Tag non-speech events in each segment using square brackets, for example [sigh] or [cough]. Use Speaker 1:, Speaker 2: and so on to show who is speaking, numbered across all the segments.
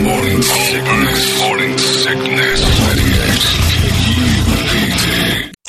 Speaker 1: Morning sickness. Morning sickness.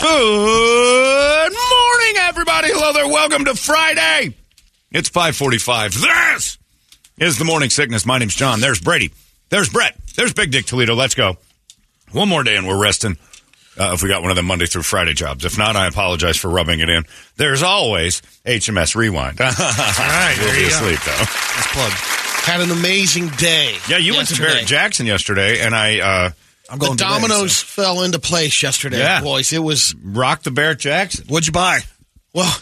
Speaker 2: Good morning, everybody. Hello there. Welcome to Friday. It's 545. This is the morning sickness. My name's John. There's Brady. There's Brett. There's Big Dick Toledo. Let's go. One more day and we're resting. Uh, if we got one of them Monday through Friday jobs. If not, I apologize for rubbing it in. There's always HMS Rewind. [laughs] All right. We'll
Speaker 3: there
Speaker 2: be
Speaker 3: you go.
Speaker 2: asleep, though.
Speaker 3: Nice plug. Had an amazing day.
Speaker 2: Yeah, you went to
Speaker 3: yesterday.
Speaker 2: Barrett Jackson yesterday, and I uh,
Speaker 4: I'm
Speaker 3: The
Speaker 4: going today,
Speaker 3: dominoes
Speaker 4: so-
Speaker 3: fell into place yesterday,
Speaker 2: Yeah.
Speaker 3: boys. It was
Speaker 2: rocked the Barrett Jackson.
Speaker 4: What'd you buy?
Speaker 3: well.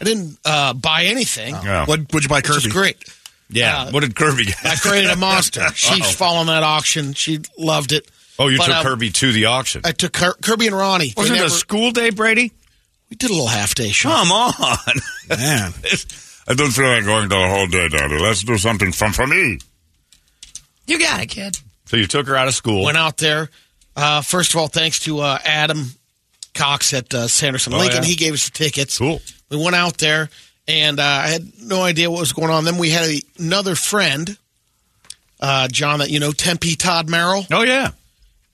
Speaker 3: I didn't uh, buy anything.
Speaker 2: Yeah.
Speaker 4: What, would you buy,
Speaker 3: Which is
Speaker 4: Kirby?
Speaker 3: great.
Speaker 2: Yeah.
Speaker 3: Uh,
Speaker 2: what did Kirby get?
Speaker 3: I created a monster.
Speaker 2: [laughs]
Speaker 3: She's following that auction. She loved it.
Speaker 2: Oh, you
Speaker 3: But,
Speaker 2: took
Speaker 3: uh,
Speaker 2: Kirby to the auction.
Speaker 3: I took Kir- Kirby and Ronnie. They
Speaker 2: Wasn't it a
Speaker 3: never-
Speaker 2: school day, Brady?
Speaker 3: we did a little half day shop.
Speaker 2: Come on.
Speaker 4: Man.
Speaker 2: [laughs] I don't feel like going the whole day, Daddy. Let's do something fun for me.
Speaker 3: You got it, kid.
Speaker 2: So you took her out of school.
Speaker 3: Went out there. Uh, first of all, thanks to uh, Adam Cox at uh, Sanderson
Speaker 2: Oh,
Speaker 3: Lincoln.
Speaker 2: yeah.
Speaker 3: He gave us the tickets.
Speaker 2: Cool.
Speaker 3: We went out there, and uh, I had no idea what was going on. Then we had a, another friend, uh, John, that you know, Tempe Todd Merrill.
Speaker 2: Oh yeah,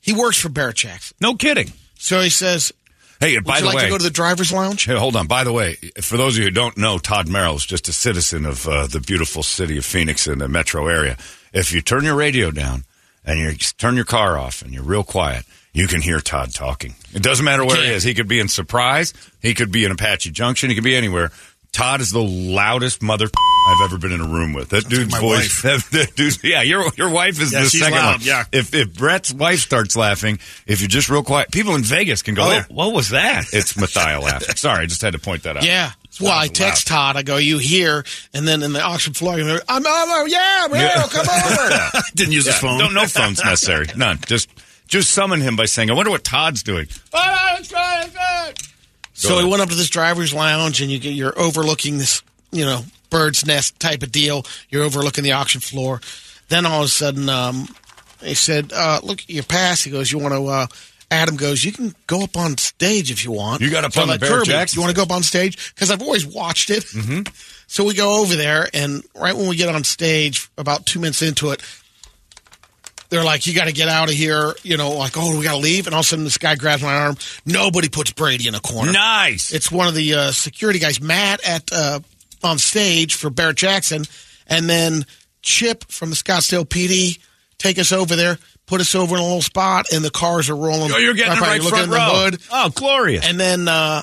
Speaker 3: He works for Bear Jackson.
Speaker 2: no kidding.
Speaker 3: So he says,
Speaker 2: Hey, and
Speaker 3: Would
Speaker 2: by
Speaker 3: you
Speaker 2: the
Speaker 3: like
Speaker 2: way,
Speaker 3: to go to the driver's lounge?
Speaker 2: Hey, hold on. By the way, for those of you who don't know, Todd Merrill is just a citizen of uh, the beautiful city of Phoenix in the metro area. If you turn your radio down and you turn your car off and you're real quiet, you can hear Todd talking. It doesn't matter where he
Speaker 3: Yeah.
Speaker 2: is. He could be in Surprise. He could be in Apache Junction. He could be anywhere. Todd is the loudest mother [laughs] I've ever been in a room with. That dude's
Speaker 4: my
Speaker 2: voice. That, that dude's, yeah, your your wife [laughs] is
Speaker 4: Yeah,
Speaker 2: the
Speaker 4: she's
Speaker 2: second
Speaker 4: loud,
Speaker 2: one.
Speaker 4: yeah.
Speaker 2: If if Brett's wife starts laughing, if you're just real quiet, people in Vegas can go,
Speaker 4: Oh,
Speaker 2: "Oh,
Speaker 4: yeah.
Speaker 2: what was that? It's
Speaker 3: [laughs]
Speaker 2: Matthias laughing. Sorry, I just had to point that out.
Speaker 3: Yeah. Well, I text Todd. I go, "You here?" And then in the auction floor, you know, I'm over. Yeah, Merrill,
Speaker 2: [laughs] Yeah.
Speaker 3: come over.
Speaker 4: Didn't use his phone.
Speaker 2: No, no phones necessary. None. Just just summon him by saying, I wonder what Todd's doing.
Speaker 3: so
Speaker 2: ahead.
Speaker 3: we went up to this driver's lounge, and you get, you're overlooking this, you know, bird's nest type of deal. You're overlooking the auction floor. Then all of a sudden, um, they said, uh, "Look at your pass." He goes, "You want to?" Uh, Adam goes, "You can go up on stage if you want."
Speaker 2: You got up
Speaker 3: So
Speaker 2: on
Speaker 3: I'm
Speaker 2: the
Speaker 3: like,
Speaker 2: Barrett
Speaker 3: "Kirby,
Speaker 2: Jackson Mm-hmm.
Speaker 3: You want to go up on stage? Because I've always watched it. [laughs] So we go over there, and right when we get on stage, about two minutes into it, they're like, "You got to get out of here," you know, like, "Oh, we got to leave." And all of a sudden, this guy grabs my arm. Nobody puts Brady in a corner.
Speaker 2: Nice.
Speaker 3: It's one of the uh, security guys, Matt, at uh, on stage for Barrett Jackson, and then Chip from the Scottsdale PD take us over there, put us over in a little spot, and the cars are rolling.
Speaker 2: oh, you're getting the
Speaker 3: by,
Speaker 2: right
Speaker 3: looking
Speaker 2: front
Speaker 3: in the
Speaker 2: row.
Speaker 3: hood.
Speaker 2: Oh, glorious.
Speaker 3: And then uh,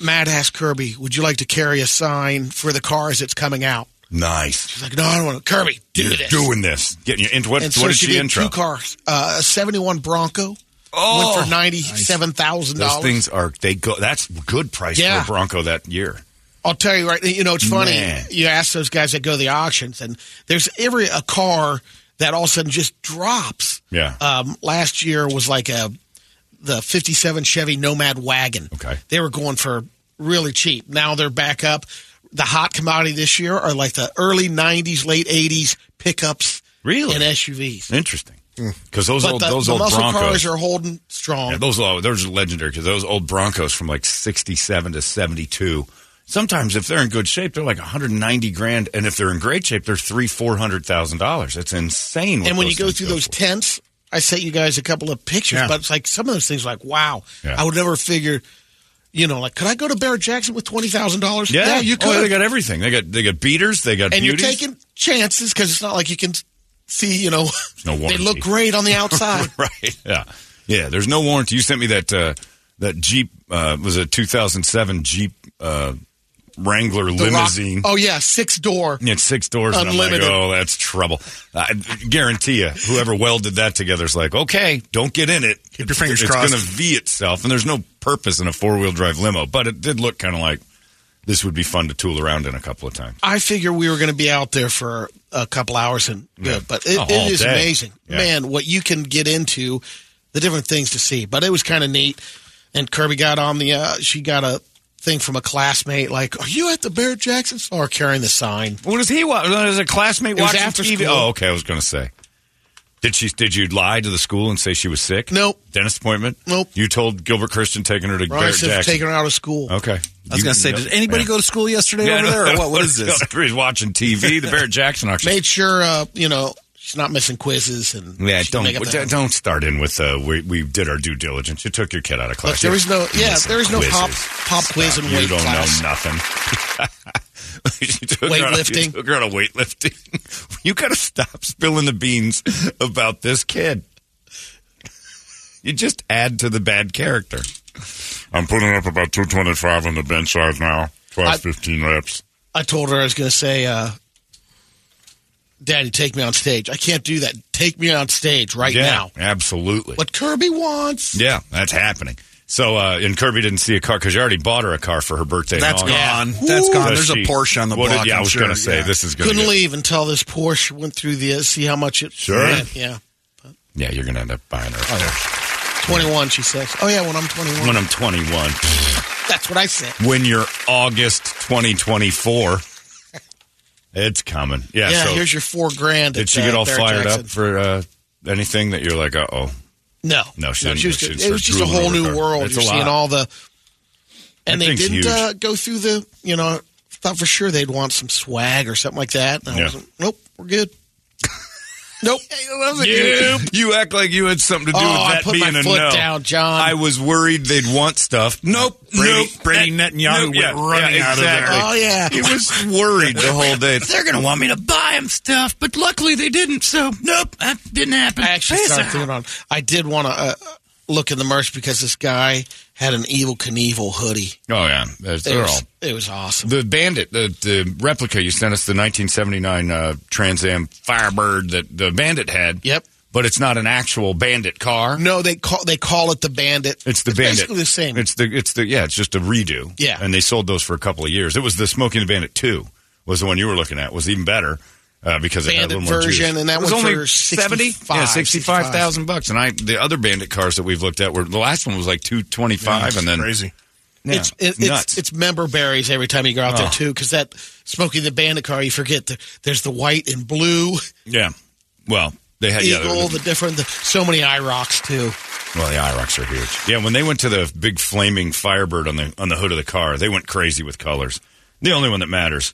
Speaker 3: Matt asked Kirby, "Would you like to carry a sign for the car as it's coming out?"
Speaker 2: nice.
Speaker 3: He's like, "No, I don't want to." Kirby, do
Speaker 2: You're
Speaker 3: this.
Speaker 2: doing this. Getting your, into what,
Speaker 3: and
Speaker 2: what
Speaker 3: so
Speaker 2: did
Speaker 3: she
Speaker 2: she,
Speaker 3: did
Speaker 2: intro?
Speaker 3: two cars, uh, a '71 Bronco,
Speaker 2: Oh,
Speaker 3: went for ninety-seven thousand
Speaker 2: Those
Speaker 3: dollars.
Speaker 2: things are, they go, that's good price
Speaker 3: Yeah.
Speaker 2: for a Bronco that year.
Speaker 3: I'll tell you right. You know, it's funny.
Speaker 2: Man.
Speaker 3: You ask those guys that go to the auctions, and there's every a car that all of a sudden just drops.
Speaker 2: Yeah.
Speaker 3: Um, last year was like a the '57 Chevy Nomad wagon.
Speaker 2: Okay.
Speaker 3: They were going for really cheap. Now they're back up. The hot commodity this year are like the early '90s, late '80s pickups,
Speaker 2: Really?
Speaker 3: and SUVs.
Speaker 2: Interesting.
Speaker 3: Hmm.
Speaker 2: Because those
Speaker 3: But
Speaker 2: old,
Speaker 3: the,
Speaker 2: those
Speaker 3: the
Speaker 2: old
Speaker 3: muscle
Speaker 2: Broncos.
Speaker 3: cars are holding strong.
Speaker 2: Yeah, those are those are legendary because those old Broncos from like '67 to '72. Sometimes if they're in good shape, they're like 190 grand, and if they're in great shape, they're three four hundred thousand dollars. It's insane. what
Speaker 3: and when
Speaker 2: those
Speaker 3: you go
Speaker 2: things
Speaker 3: through those
Speaker 2: for.
Speaker 3: tents, I sent you guys a couple of pictures,
Speaker 4: Yeah.
Speaker 3: but it's like some of those things, like wow,
Speaker 2: Yeah.
Speaker 3: I would never figure. You know, like could I go to Barrett Jackson with twenty thousand dollars?
Speaker 2: yeah,
Speaker 3: you
Speaker 2: Oh,
Speaker 3: could.
Speaker 2: they got everything. They got they got beaters. They got
Speaker 3: and you're
Speaker 2: beauties.
Speaker 3: taking chances because it's not like you can see. You
Speaker 2: [laughs]
Speaker 3: know,
Speaker 2: no
Speaker 3: [laughs] they
Speaker 2: warranty.
Speaker 3: look great on the outside.
Speaker 2: right. [laughs] Yeah, yeah. There's no warranty. You sent me that uh, that Jeep uh, was a 2007 Jeep uh, Wrangler
Speaker 3: The rock-
Speaker 2: limousine.
Speaker 3: oh yeah, six door.
Speaker 2: It's six doors, and
Speaker 3: Unlimited.
Speaker 2: I'm like, oh, that's trouble. I guarantee you, whoever welded that together is like, okay, don't get in it.
Speaker 4: Keep your fingers
Speaker 2: it's
Speaker 4: crossed.
Speaker 2: going to V itself, and there's no purpose in a four wheel drive limo, but it did look kind of like this would be fun to tool around in a couple of times.
Speaker 3: I figure we were going to be out there for a couple hours and good, but it,
Speaker 2: Oh, all
Speaker 3: it is
Speaker 2: day.
Speaker 3: amazing,
Speaker 2: Yeah.
Speaker 3: man, what you can get into, the different things to see. But it was kind of neat. And Kirby got on the, uh, she got a thing from a classmate, like, "Are you at the Bear Jackson store carrying the sign?"
Speaker 2: What does he watch? Is a classmate
Speaker 3: It was
Speaker 2: watching
Speaker 3: after
Speaker 2: TV?
Speaker 3: school.
Speaker 2: Oh, okay. I was going to say. Did she? Did you lie to the school and say she was sick?
Speaker 3: Nope.
Speaker 2: Dentist appointment?
Speaker 3: Nope.
Speaker 2: You told Gilbert Kirsten taking her to
Speaker 3: Right,
Speaker 2: Barrett
Speaker 3: so
Speaker 2: Jackson. Oh,
Speaker 3: taking her out of school.
Speaker 2: okay.
Speaker 4: I was going to say, did anybody go to school yesterday over there, or what? What is this?
Speaker 2: [laughs] He's watching TV. The Barrett
Speaker 4: [laughs]
Speaker 2: Jackson auction.
Speaker 3: Made sure, uh, you know, she's not missing quizzes and
Speaker 2: Yeah,
Speaker 3: she can
Speaker 2: don't
Speaker 3: make up that-
Speaker 2: d- don't start in with uh, we we did our due diligence. You took your kid out of class.
Speaker 3: Look, there is no, yeah, there is no pop
Speaker 2: Quizzes.
Speaker 3: pop quiz and
Speaker 2: you
Speaker 3: weight
Speaker 2: don't
Speaker 3: class.
Speaker 2: know nothing. [laughs] You took her on- you
Speaker 3: Weightlifting.
Speaker 2: took her on a weightlifting. [laughs] You got to stop spilling the beans about this kid. You just add to the bad character.
Speaker 1: I'm putting up about 225 on the bench size now. 12,
Speaker 3: I-
Speaker 1: 15 reps.
Speaker 3: I told her I was going to say, uh, "Daddy, take me on stage." I can't do that. Take me on stage right
Speaker 2: yeah,
Speaker 3: now.
Speaker 2: absolutely.
Speaker 3: What Kirby wants.
Speaker 2: Yeah, that's happening. So, uh, and Kirby didn't see a car because you already bought her a car for her birthday. in
Speaker 4: That's
Speaker 2: August.
Speaker 4: gone. That's gone.
Speaker 2: Does
Speaker 4: There's a
Speaker 2: she-
Speaker 4: Porsche on the
Speaker 2: what did-
Speaker 4: block.
Speaker 2: yeah, I
Speaker 4: I'm
Speaker 2: was
Speaker 4: sure.
Speaker 2: going to say
Speaker 4: Yeah.
Speaker 2: this is going
Speaker 3: Couldn't
Speaker 2: to.
Speaker 3: leave until this Porsche went through the. uh, See how much it.
Speaker 2: Sure.
Speaker 3: ran. Yeah.
Speaker 2: Yeah, you're going to end up buying her.
Speaker 4: Oh,
Speaker 2: a car.
Speaker 3: Twenty-one. She says. Oh yeah, when I'm twenty-one.
Speaker 2: When I'm 21,
Speaker 3: That's what I said.
Speaker 2: when you're August 2024, it's coming. Yeah.
Speaker 3: yeah.
Speaker 2: so
Speaker 3: here's your four grand.
Speaker 2: did
Speaker 3: at,
Speaker 2: she
Speaker 3: uh,
Speaker 2: get all
Speaker 3: Barrett
Speaker 2: fired
Speaker 3: Jackson.
Speaker 2: up for uh, anything that you're like, uh oh?
Speaker 3: No,
Speaker 2: No, she didn't.
Speaker 3: was
Speaker 2: She
Speaker 3: good.
Speaker 2: started
Speaker 3: it was just a
Speaker 2: drooling
Speaker 3: whole new
Speaker 2: over her.
Speaker 3: world.
Speaker 2: It's
Speaker 3: You're
Speaker 2: a lot.
Speaker 3: seeing all the, and
Speaker 2: That
Speaker 3: they
Speaker 2: thing's
Speaker 3: didn't
Speaker 2: huge.
Speaker 3: uh, go through the. You know, thought for sure they'd want some swag or something like that. And I
Speaker 2: Yeah.
Speaker 3: wasn't. Nope, we're good. [laughs] nope.
Speaker 2: You, you act like you had something to do
Speaker 3: Oh,
Speaker 2: with
Speaker 3: I
Speaker 2: that
Speaker 3: put my
Speaker 2: being a
Speaker 3: foot
Speaker 2: no.
Speaker 3: down, John.
Speaker 2: I was worried they'd want stuff. Nope.
Speaker 4: Brady-
Speaker 2: nope.
Speaker 4: Brady
Speaker 2: That-
Speaker 4: Netanyahu went running out of there.
Speaker 2: exactly.
Speaker 3: Oh yeah.
Speaker 2: He was worried the whole
Speaker 3: [laughs]
Speaker 2: day. They're going to want me to buy him stuff, but luckily they didn't. So, nope, that didn't happen.
Speaker 3: I actually started thinking
Speaker 2: [laughs]
Speaker 3: on. I did want to uh, look in the merch because this guy had an evil Knievel hoodie.
Speaker 2: Oh, yeah. That's-
Speaker 3: It
Speaker 2: They're all.
Speaker 3: was, it was awesome.
Speaker 2: The bandit, the, the replica you sent us, the 1979 uh, Trans Am Firebird that the bandit had.
Speaker 3: Yep.
Speaker 2: But it's not an actual bandit car.
Speaker 3: No, they call they call it the Bandit.
Speaker 2: It's the bandit.
Speaker 3: Basically the same.
Speaker 2: It's the it's the yeah. It's just a redo.
Speaker 3: Yeah.
Speaker 2: and they sold those for a couple of years. It was the Smoking the Bandit two was the one you were looking at. Was even better uh, because it had a
Speaker 3: Bandit
Speaker 2: little more juice.
Speaker 3: version, and that
Speaker 2: it was
Speaker 3: went
Speaker 2: only
Speaker 3: for
Speaker 2: 70?
Speaker 3: 65,
Speaker 2: yeah, sixty five thousand bucks. And I the other Bandit cars that we've looked at were the last one was like two twenty five, and then
Speaker 4: crazy.
Speaker 2: yeah,
Speaker 3: it's it, it's,
Speaker 2: nuts.
Speaker 3: it's member berries every time you go out
Speaker 2: Oh.
Speaker 3: there too because that smoking the bandit car you forget the, there's the white and blue
Speaker 2: yeah. Well, they had yeah,
Speaker 3: eagle the different the, so many eye rocks too
Speaker 2: Well, the IROCs are huge. Yeah, when they went to the big flaming Firebird on the on the hood of the car, they went crazy with colors. The only one that matters,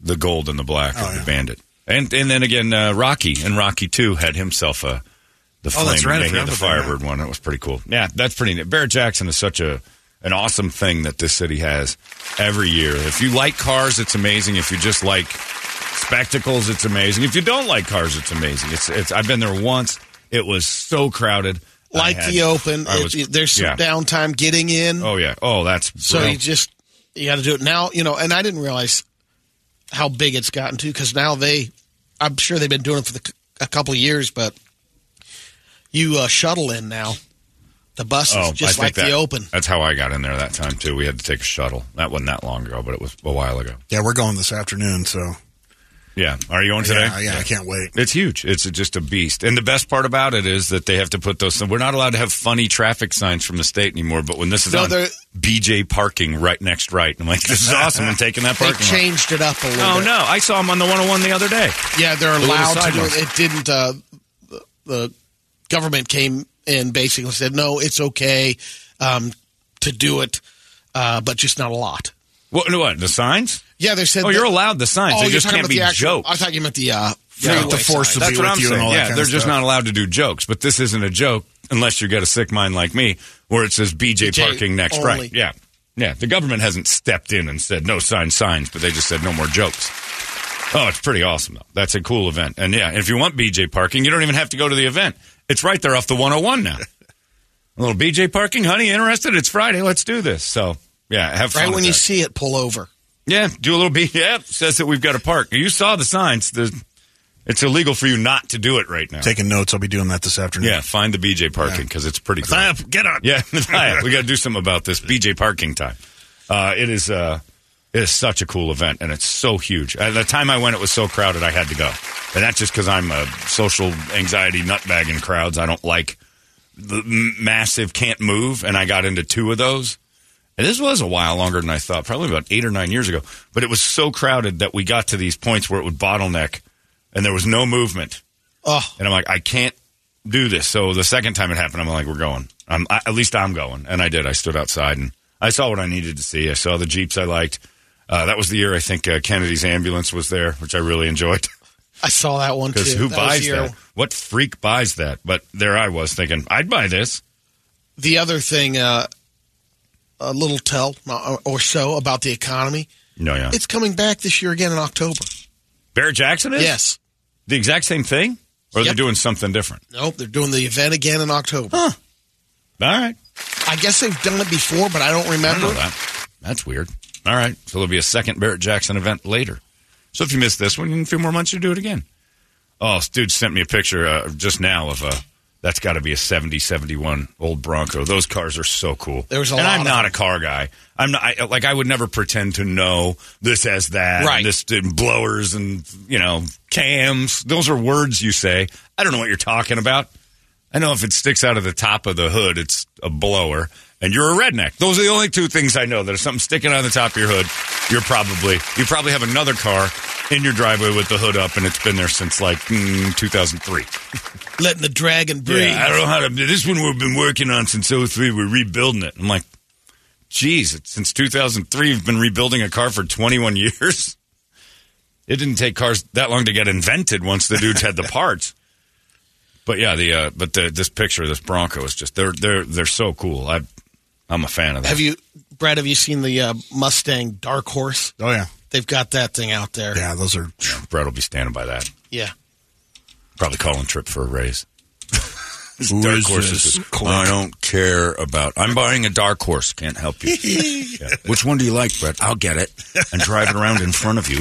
Speaker 2: the gold and the black
Speaker 4: Oh,
Speaker 2: of the Bandit, and and then again uh, Rocky and Rocky Two had himself a the
Speaker 4: Oh, that's
Speaker 2: flaming
Speaker 4: right. I
Speaker 2: they
Speaker 4: forgot
Speaker 2: had the
Speaker 4: about that.
Speaker 2: Firebird one. That was pretty cool. Yeah, that's pretty. neat. Barrett Jackson is such a an awesome thing that this city has every year. If you like cars, it's amazing. If you just like spectacles. It's amazing. If you don't like cars, it's amazing. It's it's. I've been there once. It was so crowded. I
Speaker 3: like
Speaker 2: had-
Speaker 3: the open
Speaker 2: I
Speaker 3: it-
Speaker 2: was-
Speaker 3: it- there's some
Speaker 2: yeah.
Speaker 3: downtime getting in
Speaker 2: Oh yeah. Oh, that's
Speaker 3: So
Speaker 2: brilliant.
Speaker 3: you just you got to do it now. You know, and I didn't realize how big it's gotten to because now they, I'm sure they've been doing it for the, c- a couple of years, but you uh, shuttle in now. The buses
Speaker 2: Oh, I
Speaker 3: just
Speaker 2: think
Speaker 3: like
Speaker 2: that-
Speaker 3: the open.
Speaker 2: That's how I got in there that time too. We had to take a shuttle. That wasn't that long ago, but it was a while ago.
Speaker 4: Yeah, we're going this afternoon, so
Speaker 2: Yeah. Are you on today?
Speaker 4: yeah, yeah, I can't wait.
Speaker 2: It's huge. It's just a beast. And the best part about it is that they have to put those. We're not allowed to have funny traffic signs from the state anymore. But when this is
Speaker 3: No,
Speaker 2: on
Speaker 3: they're-
Speaker 2: BJ parking right next right, I'm like, [laughs] this is awesome. I'm taking that
Speaker 3: They
Speaker 2: parking. lot.
Speaker 3: changed it up a little.
Speaker 2: Oh
Speaker 3: bit.
Speaker 2: no! I saw him on the 101 the other day.
Speaker 3: Yeah, they're
Speaker 2: little
Speaker 3: allowed to.
Speaker 2: side
Speaker 3: do
Speaker 2: ones.
Speaker 3: It It didn't. Uh, the, the government came and basically said, "No, it's okay um, to do it, uh, but just not a lot."
Speaker 2: What? no, What? The signs?
Speaker 3: Yeah, they said.
Speaker 2: Oh, you're
Speaker 3: that-
Speaker 2: allowed the signs.
Speaker 3: Oh,
Speaker 2: they
Speaker 3: you're
Speaker 2: just
Speaker 3: talking
Speaker 2: can't
Speaker 3: about
Speaker 2: be
Speaker 3: the actual,
Speaker 2: jokes.
Speaker 3: I thought you meant the uh,
Speaker 4: Yeah,
Speaker 3: freeway
Speaker 4: the force
Speaker 3: sign.
Speaker 4: to
Speaker 2: That's
Speaker 4: be
Speaker 2: what
Speaker 4: with
Speaker 2: I'm
Speaker 4: you
Speaker 2: saying.
Speaker 4: and all that
Speaker 2: yeah,
Speaker 4: kind
Speaker 2: they're
Speaker 4: of
Speaker 2: just
Speaker 4: stuff.
Speaker 2: not allowed to do jokes. But this isn't a joke unless you got a sick mind like me, where it says BJ,
Speaker 3: BJ
Speaker 2: parking next
Speaker 3: only.
Speaker 2: right. Yeah, yeah. The government hasn't stepped in and said no sign signs, but they just said no more jokes. Oh, it's pretty awesome though. That's a cool event. And yeah, if you want BJ parking, you don't even have to go to the event. It's right there off the
Speaker 3: [laughs]
Speaker 2: 101 now. a little BJ parking, honey. Interested? It's Friday. Let's do this. So yeah, have fun.
Speaker 3: Right
Speaker 2: with
Speaker 3: when you
Speaker 2: that.
Speaker 3: see it, pull over.
Speaker 2: Yeah, do a little beat. [laughs] Yeah, says that we've got a park. You saw the signs. There's, it's illegal for you not to do it right now.
Speaker 4: Taking notes. I'll be doing that this afternoon.
Speaker 2: yeah, find the BJ parking because it's pretty.
Speaker 4: [laughs]
Speaker 2: Cool. [laughs]
Speaker 4: Matthias, get up.
Speaker 2: Yeah, Matthias, we got to do something about this BJ parking time. Uh, it is. Uh, It is such a cool event, and it's so huge. At the time I went, it was so crowded I had to go, and that's just because I'm a social anxiety nutbag in crowds. I don't like the m- massive can't move, and I got into two of those. And this was a while longer than I thought, probably about eight or nine years ago. But it was so crowded that we got to these points where it would bottleneck, and there was no movement.
Speaker 3: Oh,
Speaker 2: And I'm like, I can't do this. So the second time it happened, I'm like, we're going. I'm, I, at least I'm going. And I did. I stood outside and I saw what I needed to see. I saw the Jeeps I liked. Uh, that was the year I think uh, Kennedy's ambulance was there, which I really enjoyed. [laughs]
Speaker 3: I saw that one too.
Speaker 2: Because who
Speaker 3: That was
Speaker 2: buys
Speaker 3: your-
Speaker 2: that? What freak buys that? But there I was thinking, I'd buy this.
Speaker 3: The other thing, uh, a little tell uh, or so about the economy.
Speaker 2: No, Oh, yeah.
Speaker 3: It's coming back this year again in October.
Speaker 2: Bear Jackson is?
Speaker 3: Yes.
Speaker 2: The exact same thing? Or are they
Speaker 3: Yep.
Speaker 2: doing something different?
Speaker 3: Nope. They're doing the event again in October.
Speaker 2: All right.
Speaker 3: I guess they've done it before, but I don't remember.
Speaker 2: know that. That's weird. All right. So there'll be a second Barrett Jackson event later. So if you miss this one, in a few more months, you do it again. Oh, this dude sent me a picture uh, just now of a. That's got to be a 70, 71 old Bronco. Those cars are so cool.
Speaker 3: There was a
Speaker 2: and
Speaker 3: lot
Speaker 2: I'm
Speaker 3: of
Speaker 2: not a car guy. I'm not I, like I would never pretend to know this has that, and
Speaker 3: Right.
Speaker 2: this and blowers and you know cams. Those are words you say. I don't know what you're talking about. I know if it sticks out of the top of the hood, it's a blower, and you're a redneck. Those are the only two things I know. That if something's sticking out of the top of your hood, you're probably you probably have another car in your driveway with the hood up, and it's been there since like mm, 2003.
Speaker 3: Letting the dragon breathe.
Speaker 2: Yeah, I don't know how to. This one we've been working on since 03. We're rebuilding it. I'm like, geez, it's- since 2003, we've been rebuilding a car for 21 [laughs] years. It didn't take cars that long to get invented once the dudes had the parts. But yeah, the uh, but the, this picture of this Bronco is just they're they're they're so cool. I I'm a fan of that.
Speaker 3: Have you, Brad? Have you seen the uh, Mustang Dark Horse?
Speaker 4: Oh yeah,
Speaker 3: They've got that thing out there.
Speaker 4: yeah. Those are
Speaker 2: Brett will be standing by that.
Speaker 3: Yeah.
Speaker 2: Probably calling Trip for a raise. [laughs] This
Speaker 4: Who
Speaker 2: dark
Speaker 4: is
Speaker 2: horse
Speaker 4: this
Speaker 2: is-
Speaker 4: clique?
Speaker 2: I don't care about. I'm buying a dark horse. Can't help [laughs] you. Yeah. Which one do you like, Brett? I'll get it and drive it around in front of you.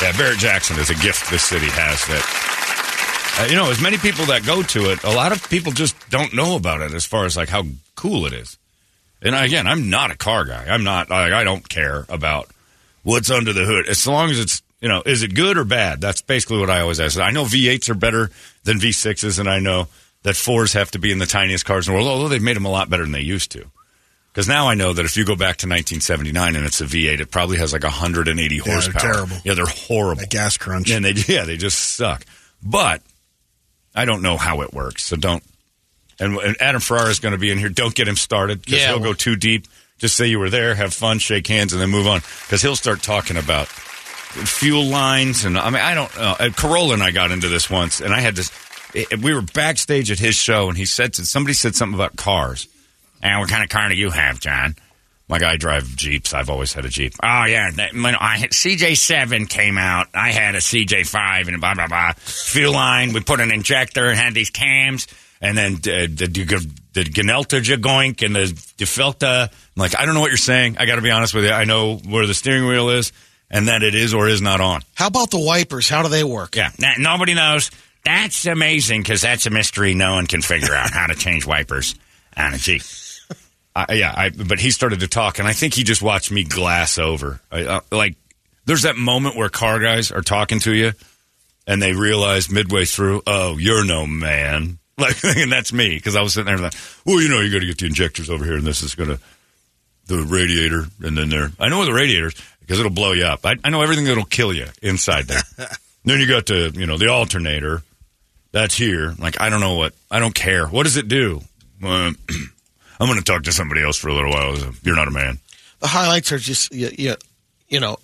Speaker 2: yeah, Barrett Jackson is a gift this city has that. uh, you know, as many people that go to it, a lot of people just don't know about it as far as like how cool it is. And again, I'm not a car guy. I'm not. Like, I don't care about what's under the hood. As long as it's you know, is it good or bad? That's basically what I always ask. I know V8s are better than V6s, and I know that fours have to be in the tiniest cars in the world. Although they've made them a lot better than they used to. Because now I know that if you go back to 1979 and it's a V8, it probably has like 180
Speaker 4: they're
Speaker 2: horsepower.
Speaker 4: terrible.
Speaker 2: Yeah, they're horrible.
Speaker 4: a gas crunch.
Speaker 2: And they [laughs] yeah, they just suck. But I don't know how it works, so don't. And, and Adam Ferrara is going to be in here. Don't get him started because
Speaker 3: Yeah,
Speaker 2: he'll go
Speaker 3: well-
Speaker 2: too deep. Just say you were there, have fun, shake hands, and then move on because he'll start talking about fuel lines and I mean I don't know. Uh, Corolla and I got into this once, and I had this. It, we were backstage at his show, and he said to, somebody said something about cars. And what kind of car do you have, John? Like I drive Jeeps. I've always had a Jeep. Oh yeah, that, you know, I had- CJ7 came out. I had a CJ5 and blah blah blah. Fuel line. We put an injector and had these cams, and then uh, the the, the Ganelta Jagoink and the Defelta. I'm like I don't know what you're saying. I got to be honest with you. I know where the steering wheel is and that it is or is not on.
Speaker 3: How about the wipers? How do they work?
Speaker 2: Yeah, Nah, nobody knows. That's amazing because that's a mystery no one can figure out how to change wipers on a Jeep. I yeah, I, but he started to talk, and I think he just watched me glass over. I, uh, like, there's that moment where car guys are talking to you, and they realize midway through, oh, you're no man. [laughs] Like, and that's me because I was sitting there like, well, you know, you got to get the injectors over here, and this is gonna the radiator, and then there. I know the radiators because it'll blow you up. I, I know everything that'll kill you inside there. then you got the you know the alternator that's here. Like I don't know what I don't care. What does it do? Uh, [clears throat] I'm going to talk to somebody else for a little while. You're not a man.
Speaker 3: The highlights are just you, you, you know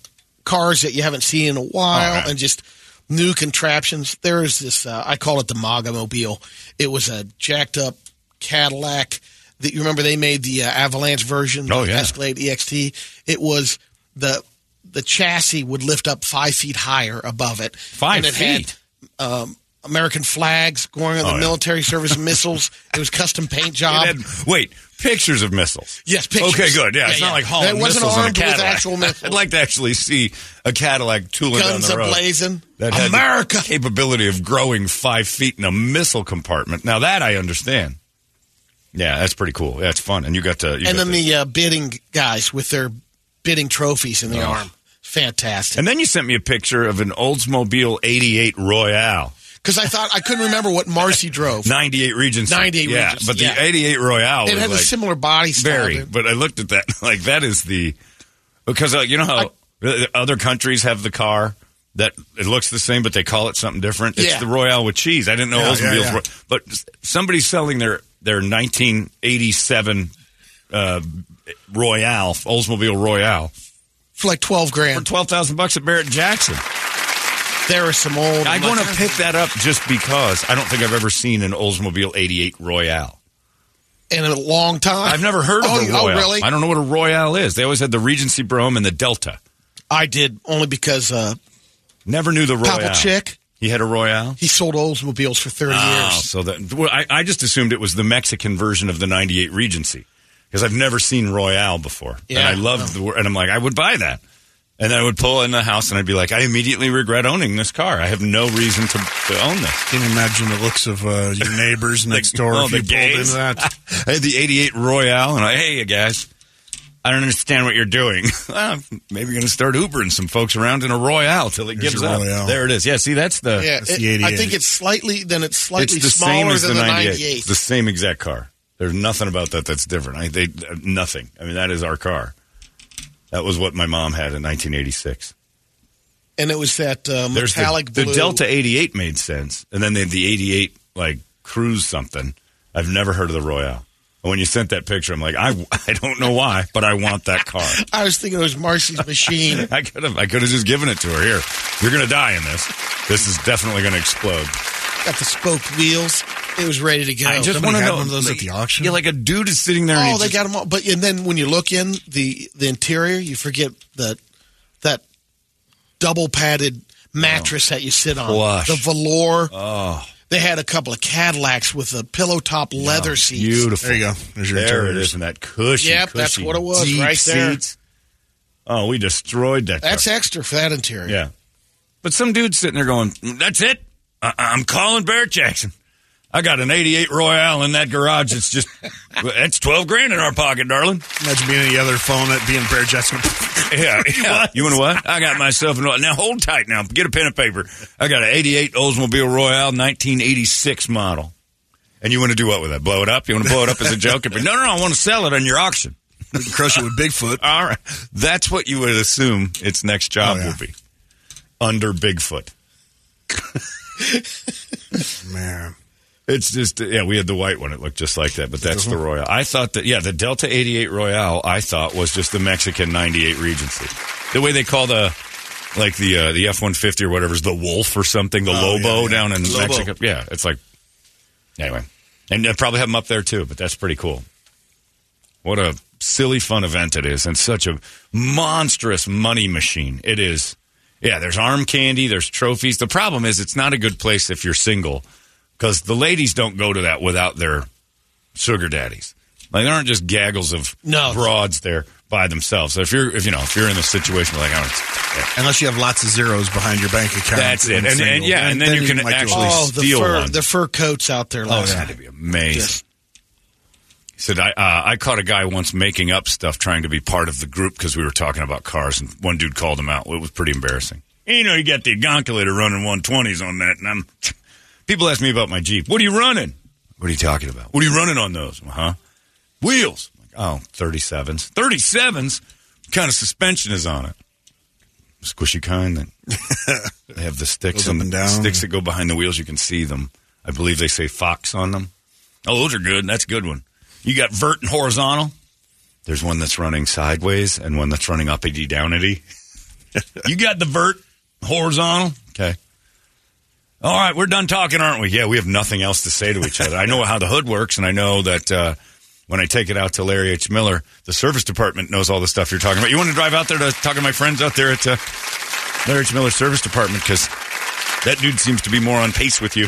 Speaker 3: cars that you haven't seen in a
Speaker 2: Oh,
Speaker 3: while,
Speaker 2: yeah.
Speaker 3: and just new contraptions. There is this. Uh, I call it the MAGA mobile. It was a jacked up Cadillac. That you remember they made the uh, Avalanche version.
Speaker 2: Oh,
Speaker 3: the
Speaker 2: yeah.
Speaker 3: Escalade EXT. It was the the chassis would lift up five feet higher above it.
Speaker 2: Five
Speaker 3: and it
Speaker 2: feet?
Speaker 3: Had, um, American flags going on
Speaker 2: Oh,
Speaker 3: the
Speaker 2: yeah.
Speaker 3: military service [laughs] missiles. It was custom paint job.
Speaker 2: It had- wait, pictures of missiles.
Speaker 3: Uh, Yes, pictures.
Speaker 2: Okay, good. Yeah,
Speaker 3: Yeah,
Speaker 2: it's not
Speaker 3: yeah.
Speaker 2: like hauling
Speaker 3: It wasn't
Speaker 2: missiles on a
Speaker 3: armed with
Speaker 2: Cadillac.
Speaker 3: actual missiles.
Speaker 2: [laughs] I'd like to actually see a Cadillac tooling
Speaker 3: guns
Speaker 2: down the road.
Speaker 3: ablazing.
Speaker 2: That had the
Speaker 3: America.
Speaker 2: capability of growing five feet in a missile compartment. Now that I understand. Yeah, that's pretty cool. That's fun, and you got to. You
Speaker 3: and
Speaker 2: got
Speaker 3: then
Speaker 2: to-
Speaker 3: the uh, bidding guys with their spitting trophies in
Speaker 2: Oh.
Speaker 3: the arm. Fantastic.
Speaker 2: And then you sent me a picture of an Oldsmobile 88 Royale,
Speaker 3: Because I thought I couldn't remember what Marcy
Speaker 2: [laughs]
Speaker 3: drove.
Speaker 2: 98 Regency.
Speaker 3: 98
Speaker 2: yeah,
Speaker 3: Regency,
Speaker 2: But
Speaker 3: yeah.
Speaker 2: the 88 Royale
Speaker 3: it
Speaker 2: was
Speaker 3: had
Speaker 2: like
Speaker 3: a similar body style.
Speaker 2: very.
Speaker 3: dude.
Speaker 2: But I looked at that [laughs] like that is the because uh, you know how uh, other countries have the car that it looks the same but they call it something different. It's
Speaker 3: Yeah.
Speaker 2: the Royale with cheese. I didn't know
Speaker 5: Yeah,
Speaker 2: Oldsmobile's.
Speaker 5: yeah, yeah.
Speaker 2: Ro- but s- somebody's selling their their 1987 uh, Royale Oldsmobile Royale
Speaker 3: for like twelve
Speaker 2: for
Speaker 3: grand.
Speaker 2: twelve thousand bucks at Barrett Jackson.
Speaker 3: There are some old.
Speaker 2: I
Speaker 3: I'm
Speaker 2: want to
Speaker 3: like,
Speaker 2: pick that up just because I don't think I've ever seen an Oldsmobile 88 Royale.
Speaker 3: in a long time.
Speaker 2: I've never heard of
Speaker 3: oh,
Speaker 2: a
Speaker 3: you-
Speaker 2: Royale.
Speaker 3: Oh, really?
Speaker 2: I don't know what a Royale is. They always had the Regency Brougham and the Delta.
Speaker 3: I did only because uh,
Speaker 2: Never knew the Royale.
Speaker 3: Papa Chick
Speaker 2: He had a Royale.
Speaker 3: he sold Oldsmobiles for thirty
Speaker 2: Oh,
Speaker 3: years.
Speaker 2: so that well, I, I just assumed it was the Mexican version of the '98 Regency because I've never seen Royale before, and
Speaker 3: Yeah.
Speaker 2: I loved the word, and I'm like, I would buy that, and then I would pull in the house, and I'd be like, I immediately regret owning this car. I have no reason to, to own this.
Speaker 5: Can you imagine the looks of uh, your neighbors next door
Speaker 2: oh,
Speaker 5: if
Speaker 2: [laughs] the
Speaker 5: you pulled into
Speaker 2: gays. [laughs]
Speaker 5: that?
Speaker 2: I had the 88 Royale, and I, hey, you guys, I don't understand what you're doing. [laughs] "Ah, Maybe going to start Ubering some folks around in a Royale till it
Speaker 5: Here's
Speaker 2: gives
Speaker 5: your
Speaker 2: up.
Speaker 5: Royale.
Speaker 2: There it is. Yeah, see, uh, that's the,
Speaker 3: Yeah,
Speaker 5: That's
Speaker 3: it-
Speaker 5: the
Speaker 3: I
Speaker 5: 88.
Speaker 3: think it's slightly. Then it's
Speaker 2: it's
Speaker 3: slightly
Speaker 2: the same
Speaker 3: smaller
Speaker 2: as
Speaker 3: than
Speaker 2: the 98.
Speaker 3: 98.
Speaker 2: It's the same exact car. There's nothing about that that's different. I, they, uh, nothing. I mean, that is our car. That was what my mom had in 1986.
Speaker 3: and it was that uh,
Speaker 2: There's
Speaker 3: metallic
Speaker 2: the,
Speaker 3: blue.
Speaker 2: the Delta 88 made sense, and then they had the 88 like Cruise something. I've never heard of the Royale. And when you sent that picture, I'm like, I, [laughs] I don't know why, but I want that car.
Speaker 3: [laughs] I was thinking it was Marcy's machine.
Speaker 2: [laughs] I could have I could have just given it to her. Here, you're gonna die in this. This is definitely gonna explode.
Speaker 3: Got the spoked wheels. It was ready to go.
Speaker 2: I just
Speaker 5: somebody
Speaker 2: want to
Speaker 5: had
Speaker 2: know
Speaker 5: one of those at the auction?
Speaker 2: Yeah, like a dude is sitting there. and
Speaker 3: oh,
Speaker 2: he
Speaker 3: they
Speaker 2: just-
Speaker 3: got them all. But and then when you look in the the interior, you forget that that double padded mattress that you sit on.
Speaker 2: Plush.
Speaker 3: The velour. Oh. They had a couple of Cadillacs with the pillow top leather seats.
Speaker 2: beautiful.
Speaker 5: There you go. There's your
Speaker 2: There it
Speaker 5: interiors.
Speaker 2: is, and that cushy.
Speaker 3: Yep, that's
Speaker 2: cushy,
Speaker 3: what it was,
Speaker 2: deep
Speaker 3: right there.
Speaker 2: seats. Oh, we destroyed that.
Speaker 3: That's
Speaker 2: car.
Speaker 3: extra for that interior.
Speaker 2: Yeah, but some dude sitting there going, "That's it. I- I'm calling Barrett Jackson. I got an '88 Royale in that garage. It's just [laughs] that's twelve grand in our pocket, darling."
Speaker 5: Imagine being any other phone at being Bear Jackson.
Speaker 2: [laughs] Yeah, yeah. you want what? I got myself an. Now hold tight. Now get a pen and paper. I got an '88 Oldsmobile Royale, 1986 model. And you want to do what with that? Blow it up? You want to blow it up as a joke? But no, no, no. I want to sell it on your auction.
Speaker 5: We can crush it with Bigfoot.
Speaker 2: All right, that's what you would assume its next job
Speaker 5: Oh, yeah.
Speaker 2: would be under Bigfoot.
Speaker 5: [laughs] Man.
Speaker 2: It's just yeah, we had the white one. It looked just like that, but that's the Royale. I thought that yeah, the Delta eighty eight Royale. I thought was just the Mexican ninety eight Regency. The way they call the like the uh, the F one fifty or whatever is the Wolf or something, the Lobo
Speaker 5: Oh, yeah, yeah.
Speaker 2: down in
Speaker 5: Lobo.
Speaker 2: Mexico. Yeah, it's like anyway, and I probably have them up there too. But that's pretty cool. What a silly fun event it is, and such a monstrous money machine it is. Yeah, there's arm candy, there's trophies. The problem is it's not a good place if you're single because the ladies don't go to that without their sugar daddies. Like there aren't just gaggles of
Speaker 3: No.
Speaker 2: broads there by themselves. So if you're if you know if you're in the situation like oh, it's, yeah,
Speaker 5: Unless you have lots of zeros behind your bank account.
Speaker 2: That's it. And- and- yeah, and then you can
Speaker 5: might do
Speaker 2: actually-
Speaker 5: it.
Speaker 3: Oh, the
Speaker 2: Steal
Speaker 3: fur,
Speaker 2: one.
Speaker 3: the fur coats out there.
Speaker 2: oh,
Speaker 3: Last
Speaker 2: it's
Speaker 3: night.
Speaker 2: had to be amazing.
Speaker 3: Just-
Speaker 2: He said, I, uh, I caught a guy once making up stuff trying to be part of the group because we were talking about cars, and one dude called him out. It was pretty embarrassing. You know, you got the Gonculator running 120s on that, and I'm. People ask me about my Jeep. What are you running? What are you talking about? What are you running on those? Huh? Wheels. I'm like, oh, 37s. 37s? What kind of suspension is on it? Squishy kind that they have the sticks
Speaker 5: Goes up and down.
Speaker 2: sticks that go behind the wheels. You can see them. I believe they say Fox on them. Oh, those are good. That's a good one. You got vert and horizontal. There's one that's running sideways and one that's running uppity downity. [laughs] you got the vert horizontal. Okay. All right, we're done talking, aren't we? Yeah, we have nothing else to say to each other. I know how the hood works, and I know that uh, when I take it out to Larry H. Miller, the service department knows all the stuff you're talking about. You want to drive out there to talk to my friends out there at uh, Larry H. Miller Service Department because that dude seems to be more on pace with you.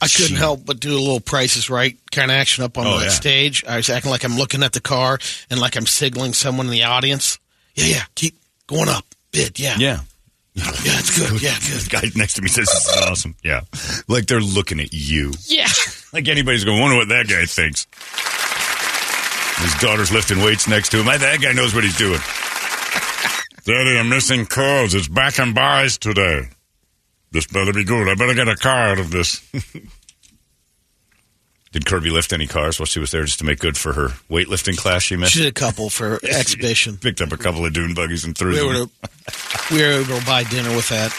Speaker 3: I couldn't help but do a little prices right kind of action up on
Speaker 2: Oh,
Speaker 3: the
Speaker 2: yeah.
Speaker 3: stage. I was acting like I'm looking at the car and like I'm signaling someone in the audience. Yeah, yeah, keep going up. Bid, yeah. Yeah, it's good. Yeah,
Speaker 2: [laughs] The
Speaker 3: good.
Speaker 2: guy next to me says this is awesome. Yeah. Like they're looking at you.
Speaker 3: Yeah.
Speaker 2: [laughs] Like anybody's going to wonder what that guy thinks. His daughter's lifting weights next to him. I, that guy knows what he's doing.
Speaker 1: Daddy, I'm missing calls. It's back and buys today. This better be good. I better get a car out of this.
Speaker 2: [laughs] Did Kirby lift any cars while she was there just to make good for her weightlifting class she missed?
Speaker 3: She did a couple
Speaker 2: [laughs]
Speaker 3: for exhibition.
Speaker 2: Picked up a couple of dune buggies and threw
Speaker 3: We
Speaker 2: them.
Speaker 3: were, we were able to buy dinner with that.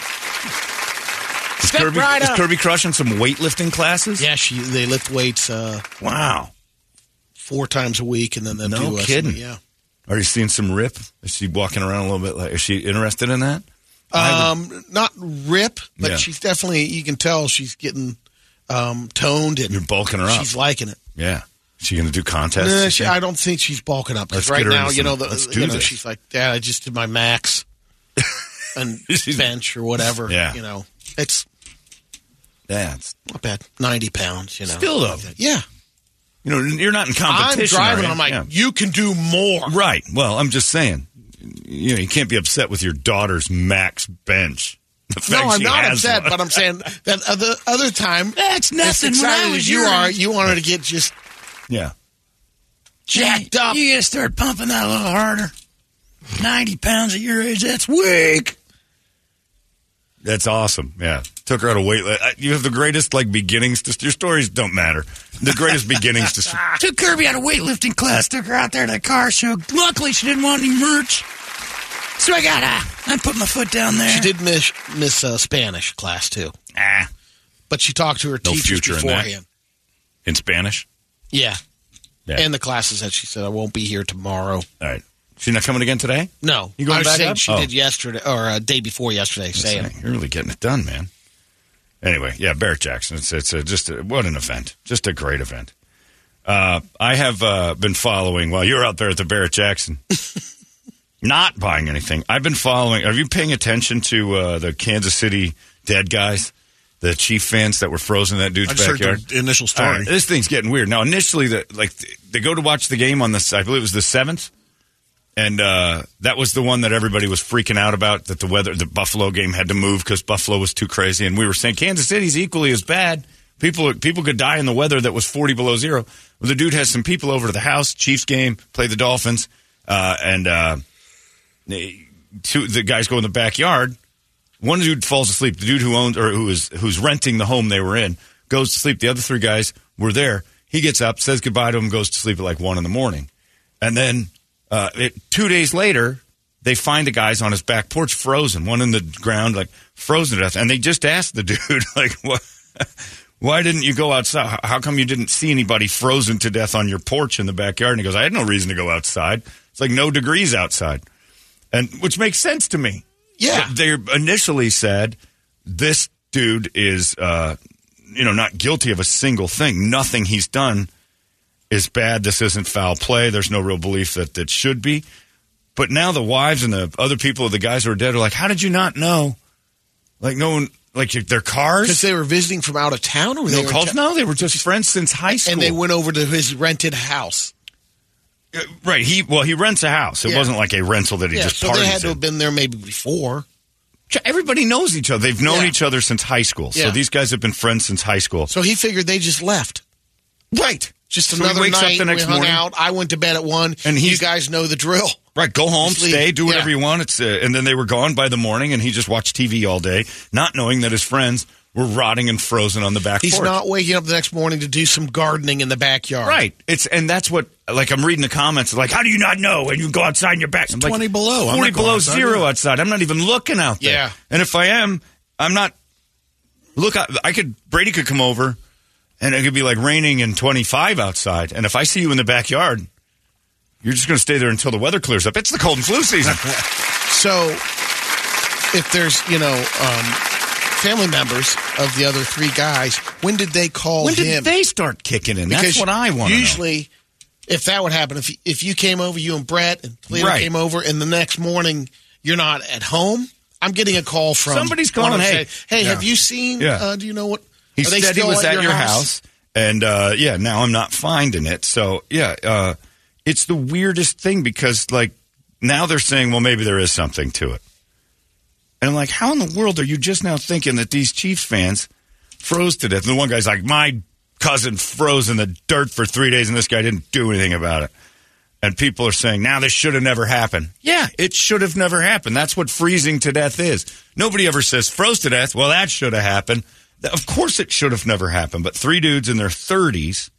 Speaker 2: is,
Speaker 3: Step
Speaker 2: Kirby,
Speaker 3: right
Speaker 2: is
Speaker 3: up.
Speaker 2: Kirby crushing some weightlifting classes?
Speaker 3: Yeah, she they lift weights uh,
Speaker 2: Wow.
Speaker 3: four times a week, and then they'll
Speaker 2: No
Speaker 3: do us-
Speaker 2: kidding.
Speaker 3: Yeah.
Speaker 2: Are you seeing some rip? Is she walking around a little bit like, is she interested in that?
Speaker 3: Um, not rip, but
Speaker 2: Yeah.
Speaker 3: she's definitely. You can tell she's getting um, toned and
Speaker 2: You're bulking her up.
Speaker 3: She's liking it.
Speaker 2: yeah. Is she going to do contests?
Speaker 3: Nah,
Speaker 2: you
Speaker 3: she,
Speaker 2: think?
Speaker 3: I don't think she's bulking up 'cause
Speaker 2: Let's
Speaker 3: right
Speaker 2: get her
Speaker 3: now,
Speaker 2: into
Speaker 3: you
Speaker 2: some-
Speaker 3: know, the,
Speaker 2: let's
Speaker 3: you
Speaker 2: do
Speaker 3: know,
Speaker 2: this.
Speaker 3: she's like, Dad, I just did my
Speaker 2: [laughs]
Speaker 3: max and
Speaker 2: She's-
Speaker 3: bench or whatever.
Speaker 2: Yeah.
Speaker 3: you know, it's
Speaker 2: yeah. it's-
Speaker 3: not bad. Ninety pounds, you know.
Speaker 2: Still though,
Speaker 3: yeah.
Speaker 2: you know, you're not in
Speaker 3: I'm
Speaker 2: competition. are
Speaker 3: driving.
Speaker 2: you?
Speaker 3: I'm like,
Speaker 2: Yeah.
Speaker 3: you can do more.
Speaker 2: Right. Well, I'm just saying, you know, you can't be upset with your daughter's max bench. The
Speaker 3: No,
Speaker 2: fact
Speaker 3: I'm
Speaker 2: she
Speaker 3: not
Speaker 2: has
Speaker 3: upset,
Speaker 2: one.
Speaker 3: but I'm saying that other other time.
Speaker 2: [laughs] That's nothing.
Speaker 3: As
Speaker 2: When I
Speaker 3: excited
Speaker 2: was
Speaker 3: as you
Speaker 2: your
Speaker 3: are,
Speaker 2: age-
Speaker 3: you wanted to get just
Speaker 2: yeah.
Speaker 3: jacked up.
Speaker 2: You gotta start pumping that a little harder. Ninety pounds at your age—that's weak. [laughs] That's awesome. Yeah, took her out of weight. I- You have the greatest like beginnings. To, your stories don't matter. The greatest
Speaker 3: [laughs]
Speaker 2: beginnings to. Took Kirby out of weightlifting class. Took her out there to the car show. Luckily, she didn't want any merch. So I got. Uh, I put my foot down there.
Speaker 3: She did miss miss uh, Spanish class too,
Speaker 2: Ah,
Speaker 3: but she talked to her
Speaker 2: No
Speaker 3: teachers
Speaker 2: future in that.
Speaker 3: beforehand.
Speaker 2: in Spanish.
Speaker 3: Yeah.
Speaker 2: Yeah.
Speaker 3: and the classes that she said I won't be here tomorrow.
Speaker 2: All right. She not coming again today?
Speaker 3: No,
Speaker 2: You going
Speaker 3: I was
Speaker 2: back
Speaker 3: saying
Speaker 2: up?
Speaker 3: she
Speaker 2: Oh.
Speaker 3: did yesterday or uh, day before yesterday. Saying
Speaker 2: You're really getting it done, man. Anyway, yeah, Barrett Jackson. It's, it's uh just a, what an event. Just a great event. Uh, I have uh, been following while you're out there at the Barrett Jackson, [laughs] not buying anything. I've been following. Are you paying attention to uh, the Kansas City dead guys, the Chief fans that were frozen in that dude's
Speaker 5: I just heard
Speaker 2: backyard?
Speaker 5: the initial
Speaker 2: All
Speaker 5: story.
Speaker 2: right, this thing's getting weird. Now, initially, the, like th- they go to watch the game on the, I believe it was the seventh, and uh, that was the one that everybody was freaking out about that the weather, the Buffalo game had to move because Buffalo was too crazy, and we were saying Kansas City's equally as bad. People people could die in the weather that was forty below zero. Well, the dude has some people over to the house, Chiefs game, play the Dolphins, uh, and uh, they- two the guys go in the backyard. One dude falls asleep. The dude who owns or who is who's renting the home they were in goes to sleep. The other three guys were there. He gets up, says goodbye to him, goes to sleep at like one in the morning, and then uh, it, two days later they find the guys on his back porch frozen, one in the ground like frozen to death, and they just asked the [laughs] dude like what. Why didn't you go outside? How- How come you didn't see anybody frozen to death on your porch in the backyard? And he goes, I had no reason to go outside. It's like no degrees outside. And which makes sense to me.
Speaker 3: Yeah.
Speaker 2: But They initially said this dude is uh you know not guilty of a single thing. Nothing he's done is bad. This isn't foul play. There's no real belief that it should be. But now the wives and the other people of the guys who are dead are like, how did you not know? Like no one, like their cars.
Speaker 3: because they were visiting from out of town, or they
Speaker 2: No
Speaker 3: were
Speaker 2: calls?
Speaker 3: ta-
Speaker 2: No, they were just friends since high school.
Speaker 3: and they went over to his rented house.
Speaker 2: Uh, right. He well, he rents a house. It
Speaker 3: Yeah.
Speaker 2: wasn't like a rental that he
Speaker 3: yeah,
Speaker 2: just
Speaker 3: so
Speaker 2: parties
Speaker 3: they had to
Speaker 2: in.
Speaker 3: have been there maybe before.
Speaker 2: Everybody knows each other. They've known
Speaker 3: Yeah.
Speaker 2: each other since high school. So
Speaker 3: Yeah.
Speaker 2: these guys have been friends since high school.
Speaker 3: So he figured they just left.
Speaker 2: Right.
Speaker 3: Just
Speaker 2: So he
Speaker 3: another
Speaker 2: wakes up
Speaker 3: night.
Speaker 2: the next
Speaker 3: we hung
Speaker 2: morning.
Speaker 3: out. I went to bed at one.
Speaker 2: And
Speaker 3: you
Speaker 2: he's-
Speaker 3: guys know the drill.
Speaker 2: Right, go home,
Speaker 3: Just leave.
Speaker 2: stay, do whatever
Speaker 3: Yeah.
Speaker 2: you want. It's uh, and then they were gone by the morning, and he just watched TV all day, not knowing that his friends were rotting and frozen on the back
Speaker 3: He's
Speaker 2: porch.
Speaker 3: not waking up the next morning to do some gardening in the backyard.
Speaker 2: Right. It's and that's what like I'm reading the comments like how do you not know and you go outside and you're back I'm like,
Speaker 5: 20 below. I'm not
Speaker 2: 40
Speaker 5: going
Speaker 2: below
Speaker 5: outside,
Speaker 2: zero
Speaker 5: yeah.
Speaker 2: outside. I'm not even looking out there.
Speaker 3: Yeah.
Speaker 2: And if I am, I'm not Look, I, I could Brady could come over and it could be like raining and 25 outside and if I see you in the backyard you're just going to stay there until the weather clears up. It's the cold and flu season.
Speaker 3: So if there's, you know, um, family members of the other three guys, when did they call
Speaker 2: when did
Speaker 3: him?
Speaker 2: they start kicking in? That's what I want to
Speaker 3: Usually, if that would happen, if if you came over, you and Brett and Toledo
Speaker 2: Right.
Speaker 3: came over, and the next morning you're not at home, I'm getting a call from
Speaker 2: Somebody's
Speaker 3: one of
Speaker 2: calling,
Speaker 3: them
Speaker 2: hey.
Speaker 3: saying, hey, have you seen?
Speaker 2: Yeah.
Speaker 3: Uh, do you know what?
Speaker 2: He
Speaker 3: are they
Speaker 2: said he
Speaker 3: still
Speaker 2: was at, your house,
Speaker 3: house?
Speaker 2: and uh, yeah, now I'm not finding it. So yeah, uh, it's the weirdest thing because like now they're saying, well, maybe there is something to it, and I'm like, how in the world are you just now thinking that these Chiefs fans froze to death? And the one guy's like, my cousin froze in the dirt for three days, and this guy didn't do anything about it. And people are saying, now this should have never happened. Yeah, it should have never happened. That's what freezing to death is. Nobody ever says froze to death. Well, that should have happened. Th- Of course it should have never happened. But three dudes in their 30s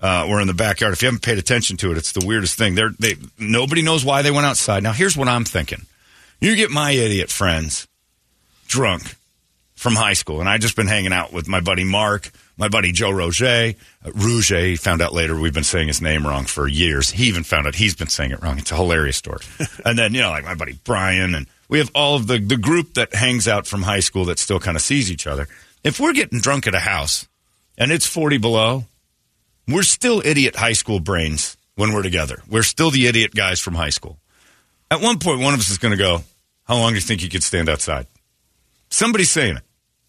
Speaker 2: uh, were in the backyard. If you haven't paid attention to it, it's the weirdest thing. They're, they, nobody knows why they went outside. Now, here's what I'm thinking. You get my idiot friends drunk from high school, and I just been hanging out with my buddy Mark, my buddy Joe Roger. Uh, Rouget he found out later we've been saying his name wrong for years. He even found out he's been saying it wrong. It's a hilarious story. and then you know, like my buddy Brian, and we have all of the the group that hangs out from high school that still kind of sees each other. If we're getting drunk at a house and it's forty below, we're still idiot high school brains when we're together. We're still the idiot guys from high school. At one point, one of us is going to go, How long do you think you could stand outside? Somebody's saying it.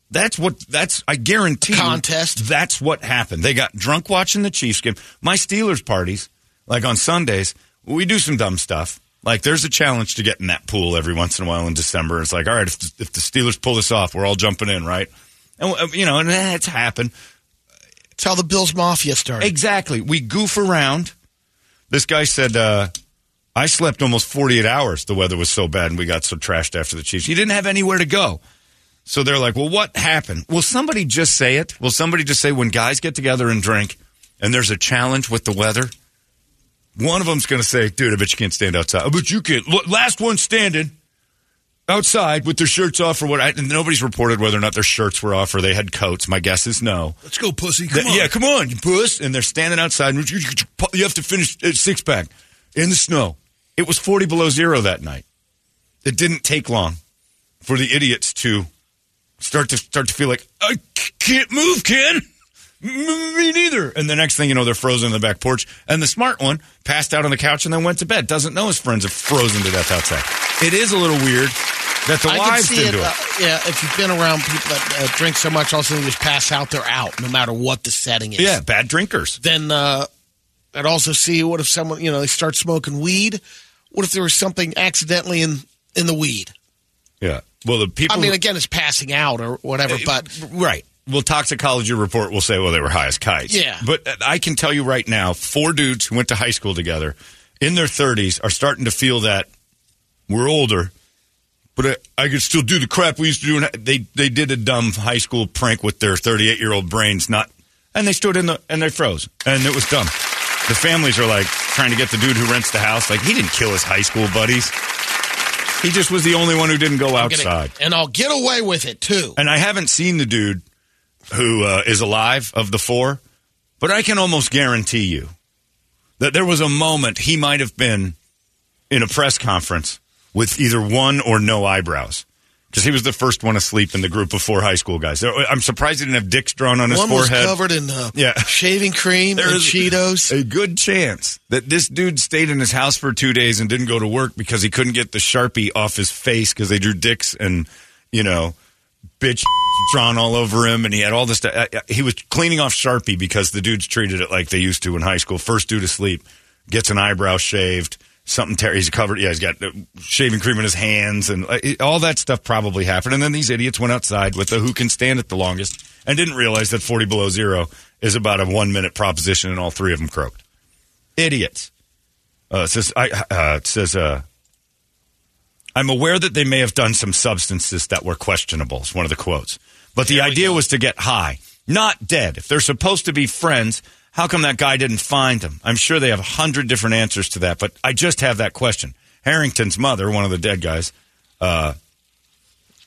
Speaker 2: That's what, that's, I guarantee. you,
Speaker 3: Contest.
Speaker 2: That's what happened. They got drunk watching the Chiefs game. My Steelers parties, like on Sundays, we do some dumb stuff. Like there's a challenge to get in that pool every once in a while in December. It's like, all right, if the, if the Steelers pull this off, we're all jumping in, right? And, uh, you know, and that's happened.
Speaker 3: It's how the Bills Mafia started.
Speaker 2: Exactly. We goof around. This guy said, uh, I slept almost 48 hours. The weather was so bad and we got so trashed after the Chiefs. You didn't have anywhere to go. So they're like, well, what happened? Will somebody just say it? Will somebody just say when guys get together and drink and there's a challenge with the weather? One of them's going to say, dude, I bet you can't stand outside. I bet you can't. Look, Last one standing outside with their shirts off or what. I, and nobody's reported whether or not their shirts were off or they had coats. My guess is no.
Speaker 5: Let's go, pussy.
Speaker 2: Th- Yeah, come on, you puss. And they're standing outside. and You you have to finish a six pack in the snow. It was 40 below zero that night. It didn't take long for the idiots to start to start to feel like I c- can't move, Ken. M- Me neither. And the next thing you know, they're frozen in the back porch. And the smart one passed out on the couch and then went to bed. Doesn't know his friends are frozen to death outside. It is a little weird that the
Speaker 3: I can
Speaker 2: wives
Speaker 3: see
Speaker 2: didn't
Speaker 3: it.
Speaker 2: do it.
Speaker 3: Uh, yeah, if you've been around people that uh, drink so much, all of a sudden they just pass out, they're out, no matter what the setting is.
Speaker 2: yeah, bad drinkers.
Speaker 3: Then uh, I'd also see what if someone, you know, they start smoking weed. What if there was something accidentally in in the weed?
Speaker 2: Yeah. Well, the people.
Speaker 3: I mean,
Speaker 2: who-
Speaker 3: again, it's passing out or whatever, but
Speaker 2: Eh, right. Well, toxicology report will say, well, they were high as kites.
Speaker 3: Yeah.
Speaker 2: But uh, I can tell you right now, four dudes who went to high school together in their 30s are starting to feel that we're older, but I, I could still do the crap we used to do. And they they did a dumb high school prank with their 38 year old brains, not, and they stood in the and they froze, and it was dumb. The families are like trying to get the dude who rents the house. Like he didn't kill his high school buddies. He just was the only one who didn't go
Speaker 3: I'm gonna-
Speaker 2: outside.
Speaker 3: and I'll get away with it too.
Speaker 2: And I haven't seen the dude who uh, is alive of the four, but I can almost guarantee you that there was a moment he might have been in a press conference with either one or no eyebrows. Because he was the first one asleep in the group of four high school guys. There- I'm surprised he didn't have dicks drawn on his
Speaker 3: One was
Speaker 2: forehead.
Speaker 3: covered in uh,
Speaker 2: Yeah. [laughs]
Speaker 3: shaving cream
Speaker 2: There
Speaker 3: and
Speaker 2: is
Speaker 3: Cheetos.
Speaker 2: A good chance that this dude stayed in his house for two days and didn't go to work because he couldn't get the sharpie off his face because they drew dicks and you know bitch drawn all over him and he had all this. stuff. Uh, uh, He was cleaning off sharpie because the dudes treated it like they used to in high school. First dude to sleep gets an eyebrow shaved. Something ter- he's covered. Yeah, he's got uh, shaving cream in his hands, and uh, it- all that stuff probably happened. And then these idiots went outside with the who can stand it the longest, and didn't realize that forty below zero is about a one minute proposition, and all three of them croaked. Idiots. Uh, it says I. Uh, it says uh, I'm aware that they may have done some substances that were questionable, is one of the quotes. But the idea was to get high, not dead. If they're supposed to be friends, how come that guy didn't find them? I'm sure they have a hundred different answers to that, but I just have that question. Harrington's mother, one of the dead guys, uh,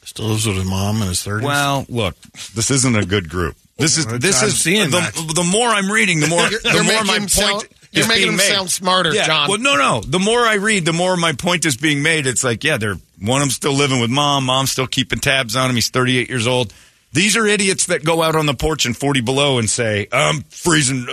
Speaker 5: Still lives with his mom in his 30s.
Speaker 2: well, look, this isn't a good group. This is
Speaker 5: Well,
Speaker 2: this
Speaker 5: I'm
Speaker 2: is
Speaker 5: seeing
Speaker 2: the,
Speaker 5: that.
Speaker 2: the more I'm reading, the more
Speaker 3: [laughs] You're-
Speaker 2: the
Speaker 3: you're
Speaker 2: more
Speaker 3: making
Speaker 2: my
Speaker 3: him
Speaker 2: point.
Speaker 3: sound- you're
Speaker 2: is
Speaker 3: making
Speaker 2: being
Speaker 3: him
Speaker 2: made.
Speaker 3: sound smarter,
Speaker 2: Yeah,
Speaker 3: John.
Speaker 2: Well, no, no. The more I read, the more my point is being made. It's like, yeah, they're one of them's still living with mom. Mom's still keeping tabs on him. He's 38 years old. These are idiots that go out on the porch in 40 below and say, "I'm freezing. Uh,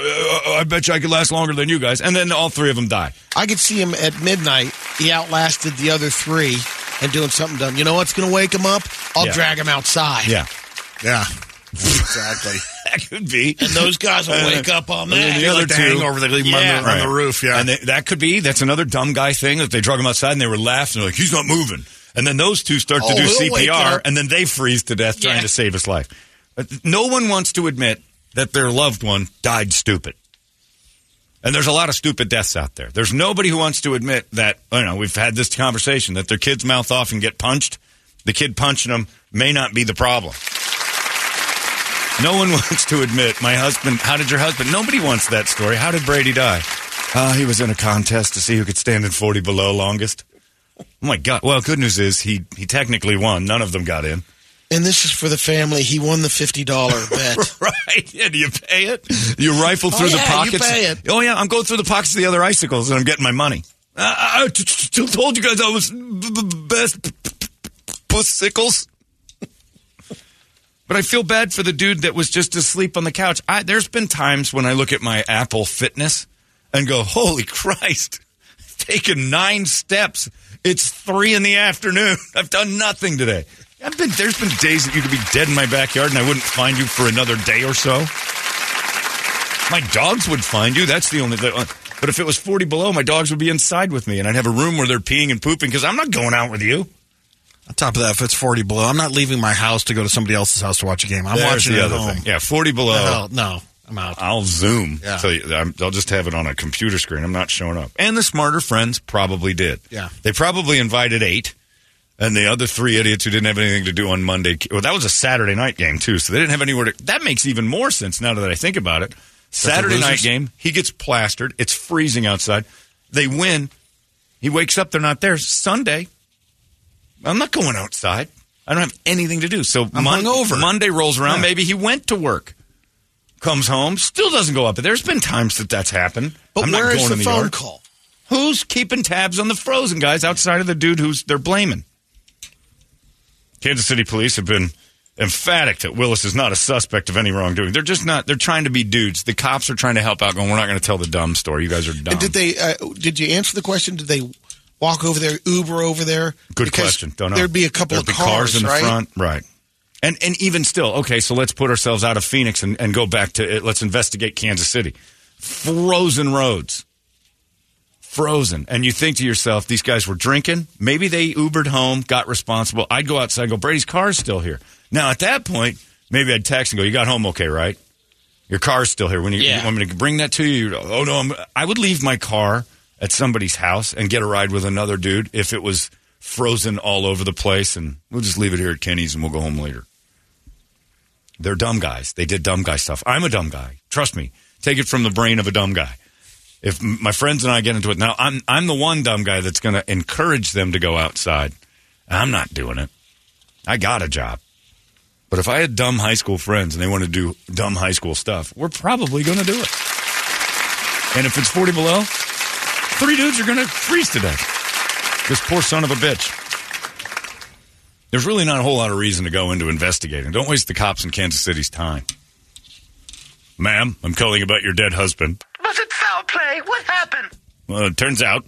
Speaker 2: I bet you I could last longer than you guys." And then all three of them die.
Speaker 3: I could see him at midnight. He outlasted the other three and doing something dumb. You know what's going to wake him up? I'll
Speaker 2: Yeah.
Speaker 3: drag him outside.
Speaker 2: Yeah,
Speaker 5: [laughs] yeah. exactly.
Speaker 2: [laughs] that could be. Uh,
Speaker 3: And those guys will wake up on
Speaker 2: And then
Speaker 3: that.
Speaker 2: the other
Speaker 5: like the
Speaker 2: two
Speaker 5: hangover, they leave 'em on the- on the roof, yeah.
Speaker 2: and they, that could be that's another dumb guy thing that they drug him outside and they were laughing like he's not moving, and then those two start to
Speaker 3: Oh,
Speaker 2: do
Speaker 3: he'll wake
Speaker 2: CPR
Speaker 3: up.
Speaker 2: and then they freeze to death trying
Speaker 3: Yeah.
Speaker 2: to save his life. But no one wants to admit that their loved one died stupid. And there's a lot of stupid deaths out there. There's nobody who wants to admit that, you know, we've had this conversation that their kids mouth off and get punched. The kid punching them may not be the problem. No one [laughs] wants to admit, my husband, how did your husband? Nobody wants that story. How did Brady die? Uh, he was in a contest to see who could stand in 40 below longest. Oh my God. Well, good news is he, he technically won. None of them got in.
Speaker 3: And this is for the family. He won the fifty dollar bet.
Speaker 2: right? Yeah, do you pay it? You rifle
Speaker 3: Oh,
Speaker 2: through the
Speaker 3: yeah, you
Speaker 2: pockets.
Speaker 3: pay it.
Speaker 2: Oh yeah, I'm going through the pockets of the other icicles and I'm getting my money. Uh, I t- t- t- told you guys I was b- b- best p- p- p- puss sickles. But I feel bad for the dude that was just asleep on the couch. I, there's been times when I look at my Apple Fitness and go, "Holy Christ, [laughs] I've taken nine steps. It's three in the afternoon. [laughs] I've done nothing today." I've been there's been days that you could be dead in my backyard and I wouldn't find you for another day or so. My dogs would find you. That's the only. The, but if it was 40 below, my dogs would be inside with me, and I'd have a room where they're peeing and pooping because I'm not going out with you.
Speaker 5: On top of that, if it's 40 below, I'm not leaving my house to go to somebody else's house to watch a game. I'm
Speaker 2: There's
Speaker 5: watching
Speaker 2: the
Speaker 5: it at
Speaker 2: other
Speaker 5: home.
Speaker 2: thing. Yeah, 40 below.
Speaker 5: Hell, no, I'm out.
Speaker 2: I'll zoom.
Speaker 5: Yeah.
Speaker 2: So you- I'm, I'll just have it on a computer screen. I'm not showing up. And the smarter friends probably did.
Speaker 5: Yeah.
Speaker 2: They probably invited eight, and the other three idiots who didn't have anything to do on Monday. Well, that was a Saturday night game too, so they didn't have anywhere to. That makes even more sense now that I think about it. Saturday night
Speaker 5: losers?
Speaker 2: game. He gets plastered. It's freezing outside. They win. He wakes up. They're not there. Sunday. I'm not going outside. I don't have anything to do. So Mon- Monday rolls around. Maybe he went to work comes home, still doesn't go up. There's been times that that's happened.
Speaker 3: But
Speaker 2: I'm
Speaker 3: where
Speaker 2: not
Speaker 3: is
Speaker 2: going
Speaker 3: the
Speaker 2: in
Speaker 3: phone
Speaker 2: yard.
Speaker 3: call?
Speaker 2: Who's keeping tabs on the frozen guys outside of the dude who's they're blaming? Kansas City police have been emphatic that Willis is not a suspect of any wrongdoing. They're just not. They're trying to be dudes. The cops are trying to help out, going, "We're not going to tell the dumb story. You guys are [laughs] dumb."
Speaker 3: And did they? Uh, did you answer the question? Did they walk over there? Uber over there?
Speaker 2: Good
Speaker 3: Because
Speaker 2: question. Don't know.
Speaker 3: There'd be a couple
Speaker 2: There'd
Speaker 3: of
Speaker 2: be
Speaker 3: cars,
Speaker 2: in the
Speaker 3: right?
Speaker 2: front, right? And and even still, okay. So let's put ourselves out of Phoenix and, and go back to it. Let's investigate Kansas City. Frozen roads, frozen. And you think to yourself, these guys were drinking. Maybe they Ubered home, got responsible. I'd go outside, and go. Brady's car's still here. Now at that point, maybe I'd text and go, "You got home okay, right? Your car's still here. When you,
Speaker 3: Yeah.
Speaker 2: you want me to bring that to you? You'd, Oh no, I'm, I would leave my car at somebody's house and get a ride with another dude if it was frozen all over the place, and we'll just leave it here at Kenny's and we'll go home later. They're dumb guys. They did dumb guy stuff. I'm a dumb guy. Trust me. Take it from the brain of a dumb guy. If m- my friends and I get into it now, I'm I'm the one dumb guy that's going to encourage them to go outside. I'm not doing it. I got a job. But if I had dumb high school friends and they want to do dumb high school stuff, we're probably going to do it. And if it's 40 below, three dudes are going to freeze to death. This poor son of a bitch. There's really not a whole lot of reason to go into investigating. Don't waste the cops in Kansas City's time. Ma'am, I'm calling about your dead husband.
Speaker 6: Was it foul play? What happened?
Speaker 2: Well, it turns out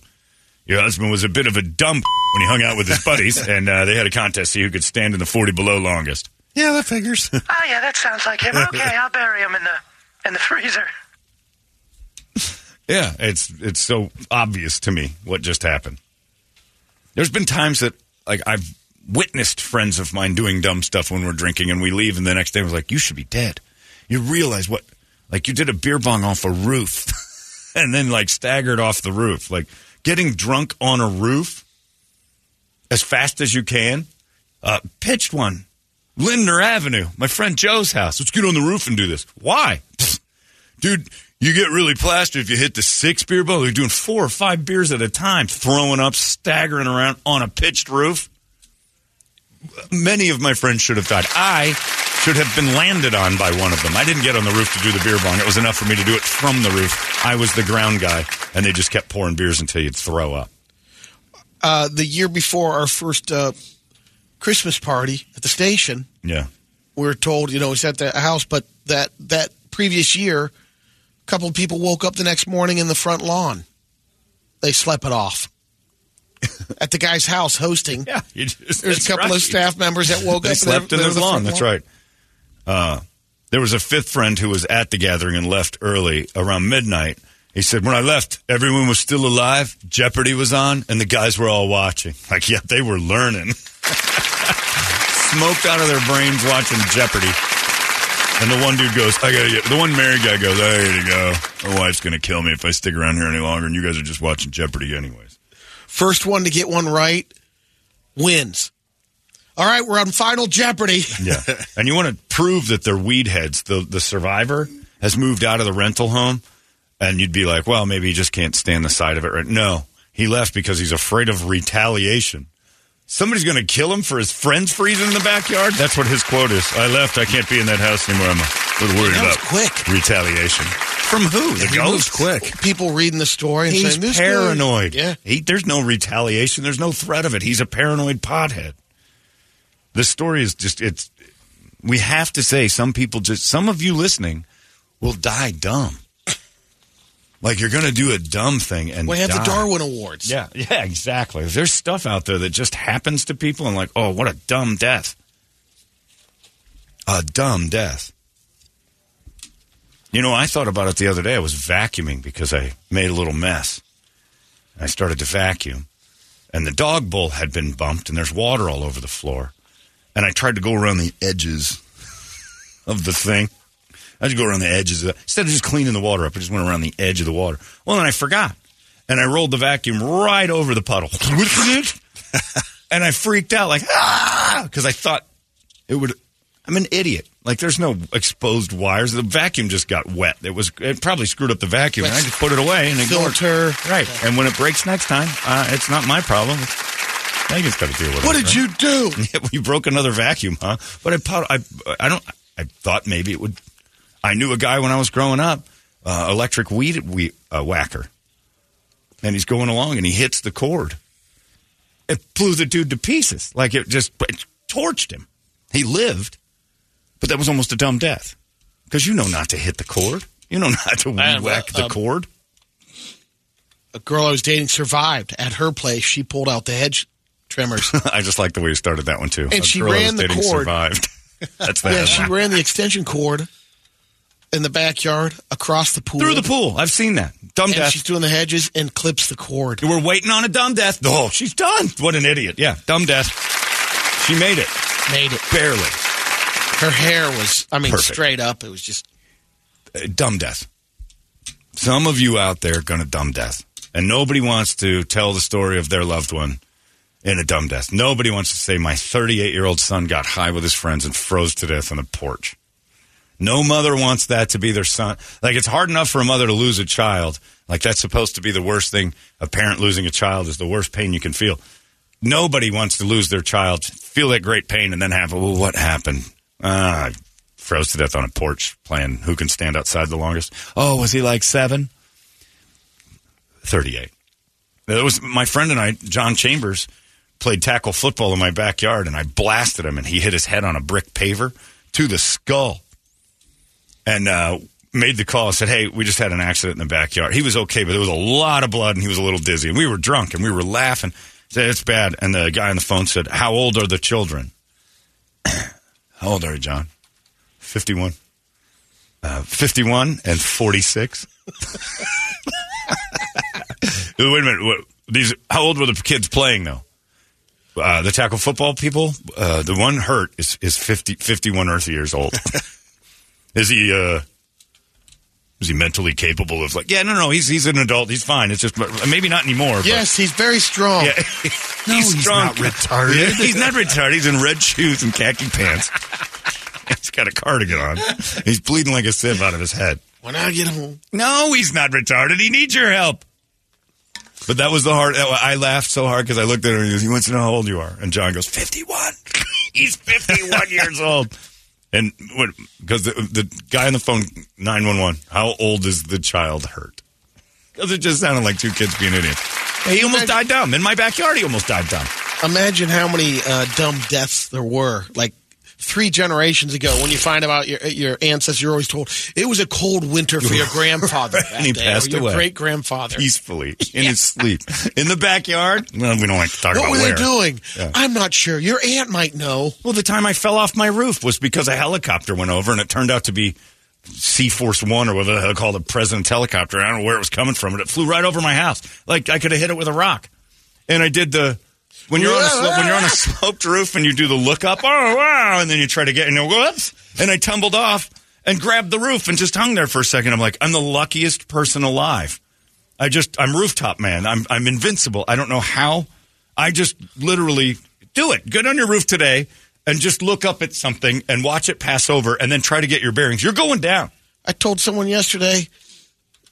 Speaker 2: your husband was a bit of a dump when he hung out with his buddies, and uh, they had a contest to see who could stand in the 40 below longest.
Speaker 5: Yeah, that
Speaker 2: [laughs]
Speaker 5: figures.
Speaker 6: Oh yeah, that sounds like him. Okay, I'll bury him in the in the freezer.
Speaker 2: Yeah, it's it's so obvious to me what just happened. There's been times that like I've witnessed friends of mine doing dumb stuff when we're drinking and we leave and the next day was like, You should be dead. You realize what like you did a beer bong off a roof [laughs] and then like staggered off the roof. Like getting drunk on a roof as fast as you can. Uh pitched one. Lindner Avenue, my friend Joe's house. Let's get on the roof and do this. Why? [laughs] dude, you get really plastered if you hit the six beer bottle. You're doing four or five beers at a time, throwing up, staggering around on a pitched roof. Many of my friends should have died. I should have been landed on by one of them. I didn't get on the roof to do the beer bong. It was enough for me to do it from the roof. I was the ground guy, and they just kept pouring beers until you'd throw up.
Speaker 3: Uh, the year before our first uh, Christmas party at the station,
Speaker 2: Yeah.
Speaker 3: we were told, you know, it's at the house. But that that previous year, a couple of people woke up the next morning in the front lawn. They slept it
Speaker 2: [laughs]
Speaker 3: off at the guy's house hosting.
Speaker 2: Yeah. You
Speaker 3: There's
Speaker 2: just,
Speaker 3: a
Speaker 2: that's
Speaker 3: couple
Speaker 2: right.
Speaker 3: of staff members that woke up.
Speaker 2: They
Speaker 3: and
Speaker 2: slept
Speaker 3: they're-
Speaker 2: in
Speaker 3: they're
Speaker 2: their
Speaker 3: the
Speaker 2: lawn.
Speaker 3: front
Speaker 2: That's right. Uh, there was a fifth friend who was at the gathering and left early around midnight. He said, "When I left, everyone was still alive. Jeopardy was on, and the guys were all watching. [laughs] Like, yeah, they were [laughs] learning, smoked out of their brains watching Jeopardy." And the one dude goes, I gotta get, the one married guy goes, I gotta go. My wife's gonna kill me if I stick around here any longer, and you guys are just watching Jeopardy anyways.
Speaker 3: First one to get one right wins. All right, we're on Final Jeopardy.
Speaker 2: [laughs] Yeah. and you want to prove that they're weed heads. The, the survivor has moved out of the rental home, and you'd be like, well, maybe he just can't stand the sight of it right No, he left because he's afraid of retaliation. Somebody's going to kill him for his friends freezing in the backyard? That's what his quote is. I left. I can't be in that house anymore. I'm a little worried
Speaker 3: That was
Speaker 2: about
Speaker 3: quick.
Speaker 2: retaliation. From who? The
Speaker 5: He moves
Speaker 2: ghost?
Speaker 5: quick.
Speaker 3: People reading the story and
Speaker 2: He's
Speaker 3: saying, this
Speaker 2: paranoid.
Speaker 3: Guy, yeah.
Speaker 2: He, there's no retaliation. There's no threat of it. He's a paranoid pothead. This story is just, it's, we have to say some people just, some of you listening will die dumb. Like you're going to do a dumb thing and
Speaker 3: We have
Speaker 2: die.
Speaker 3: the Darwin Awards.
Speaker 2: Yeah, [laughs] yeah, exactly. There's stuff out there that just happens to people and like, oh, what a dumb death. A dumb death. You know, I thought about it the other day. I was vacuuming because I made a little mess. I started to vacuum, and the dog bowl had been bumped, and there's water all over the floor. And I tried to go around the edges of the thing. I just go around the edges of it. Instead of just cleaning the water up, I just went around the edge of the water. Well, then I forgot. And I rolled the vacuum right over the puddle. [laughs] and I freaked out like, ah, because I thought it would. I'm an idiot. Like, there's no exposed wires. The vacuum just got wet. It was. It probably screwed up the vacuum. And I just put it away and ignored
Speaker 3: Filter.
Speaker 2: Right. And when it breaks next time, uh, it's not my problem. Now you just got to deal with it.
Speaker 3: What did
Speaker 2: right?
Speaker 3: you do?
Speaker 2: [laughs] Yeah, well, you broke another vacuum, huh? But I, pot- I, I don't. I thought maybe it would. I knew a guy when I was growing up, uh, electric weed, weed uh, whacker, and he's going along and he hits the cord. It blew the dude to pieces. Like it just it torched him. He lived, but that was almost a dumb death because you know not to hit the cord. You know not to
Speaker 3: I
Speaker 2: weed
Speaker 3: have a-
Speaker 2: whack the
Speaker 3: um,
Speaker 2: cord.
Speaker 3: A girl I was dating survived. At her place, she pulled out the hedge trimmers.
Speaker 2: I just like the way you started that one too.
Speaker 3: And
Speaker 2: A
Speaker 3: she
Speaker 2: girl I was
Speaker 3: ran the
Speaker 2: dating
Speaker 3: cord.
Speaker 2: Survived. [laughs] [laughs] That's the
Speaker 3: yeah,
Speaker 2: headline.
Speaker 3: she ran the extension cord in the backyard across the pool.
Speaker 2: through the pool. I've seen that dumb
Speaker 3: And
Speaker 2: death.
Speaker 3: she's doing the hedges and clips the cord.
Speaker 2: We're waiting on a dumb death. Oh, she's done. What an idiot. Yeah, dumb death. She made it.
Speaker 3: Made it.
Speaker 2: Barely.
Speaker 3: Her hair was, I mean,
Speaker 2: Perfect.
Speaker 3: straight up. It was just
Speaker 2: Uh, dumb death. Some of you out there are going to dumb death. And nobody wants to tell the story of their loved one in a dumb death. Nobody wants to say, my 38 year old son got high with his friends and froze to death on the porch. No mother wants that to be their son. Like, it's hard enough for a mother to lose a child. Like, that's supposed to be the worst thing. A parent losing a child is the worst pain you can feel. Nobody wants to lose their child, feel that great pain, and then have, oh, what happened? Ah, I froze to death on a porch playing who can stand outside the longest. Oh, was he like seven? 38. That was my friend and I, John Chambers, played tackle football in my backyard, and I blasted him, and he hit his head on a brick paver to the skull and uh, made the call. Said, "Hey, we just had an accident in the backyard. He was okay, but there was a lot of blood, and he was a little dizzy. And we were drunk, and we were laughing. Said it's bad." And the guy on the phone said, "How old are the children?" [coughs] How old are you, John? Fifty-one. Uh, Fifty-one and forty-six. Wait a minute. What, these? How old were the kids playing though? Uh, the tackle football people. Uh, the one hurt is is 50, 51 Earth years old. Is he uh is he mentally capable of like yeah no no he's he's an adult he's fine it's just maybe not anymore but-
Speaker 3: Yes, Oh, he's very strong. [laughs]
Speaker 2: yeah. he's, strong.
Speaker 5: not retarded.
Speaker 2: Yeah, he's not retarded he's in red shoes and khaki pants [laughs] he's got a cardigan on he's bleeding like a sieve out of his head
Speaker 3: When I get home,
Speaker 2: no he's not retarded he needs your help but that was the hard I laughed so hard because I looked at him and he goes he wants to know how old you are and John goes fifty one he's fifty [laughs] one years old. And what? Because the, the guy on the phone, 911, how old is the child hurt? Because it just sounded like two kids being idiots. Hey, he almost died dumb. In my backyard, he almost died dumb.
Speaker 3: imagine how many uh, dumb deaths there were. Like three generations ago, when you find about your your ancestors, you're always told it was a cold winter for
Speaker 2: [laughs]
Speaker 3: your grandfather. [laughs] That
Speaker 2: And he
Speaker 3: day,
Speaker 2: passed
Speaker 3: or your
Speaker 2: away.
Speaker 3: Great grandfather.
Speaker 2: Peacefully, in his sleep. In the backyard? Well, we don't like to talk
Speaker 3: What
Speaker 2: about
Speaker 3: were they
Speaker 2: where.
Speaker 3: doing?
Speaker 2: Yeah.
Speaker 3: I'm not sure. Your aunt might know.
Speaker 2: Well, the time I fell off my roof was because a helicopter went over and it turned out to be Sea Force One or whatever the hell called a president's helicopter. I don't know where it was coming from, but it flew right over my house. Like I could have hit it with a rock. And I did the when you're on a slope, when you're on a sloped roof and you do the look up, oh wow, and then you try to get and you go, whoops, and I tumbled off and grabbed the roof and just hung there for a second. I'm like, I'm the luckiest person alive. I just, I'm rooftop man. I'm, I'm invincible. I don't know how. I just literally do it. Get on your roof today and just look up at something and watch it pass over and then try to get your bearings. You're going down.
Speaker 3: I told someone yesterday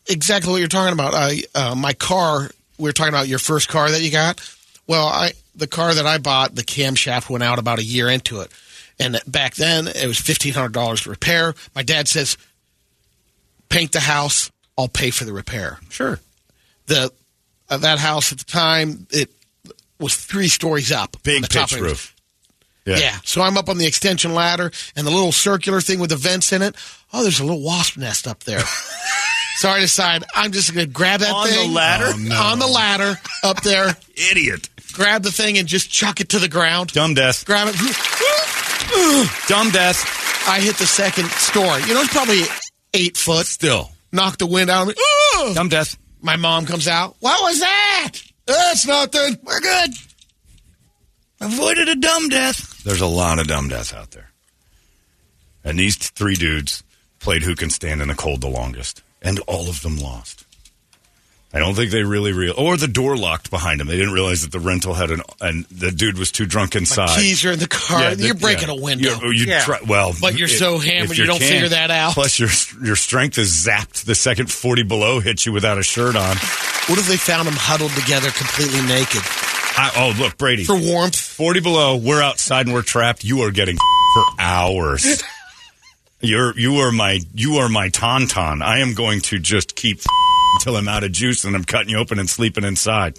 Speaker 3: exactly what you're talking about. I, uh, my car, we were talking about your first car that you got. Well, I the car that I bought, the camshaft went out about a year into it, and back then it was fifteen hundred dollars to repair. My dad says, "Paint the house, I'll pay for the repair."
Speaker 2: Sure.
Speaker 3: The uh, that house at the time it was three stories up, on
Speaker 2: Big
Speaker 3: the top
Speaker 2: pitch
Speaker 3: of it.
Speaker 2: roof.
Speaker 3: Yeah. So I'm up on the extension ladder and the little circular thing with the vents in it. Oh, there's a little wasp nest up
Speaker 2: [laughs]
Speaker 3: there. so I decide I'm just going to grab that
Speaker 2: On the
Speaker 3: thing
Speaker 2: ladder? Oh,
Speaker 3: [laughs] on the ladder up there,
Speaker 2: [laughs] Idiot.
Speaker 3: grab the thing and just chuck it to the ground.
Speaker 2: Dumb death.
Speaker 3: Grab it.
Speaker 2: [gasps] Dumb death.
Speaker 3: I hit the second story. You know, it's probably eight foot.
Speaker 2: Still.
Speaker 3: Knocked the wind out of me. Ooh!
Speaker 2: [gasps] Dumb death.
Speaker 3: My mom comes out. What was that? That's nothing. We're good.
Speaker 2: Avoided a dumb death. There's a lot of dumb deaths out there. And these t- three dudes played who can stand in the cold the longest, and all of them lost. I don't think they really real, or the door locked behind them. They didn't realize that the rental had an, and the dude was too drunk inside.
Speaker 3: Keys are in the car.
Speaker 2: Yeah, the-
Speaker 3: you're breaking
Speaker 2: yeah.
Speaker 3: a window.
Speaker 2: You're- you try- well,
Speaker 3: But you're so hammered,
Speaker 2: if
Speaker 3: you don't figure that out.
Speaker 2: Plus, your your strength is zapped the second forty below hits you without a shirt on.
Speaker 3: What if they found them huddled together, completely naked
Speaker 2: I, oh, look, Brady,
Speaker 3: for warmth?
Speaker 2: forty below. We're outside and we're trapped. You are getting [laughs] for
Speaker 3: [laughs]
Speaker 2: hours. You're you are my you are my tauntaun. I am going to just keep [laughs] until I'm out of juice and I'm cutting you open and sleeping inside.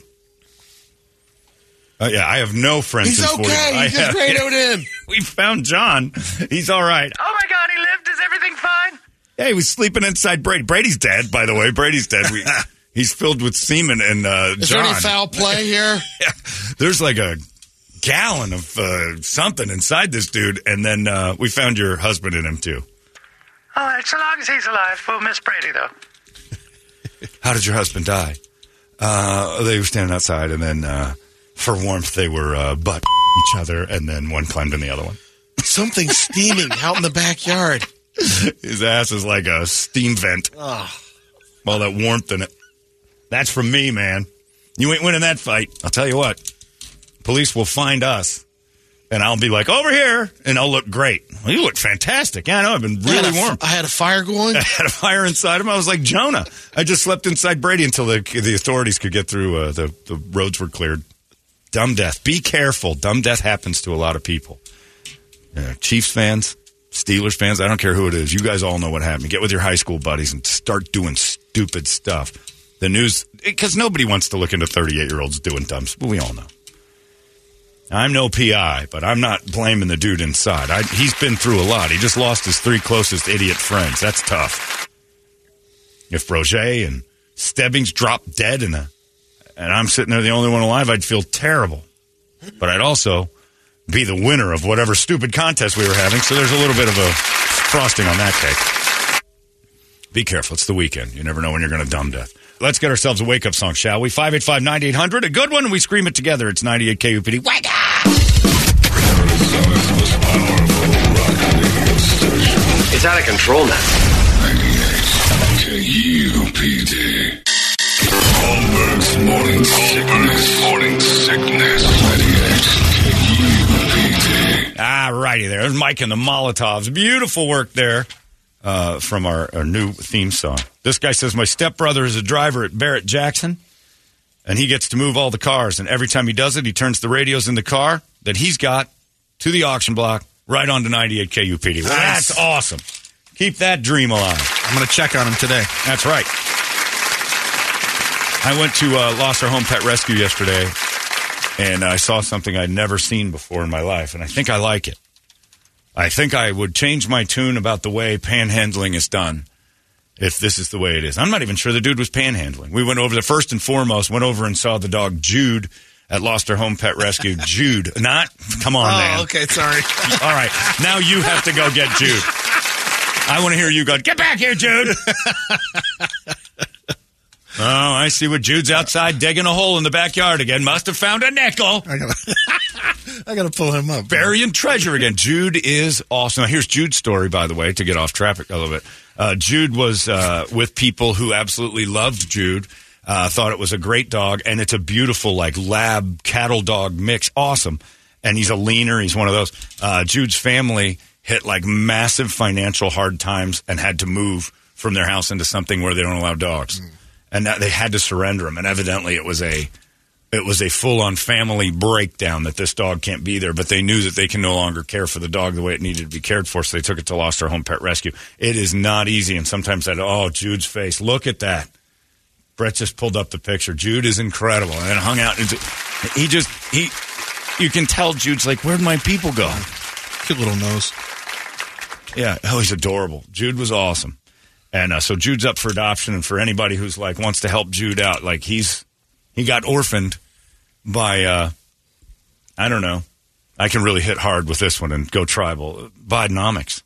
Speaker 2: Uh, yeah, I have no friends.
Speaker 3: He's
Speaker 2: in 40
Speaker 3: okay.
Speaker 2: I
Speaker 3: He just
Speaker 2: have- [laughs]
Speaker 3: radioed in.
Speaker 2: We found John. He's all right.
Speaker 6: Oh my God, he lived. Is everything fine?
Speaker 2: Yeah, he was sleeping inside Brady. Brady's dead, by the way. Brady's dead. We, [laughs] he's filled with semen and uh,
Speaker 3: Is
Speaker 2: John.
Speaker 3: there any foul play here?
Speaker 2: [laughs] There's like a gallon of uh, something inside this dude, and then uh, we found your husband in him too.
Speaker 6: All right, so long as he's alive, we'll miss Brady though.
Speaker 2: How did your husband die? Uh, they were standing outside, and then uh, for warmth, they were uh, butt [laughs] each other, and then one climbed in the other one.
Speaker 3: [laughs]
Speaker 2: [laughs]
Speaker 3: Something steaming out in the backyard.
Speaker 2: His ass is like a steam vent. All that warmth in it. That's from me, man. You ain't winning that fight. I'll tell you what. Police will find us, and I'll be like, over here, and I'll look great. Well, you look fantastic. Yeah, I know. I've been
Speaker 3: I had
Speaker 2: really
Speaker 3: a-
Speaker 2: warm.
Speaker 3: I had a fire going.
Speaker 2: [laughs] I had a fire inside him. I was like Jonah. I just slept inside Brady until the, the authorities could get through. Uh, the, the roads were cleared. Dumb death. Be careful. Dumb death happens to a lot of people. Yeah, Chiefs fans, Steelers fans, I don't care who it is. You guys all know what happened. Get with your high school buddies and start doing stupid stuff. The news, because nobody wants to look into 38 year olds doing dumb stuff. We all know. I'm no PI, but I'm not blaming the dude inside. I, he's been through a lot. He just lost his three closest idiot friends. That's tough. If Roger and Stebbings dropped dead in a, and I'm sitting there the only one alive, I'd feel terrible. But I'd also be the winner of whatever stupid contest we were having. So there's a little bit of a frosting on that cake. Be careful. It's the weekend. You never know when you're going to dumb death. Let's get ourselves a wake up song, shall we? 585 9800. A good one. We scream it together. It's 98 KUPD. Wake up!
Speaker 7: It's out of control now.
Speaker 8: 98 KUPD. Holmberg's morning sickness. Morning sickness. 98 KUPD.
Speaker 2: All Ah, righty there. There's Mike and the Molotovs. Beautiful work there uh, from our, our new theme song. This guy says, My stepbrother is a driver at Barrett Jackson, and he gets to move all the cars. And every time he does it, he turns the radios in the car that he's got to the auction block right onto 98 KUPD. That's awesome. Keep that dream alive.
Speaker 5: I'm going to check on him today.
Speaker 2: That's right. I went to uh, Lost Our Home Pet Rescue yesterday, and I saw something I'd never seen before in my life, and I think I like it. I think I would change my tune about the way panhandling is done if this is the way it is. I'm not even sure the dude was panhandling. We went over the first and foremost, went over and saw the dog Jude at Lost Our Home Pet
Speaker 5: [laughs]
Speaker 2: Rescue. Jude, not come on, man.
Speaker 5: Oh, okay. Sorry.
Speaker 2: [laughs] All right, now you have to go get Jude. I want to hear you go. Get back here, Jude.
Speaker 5: [laughs]
Speaker 2: oh, I see what Jude's outside digging a hole in the backyard again. Must have found a nickel.
Speaker 5: I got to pull him up.
Speaker 2: burying treasure again. Jude is awesome. Now, here's Jude's story, by the way, to get off traffic a little bit. Uh, Jude was uh, with people who absolutely loved Jude, uh, thought it was a great dog, and it's a beautiful, like, lab cattle dog mix. Awesome. And he's a leaner, he's one of those. Uh, Jude's family hit like massive financial hard times and had to move from their house into something where they don't allow dogs.
Speaker 5: Mm.
Speaker 2: And that, they had to surrender him. And evidently, it was a it was a full on family breakdown that this dog can't be there, but they knew that they can no longer care for the dog the way it needed to be cared for, so they took it to Lost Our Home Pet Rescue. It is not easy, and sometimes that, oh, Jude's face, look at that. Brett just pulled up the picture. Jude is incredible, and it hung out. And he just, he, you can tell Jude's like, where'd my people go?
Speaker 5: Cute little nose.
Speaker 2: Yeah. Oh, he's adorable. Jude was awesome. And uh, so Jude's up for adoption. And for anybody who's like wants to help Jude out, like he's he got orphaned by uh, I don't know. I can really hit hard with this one and go tribal. Bidenomics.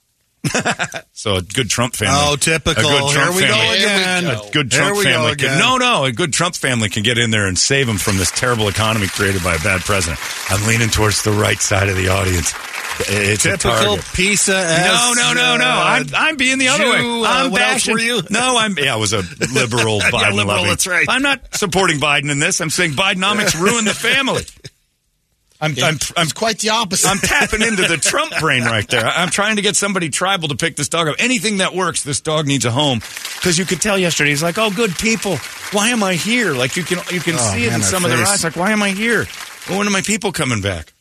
Speaker 2: [laughs] so a good Trump family.
Speaker 5: Oh, typical.
Speaker 2: A good Trump
Speaker 5: Here we go
Speaker 2: family.
Speaker 5: again.
Speaker 2: A good Trump
Speaker 5: Here we go
Speaker 2: family. Can,
Speaker 5: again.
Speaker 2: no, no, a good Trump family can get in there and save him from this terrible economy created by a bad president. I'm leaning towards the right side of the audience. It's a
Speaker 5: Typical
Speaker 2: target.
Speaker 5: piece of
Speaker 2: No, no, no, no. I'm, I'm being the other
Speaker 5: Jew,
Speaker 2: way.
Speaker 5: uh,
Speaker 2: I'm
Speaker 5: what else
Speaker 2: bashing.
Speaker 5: were you?
Speaker 2: No, I'm. Yeah,
Speaker 5: [laughs]
Speaker 2: I was a [laughs] [laughs] liberal Biden
Speaker 5: liberal,
Speaker 2: loving.
Speaker 5: that's right.
Speaker 2: I'm not supporting Biden in this. I'm saying Bidenomics ruined the family. I'm, I'm, I'm,
Speaker 3: It's quite the opposite.
Speaker 2: I'm tapping into the Trump brain right there. I'm trying to get somebody tribal to pick this dog up. Anything that works, this dog needs a home. Because you could tell yesterday, he's like, "Oh, good people, why am I here?" Like you can, you can
Speaker 5: Oh,
Speaker 2: see it
Speaker 5: man,
Speaker 2: in
Speaker 5: that
Speaker 2: some of their
Speaker 5: face.
Speaker 2: eyes. Like, why am I here? Well, when are my people coming back?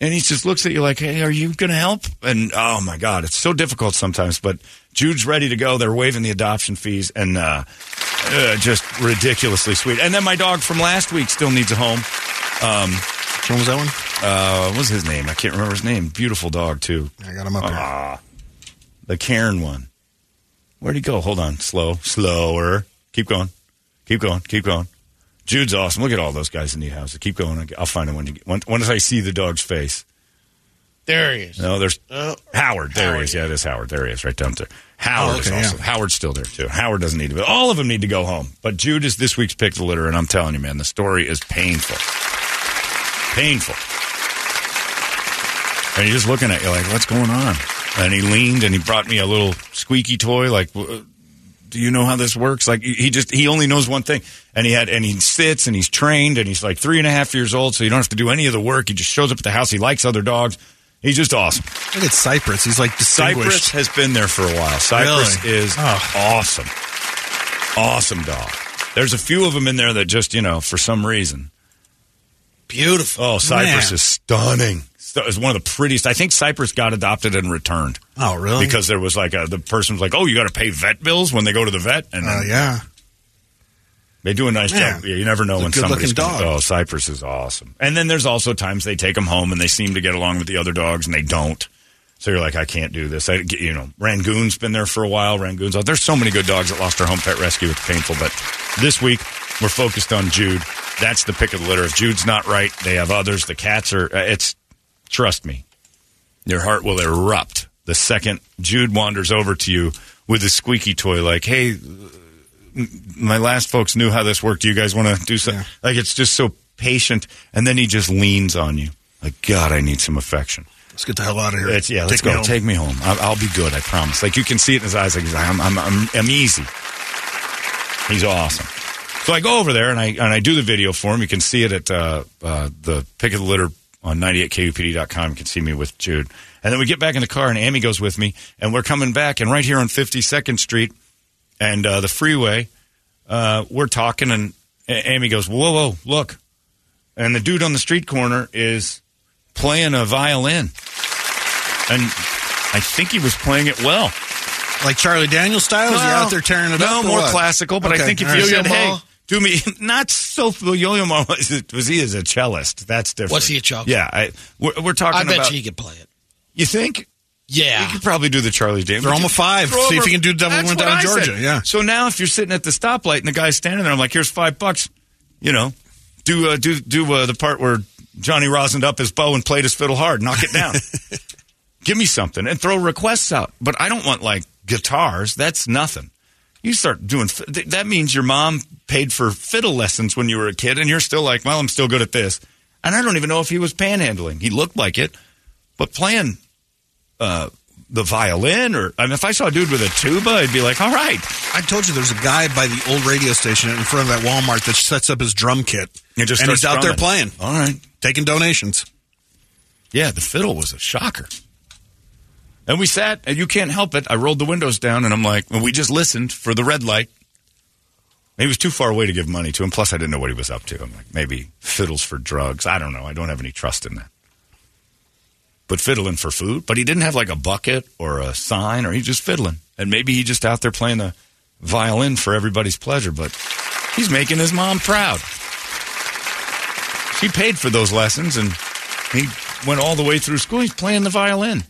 Speaker 2: And he just looks at you like, "Hey, are you going to help?" And oh my God, it's so difficult sometimes. But Jude's ready to go. They're waiving the adoption fees and uh, uh, just ridiculously sweet. And then my dog from last week still needs a home. Um,
Speaker 5: Which one was that one?
Speaker 2: Uh, what was his name? I can't remember his name. Beautiful dog too. Ah,
Speaker 5: I got him up here.
Speaker 2: The Karen one. Where'd he go? Hold on. Slow. Slower. Keep going. Keep going. Keep going. Jude's awesome. Look at all those guys in the houses. Keep going. I'll find him when you get. Once, once I see the dog's face.
Speaker 3: there he is.
Speaker 2: No, there's
Speaker 3: Oh.
Speaker 2: Howard. There he
Speaker 3: Howard,
Speaker 2: is. Yeah, it is Howard. There he is, right down there. Howard
Speaker 5: Oh,
Speaker 2: is
Speaker 5: okay,
Speaker 2: also. Howard's still there too. Howard doesn't need to. But all of them need to go home. But Jude is this week's pick of the litter, and I'm telling you, man, the story is painful. Painful. And he's just looking at you like, what's going on? And he leaned and he brought me a little squeaky toy, like. "W- uh, Do you know how this works? Like he he just he only knows one thing, and he had and he sits and he's trained and he's like three and a half years old, so you don't have to do any of the work. He just shows up at the house. He likes other dogs. He's just awesome.
Speaker 5: Look at Cypress. He's like
Speaker 2: Cypress
Speaker 5: distinguished.
Speaker 2: has been there for a while. Cypress
Speaker 5: Really? Ah.
Speaker 2: is awesome. Awesome dog. There's a few of them in there that just, you know, for some reason.
Speaker 3: Beautiful.
Speaker 2: Oh, Cypress
Speaker 5: Man.
Speaker 2: is stunning. Stu- It's one of the prettiest. I think Cypress got adopted and returned
Speaker 5: Oh, really?
Speaker 2: because there was like a, the person was like, oh, you got to pay vet bills when they go to the vet. And
Speaker 5: Oh,
Speaker 2: then
Speaker 5: yeah.
Speaker 2: They do a nice
Speaker 5: Yeah.
Speaker 2: job. Yeah, you never know
Speaker 5: It's a
Speaker 2: when
Speaker 5: good-looking
Speaker 2: somebody's gonna-
Speaker 5: dog.
Speaker 2: Oh, Cypress is awesome. And then there's also times they take them home and they seem to get along with the other dogs and they don't. So you're like, I can't do this. I, you know, Rangoon's been there for a while. Rangoon's out. There's so many good dogs that lost their home pet rescue. It's painful, but this week we're focused on Jude. That's the pick of the litter. If Jude's not right, they have others. The cats are. Uh, it's trust me, your heart will erupt the second Jude wanders over to you with a squeaky toy, like, "Hey, my last folks knew how this worked. Do you guys want to do something? Like, it's just so patient. And then he just leans on you. Like, God, I need some affection.
Speaker 5: Let's get the hell out of here.
Speaker 2: It's, yeah, let's
Speaker 5: Take me
Speaker 2: go.
Speaker 5: home.
Speaker 2: Take me home. I'll, I'll be good, I promise. Like, you can see it in his eyes. Like, he's like, I'm, I'm, I'm, I'm easy. He's awesome. So I go over there and I, and I do the video for him. You can see it at uh, uh, the pick of the litter on 98kupd.com. You can see me with Jude. And then we get back in the car and Amy goes with me. And we're coming back. And right here on 52nd Street and uh, the freeway, uh, we're talking, and A- Amy goes, "Whoa, whoa, look!" And the dude on the street corner is playing a violin, and I think he was playing it well.
Speaker 5: Like Charlie Daniels style? Is he
Speaker 2: Well,
Speaker 5: out there tearing it
Speaker 2: no,
Speaker 5: up? or
Speaker 2: more
Speaker 5: what?
Speaker 2: classical, but I
Speaker 5: Okay,
Speaker 2: think if
Speaker 5: all
Speaker 2: you
Speaker 5: right.
Speaker 2: said,
Speaker 3: Yo-Yo
Speaker 2: "Hey,
Speaker 3: Ma?
Speaker 2: do me," [laughs] not so yo-yo ma was, was he is a cellist. That's different.
Speaker 3: Was he a cellist?
Speaker 2: Yeah, I, we're, we're talking
Speaker 3: I bet
Speaker 2: about.
Speaker 3: you he could play it.
Speaker 2: you think you
Speaker 3: Yeah.
Speaker 2: could probably do the Charlie Daniels.
Speaker 5: Throw him a five.
Speaker 2: Throw
Speaker 5: See
Speaker 2: him
Speaker 5: if
Speaker 2: a-
Speaker 5: you can do double
Speaker 2: That's
Speaker 5: one
Speaker 2: what
Speaker 5: down
Speaker 2: I
Speaker 5: Georgia.
Speaker 2: said.
Speaker 5: Yeah.
Speaker 2: So now if you're sitting at the stoplight and the guy's standing there, I'm like, here's five bucks. You know, do uh, do do uh, the part where Johnny rosined up his bow and played his fiddle hard. Knock
Speaker 5: [laughs]
Speaker 2: it down. Give me something and throw requests out. But I don't want like guitars. That's nothing. You start doing fi- th- that means your mom paid for fiddle lessons when you were a kid, and you're still like, well, I'm still good at this. And I don't even know if he was panhandling. He looked like it, but playing uh, the violin or I mean, if I saw a dude with a tuba, I'd be like, all right.
Speaker 5: I told you there's a guy by the old radio station in front of that Walmart that sets up his drum kit.
Speaker 2: It just
Speaker 5: and
Speaker 2: starts
Speaker 5: he's out there playing,
Speaker 2: drumming. All right.
Speaker 5: taking donations.
Speaker 2: Yeah, the fiddle was a shocker. And we sat, and you can't help it. I rolled the windows down, and I'm like, well, we just listened for the red light. He was too far away to give money to him. Plus, I didn't know what he was up to. I'm like, maybe fiddles for drugs. I don't know. I don't have any trust in that. But fiddling for food. But he didn't have like a bucket or a sign, or he's just fiddling. And maybe he just out there playing the violin for everybody's pleasure. But he's making his mom proud. She paid for those lessons, and he went all the way through school. He's playing the violin.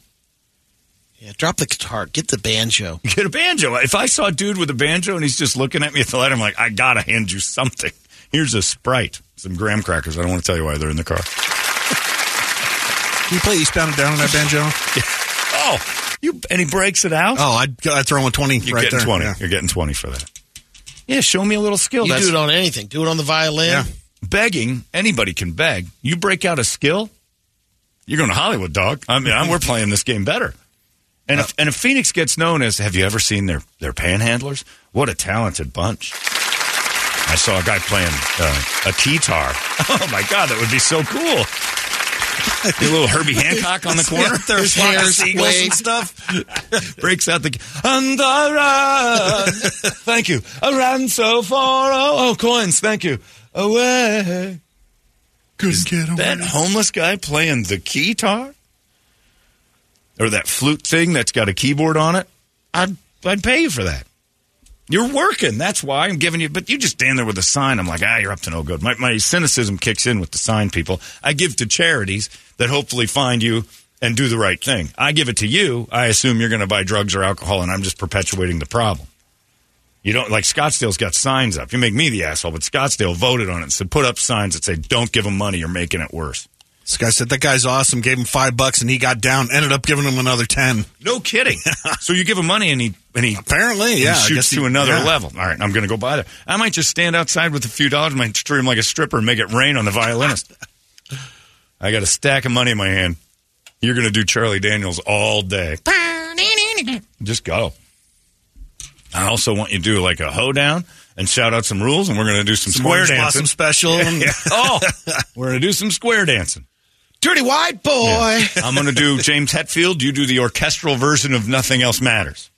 Speaker 3: Yeah, drop the guitar. Get the banjo.
Speaker 2: Get a banjo. If I saw a dude with a [laughs] banjo and he's just looking at me at the light, I'm like, I gotta hand you something. Here's a sprite, some graham crackers. I don't want to tell you why they're in the car.
Speaker 5: Can you play Eastbound and Down on that banjo?
Speaker 2: [laughs] Oh, you and he breaks it out.
Speaker 5: Oh, I'd, I'd throw in 20
Speaker 2: You're
Speaker 5: right
Speaker 2: getting
Speaker 5: there.
Speaker 2: twenty.
Speaker 5: Yeah.
Speaker 2: You're getting twenty for that. Yeah, show me a little skill.
Speaker 3: You
Speaker 2: That's
Speaker 3: do it on anything. Do it on the violin.
Speaker 5: Yeah.
Speaker 2: begging. Anybody can beg. You break out a skill, you're going to Hollywood, dog. I mean, I'm, we're playing this game better. And if, and if Phoenix gets known as, have you ever seen their their panhandlers? What a talented bunch! I saw a guy playing uh, a guitar. [laughs] Oh my god, that would be so cool. Your little Herbie Hancock on the corner.
Speaker 3: His hair's waved.
Speaker 2: stuff. [laughs] Breaks out the. And I run. thank you. I ran so far. Oh, oh coins. Thank you. Away.
Speaker 5: Couldn't get away.
Speaker 2: That homeless guy playing the guitar? Or that flute thing that's got a keyboard on it? I'd, I'd pay you for that. You're working. That's why I'm giving you. But you just stand there with a sign. I'm like, ah, you're up to no good. My, my cynicism kicks in with the sign people. I give to charities that hopefully find you and do the right thing. I give it to you. I assume you're going to buy drugs or alcohol, and I'm just perpetuating the problem. You don't like Scottsdale's got signs up. You make me the asshole, but Scottsdale voted on it and said put up signs that say don't give them money. You're making it worse.
Speaker 5: This guy said that guy's awesome. Gave him five bucks and he got down. Ended up giving him another ten.
Speaker 2: No [laughs] kidding. so you give him money and he and he
Speaker 5: Apparently, yeah.
Speaker 2: he
Speaker 5: I
Speaker 2: shoots
Speaker 5: guess he-
Speaker 2: to another
Speaker 5: yeah.
Speaker 2: level. All right, I'm going to go buy that. I might just stand outside with a few dollars, and might treat him like a stripper, and make it rain on the [laughs] violinist. I got a stack of money in my hand. You're going to do Charlie Daniels all day. Just go. I also want you to do like a hoedown and shout out some rules, and we're going to do some, square
Speaker 5: Orange
Speaker 2: dancing.
Speaker 5: Blossom special.
Speaker 2: [laughs] Yeah. Oh, we're going to do some square dancing.
Speaker 3: Dirty white boy.
Speaker 2: I'm going to do James Hetfield. You do the orchestral version of Nothing Else Matters.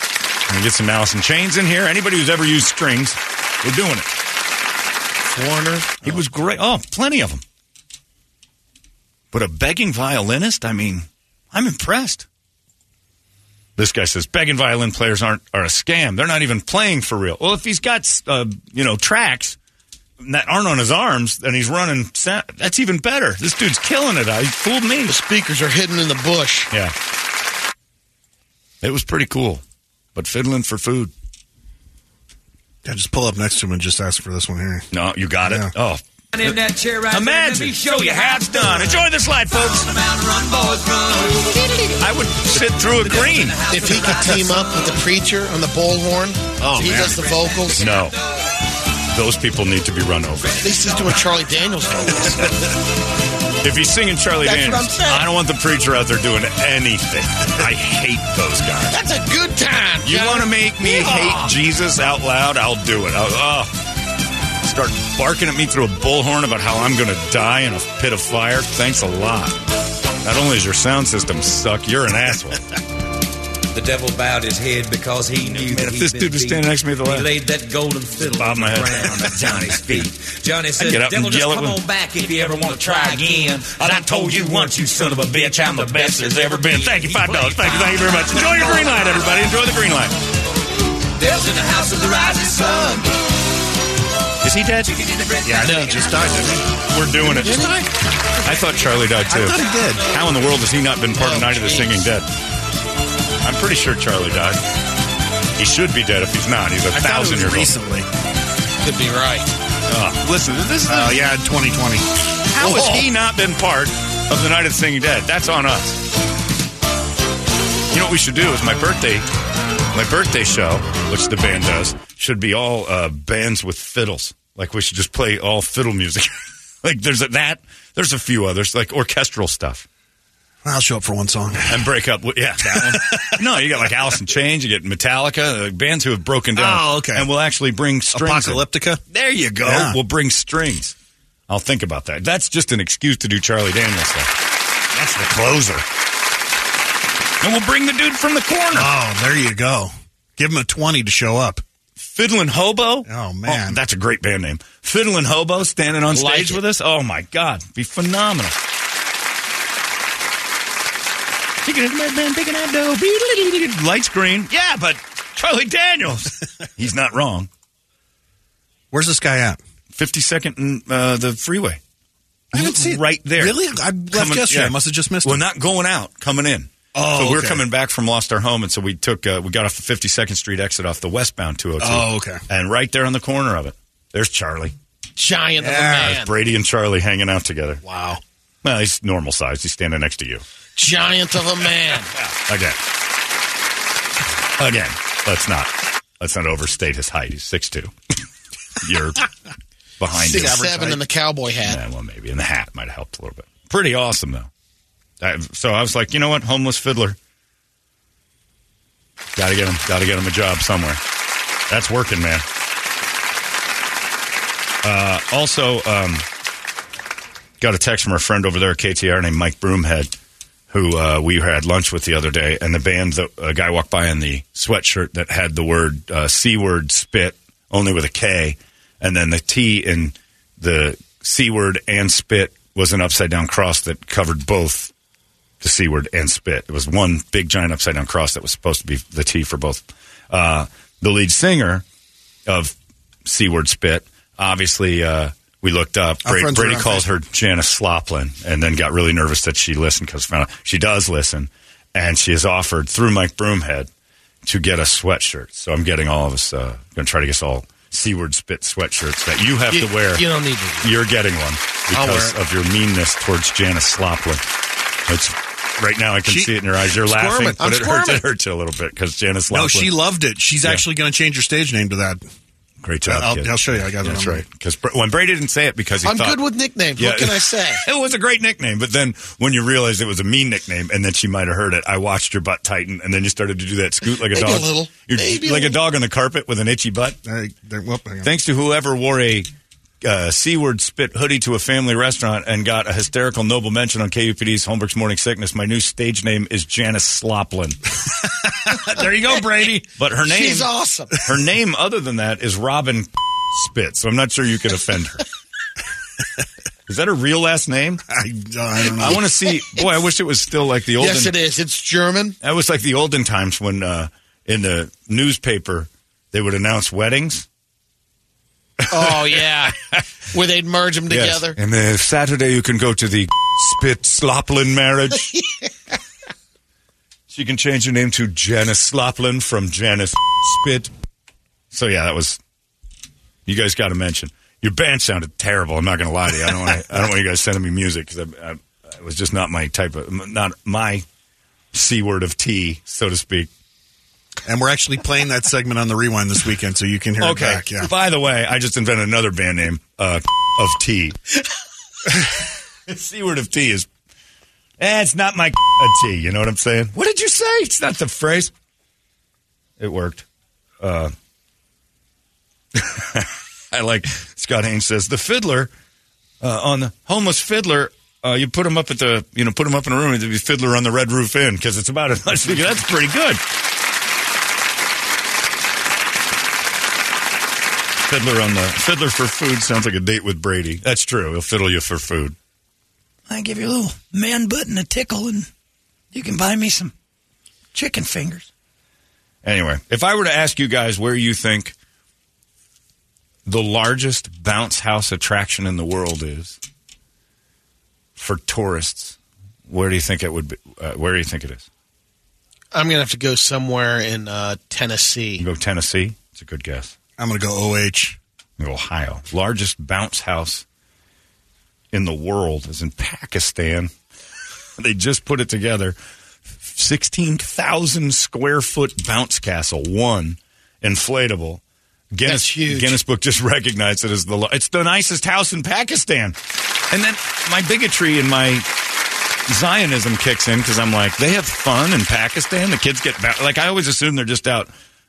Speaker 2: I'm going to get some Alice in Chains in here. Anybody who's ever used strings, we're doing it.
Speaker 3: Warner.
Speaker 2: He was great. Oh, plenty of them. But a begging violinist, I mean, I'm impressed. This guy says begging violin players aren't are a scam. They're not even playing for real. Well, if he's got uh, you know tracks that aren't on his arms and he's running, sa- that's even better. This dude's killing it. I he fooled me.
Speaker 3: The speakers are hidden in the bush.
Speaker 2: Yeah. It was pretty cool. But fiddling for food.
Speaker 5: Yeah, just pull up next to him and just ask for this one here.
Speaker 2: No, you got it.
Speaker 5: Yeah.
Speaker 2: Oh.
Speaker 9: in that chair right
Speaker 2: Imagine. Show you how it's done. Enjoy the slide, folks. I would sit through a green.
Speaker 3: If he could team up with the preacher on the bullhorn,
Speaker 2: Oh,
Speaker 3: he
Speaker 2: man.
Speaker 3: does the vocals.
Speaker 2: No. Those people need to be run over.
Speaker 3: At least he's doing Charlie Daniels vocals.
Speaker 2: If he's singing Charlie
Speaker 3: That's what
Speaker 2: Daniels,
Speaker 3: I'm saying.
Speaker 2: I don't want the preacher out there doing anything. I hate those guys.
Speaker 3: [laughs] That's a good time.
Speaker 2: You want to make me hate Jesus out loud? I'll do it. I'll, oh. Start barking at me through a bullhorn about how I'm going to die in a pit of fire? Thanks a lot. Not only does your sound system suck, you're an asshole.
Speaker 9: [laughs] The devil bowed his head because he knew.
Speaker 2: Man,
Speaker 9: he'd
Speaker 2: if this
Speaker 9: been
Speaker 2: dude was standing
Speaker 9: beaten.
Speaker 2: next to me at the
Speaker 9: he
Speaker 2: left-
Speaker 9: laid that golden fiddle
Speaker 2: Bob
Speaker 9: on the
Speaker 2: my head.
Speaker 9: ground at Johnny's feet. Johnny said,
Speaker 2: get up
Speaker 9: "Devil,
Speaker 2: and
Speaker 9: just
Speaker 2: yell at
Speaker 9: come
Speaker 2: him."
Speaker 9: on back if you ever want to try again." And I told you once, you son of a bitch, I'm the best there's ever been.
Speaker 2: Thank you, five dollars. Thank you, thank you very much. Enjoy your green light, everybody. Enjoy the green light.
Speaker 9: Devil's in the house of the rising sun.
Speaker 2: Is he dead?
Speaker 5: Yeah, I know. Just died. Didn't
Speaker 2: We're doing it. I thought Charlie died too.
Speaker 5: I thought he did.
Speaker 2: How in the world has he not been part
Speaker 3: Oh,
Speaker 2: of Night of the
Speaker 3: geez.
Speaker 2: Singing Dead? I'm pretty sure Charlie died. He should be dead if he's not. He's a
Speaker 5: I thought it
Speaker 2: thousand
Speaker 5: was
Speaker 2: years old.
Speaker 5: recently.
Speaker 3: Could be right.
Speaker 2: Uh, listen, this is
Speaker 5: Oh yeah, Oh. in 2020.
Speaker 2: how has he not been part of the Night of the Singing Dead? That's on us. You know what we should do is my birthday, my birthday show, which the band does, should be all uh, bands with fiddles. Like we should just play all fiddle music. [laughs] like there's a, that. There's a few others like orchestral stuff.
Speaker 5: I'll show up for one song.
Speaker 2: And break up. with- Yeah,
Speaker 5: [laughs]
Speaker 2: that one. [laughs] no, you got like Alice in Chains. You get Metallica. Like bands who have broken down.
Speaker 5: Oh, okay.
Speaker 2: And we'll actually bring strings. in.
Speaker 5: Apocalyptica?
Speaker 2: There you go.
Speaker 5: Yeah.
Speaker 2: We'll bring strings. I'll think about that. That's just an excuse to do Charlie Daniels stuff. That's the closer. And we'll bring the dude from the corner.
Speaker 5: Oh, there you go. Give him a 20 to show up.
Speaker 2: Fiddlin' Hobo.
Speaker 5: Oh, man.
Speaker 2: that's a great band name. Fiddlin' Hobo standing on
Speaker 3: Like
Speaker 2: stage
Speaker 3: it.
Speaker 2: with us. Oh my God, be phenomenal. Thinking of my band, thinking I do. Lights green. Yeah, but Charlie Daniels. He's not wrong.
Speaker 5: Where's this guy at?
Speaker 2: Fifty second and uh, the freeway.
Speaker 5: I
Speaker 2: He
Speaker 5: haven't
Speaker 2: was
Speaker 5: seen it.
Speaker 2: right there.
Speaker 5: Really? I left yesterday. I must have just missed
Speaker 2: Well,
Speaker 5: it.
Speaker 2: not going out, coming in.
Speaker 5: Oh,
Speaker 2: so we were
Speaker 5: okay.
Speaker 2: coming back from lost our home, and so we took uh, we got off the 52nd Street exit off the westbound 202.
Speaker 5: Oh, okay.
Speaker 2: And right there on the corner of it, there's Charlie.
Speaker 3: Giant
Speaker 5: Yeah,
Speaker 3: of a
Speaker 2: There's
Speaker 3: man.
Speaker 2: Brady and Charlie hanging out together.
Speaker 5: Wow.
Speaker 2: Well, he's normal size. He's standing next to you.
Speaker 3: Giant of a man.
Speaker 2: Again. Again. Let's not let's not overstate his height. He's 6'2". [laughs] You're behind
Speaker 3: Six
Speaker 2: him.
Speaker 3: seven in the cowboy hat.
Speaker 2: Yeah, well, maybe. And the hat might have helped a little bit. Pretty awesome, though. I, so I was like, you know what? Homeless fiddler. Got to get him. Got to get him a job somewhere. That's working, man. Uh, also, um, got a text from our friend over there at KTR named Mike Broomhead, who uh, we had lunch with the other day. And the band, the, a guy walked by in the sweatshirt that had the word uh, C word spit, only with a K. And then the T in the C word and spit was an upside down cross that covered both the C word and spit. It was one big giant upside down cross that was supposed to be the T for both. Uh, the lead singer of C word spit, obviously, uh, we looked up.
Speaker 5: Our
Speaker 2: Brady,
Speaker 5: friends
Speaker 2: Brady
Speaker 5: were on
Speaker 2: calls her Janice Sloplin and then got really nervous that she listened because found out she does listen. And she has offered through Mike Broomhead to get us sweatshirts. So I'm getting all of us, uh, going to try to get us all C word spit sweatshirts that you have
Speaker 3: You,
Speaker 2: to wear.
Speaker 3: you don't need to.
Speaker 2: You're getting one
Speaker 3: I'll wear
Speaker 2: because
Speaker 3: it.
Speaker 2: of your meanness towards Janice Sloplin. It's right now I can
Speaker 5: She-
Speaker 2: see it in your eyes. You're
Speaker 5: Squirming.
Speaker 2: laughing, but
Speaker 5: I'm
Speaker 2: it hurts.
Speaker 5: squirming.
Speaker 2: It hurts you a little bit because Janice Loplin.
Speaker 5: No, she loved it. She's
Speaker 2: Yeah.
Speaker 5: actually going to change her stage name to that.
Speaker 2: Great job.
Speaker 5: I'll-
Speaker 2: kid.
Speaker 5: I'll show you. I got it
Speaker 2: That's
Speaker 5: on my-
Speaker 2: right. Because when Brady didn't say it because he
Speaker 3: I'm
Speaker 2: thought,
Speaker 3: good with nicknames.
Speaker 2: Yeah.
Speaker 3: What
Speaker 2: [laughs]
Speaker 3: can I say?
Speaker 2: It was a great nickname, but then when you realized it was a mean nickname, and then she might have heard it, I watched your butt tighten, and then you started to do that scoot like a
Speaker 3: Maybe a
Speaker 2: dog,
Speaker 3: little.
Speaker 2: You're
Speaker 3: Maybe a
Speaker 2: like a
Speaker 3: little.
Speaker 2: dog on the carpet with an itchy butt.
Speaker 5: Hey, there- whoop, hang on.
Speaker 2: Thanks to whoever wore a uh, C-word spit hoodie to a family restaurant and got a hysterical noble mention on KUPD's Holmberg's Morning Sickness. My new stage name is
Speaker 3: [laughs]
Speaker 2: Janice Sloplin. there you go, Brady. But her name,
Speaker 3: She's awesome.
Speaker 2: her name, other than that, is Robin [laughs] Spit. So I'm not sure you could offend her. is that her real last name?
Speaker 5: [laughs] I, uh, I don't know.
Speaker 2: I want to see. Boy, I wish it was still like the olden.
Speaker 3: yes, it is. It's German.
Speaker 2: That was like the olden times when uh, in the newspaper they would announce weddings.
Speaker 3: Oh
Speaker 2: [laughs]
Speaker 3: yeah, where they'd merge them
Speaker 2: Yes.
Speaker 3: together.
Speaker 2: And then Saturday you can go to the Spit
Speaker 3: [laughs]
Speaker 2: Sloplin marriage. she can change her name to Janice Sloplin from Janice Spit. So yeah, that was. You guys got to mention your band sounded terrible. I'm not going to lie to you. I don't. Wanna, I don't want you guys sending me music because I, I, it was just not my type of not my c word of tea, so to speak.
Speaker 5: [laughs] and we're actually playing that segment on the rewind this weekend, so you can hear it back. Yeah.
Speaker 2: By the way, I just invented another band name uh, of [laughs] tea. C word of tea is. Eh, it's not my of tea. You know what I'm saying? What did you say? It's not the phrase. It worked. Uh, [laughs] I like Scott Haynes says the fiddler uh, on the homeless fiddler. Uh, you put him up at the you know put him up in a room. It'd be fiddler on the Red Roof Inn because it's about as much. That's pretty good. Fiddler on the fiddler for food sounds like a date with Brady. That's true. He'll fiddle you for food.
Speaker 9: I give you a little man button a tickle, and you can buy me some chicken fingers.
Speaker 2: Anyway, if I were to ask you guys where you think the largest bounce house attraction in the world is for tourists, where do you think it would be? Uh, where do you think it is?
Speaker 3: I'm gonna have to go somewhere in uh, Tennessee.
Speaker 2: You go Tennessee. It's a good guess.
Speaker 5: I'm going to go OH.
Speaker 2: You go Ohio. Largest bounce house in the world is in Pakistan. [laughs] they just put it together. 16,000 square foot bounce castle, one inflatable. Guinness,
Speaker 3: That's huge.
Speaker 2: Guinness Book just [laughs] recognized it as the lo- it's the nicest house in Pakistan. And then my bigotry and my Zionism kicks in because I'm like, they have fun in Pakistan. The kids get back. Like I always assume they're just out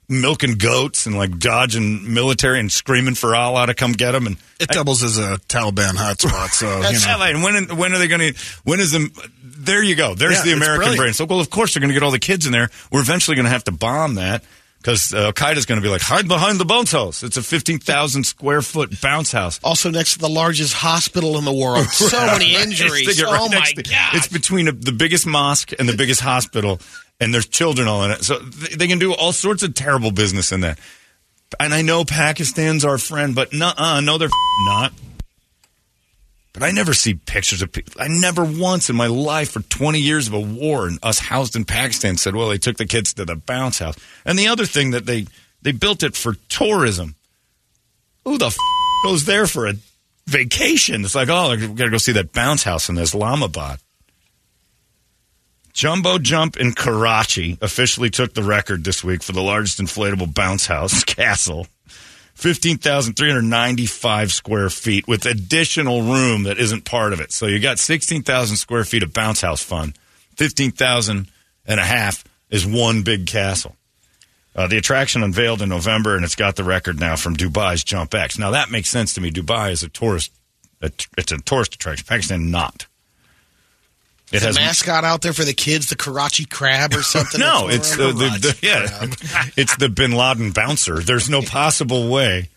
Speaker 2: milking goats and like dodging military and screaming for Allah to come get them. And
Speaker 5: It doubles as a Taliban hotspot, so you
Speaker 2: [laughs] that's
Speaker 5: know.
Speaker 2: LA. And when when are they going to? When is the? There you go. There's
Speaker 5: Yeah,
Speaker 2: the
Speaker 5: it's
Speaker 2: American
Speaker 5: brilliant.
Speaker 2: brain. So well, of course they're going to get all the kids in there. We're eventually going to have to bomb that because uh, Al Qaeda's going to be like hide behind the bounce house. It's a fifteen thousand square foot bounce house.
Speaker 3: Also next to the largest hospital in the world. So many
Speaker 2: They
Speaker 3: injuries.
Speaker 2: stick it right
Speaker 3: oh my
Speaker 2: next to-
Speaker 3: god!
Speaker 2: It's between a, the biggest mosque and the biggest hospital, and there's children all in it. So they, they can do all sorts of terrible business in that. And I know Pakistan's our friend, but nuh-uh, no, they're not. But I never see pictures of people. I never once in my life for 20 years of a war and us housed in Pakistan said, well, they took the kids to the bounce house. And the other thing that they, they built it for tourism. Who the f- goes there for a vacation? It's like, oh, we got to go see that bounce house in Islamabad. Jumbo Jump in Karachi officially took the record this week for the largest inflatable bounce house [laughs] castle. 15,395 square feet with additional room that isn't part of it. So you got 16,000 square feet of bounce house fun. 15,000 and a half is one big castle. Uh, the attraction unveiled in November, and it's got the record now from Dubai's Jump X. Now that makes sense to me. Dubai is a tourist; att- it's a tourist attraction. Pakistan not. It
Speaker 3: the mascot out there for the kids, the Karachi crab
Speaker 2: [laughs]
Speaker 3: or something.
Speaker 2: no.
Speaker 3: That's
Speaker 2: It's
Speaker 3: more-
Speaker 2: uh, the, the yeah. [laughs] it's the Bin Laden bouncer. There's no possible way.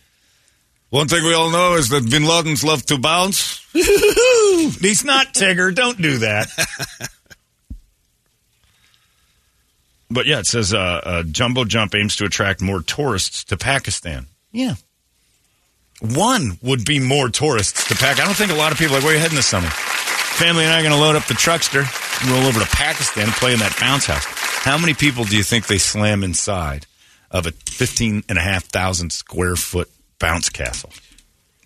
Speaker 2: One thing we all know is that Bin Laden's love to
Speaker 3: [laughs]
Speaker 2: bounce. He's not Tigger. Don't do that. But yeah, it says uh, uh, Jumbo Jump aims to attract more tourists to Pakistan. Yeah. One would be more tourists to Pakistan. I don't think a lot of people are like, where are you heading this summer? Family and I are going to load up the truckster, roll over to Pakistan and play in that bounce house. How many people do you think they slam inside of a 15,500 square foot bounce castle?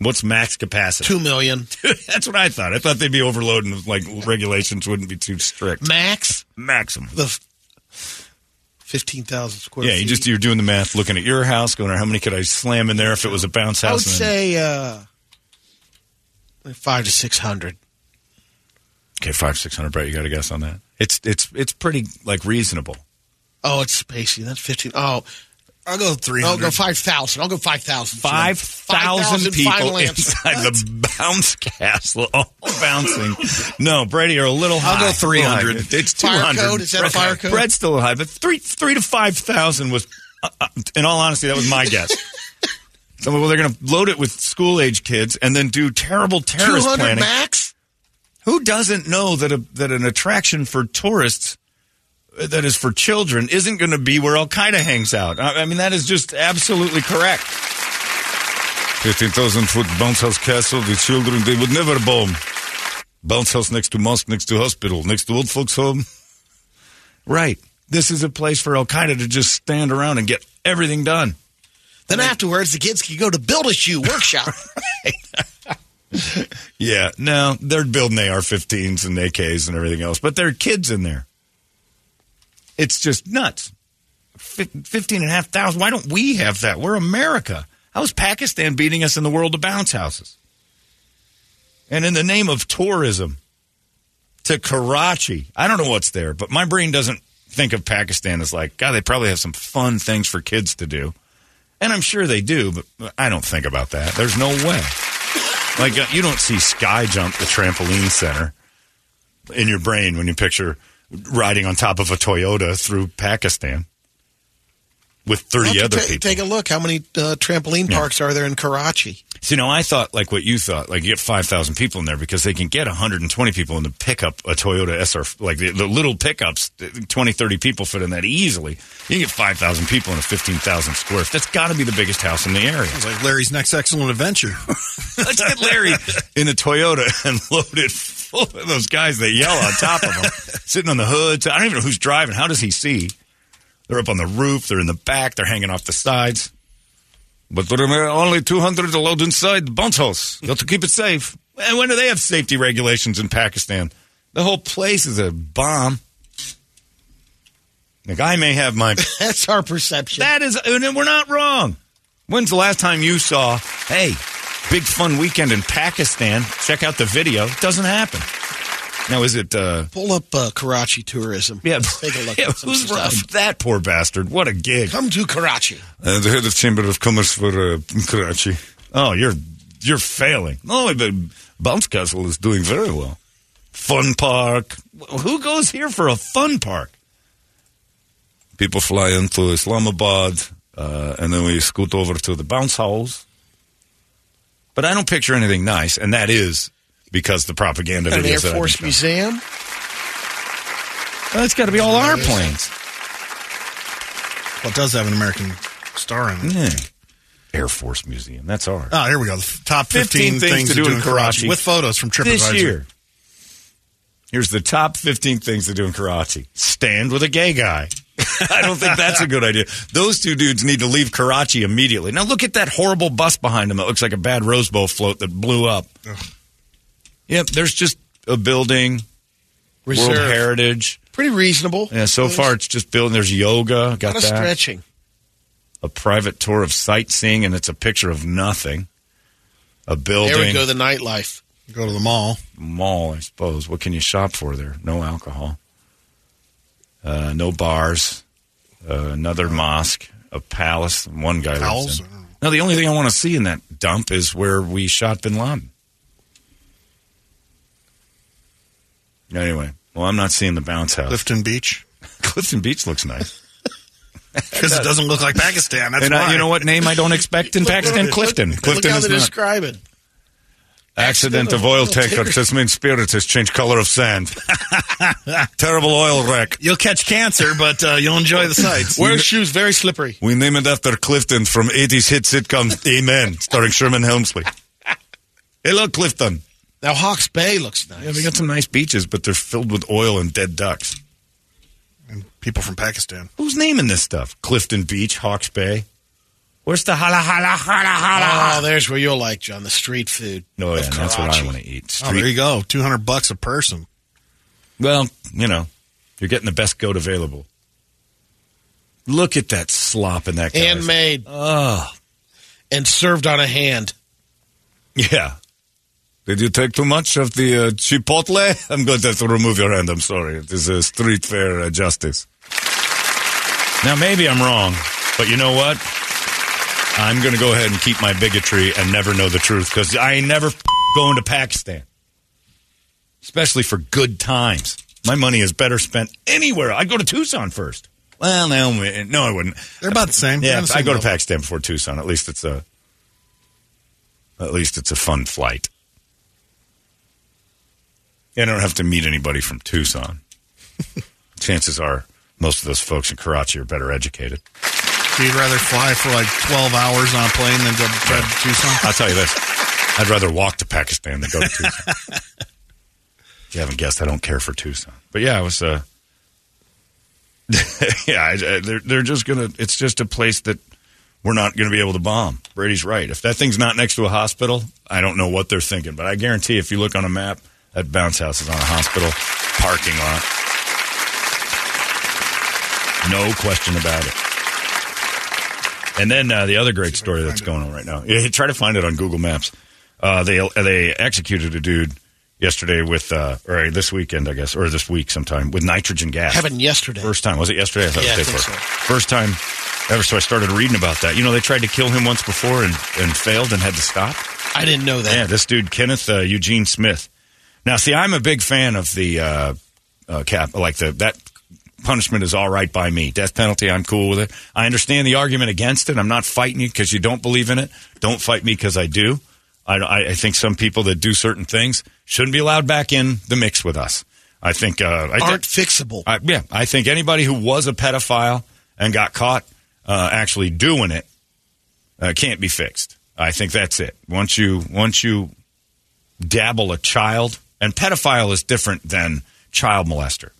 Speaker 2: What's max capacity?
Speaker 3: two
Speaker 2: [laughs]
Speaker 3: million
Speaker 2: That's what I thought. I thought they'd be overloading, like regulations wouldn't be too strict.
Speaker 3: max.
Speaker 2: Maximum.
Speaker 3: The f- fifteen thousand square.
Speaker 2: Yeah, you
Speaker 3: feet.
Speaker 2: just you're doing the math, looking at your house, going, how many could I slam in there if it was a bounce house?
Speaker 3: I would
Speaker 2: And then-
Speaker 3: say uh, five to six hundred.
Speaker 2: okay, five six hundred, Brett. You got a guess on that? It's it's it's pretty like reasonable. [laughs]
Speaker 3: Oh, it's spacey. That's fifteen. Oh,
Speaker 5: I'll go three
Speaker 3: I'll
Speaker 5: hundred.
Speaker 3: go five thousand. I'll go five thousand.
Speaker 2: Five thousand people
Speaker 3: Final answer.
Speaker 2: inside the bounce castle, all bouncing. no, Brady, you're a little high.
Speaker 5: go 300.
Speaker 2: It's two
Speaker 3: Fire
Speaker 2: hundred.
Speaker 3: code? Is that a fire code?
Speaker 2: Brett's still high, but three three to five thousand was, uh, uh, in all honesty, that was
Speaker 3: [laughs]
Speaker 2: my guess. So, well, they're going to load it with school age kids and then do terrible
Speaker 3: Two
Speaker 2: terrorist
Speaker 3: hundred
Speaker 2: planning.
Speaker 3: max.
Speaker 2: Who doesn't know that a, that an attraction for tourists uh, that is for children isn't going to be where Al Qaeda hangs out? I, I mean, that is just absolutely correct. 15,000 foot bounce house castle, the children, they would never bomb. Bounce house next to mosque, next to hospital, next to old folks' home. Right. This is a place for Al Qaeda to just stand around and get everything done.
Speaker 3: Then afterwards, the kids can go to build a shoe
Speaker 2: [laughs]
Speaker 3: workshop.
Speaker 2: Yeah, no, they're building AR-15s and AKs and everything else, but there are kids in there. It's just nuts. Fif- Fifteen and a half thousand. Why don't we have that? We're America. How is Pakistan beating us in the world of bounce houses? And in the name of tourism to Karachi, I don't know what's there, but my brain doesn't think of Pakistan as like, God, they probably have some fun things for kids to do. And I'm sure they do, but I don't think about that. There's no way. Like uh, you don't see sky jump the trampoline center in your brain when you picture riding on top of a Toyota through Pakistan with
Speaker 3: Why don't
Speaker 2: 30
Speaker 3: you
Speaker 2: other
Speaker 3: ta-
Speaker 2: people.
Speaker 3: Take a look. How many uh, trampoline
Speaker 2: Yeah.
Speaker 3: parks are there in Karachi?
Speaker 2: So, you know, I thought like what you thought, like you get 5,000 people in there because they can get 120 people in the pickup, a Toyota SR, like the, the little pickups, 20, 30 people fit in that easily. You can get 5,000 people in a 15,000 square. foot. That's got to be the biggest house in the area.
Speaker 5: It's like Larry's next excellent adventure.
Speaker 2: [laughs] Let's get Larry in a Toyota and [laughs] load it full of those guys that yell on top of him, sitting on the hood. So I don't even know who's driving. How does he see? They're up on the roof. They're in the back. They're hanging off the sides. But there are only 200 allowed inside the bounce house. You have to keep it safe. And when do they have safety regulations in Pakistan? The whole place is a bomb. Like I may have my
Speaker 3: [laughs] That's our perception.
Speaker 2: that is, and we're not wrong. When's the last time you saw, hey, big fun weekend in Pakistan? Check out the video. It doesn't happen. Now, is it. Uh,
Speaker 3: Pull up uh, Karachi tourism.
Speaker 2: yeah,
Speaker 3: Let's take a look.
Speaker 2: yeah,
Speaker 3: at some
Speaker 2: who's
Speaker 3: stuff.
Speaker 2: that poor bastard? What a gig.
Speaker 3: Come to Karachi.
Speaker 1: Uh, the head of Chamber of Commerce for uh, Karachi.
Speaker 2: Oh, you're you're failing. Oh, but Bounce Castle is doing very well. Fun park. Who goes here for a fun park?
Speaker 1: People fly into Islamabad, uh, and then we scoot over to the bounce house.
Speaker 2: But I don't picture anything nice, and that is because the propaganda
Speaker 3: Got an Air
Speaker 2: videos. that I've
Speaker 3: Force
Speaker 2: been shown.
Speaker 3: museum.
Speaker 2: Well, it's got to be all our planes.
Speaker 5: Well, it does have an American star on it.
Speaker 2: Yeah. Air Force Museum. That's ours.
Speaker 5: Oh, here we go. The top 15,
Speaker 2: 15 things to do in Karachi.
Speaker 5: with photos from TripAdvisor.
Speaker 2: this year. Here's the top 15 things to do in Karachi. Stand with a gay guy. [laughs] I don't think that's a good idea. Those two dudes need to leave Karachi immediately. Now look at that horrible bus behind them. It looks like a bad Rose Bowl float that blew up. Yep, there's just a building, World
Speaker 3: Reserve.
Speaker 2: Heritage.
Speaker 3: Pretty reasonable.
Speaker 2: Yeah, so far it's just building. There's yoga.
Speaker 3: a
Speaker 2: Got
Speaker 3: lot of
Speaker 2: that.
Speaker 3: stretching.
Speaker 2: A private tour of sightseeing, and it's a picture of nothing. A building.
Speaker 3: There we go. The nightlife.
Speaker 5: Go to the mall.
Speaker 2: mall, I suppose. What can you shop for there? No alcohol, uh, no bars, uh, another mosque, a palace. One guy
Speaker 5: Owls?
Speaker 2: lives in. Now, the only thing I want to see in that dump is where we shot Bin Laden. Anyway, well, I'm not seeing the bounce house.
Speaker 5: Clifton Beach.
Speaker 2: [laughs] Clifton Beach looks nice.
Speaker 5: Because it doesn't look like Pakistan. That's
Speaker 2: and
Speaker 5: why.
Speaker 2: I, you know what name I don't expect
Speaker 5: [laughs]
Speaker 2: in Pakistan? Clifton.
Speaker 3: Look
Speaker 2: Clifton
Speaker 3: how
Speaker 2: is
Speaker 3: they
Speaker 2: not.
Speaker 3: describe it.
Speaker 1: Accident of oil tanker just means spirits has changed color of
Speaker 3: [laughs]
Speaker 1: sand. Terrible oil wreck.
Speaker 5: You'll catch cancer, but uh, you'll enjoy the sights.
Speaker 3: Wear shoes. Very slippery.
Speaker 1: We name it after Clifton from 80s hit sitcom Amen, starring Sherman Helmsley. Hello, Clifton.
Speaker 3: Now Hawks Bay looks nice.
Speaker 2: Yeah, they got some nice beaches, but they're filled with oil and dead ducks.
Speaker 5: And people from Pakistan.
Speaker 2: Who's naming this stuff? Clifton Beach, Hawks Bay. Where's the hala hala hala hala?
Speaker 3: Oh, there's where you'll like, John. The street food.
Speaker 2: No, Oh, yeah,
Speaker 3: of
Speaker 2: that's what I
Speaker 3: Karachi.
Speaker 2: want to eat.
Speaker 5: Oh, there
Speaker 2: Street.
Speaker 5: you go. 200 bucks a person.
Speaker 2: well, you know, you're getting the best goat available. Look at that slop in that guy.
Speaker 3: Handmade
Speaker 2: Oh,
Speaker 3: and served on a hand.
Speaker 2: yeah.
Speaker 1: Did you take too much of the uh, chipotle? [laughs] I'm going to have to remove your hand. I'm sorry. It is a street fair uh, justice.
Speaker 2: Now maybe I'm wrong, but you know what? I'm going to go ahead and keep my bigotry and never know the truth because I ain't never f- going to Pakistan, especially for good times. My money is better spent anywhere. I'd go to Tucson first. Well, no, no, I wouldn't.
Speaker 5: They're about the same. They're
Speaker 2: Yeah,
Speaker 5: on the
Speaker 2: I
Speaker 5: same
Speaker 2: go to
Speaker 5: level.
Speaker 2: Pakistan before Tucson. At least it's a, at least it's a fun flight. And I don't have to meet anybody from
Speaker 5: [laughs]
Speaker 2: Tucson. Chances are, most of those folks in Karachi are better educated.
Speaker 5: So you'd rather fly for like 12 hours on a plane than go to Tucson?
Speaker 2: I'll tell you this: I'd rather walk to Pakistan than go to
Speaker 5: [laughs]
Speaker 2: Tucson. if you haven't guessed, I don't care for Tucson. But yeah, I was. Uh, [laughs] yeah, I, I- they're they're just gonna. It's just a place that we're not gonna be able to bomb. Brady's right. If that thing's not next to a hospital, I don't know what they're thinking. But I guarantee, if you look on a map, that bounce house is on a hospital parking lot. No question about it. And then uh, the other great story that's going on right now. Yeah, try to find it on Google Maps. Uh, they they executed a dude yesterday with, uh, or this weekend, I guess, or this week sometime with nitrogen gas.
Speaker 3: Happened yesterday.
Speaker 2: First time. Was it yesterday? I thought
Speaker 3: Yeah,
Speaker 2: it was
Speaker 3: I
Speaker 2: day
Speaker 3: think
Speaker 2: before.
Speaker 3: so.
Speaker 2: First time ever. So I started reading about that. You know, they tried to kill him once before and, and failed and had to stop.
Speaker 3: I didn't know that.
Speaker 2: Yeah, this dude Kenneth uh, Eugene Smith. Now, see, I'm a big fan of the uh, uh, cap, like the that punishment is all right by me. Death penalty, I'm cool with it. I understand the argument against it. I'm not fighting you because you don't believe in it. Don't fight me because I do. I, I- I think some people that do certain things shouldn't be allowed back in the mix with us. I think uh, I
Speaker 3: Aren't
Speaker 2: thi-
Speaker 3: fixable.
Speaker 2: I, yeah, I think anybody who was a pedophile and got caught uh, actually doing it uh, can't be fixed. I think that's it. Once you once you dabble a child, and pedophile is different than child molester.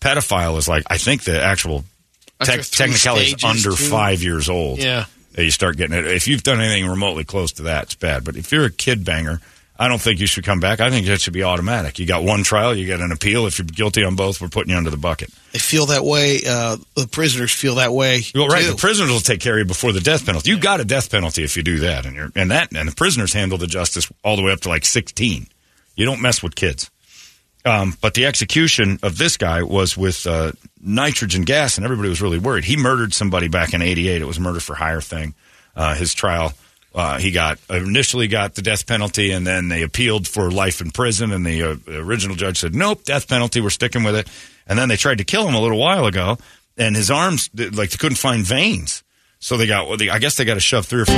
Speaker 2: Pedophile is like I think the actual
Speaker 3: After
Speaker 2: tech
Speaker 3: three
Speaker 2: technicality is
Speaker 3: stages,
Speaker 2: under
Speaker 3: too.
Speaker 2: five years old.
Speaker 3: Yeah.
Speaker 2: that you start getting it. If you've done anything remotely close to that, it's bad. But if you're a kid banger, I don't think you should come back. I think it should be automatic. You got one trial, you get an appeal. If you're guilty on both, we're putting you under the bucket.
Speaker 3: They feel that way. Uh, the prisoners feel that way.
Speaker 2: Well, right.
Speaker 3: too.
Speaker 2: The prisoners will take care of you before the death penalty. You got a death penalty if you do that, and you're and that and the prisoners handle the justice all the way up to like sixteen. You don't mess with kids. Um, but the execution of this guy was with uh, nitrogen gas, and everybody was really worried. He murdered somebody back in '88. It was a murder for hire thing. Uh, his trial, uh, he got initially got the death penalty, and then they appealed for life in prison. And the, uh, the original judge said, "Nope, death penalty. We're sticking with it." And then they tried to kill him a little while ago, and his arms th- like they couldn't find veins. So they got. Well, they, I guess they got to shove three or four.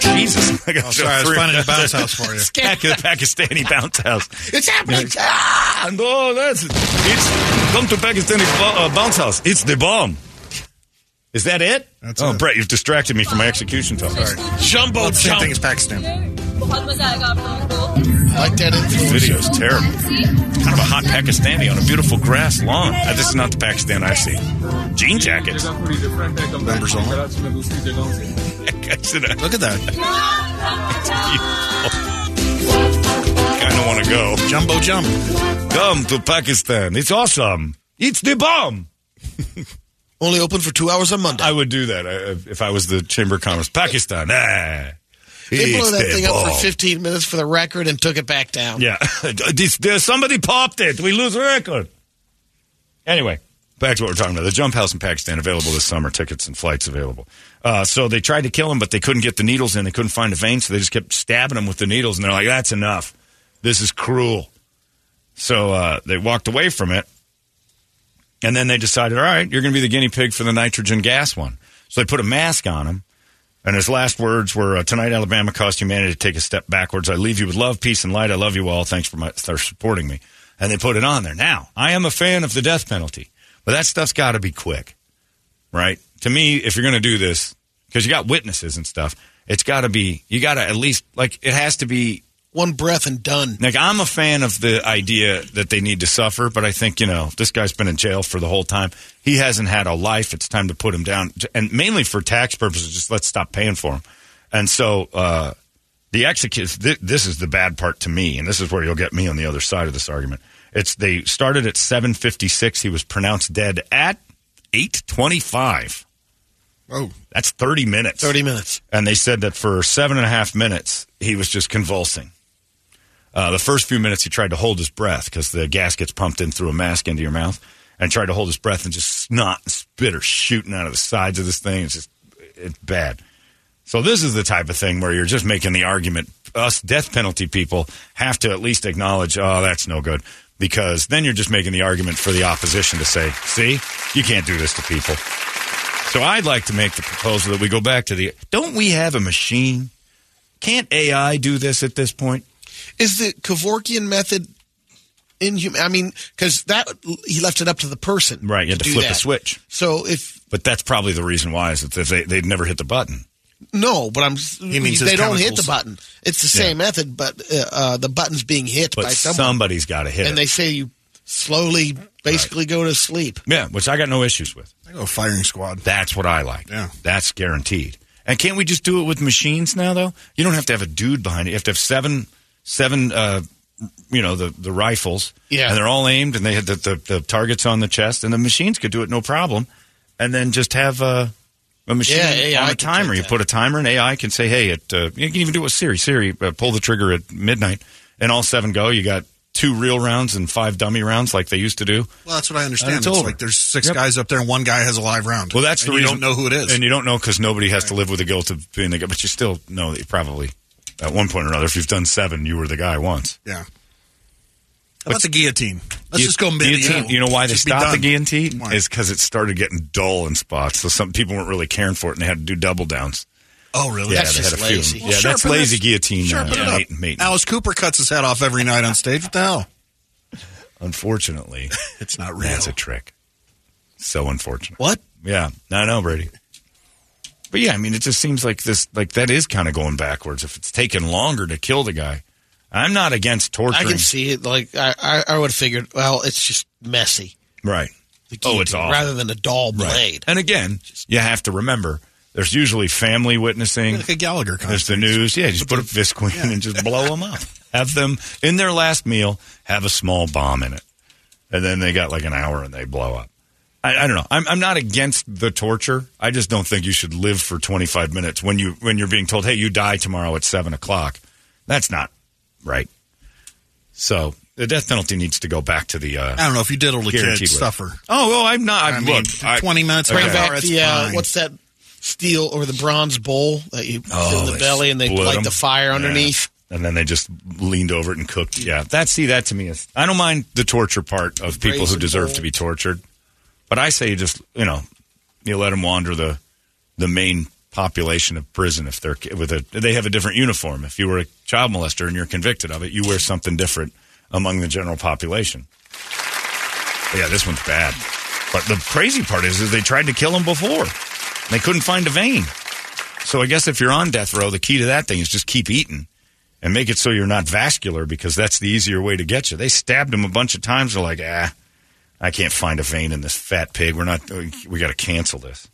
Speaker 2: Jesus, I got
Speaker 5: Oh,
Speaker 2: [laughs]
Speaker 5: sorry, [laughs] I was finding a bounce house for you.
Speaker 2: Back of the Pakistani bounce house.
Speaker 3: It's happening.
Speaker 2: Ah, and [laughs] oh, that's it's come to Pakistani bo- uh, bounce house. It's the bomb. Is that it?
Speaker 5: That's
Speaker 2: oh,
Speaker 5: it.
Speaker 2: Brett, you've distracted me from my execution talk.
Speaker 3: Jumbo
Speaker 5: Well, same
Speaker 3: jump.
Speaker 5: thing as Pakistan.
Speaker 3: I like that influence.
Speaker 2: Video's terrible. Kind of a hot Pakistani on a beautiful grass lawn. Uh, this is not the Pakistan I see. Jean jackets.
Speaker 5: Numbers
Speaker 2: [laughs]
Speaker 5: on.
Speaker 2: kind
Speaker 5: Look at that.
Speaker 2: of want to go.
Speaker 5: Jumbo jump.
Speaker 2: Come to Pakistan. It's awesome. It's the bomb.
Speaker 3: [laughs] Only open for two hours on Monday.
Speaker 2: I would do that uh, if I was the Chamber of Commerce. Pakistan. Ah,
Speaker 3: They blew
Speaker 2: it's
Speaker 3: that
Speaker 2: the
Speaker 3: thing up for
Speaker 2: bomb.
Speaker 3: 15 minutes for the record and took it back down.
Speaker 2: Yeah, [laughs] This- there's somebody popped it. We lose a record. Anyway, back to what we're talking about. The Jump House in Pakistan available this summer. Tickets and flights available. Uh, so they tried to kill him, but they couldn't get the needles in. They couldn't find a vein, so they just kept stabbing him with the needles. And they're like, "That's enough. This is cruel." So uh, they walked away from it. And then they decided, all right, you're going to be the guinea pig for the nitrogen gas one. So they put a mask on him. And his last words were, uh, "Tonight, Alabama cost humanity to take a step backwards. I leave you with love, peace, and light. I love you all. Thanks for, my, for supporting me." And they put it on there. Now, I am a fan of the death penalty, but that stuff's got to be quick, right? To me, if you're going to do this, because you got witnesses and stuff, it's got to be. You got to at least like it has to be
Speaker 3: One breath and done.
Speaker 2: like I'm a fan of the idea that they need to suffer, but I think you know this guy's been in jail for the whole time. He hasn't had a life. It's time to put him down, and mainly for tax purposes. Just let's stop paying for him. And so uh, the execute. Th- this is the bad part to me, and this is where you'll get me on the other side of this argument. It's they started at 7:56. He was pronounced dead at 8:25.
Speaker 5: Oh,
Speaker 2: That's 30 minutes
Speaker 3: 30 minutes.
Speaker 2: and they said that for seven and a half minutes he was just convulsing. Uh, the first few minutes he tried to hold his breath because the gas gets pumped in through a mask into your mouth, and tried to hold his breath and just snot and spitter shooting out of the sides of this thing. It's just it's bad. So this is the type of thing where you're just making the argument. Us death penalty people have to at least acknowledge, oh, that's no good, because then you're just making the argument for the opposition to say, see, you can't do this to people. So I'd like to make the proposal that we go back to the. Don't we have a machine? Can't AI do this at this point?
Speaker 3: Is the Kevorkian method inhuman? I mean, because that he left it up to the person.
Speaker 2: Right, you had to
Speaker 3: do
Speaker 2: flip
Speaker 3: that.
Speaker 2: a switch.
Speaker 3: So if
Speaker 2: But that's probably the reason why is that they they'd never hit the button.
Speaker 3: no, but I'm
Speaker 5: means his
Speaker 3: they don't hit the
Speaker 5: chemicals.
Speaker 3: button. It's the same method, but uh, uh, the button's being hit
Speaker 2: But
Speaker 3: by someone,
Speaker 2: somebody's got to hit
Speaker 3: and
Speaker 2: it.
Speaker 3: they say you slowly, basically go to sleep.
Speaker 2: yeah, which I got no issues with.
Speaker 5: I go firing squad.
Speaker 2: That's what I like.
Speaker 5: Yeah.
Speaker 2: That's guaranteed. And can't we just do it with machines now though? You don't have to have a dude behind it. You have to have seven seven uh you know, the the rifles.
Speaker 3: Yeah.
Speaker 2: And they're all aimed and they had the, the, the targets on the chest and the machines could do it no problem. And then just have uh a machine
Speaker 3: Yeah, AI
Speaker 2: on a
Speaker 3: can
Speaker 2: timer.
Speaker 3: take
Speaker 2: You
Speaker 3: that.
Speaker 2: put a timer, and AI can say, "Hey, it." Uh, you can even do it with Siri. Siri, uh, pull the trigger at midnight, and all seven go. You got two real rounds and five dummy rounds, like they used to do.
Speaker 5: [laughs] Well, that's what I
Speaker 2: And
Speaker 5: understand.
Speaker 2: it's
Speaker 5: It's,
Speaker 2: over.
Speaker 5: like there's six
Speaker 2: Yep.
Speaker 5: guys up there, and one guy has a live round.
Speaker 2: Well, that's
Speaker 5: and
Speaker 2: the
Speaker 5: you
Speaker 2: reason.
Speaker 5: don't know who it is.
Speaker 2: and you don't know because nobody has to live with the guilt of being the guy. But you still know that you probably, at one point or another, if you've done seven, you were the guy once.
Speaker 5: yeah. How about the guillotine? Let's
Speaker 2: Gu-
Speaker 5: just go medieval.
Speaker 2: guillotine. You know why they
Speaker 5: Just be
Speaker 2: stopped the
Speaker 5: done.
Speaker 2: guillotine
Speaker 5: Why?
Speaker 2: is because it started getting dull in spots, so some people weren't really caring for it, and they had to do double downs.
Speaker 5: Oh, really?
Speaker 2: Yeah,
Speaker 3: That's
Speaker 2: they had
Speaker 3: just
Speaker 2: a few.
Speaker 3: lazy.
Speaker 2: yeah, that's
Speaker 5: sharpen
Speaker 2: lazy
Speaker 5: this-
Speaker 2: guillotine. uh,
Speaker 5: Sharpen it
Speaker 2: mate-
Speaker 5: up.
Speaker 2: mate-
Speaker 5: Alice Cooper cuts his head off every night on stage. What the hell?
Speaker 3: [laughs]
Speaker 2: Unfortunately.
Speaker 5: It's not real.
Speaker 2: That's a trick. So unfortunate.
Speaker 3: What?
Speaker 2: Yeah, I know, Brady. But yeah, I mean, it just seems like this, like that is kind of going backwards. If it's taking longer to kill the guy, I'm not against torturing.
Speaker 3: I can see it. Like I, I, I would have figured. Well, it's just messy.
Speaker 2: Right.
Speaker 3: The
Speaker 2: Oh, it's
Speaker 3: guillotine,
Speaker 2: awful.
Speaker 3: rather than a dull blade.
Speaker 2: And again, you have to remember There's usually family witnessing.
Speaker 5: Like a Gallagher
Speaker 2: There's the news. Yeah, just put a fist queen and just blow them up. Have them in their last meal. Have a small bomb in it, and then they got like an hour and they blow up. I, I don't know. I'm, I'm not against the torture. I just don't think you should live for 25 minutes when you when you're being told, "Hey, you die tomorrow at seven o'clock." That's not right. So the death penalty needs to go back to the. Uh,
Speaker 5: I don't know if you diddle the
Speaker 2: guaranteed
Speaker 5: kid,
Speaker 2: way.
Speaker 5: suffer.
Speaker 2: Oh well, I'm not.
Speaker 5: I
Speaker 2: I'm,
Speaker 5: mean,
Speaker 2: look, I-
Speaker 5: 20 minutes,
Speaker 2: Okay.
Speaker 5: half hour,
Speaker 3: Back
Speaker 5: it's
Speaker 3: the, uh,
Speaker 5: fine.
Speaker 3: what's that steel or the bronze bowl that you fill in the
Speaker 2: Oh, they
Speaker 3: belly and they
Speaker 2: split
Speaker 3: light
Speaker 2: 'em.
Speaker 3: the fire
Speaker 2: Yeah.
Speaker 3: underneath?
Speaker 2: And then they just leaned over it and cooked. it. Yeah, that see that to me is I don't mind the torture part of people who
Speaker 3: Brazen
Speaker 2: deserve
Speaker 3: bowl.
Speaker 2: to be tortured, but I say you just you know you let them wander the the main population of prison if they're with a they have a different uniform. If you were a child molester and you're convicted of it, you wear something different among the general population. But yeah, this one's bad. But the crazy part is, is they tried to kill him before. They couldn't find a vein. So I guess if you're on death row, the key to that thing is just keep eating and make it so you're not vascular because that's the easier way to get you. They stabbed him a bunch of times. They're like, ah, I can't find a vein in this fat pig. We're not, we got to cancel this.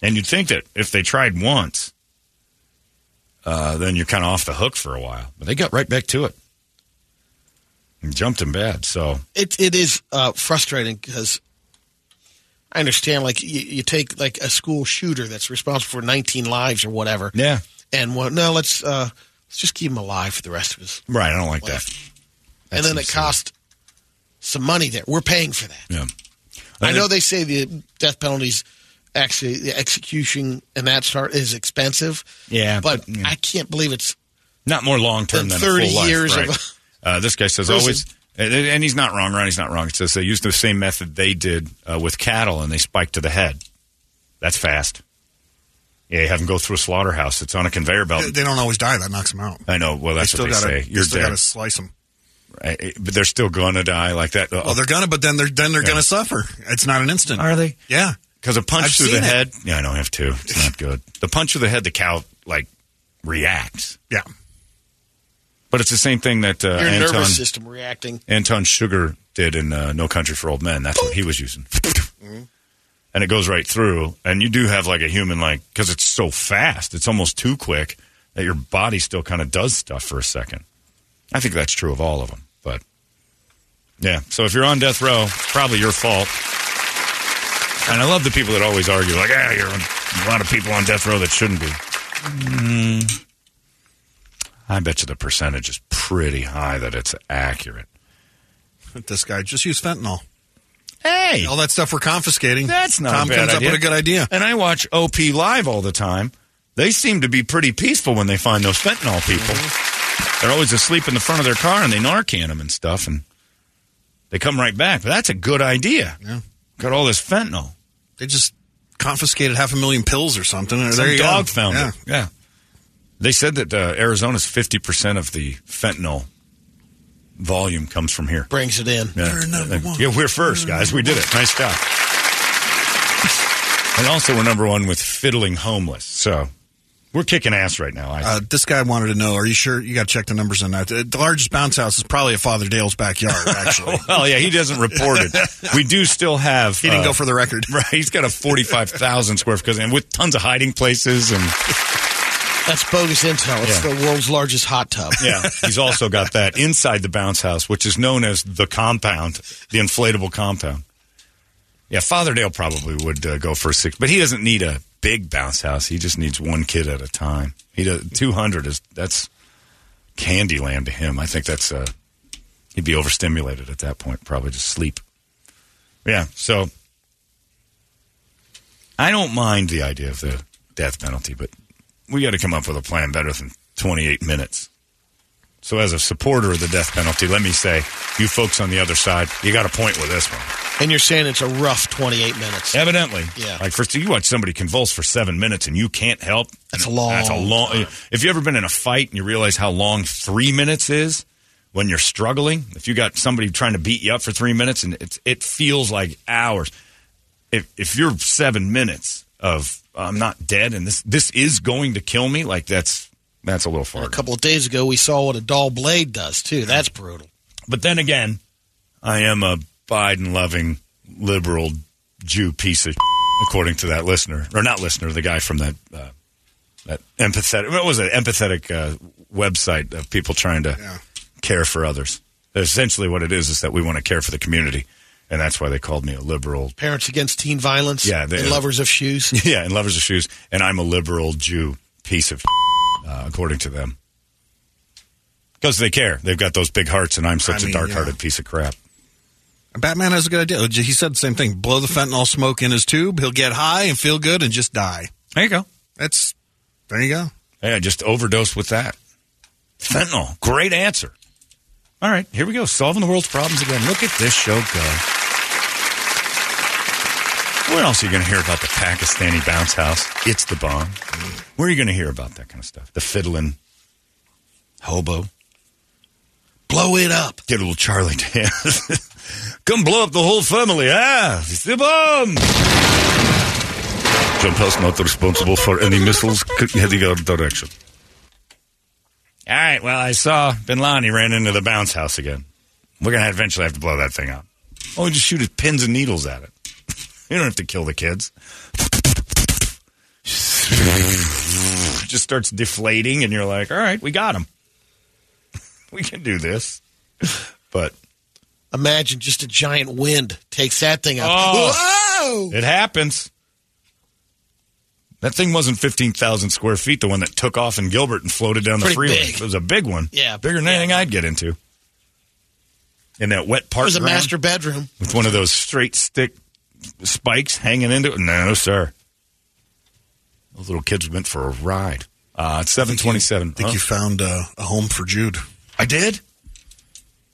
Speaker 2: And you'd think that if they tried once, uh, then you're kind of off the hook for a while. But they got right back to it and jumped him bad. So
Speaker 3: It it is uh, frustrating because I understand like you, you take like a school shooter that's responsible for 19 lives or whatever,
Speaker 2: yeah,
Speaker 3: and well, no, let's uh, let's just keep him alive for the rest of his
Speaker 2: right. I don't like
Speaker 3: life,
Speaker 2: that.
Speaker 3: and then it
Speaker 2: insane.
Speaker 3: cost some money there. We're paying for that.
Speaker 2: Yeah.
Speaker 3: I know they say the death penalties, actually the execution and that start is expensive.
Speaker 2: Yeah,
Speaker 3: but
Speaker 2: but, yeah.
Speaker 3: I can't believe it's
Speaker 2: Not more long term
Speaker 3: Than
Speaker 2: than
Speaker 3: 30
Speaker 2: a full
Speaker 3: years
Speaker 2: life,
Speaker 3: of-
Speaker 2: right. [laughs] uh, this guy says
Speaker 3: Prison.
Speaker 2: always, and- and he's not wrong. Ronnie's not wrong. It says they used the same method they did uh, with cattle, and they spike to the head. That's fast. Yeah, you have them go through a slaughterhouse. It's on a conveyor belt.
Speaker 5: They, they don't always die. That knocks them out.
Speaker 2: I know. Well,
Speaker 5: They
Speaker 2: that's
Speaker 5: still
Speaker 2: what they
Speaker 5: gotta,
Speaker 2: say.
Speaker 5: they
Speaker 2: You're
Speaker 5: still
Speaker 2: dead,
Speaker 5: gotta slice them.
Speaker 2: Right, but they're still gonna die like that.
Speaker 5: Well, they're gonna, but then they're then they're
Speaker 2: Yeah.
Speaker 5: gonna suffer. It's not an instant.
Speaker 2: Are they?
Speaker 5: Yeah.
Speaker 2: Because a punch
Speaker 5: I've
Speaker 2: through the
Speaker 5: seen it.
Speaker 2: head. Yeah, I don't have to. It's not good. The punch through the head, the cow like reacts.
Speaker 5: Yeah.
Speaker 2: But it's the same thing that uh,
Speaker 3: your
Speaker 2: Anton
Speaker 3: nervous system reacting.
Speaker 2: Anton Sugar did in uh, No Country for Old Men. That's what he was using. and it goes right through. And you do have like a human, like, because it's so fast, it's almost too quick that your body still kind of does stuff for a second. I think that's true of all of them. But yeah, so if you're on death row, it's probably your fault. And I love the people that always argue, like, ah, you're on- a lot of people on death row that shouldn't be. Mm. I bet you the percentage is pretty high that it's accurate.
Speaker 5: This guy just used fentanyl.
Speaker 2: Hey,
Speaker 5: All that stuff we're confiscating.
Speaker 2: that's not
Speaker 5: Tom
Speaker 2: a bad
Speaker 5: comes
Speaker 2: idea.
Speaker 5: up with a good idea.
Speaker 2: And I watch OP live all the time. They seem to be pretty peaceful when they find those fentanyl people.
Speaker 5: Mm-hmm.
Speaker 2: They're always asleep in the front of their car and they Narcan them and stuff, and they come right back. But that's a good idea.
Speaker 5: Yeah.
Speaker 2: Got all this fentanyl.
Speaker 5: They just confiscated half a million pills or something. and
Speaker 2: Some
Speaker 5: there you
Speaker 2: dog
Speaker 5: go.
Speaker 2: found
Speaker 5: yeah.
Speaker 2: it. Yeah. They said that uh, Arizona's fifty percent of the fentanyl volume comes from here.
Speaker 3: Brings it in.
Speaker 2: Yeah.
Speaker 5: We're number
Speaker 2: Yeah,
Speaker 5: one.
Speaker 2: Yeah, we're first,
Speaker 5: We're
Speaker 2: guys. We did it. Nice
Speaker 5: [laughs]
Speaker 2: job. and also, we're number one with fiddling homeless. So we're kicking ass right now. I
Speaker 5: Uh, this guy wanted to know: Are you sure you got to check the numbers on that? The the largest bounce house is probably at Father Dale's backyard. Actually,
Speaker 2: [laughs] well, yeah, he doesn't report it. We do still have.
Speaker 5: he didn't
Speaker 2: uh,
Speaker 5: go for the record.
Speaker 2: [laughs] Right, he's got a forty-five thousand square foot and with tons of hiding places, and
Speaker 3: That's bogus intel. It's
Speaker 2: Yeah.
Speaker 3: the world's largest hot tub.
Speaker 2: yeah, he's also got that inside the bounce house, which is known as the compound, the inflatable compound. Yeah, Father Dale probably would uh, go for a six, but he doesn't need a big bounce house. He just needs one kid at a time. He does two hundred is that's candy land to him. I think that's uh, he'd be overstimulated at that point, probably just sleep. Yeah, so I don't mind the idea of the death penalty, but we got to come up with a plan better than twenty eight minutes. So, as a supporter of the death penalty, let me say, you folks on the other side, you got a point with this one.
Speaker 3: And you're saying it's a rough 28 minutes.
Speaker 2: Evidently,
Speaker 3: Yeah.
Speaker 2: Like first, you watch somebody convulse for seven minutes and you can't help.
Speaker 3: That's a long
Speaker 2: That's a long. If you ever been in a fight and you realize how long three minutes is when you're struggling, if you got somebody trying to beat you up for three minutes and it's, it feels like hours. If if you're seven minutes of I'm not dead and this this is going to kill me, like that's that's a little
Speaker 3: [laughs]
Speaker 2: far.
Speaker 3: A couple of days ago, we saw what a dull blade does, too. That's brutal.
Speaker 2: But then again, I am a Biden loving liberal Jew piece of according to that listener or not listener, the guy from that uh, that empathetic. What was it? Empathetic uh, website of people trying to care for others. That's essentially, what it is is that we want to care for the community, and that's why they called me a liberal.
Speaker 3: Parents Against Teen Violence.
Speaker 2: Yeah, they-
Speaker 3: and lovers of shoes.
Speaker 2: [laughs] yeah, and lovers of shoes, and I'm a liberal Jew piece of, uh, according to them, because they care. They've got those big hearts, and I'm such
Speaker 5: I mean,
Speaker 2: a dark-hearted piece of crap.
Speaker 5: [laughs] Batman has a good idea. He said the same thing. Blow the fentanyl smoke in his tube. He'll get high and feel good and just die.
Speaker 2: There you go.
Speaker 5: That's there you go.
Speaker 2: Yeah, just overdose with that. Fentanyl. Great answer. All right, here we go. Solving the world's problems again. Look at this show go. Where else are you going to hear about the Pakistani bounce house? It's the bomb. Where are you going to hear about that kind of stuff? The fiddling hobo. Blow it up. Get a little Charlie [laughs] dance. Come blow up the whole family. Ah, it's the bomb. John Pell's not responsible for any missiles heading our direction. All right. Well, I saw Bin Laden ran into the bounce house again. We're gonna eventually have to blow that thing up. Oh, just shoot his pins and needles at it. [laughs] you don't have to kill the kids. [laughs] just starts deflating, and you're like, "All right, we got him. [laughs] we can do this." But
Speaker 3: Imagine just a giant wind takes that thing up.
Speaker 2: Oh. It happens. That thing wasn't 15,000 square feet, the one that took off in Gilbert and floated down the
Speaker 3: Pretty
Speaker 2: freeway.
Speaker 3: big.
Speaker 2: It was a big one.
Speaker 3: Yeah,
Speaker 2: Bigger than anything I'd get into. In that wet
Speaker 3: It
Speaker 2: park
Speaker 3: was a
Speaker 2: ground
Speaker 3: master bedroom.
Speaker 2: with one of those straight stick spikes hanging into it. No, sir. Those little kids went for a ride. Uh, it's 727.
Speaker 5: I think you found uh, a home for Jude.
Speaker 2: I did.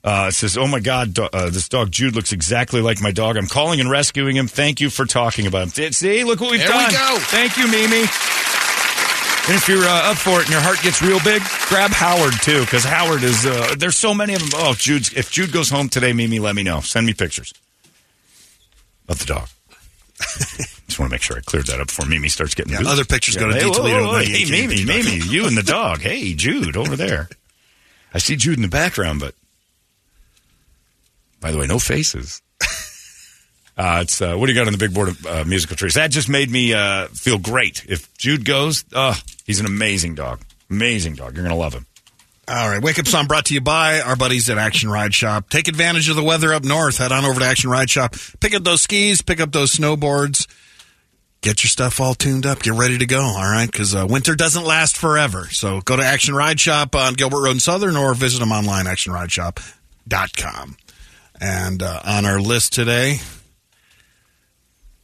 Speaker 2: Uh, it says, "Oh my God, do- uh, this dog Jude looks exactly like my dog. I'm calling and rescuing him. Thank you for talking about him. Th- See, look what we've
Speaker 10: There we
Speaker 2: done.
Speaker 10: go.
Speaker 2: Thank you, Mimi. And if you're uh, up for it and your heart gets real big, grab Howard too, because Howard is. Uh, there's so many of them. Oh, Jude's. If Jude goes home today, Mimi, let me know. Send me pictures of the dog. [laughs] Just want to make sure I cleared that up before Mimi starts getting
Speaker 5: Yeah,
Speaker 2: goofy.
Speaker 5: other pictures go to
Speaker 2: hey, whoa,
Speaker 5: dtoledo
Speaker 2: whoa, whoa. Hey,
Speaker 5: 98
Speaker 2: Mimi,
Speaker 5: dot com.
Speaker 2: Mimi, you and the dog. Hey, Jude, over there. I see Jude in the background, but by the way, no faces. Uh, it's uh, what do you got on the big board of uh, musical trees? That just made me uh, feel great. If Jude goes, uh, he's an amazing dog, amazing dog. You're gonna love him.
Speaker 5: All right, Wake Up Song brought to you by our buddies at Action Ride Shop. Take advantage of the weather up north. Head on over to Action Ride Shop. Pick up those skis, pick up those snowboards. Get your stuff all tuned up. Get ready to go, all right? Because uh, winter doesn't last forever. So go to Action Ride Shop on Gilbert Road in Southern or visit them online, actionrideshop.com. And uh, on our list today,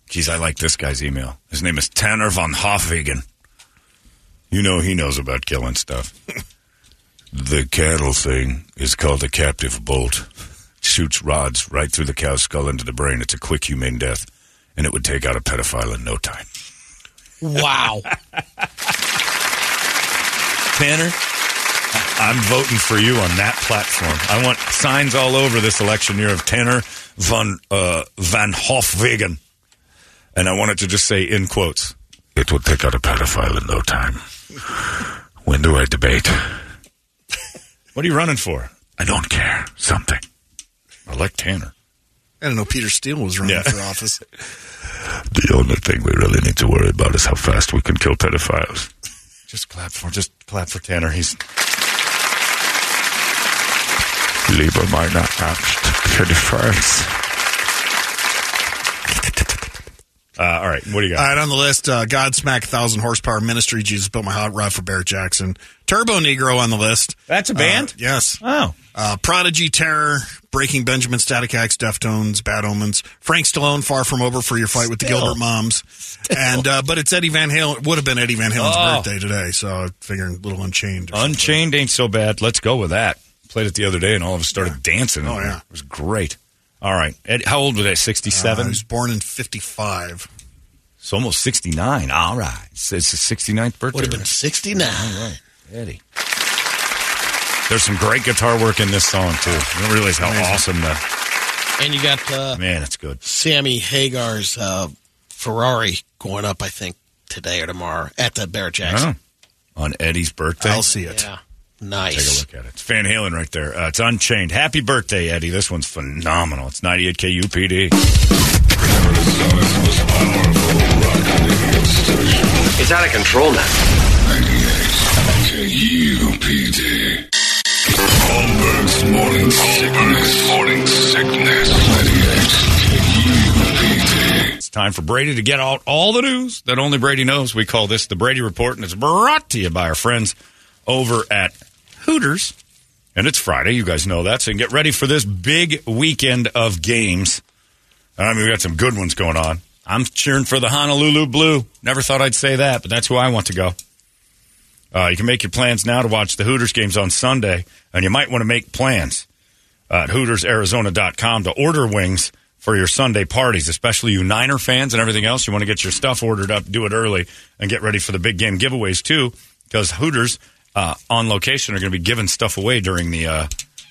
Speaker 2: Geez, I like this guy's email. His name is Tanner von Hofwegen. You know he knows about killing stuff. [laughs] the cattle thing is called a captive bolt. Shoots rods right through the cow's skull into the brain. It's a quick, humane death, and it would take out a pedophile in no time.
Speaker 3: Wow.
Speaker 2: Tanner, I- I'm voting for you on that platform. I want signs all over this election year of Tanner von uh, Van Hofwegen, and I want it to just say in quotes. It would take out a pedophile in no time. When do I debate? What are you running for? I don't care. Something. I like Tanner.
Speaker 5: I don't know, Peter Steele was running
Speaker 2: Yeah.
Speaker 5: for office.
Speaker 2: The only thing we really need to worry about is how fast we can kill pedophiles. Just clap for just clap for Tanner. He's Lieber meiner [laughs] Angst, pedophiles. Uh, all right, what do you got?
Speaker 5: All right, on the list, uh, Godsmack, Thousand Horsepower Ministry, Jesus Built My Hot Rod for Barrett Jackson, Turbo Negro on the list.
Speaker 2: That's a band?
Speaker 5: Uh, yes.
Speaker 2: Oh.
Speaker 5: Uh, Prodigy, Terror, Breaking Benjamin, Static X, Deftones, Bad Omens, Frank Stallone, Far From Over for your fight with the
Speaker 2: Still.
Speaker 5: Gilbert Moms, and uh, but it's Eddie Van Halen. Would have been Eddie Van Halen's
Speaker 2: Oh.
Speaker 5: birthday today, so I figuring a little unchained.
Speaker 2: Unchained ain't so bad. Let's go with that. Played it the other day, and all of us started dancing.
Speaker 5: Oh, yeah.
Speaker 2: it was great. All right, Ed, how old was I? Sixty-seven.
Speaker 5: Uh, I was born in '55.
Speaker 2: It's almost 69. All right. It's, it's his 69th birthday.
Speaker 3: Would have been
Speaker 2: right?
Speaker 3: 69.
Speaker 2: Eddie. There's some great guitar work in this song, too. You don't realize how awesome the.
Speaker 3: And you got uh,
Speaker 2: Man, it's good.
Speaker 3: Sammy Hagar's uh, Ferrari going up, I think, today or tomorrow at the Bear Jackson.
Speaker 2: Oh. On Eddie's birthday.
Speaker 5: I'll see it.
Speaker 3: Yeah.
Speaker 2: Take a
Speaker 3: Nice.
Speaker 2: look at it. It's Van Halen right there. Uh, it's Unchained. Happy birthday, Eddie. This one's phenomenal. It's 98 KUPD.
Speaker 7: It's out of control now.
Speaker 8: KUPD. Holmberg's morning sickness. Morning sickness.
Speaker 2: It's time for Brady to get out all the news that only Brady knows. We call this the Brady Report, and it's brought to you by our friends over at Hooters. And it's Friday, you guys know that. So you can get ready for this big weekend of games. I mean, we got some good ones going on. I'm cheering for the Honolulu Blue. Never thought I'd say that, but that's who I want to go. Uh, you can make your plans now to watch the Hooters games on Sunday, and you might want to make plans uh, at HootersArizona.com to order wings for your Sunday parties, especially you Niner fans and everything else. You want to get your stuff ordered up, do it early, and get ready for the big game giveaways too, because Hooters uh, on location are going to be giving stuff away during the uh,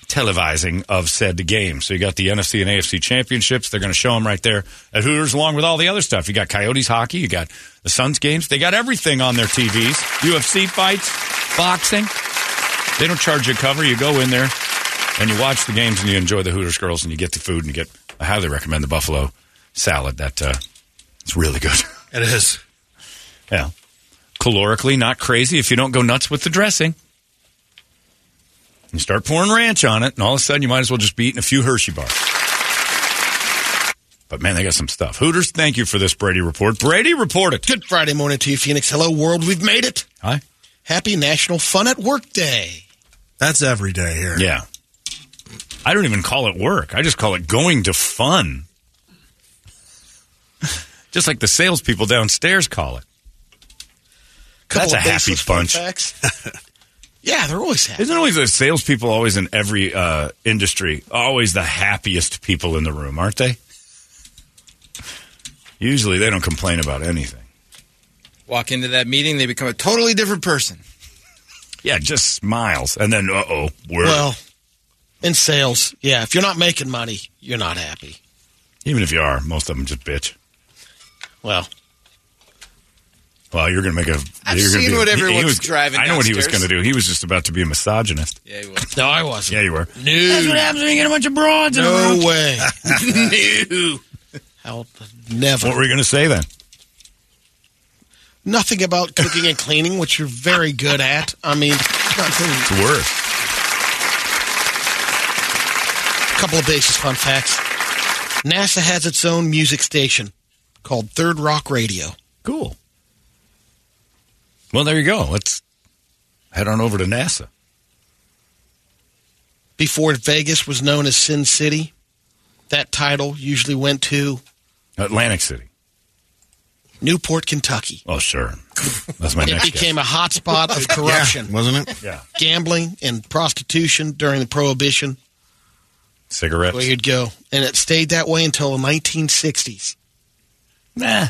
Speaker 2: televising of said game. So you got the NFC and AFC championships. They're going to show them right there at Hooters, along with all the other stuff. You got Coyotes hockey, you got the Suns games. They got everything on their TVs. UFC fights, boxing. They don't charge you a cover. You go in there and you watch the games and you enjoy the Hooters girls and you get the food and you get. I highly recommend the buffalo salad. That uh, it's really good.
Speaker 5: It is.
Speaker 2: [laughs] Yeah, calorically not crazy if you don't go nuts with the dressing. You start pouring ranch on it, and all of a sudden you might as well just be eating a few Hershey bars. But man, they got some stuff. Hooters, thank you for this Brady report. Brady, report it.
Speaker 3: Good Friday morning to you, Phoenix. Hello, world. We've made it.
Speaker 2: Hi.
Speaker 3: Happy National Fun at Work Day.
Speaker 5: That's every day here.
Speaker 2: Yeah. I don't even call it work. I just call it going to fun. [laughs] just like the salespeople downstairs call it. That's
Speaker 3: Couple
Speaker 2: a
Speaker 3: of
Speaker 2: happy
Speaker 3: baseless fun
Speaker 2: bunch.
Speaker 3: facts. yeah, they're always happy.
Speaker 2: Isn't always the salespeople always in every uh, industry always the happiest people in the room, aren't they? Usually they don't complain about anything.
Speaker 10: Walk into that meeting, they become a totally different person.
Speaker 2: Yeah, just smiles and then uh oh, we're
Speaker 3: Well, in sales, yeah, if you're not making money, you're not happy.
Speaker 2: even if you are, most of them just bitch.
Speaker 3: Well,
Speaker 2: Well, you're going to make a.
Speaker 10: I've
Speaker 2: you're gonna
Speaker 10: seen
Speaker 2: be-
Speaker 10: what
Speaker 2: he- he
Speaker 10: everyone's
Speaker 2: was-
Speaker 10: driving
Speaker 2: I know what he was going
Speaker 10: downstairs.
Speaker 2: to do. He was just about to be a misogynist.
Speaker 10: Yeah, you
Speaker 3: no, I wasn't.
Speaker 2: Yeah, you were.
Speaker 9: That's what happens when you get a bunch of broads in a room.
Speaker 3: No
Speaker 2: [laughs]
Speaker 3: way. [laughs]
Speaker 10: will.
Speaker 3: I'll never.
Speaker 2: What were you going to say then?
Speaker 3: Nothing about cooking and cleaning, which you're very good at. I mean, not really.
Speaker 2: It's worse.
Speaker 3: couple of basis fun facts. NASA has its own music station called Third Rock Radio.
Speaker 2: Cool. Well, there you go. Let's head on over to NASA.
Speaker 3: Before Vegas was known as Sin City, that title usually went to
Speaker 2: Atlantic City.
Speaker 3: Newport, Kentucky.
Speaker 2: Oh, sure. That's my
Speaker 3: It
Speaker 2: next guess.
Speaker 3: became a
Speaker 5: [laughs]
Speaker 3: hotspot of corruption,
Speaker 5: Wasn't it?
Speaker 2: Yeah.
Speaker 3: gambling, and prostitution during the Prohibition.
Speaker 2: Cigarettes.
Speaker 3: Where you'd go, and it stayed that way until the 1960s.
Speaker 2: Nah.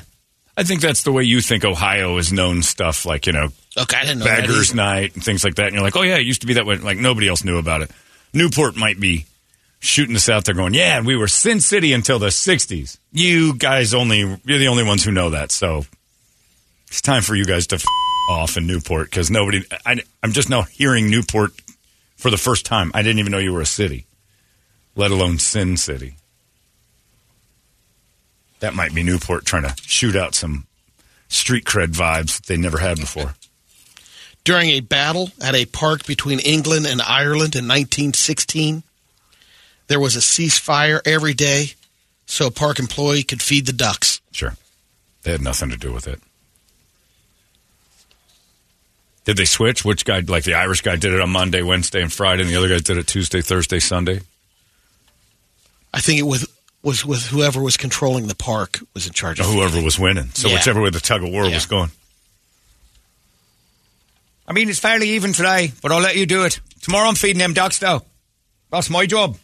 Speaker 2: I think that's the way you think Ohio is known stuff like, you know,
Speaker 3: Look, I didn't know that
Speaker 2: Beggars
Speaker 3: either.
Speaker 2: Night and things like that. And you're like, oh, yeah, it used to be that way. Like, nobody else knew about it. Newport might be shooting us out there going, yeah, and we were Sin City until the 60s. You guys only, you're the only ones who know that. So it's time for you guys to f- off in Newport because nobody, I, I'm just now hearing Newport for the first time. I didn't even know you were a city, let alone Sin City. That might be Newport trying to shoot out some street cred vibes that they never had before.
Speaker 3: During a battle at a park between England and Ireland in 1916, there was a ceasefire every day so a park employee could feed the ducks.
Speaker 2: Sure. They had nothing to do with it. Did they switch? Which guy, like the Irish guy, did it on Monday, Wednesday, and Friday, and the other guy did it Tuesday, Thursday, Sunday?
Speaker 3: I think it was, was with whoever was controlling the park was in charge
Speaker 2: Or
Speaker 3: of it.
Speaker 2: whoever was winning. So,
Speaker 3: Yeah.
Speaker 2: whichever way the tug of war
Speaker 3: Yeah.
Speaker 2: was going. [laughs] I mean, it's fairly even today, but I'll let you do it. Tomorrow I'm feeding them ducks, though. That's my job.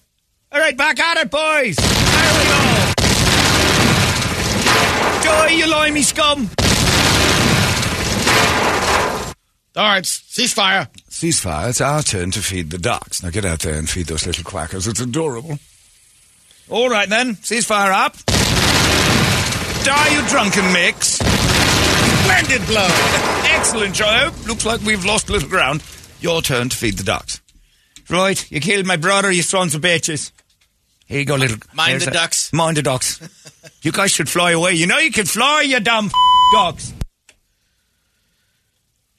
Speaker 2: All right, back at it, boys. There we go. Die, you limey scum.
Speaker 3: All right, ceasefire.
Speaker 11: Ceasefire. It's our turn to feed the ducks. Now get out there and feed those little quackers. It's adorable.
Speaker 2: All right then, ceasefire up. Die, you drunken mix. Splendid blow. [laughs] Excellent job. Looks like we've lost little ground. Your turn to feed the ducks. Right, you killed my brother, you sons of bitches.
Speaker 12: Here you go, little.
Speaker 10: Mind
Speaker 12: there's
Speaker 10: the ducks.
Speaker 12: Mind
Speaker 9: [laughs]
Speaker 12: the ducks. you guys should fly away. You know you can fly, you dumb dogs.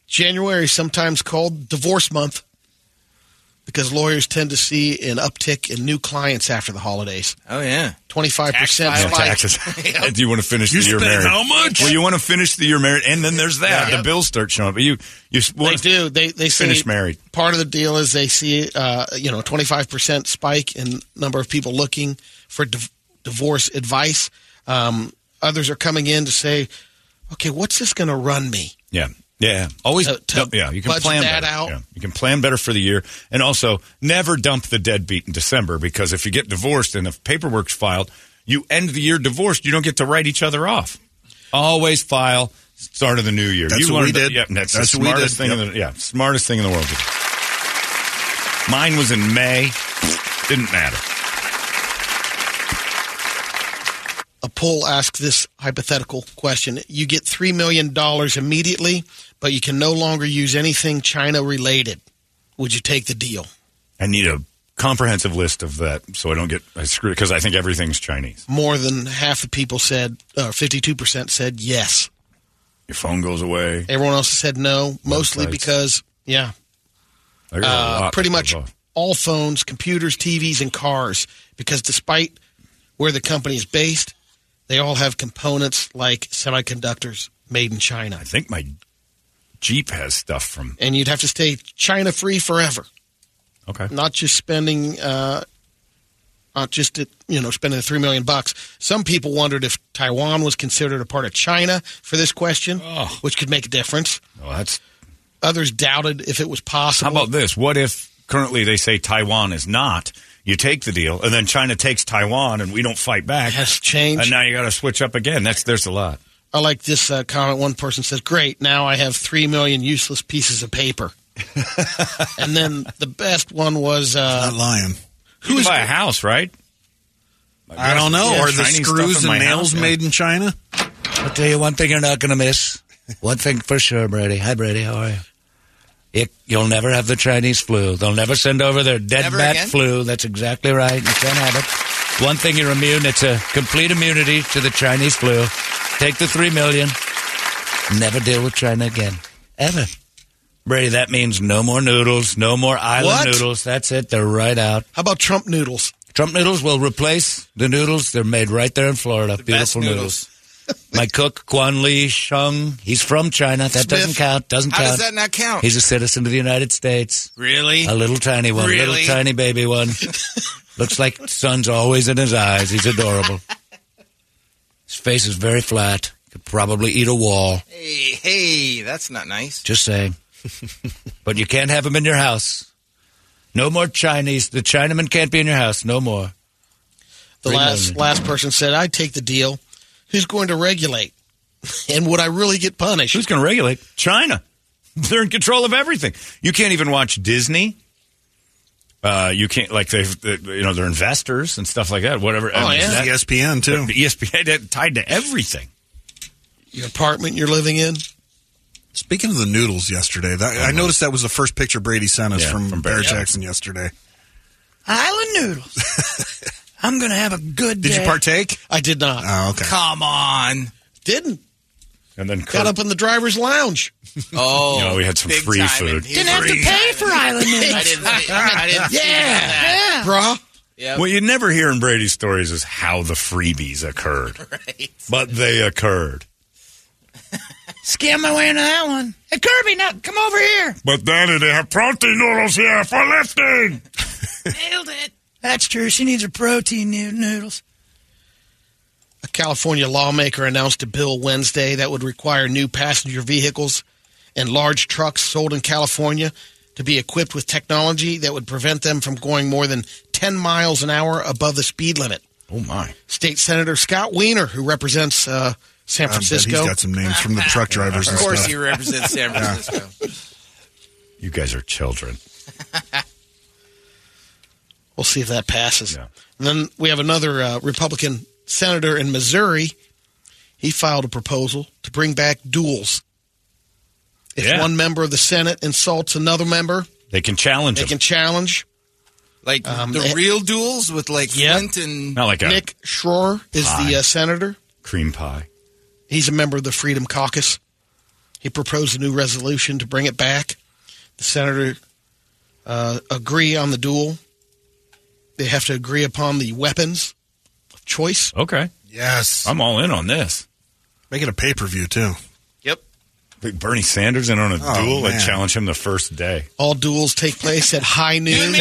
Speaker 3: January, sometimes called divorce month, because lawyers tend to see an uptick in new clients after the holidays.
Speaker 10: Oh yeah,
Speaker 3: twenty five percent [laughs]
Speaker 2: Yeah, taxes. [laughs] Do you want to finish
Speaker 3: You
Speaker 2: the year
Speaker 3: spent
Speaker 2: married?
Speaker 3: how much?
Speaker 2: Well, you want to finish the year married, and then there's that.
Speaker 3: Yeah.
Speaker 2: The bills start showing up. But you, you
Speaker 3: They do. They they see-
Speaker 2: finish married.
Speaker 3: Part of the deal is they see uh, you know twenty five percent spike in number of people looking for div- divorce advice. Um, others are coming in to say, okay, what's this going to run me?
Speaker 2: Yeah. Yeah. Always.
Speaker 3: To- to
Speaker 2: dump- yeah. You can
Speaker 3: budget
Speaker 2: plan
Speaker 3: that
Speaker 2: better.
Speaker 3: out.
Speaker 2: Yeah. You can plan better for the year. And also, never dump the deadbeat in December because if you get divorced and if paperwork's filed, you end the year divorced. You don't get to write each other off. Always file start of the new year.
Speaker 5: That's
Speaker 2: you
Speaker 5: what we
Speaker 2: learned that-
Speaker 5: did.
Speaker 2: Yep, that's,
Speaker 5: That's
Speaker 2: the
Speaker 5: what we
Speaker 2: smartest
Speaker 5: did.
Speaker 2: thing. In the, yeah. Smartest thing in the world. Mine was in May. Didn't matter.
Speaker 3: A poll asks this hypothetical question: You get three million dollars immediately, but you can no longer use anything China related. Would you take the deal?
Speaker 2: I need a comprehensive list of that so I don't get I screwed because I think everything's Chinese.
Speaker 3: More than half the people said, uh, fifty-two percent said yes.
Speaker 2: Your phone goes away.
Speaker 3: Everyone else said no, mostly
Speaker 2: Websites.
Speaker 3: because yeah,
Speaker 2: I got a
Speaker 3: Uh,
Speaker 2: lot
Speaker 3: pretty
Speaker 2: that
Speaker 3: much
Speaker 2: goes off.
Speaker 3: all phones, computers, TVs, and cars. Because despite where the company is based, they all have components like semiconductors made in China. I
Speaker 2: think my Jeep has stuff from.
Speaker 3: And you'd have to stay China free forever.
Speaker 2: Okay.
Speaker 3: Not just spending, uh, not just at, you know spending the three million bucks. Some people wondered if Taiwan was considered a part of China for this question, which could make a difference.
Speaker 2: Oh. Well, that's
Speaker 3: Others doubted if it was
Speaker 2: How
Speaker 3: possible.
Speaker 2: about this? What if currently they say Taiwan is not? You take the deal, and then China takes Taiwan, and we don't fight back.
Speaker 3: Has changed.
Speaker 2: and now you got to switch up again. That's there's a lot.
Speaker 3: I like this uh, comment. One person says, "Great, now I have three million useless pieces of paper." and then the best one was uh,
Speaker 5: Not lying.
Speaker 2: Who's buy a house, right?
Speaker 5: I don't know.
Speaker 12: Yeah,
Speaker 5: Are the
Speaker 12: Chinese
Speaker 5: screws
Speaker 12: stuff in
Speaker 5: and
Speaker 12: my
Speaker 5: nails
Speaker 12: house, yeah.
Speaker 5: made in China?
Speaker 12: I'll tell you one thing you're not going to miss. One thing for sure, Brady. Hi, Brady. How are you? It, you'll never have the Chinese flu. They'll never send over their dead
Speaker 9: Never
Speaker 12: bat
Speaker 9: again?
Speaker 12: flu. That's exactly right. You can't have it. One thing you're immune. It's a complete immunity to the Chinese flu. Take the three million. Never deal with China again, ever. Brady, that means no more noodles, no more island
Speaker 3: What?
Speaker 12: noodles. That's it. They're right out.
Speaker 3: How about Trump noodles?
Speaker 12: Trump noodles will replace the noodles. They're made right there in Florida. Beautiful
Speaker 10: noodles. [laughs]
Speaker 12: noodles. My cook, Guan Li Sheng, he's from China. That doesn't
Speaker 10: Smith.
Speaker 12: count. Doesn't
Speaker 10: How
Speaker 12: count.
Speaker 10: does that not count?
Speaker 12: He's a citizen of the United States.
Speaker 10: Really?
Speaker 12: A little tiny one.
Speaker 10: Really?
Speaker 12: Little tiny baby
Speaker 10: [laughs]
Speaker 12: one. Looks like sun's always in his eyes. He's
Speaker 10: [laughs]
Speaker 12: adorable. his face is very flat. Could probably eat a wall.
Speaker 10: Hey, hey, that's not nice.
Speaker 3: [laughs]
Speaker 12: Just saying. but you can't have them in your house. No more Chinese. The Chinaman can't be in your house. No more.
Speaker 3: The
Speaker 12: Three
Speaker 3: last
Speaker 12: million.
Speaker 3: last person said, "I take the deal. Who's going to regulate? and would I really get punished?
Speaker 2: Who's going to regulate China? [laughs] They're in control of everything. You can't even watch Disney. Uh, you can't like they've they, you know they're investors and stuff like that. Whatever.
Speaker 5: Oh, yeah.
Speaker 2: E ESPN too. [laughs] ESPN that- tied to everything.
Speaker 3: Your apartment you're living in?
Speaker 5: Speaking of the noodles yesterday, that, I noticed that was the first picture Brady sent us
Speaker 9: Yeah,
Speaker 5: from,
Speaker 9: from
Speaker 5: Bear
Speaker 9: Bear.
Speaker 5: Jackson yesterday.
Speaker 9: Island noodles. I'm going to have a good day.
Speaker 5: partake?
Speaker 3: I did not.
Speaker 5: Oh, okay.
Speaker 9: Come on.
Speaker 3: Didn't.
Speaker 2: And then
Speaker 3: Got
Speaker 2: Kurt,
Speaker 3: up in the driver's lounge.
Speaker 10: Oh,
Speaker 2: you know, we had some
Speaker 10: big
Speaker 2: free
Speaker 10: time.
Speaker 2: food.
Speaker 10: Didn't have to
Speaker 2: Free. [laughs]
Speaker 9: Pay for Island noodles.
Speaker 10: [laughs] I
Speaker 1: [laughs]
Speaker 10: didn't. I didn't see
Speaker 9: yeah.
Speaker 10: that.
Speaker 3: Bruh.
Speaker 10: Yep.
Speaker 2: What you never hear in Brady's stories is how the freebies occurred,
Speaker 9: Right.
Speaker 2: but they occurred.
Speaker 9: Scam my way into that one. Hey, Kirby, now come over here.
Speaker 1: But Daddy, they have protein noodles here for lifting.
Speaker 9: Nailed it. That's true. She needs her protein noo- noodles.
Speaker 3: A California lawmaker announced a bill Wednesday that would require new passenger vehicles and large trucks sold in California to be equipped with technology that would prevent them from going more than 10 miles an hour above the speed limit.
Speaker 2: Oh my!
Speaker 3: State Senator Scott Weiner, who represents uh, San
Speaker 5: I bet he's
Speaker 3: Francisco,
Speaker 5: got some names from the truck
Speaker 3: [laughs]
Speaker 5: drivers.
Speaker 10: Of
Speaker 5: and
Speaker 10: course,
Speaker 5: stuff.
Speaker 10: he represents
Speaker 5: [laughs]
Speaker 10: San
Speaker 5: Yeah.
Speaker 10: Francisco.
Speaker 2: You guys are children.
Speaker 3: We'll see if that passes. And then we have another uh, Republican senator in Missouri. He filed a proposal to bring back duels. If
Speaker 2: Yeah.
Speaker 3: one member of the Senate insults another member,
Speaker 2: They can challenge
Speaker 3: they
Speaker 2: him.
Speaker 3: can challenge.
Speaker 4: Like
Speaker 3: Um,
Speaker 4: the
Speaker 3: eh,
Speaker 4: real duels with like Flint and
Speaker 2: Not like a
Speaker 3: Nick Schroer is
Speaker 2: pie.
Speaker 3: the uh, senator.
Speaker 2: cream pie.
Speaker 3: He's a member of the Freedom Caucus. He proposed a new resolution to bring it back. The senator uh, agree on the duel. They have to agree upon the weapons of choice.
Speaker 2: Okay.
Speaker 5: Yes.
Speaker 2: I'm all in on this.
Speaker 5: Make it a pay per view, too.
Speaker 4: Yep.
Speaker 2: Put Bernie Sanders in on a
Speaker 5: Oh,
Speaker 2: duel. I
Speaker 5: man.
Speaker 2: challenge him the first day.
Speaker 3: All duels take place at high noon.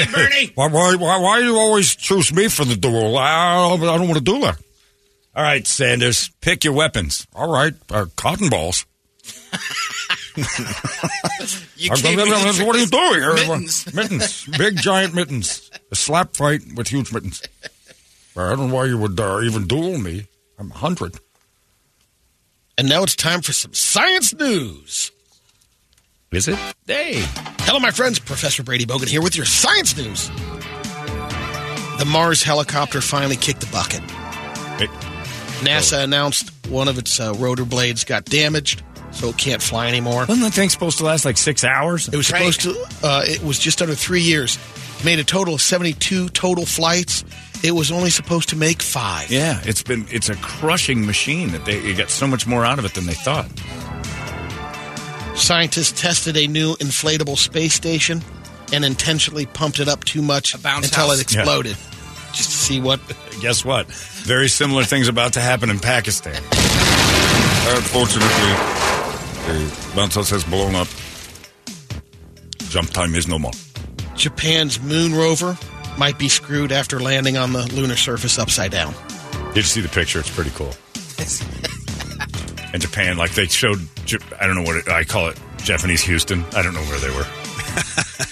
Speaker 13: Why, why, why, why do you always choose me for the duel? I, I don't want to do that.
Speaker 2: All right, Sanders, pick your weapons.
Speaker 13: All right, uh, cotton balls.
Speaker 4: You
Speaker 13: Uh,
Speaker 4: came
Speaker 13: uh,
Speaker 4: with
Speaker 13: uh,
Speaker 4: the
Speaker 13: what are you
Speaker 4: trick-
Speaker 8: [laughs]
Speaker 13: doing?
Speaker 4: Mittens.
Speaker 13: [laughs] mittens, big giant mittens, a slap fight with huge mittens. Uh, I don't know why you would uh, even duel me. I'm hundred.
Speaker 3: And now it's time for some science news.
Speaker 2: Is it? Hey.
Speaker 3: Hello, my friends. Professor Brady Bogan here with your science news. The Mars helicopter finally kicked the bucket.
Speaker 2: Oh.
Speaker 3: NASA announced one of its uh, rotor blades got damaged, so it can't fly anymore.
Speaker 2: Wasn't that thing supposed to last like six hours?
Speaker 3: It was supposed to. Uh, it was just under three years. Made a total of seventy-two total flights. It was only supposed to make five.
Speaker 2: Yeah, it's been it's a crushing machine that they you got so much more out of it than they thought.
Speaker 3: Scientists tested a new inflatable space station and intentionally pumped it up too much until
Speaker 2: house.
Speaker 3: it exploded, just to see what.
Speaker 2: [laughs] Guess what? Very similar things about to happen in Pakistan.
Speaker 13: Unfortunately, the bounce house has blown up. Jump time is no more.
Speaker 3: Japan's moon rover might be screwed after landing on the lunar surface upside down.
Speaker 2: Did you see the picture? It's pretty cool. In Japan, like they showed, J- I don't know what it, I call it, Japanese Houston. I don't know where they were,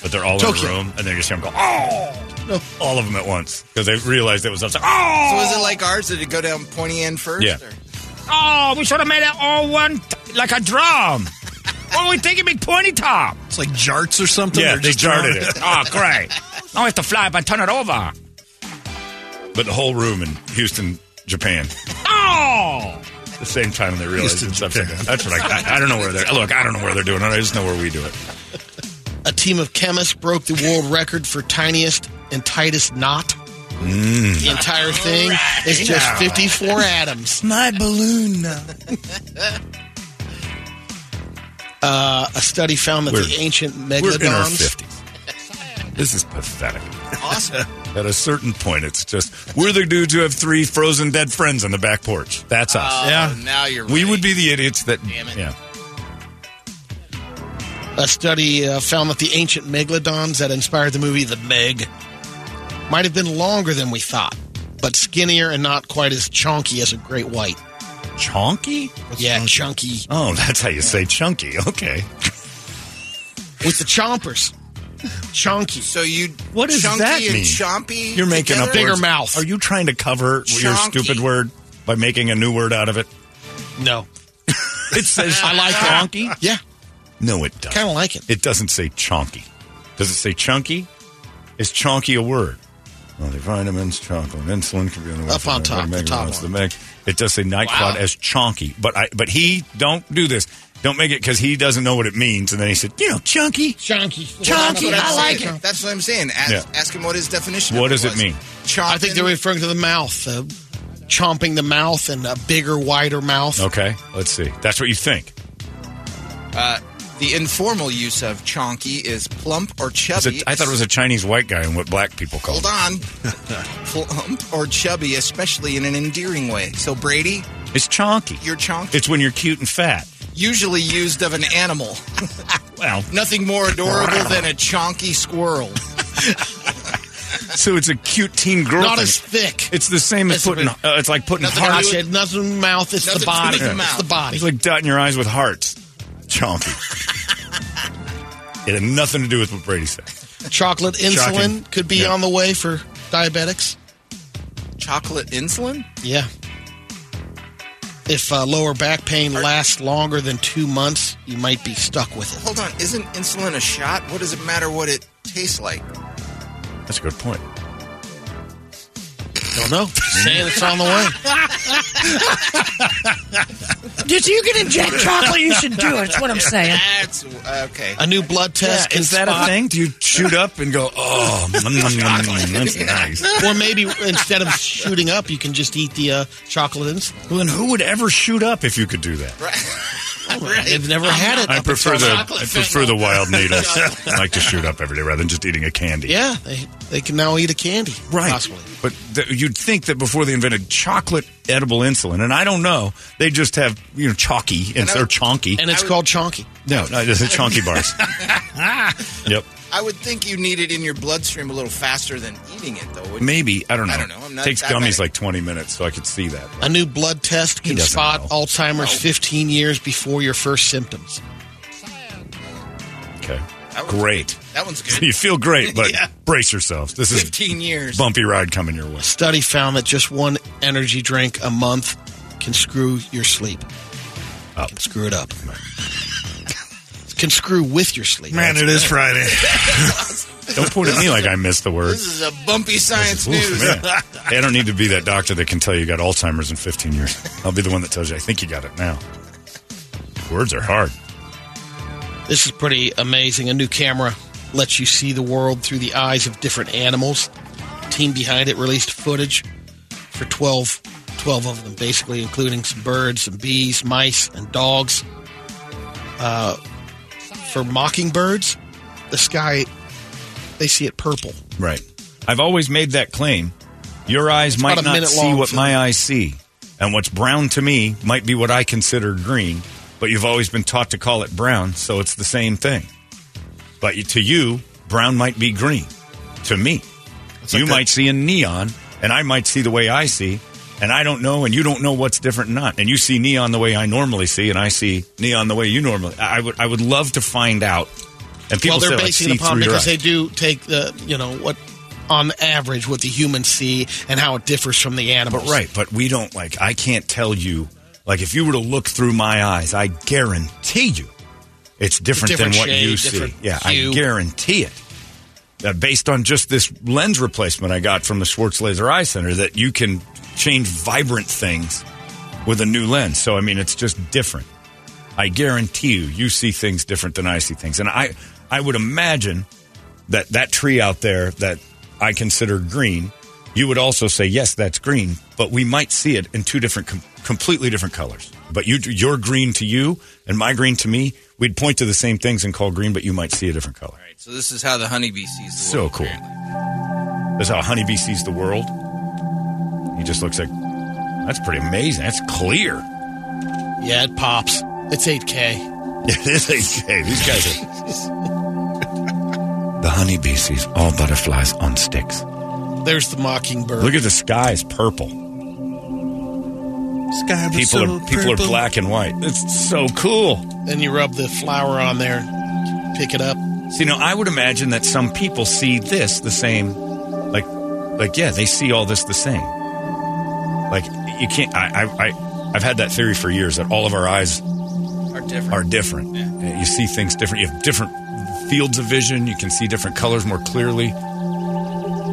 Speaker 2: but they're all
Speaker 3: Tokyo.
Speaker 2: in a room and they just hear them go, oh, all of them at once because they realized it was upside. Oh,
Speaker 4: So is it like ours? Did it go down pointy end first?
Speaker 2: Yeah.
Speaker 4: Or?
Speaker 1: Oh, we should have made it all one, t- like a drum. What are we thinking, big pointy top?
Speaker 5: It's like jarts or something.
Speaker 2: Yeah,
Speaker 5: They're
Speaker 2: they
Speaker 5: just
Speaker 2: jarted
Speaker 5: drawn-
Speaker 3: [laughs]
Speaker 2: it.
Speaker 3: Ah,
Speaker 11: Ah,
Speaker 1: Oh, great. Now I have to fly up and turn it over.
Speaker 2: but the whole room in Houston, Japan,
Speaker 1: Oh!
Speaker 2: at the same time, and they realized
Speaker 1: Houston,
Speaker 2: it's upside. down. That's what I, I. I don't know where they're. Look, I don't know where they're doing it. I just know where we do it.
Speaker 3: A team of chemists broke the world record for tiniest and tightest knot.
Speaker 2: Mm.
Speaker 3: The entire thing is just
Speaker 11: Alright.
Speaker 3: 54 atoms.
Speaker 11: My balloon now.
Speaker 3: Uh, a study found that the
Speaker 2: We're-
Speaker 3: ancient
Speaker 2: We're in our
Speaker 3: megalodons.
Speaker 2: fifties. This is pathetic. Awesome. [laughs] At a certain point, it's just we're the dudes who have three frozen dead friends on the back porch. That's us.
Speaker 4: Oh, Yeah. now you're
Speaker 2: We
Speaker 4: right.
Speaker 2: would be the idiots that.
Speaker 4: Damn it.
Speaker 2: Yeah.
Speaker 3: A study uh, found that the ancient megalodons that inspired the movie The Meg might have been longer than we thought, but skinnier and not quite as chonky as a great white.
Speaker 2: Chonky?
Speaker 3: yeah, chunky.
Speaker 2: Oh, that's how you say chunky. Okay.
Speaker 3: With the chompers. Chonky.
Speaker 4: So you
Speaker 2: What does
Speaker 4: chunky
Speaker 2: that
Speaker 4: and
Speaker 2: mean?
Speaker 4: chompy?
Speaker 2: You're making
Speaker 4: together?
Speaker 2: up words. Are you trying to cover your
Speaker 4: Chonky.
Speaker 2: stupid word by making a new word out of it?
Speaker 3: No.
Speaker 2: [laughs] it says
Speaker 3: I like that. Yeah,
Speaker 2: No, it doesn't.
Speaker 3: kind of like it.
Speaker 2: It doesn't say chonky. Does it say chunky? Is chonky a word? Well, the vitamins, chocolate, insulin can be on the
Speaker 3: Up on top, the top
Speaker 2: The meg. It does say nightclod
Speaker 3: Wow.
Speaker 2: as chonky, but I but he don't do this. Don't make it because he doesn't know what it means. And then he said, you know, chunky.
Speaker 3: Chunky.
Speaker 4: Chunky,
Speaker 3: That's what
Speaker 4: I
Speaker 3: I'm
Speaker 4: like
Speaker 3: [laughs] saying.
Speaker 4: it. That's what I'm saying. Ask,
Speaker 2: Yeah.
Speaker 4: ask him what his definition.
Speaker 2: What
Speaker 4: of
Speaker 2: does it
Speaker 4: was.
Speaker 2: mean?
Speaker 4: Chomping.
Speaker 3: I think they're referring to the mouth. Uh, chomping the mouth and a bigger, wider mouth.
Speaker 2: Okay, let's see. That's what you think.
Speaker 4: Uh, the informal use of chonky is plump or
Speaker 2: It's a-
Speaker 4: chubby.
Speaker 2: I thought it was a Chinese white guy and what black people call
Speaker 4: Hold
Speaker 2: it.
Speaker 4: on. plump or chubby, especially in an endearing way. So, Brady,
Speaker 2: It's chonky.
Speaker 4: you're chonky.
Speaker 2: [laughs] It's when you're cute and fat.
Speaker 4: Usually used of an animal. [laughs]
Speaker 2: Well,
Speaker 4: Nothing more
Speaker 2: [laughs]
Speaker 4: adorable than a chonky squirrel.
Speaker 2: so it's a cute teen girl.
Speaker 3: Not
Speaker 2: thing.
Speaker 3: as thick.
Speaker 2: It's the same as
Speaker 3: It's a
Speaker 2: putting. Uh,
Speaker 3: bit-
Speaker 2: it's like putting
Speaker 3: Nothing
Speaker 2: hearts.
Speaker 3: to do with- nothing with the mouth. It's
Speaker 4: Nothing
Speaker 3: the
Speaker 4: to do
Speaker 3: body.
Speaker 4: with the
Speaker 3: It's
Speaker 4: mouth.
Speaker 3: the body.
Speaker 2: It's like dotting your eyes with hearts. Chonky. it had nothing to do with what Brady said.
Speaker 3: Chocolate insulin
Speaker 2: Shocking.
Speaker 3: could be
Speaker 2: Yeah.
Speaker 3: on the way for diabetics.
Speaker 4: Chocolate insulin?
Speaker 3: Yeah. If uh, lower back pain lasts longer than two months, you might be stuck with it.
Speaker 4: Hold on. Isn't insulin a shot? What does it matter what it tastes like?
Speaker 2: That's a good point.
Speaker 3: Don't know.
Speaker 2: [laughs]
Speaker 3: Saying it's on the way.
Speaker 11: Did you get inject chocolate? You should do it. That's what I'm saying.
Speaker 4: [laughs] That's okay.
Speaker 3: A new blood test.
Speaker 4: Yeah,
Speaker 3: can
Speaker 4: is that a
Speaker 3: spot-
Speaker 2: [laughs]
Speaker 4: thing?
Speaker 2: Do you shoot up and go,
Speaker 3: [laughs]
Speaker 2: oh, mm, mm, mm, mm, that's
Speaker 4: [laughs]
Speaker 2: nice.
Speaker 3: Or maybe instead of shooting up, you can just eat the uh, chocolate instant.
Speaker 2: Well, then who would ever shoot up if you could do that?
Speaker 4: [laughs]
Speaker 3: I've never had it.
Speaker 14: I
Speaker 3: up
Speaker 14: prefer
Speaker 3: until
Speaker 14: the I
Speaker 3: chocolate
Speaker 14: prefer the
Speaker 3: [laughs]
Speaker 14: wild needles. I like to shoot up every day rather than just eating a candy.
Speaker 3: Yeah, they, they can now eat a candy.
Speaker 2: Right.
Speaker 3: Possibly.
Speaker 2: But th- you'd think that before they invented chocolate edible insulin, and I don't know, they just have, you know, chalky, and,
Speaker 4: And I
Speaker 2: or
Speaker 4: would-
Speaker 2: chonky.
Speaker 3: And it's called chonky.
Speaker 2: No, no, it's
Speaker 3: [laughs]
Speaker 2: chonky bars. yep.
Speaker 4: [laughs] I would think you need it in your bloodstream a little faster than eating it, though. wouldn't you?
Speaker 2: Maybe. I don't know.
Speaker 4: I don't know. I'm not
Speaker 2: Takes
Speaker 4: that
Speaker 2: gummies
Speaker 4: bad.
Speaker 2: like 20 minutes, so I could see that.
Speaker 3: A new blood test
Speaker 2: He
Speaker 3: can
Speaker 2: doesn't
Speaker 3: spot
Speaker 2: know.
Speaker 3: Alzheimer's 15 years before your first symptoms.
Speaker 14: Okay.
Speaker 4: That one's-
Speaker 14: Great.
Speaker 4: that one's
Speaker 14: [laughs]
Speaker 4: good.
Speaker 14: You feel great, but
Speaker 4: [laughs] Yeah.
Speaker 14: brace yourselves. This is
Speaker 4: 15 years.
Speaker 14: bumpy ride coming your way.
Speaker 3: Study found that just one energy drink a month can screw your sleep.
Speaker 2: Oh.
Speaker 14: Up.
Speaker 3: Can screw it up. [laughs] can screw with your sleep.
Speaker 5: Man, it is Friday.
Speaker 3: [laughs]
Speaker 14: Don't point at me like I missed the word.
Speaker 4: This is a bumpy science
Speaker 14: Ooh,
Speaker 4: news. [laughs]
Speaker 14: man. Hey, I don't need to be that doctor that can tell you you got Alzheimer's in 15 years. I'll be the one that tells you I think you got it now. Words are hard.
Speaker 3: This is pretty amazing. A new camera lets you see the world through the eyes of different animals. team behind it released footage for 12, 12 of them, basically, including some birds, some bees, mice, and dogs. Uh, for mockingbirds, the sky, they see it purple.
Speaker 2: Right. I've always made that claim. Your eyes
Speaker 3: about
Speaker 2: might
Speaker 3: a
Speaker 2: not
Speaker 3: minute
Speaker 2: see
Speaker 3: long
Speaker 2: what
Speaker 3: film.
Speaker 2: my eyes see. And what's brown to me might be what I consider green, but you've always been taught to call it brown, so it's the same thing. But to you, brown might be green. To me, you might see a neon, and I might see the way I see, and I don't know, and you don't know what's different and not. And you see neon the way I normally see, and I see neon the way you normally. I I would, I would love to find out. And people
Speaker 3: well, they're
Speaker 2: say, like,
Speaker 3: basing
Speaker 2: see
Speaker 3: it upon
Speaker 2: through your
Speaker 3: because they
Speaker 2: eyes.
Speaker 3: do take the, you know, what on average what the humans see and how it differs from the animals.
Speaker 2: But right, but we don't like. I can't tell you. Like if you were to look through my eyes, I guarantee you, it's different,
Speaker 3: different
Speaker 2: than what
Speaker 3: shade,
Speaker 2: you see.
Speaker 3: different
Speaker 2: Yeah, I
Speaker 3: hue.
Speaker 2: guarantee it. That uh, based on just this lens replacement I got from the Schwartz Laser Eye Center, that you can change vibrant things with a new lens. So I mean, it's just different. I guarantee you, you see things different than I see things, and I I would imagine that that tree out there that I consider green, you would also say yes, that's green, but we might see it in two different, com- completely different colors. But you, your green to you and my green to me, we'd point to the same things and call green, but you might see a different color.
Speaker 4: So this is how the honeybee sees the
Speaker 2: So
Speaker 4: world,
Speaker 2: cool.
Speaker 4: apparently.
Speaker 2: That's how a honeybee sees the world. He just looks like that's pretty amazing. That's clear.
Speaker 3: Yeah, it pops. It's 8K.
Speaker 2: [laughs] It is a hey, These guys are. the honeybee sees all butterflies on sticks.
Speaker 3: There's the mockingbird.
Speaker 2: Look at the sky is purple.
Speaker 5: Sky was
Speaker 2: People
Speaker 5: so
Speaker 2: are people are
Speaker 5: purple.
Speaker 2: black and white. It's so cool.
Speaker 3: Then you rub the flour on there, pick it up.
Speaker 2: So, you know, I would imagine that some people see this the same, like, like yeah, they see all this the same. Like you can't. I, I, I I've had that theory for years that all of our eyes
Speaker 4: Are different.
Speaker 2: are different. Uh, You see things different. You have different fields of vision. You can see different colors more clearly.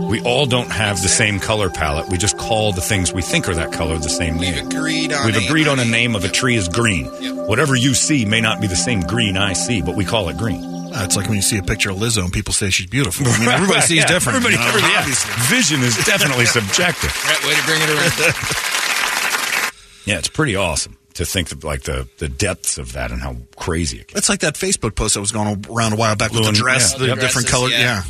Speaker 2: We all don't have the same color palette. We just call the things we think are that color the same name.
Speaker 4: We've agreed on.
Speaker 2: We've
Speaker 4: a-
Speaker 2: agreed on a name of a tree is green.
Speaker 4: Yep.
Speaker 2: Whatever you see may not be the same green I see, but we call it green.
Speaker 5: Uh, it's like when you see a picture of Lizzo and people say she's beautiful. I mean,
Speaker 2: [laughs]
Speaker 5: everybody sees
Speaker 2: Yeah,
Speaker 5: different.
Speaker 2: Everybody,
Speaker 5: you know,
Speaker 2: everybody- yeah.
Speaker 5: obviously.
Speaker 2: Vision is
Speaker 5: [laughs]
Speaker 2: definitely subjective.
Speaker 4: Right, way to bring it around. [laughs]
Speaker 2: Yeah, it's pretty awesome to think of like the, the depths of that and how crazy it can.
Speaker 5: That's like that Facebook post that was going around a while back with
Speaker 2: Blue
Speaker 5: the
Speaker 2: and-
Speaker 5: dress,
Speaker 2: yeah.
Speaker 5: the
Speaker 2: Yep.
Speaker 5: different
Speaker 4: Dresses,
Speaker 5: color.
Speaker 4: yeah.
Speaker 5: Yeah.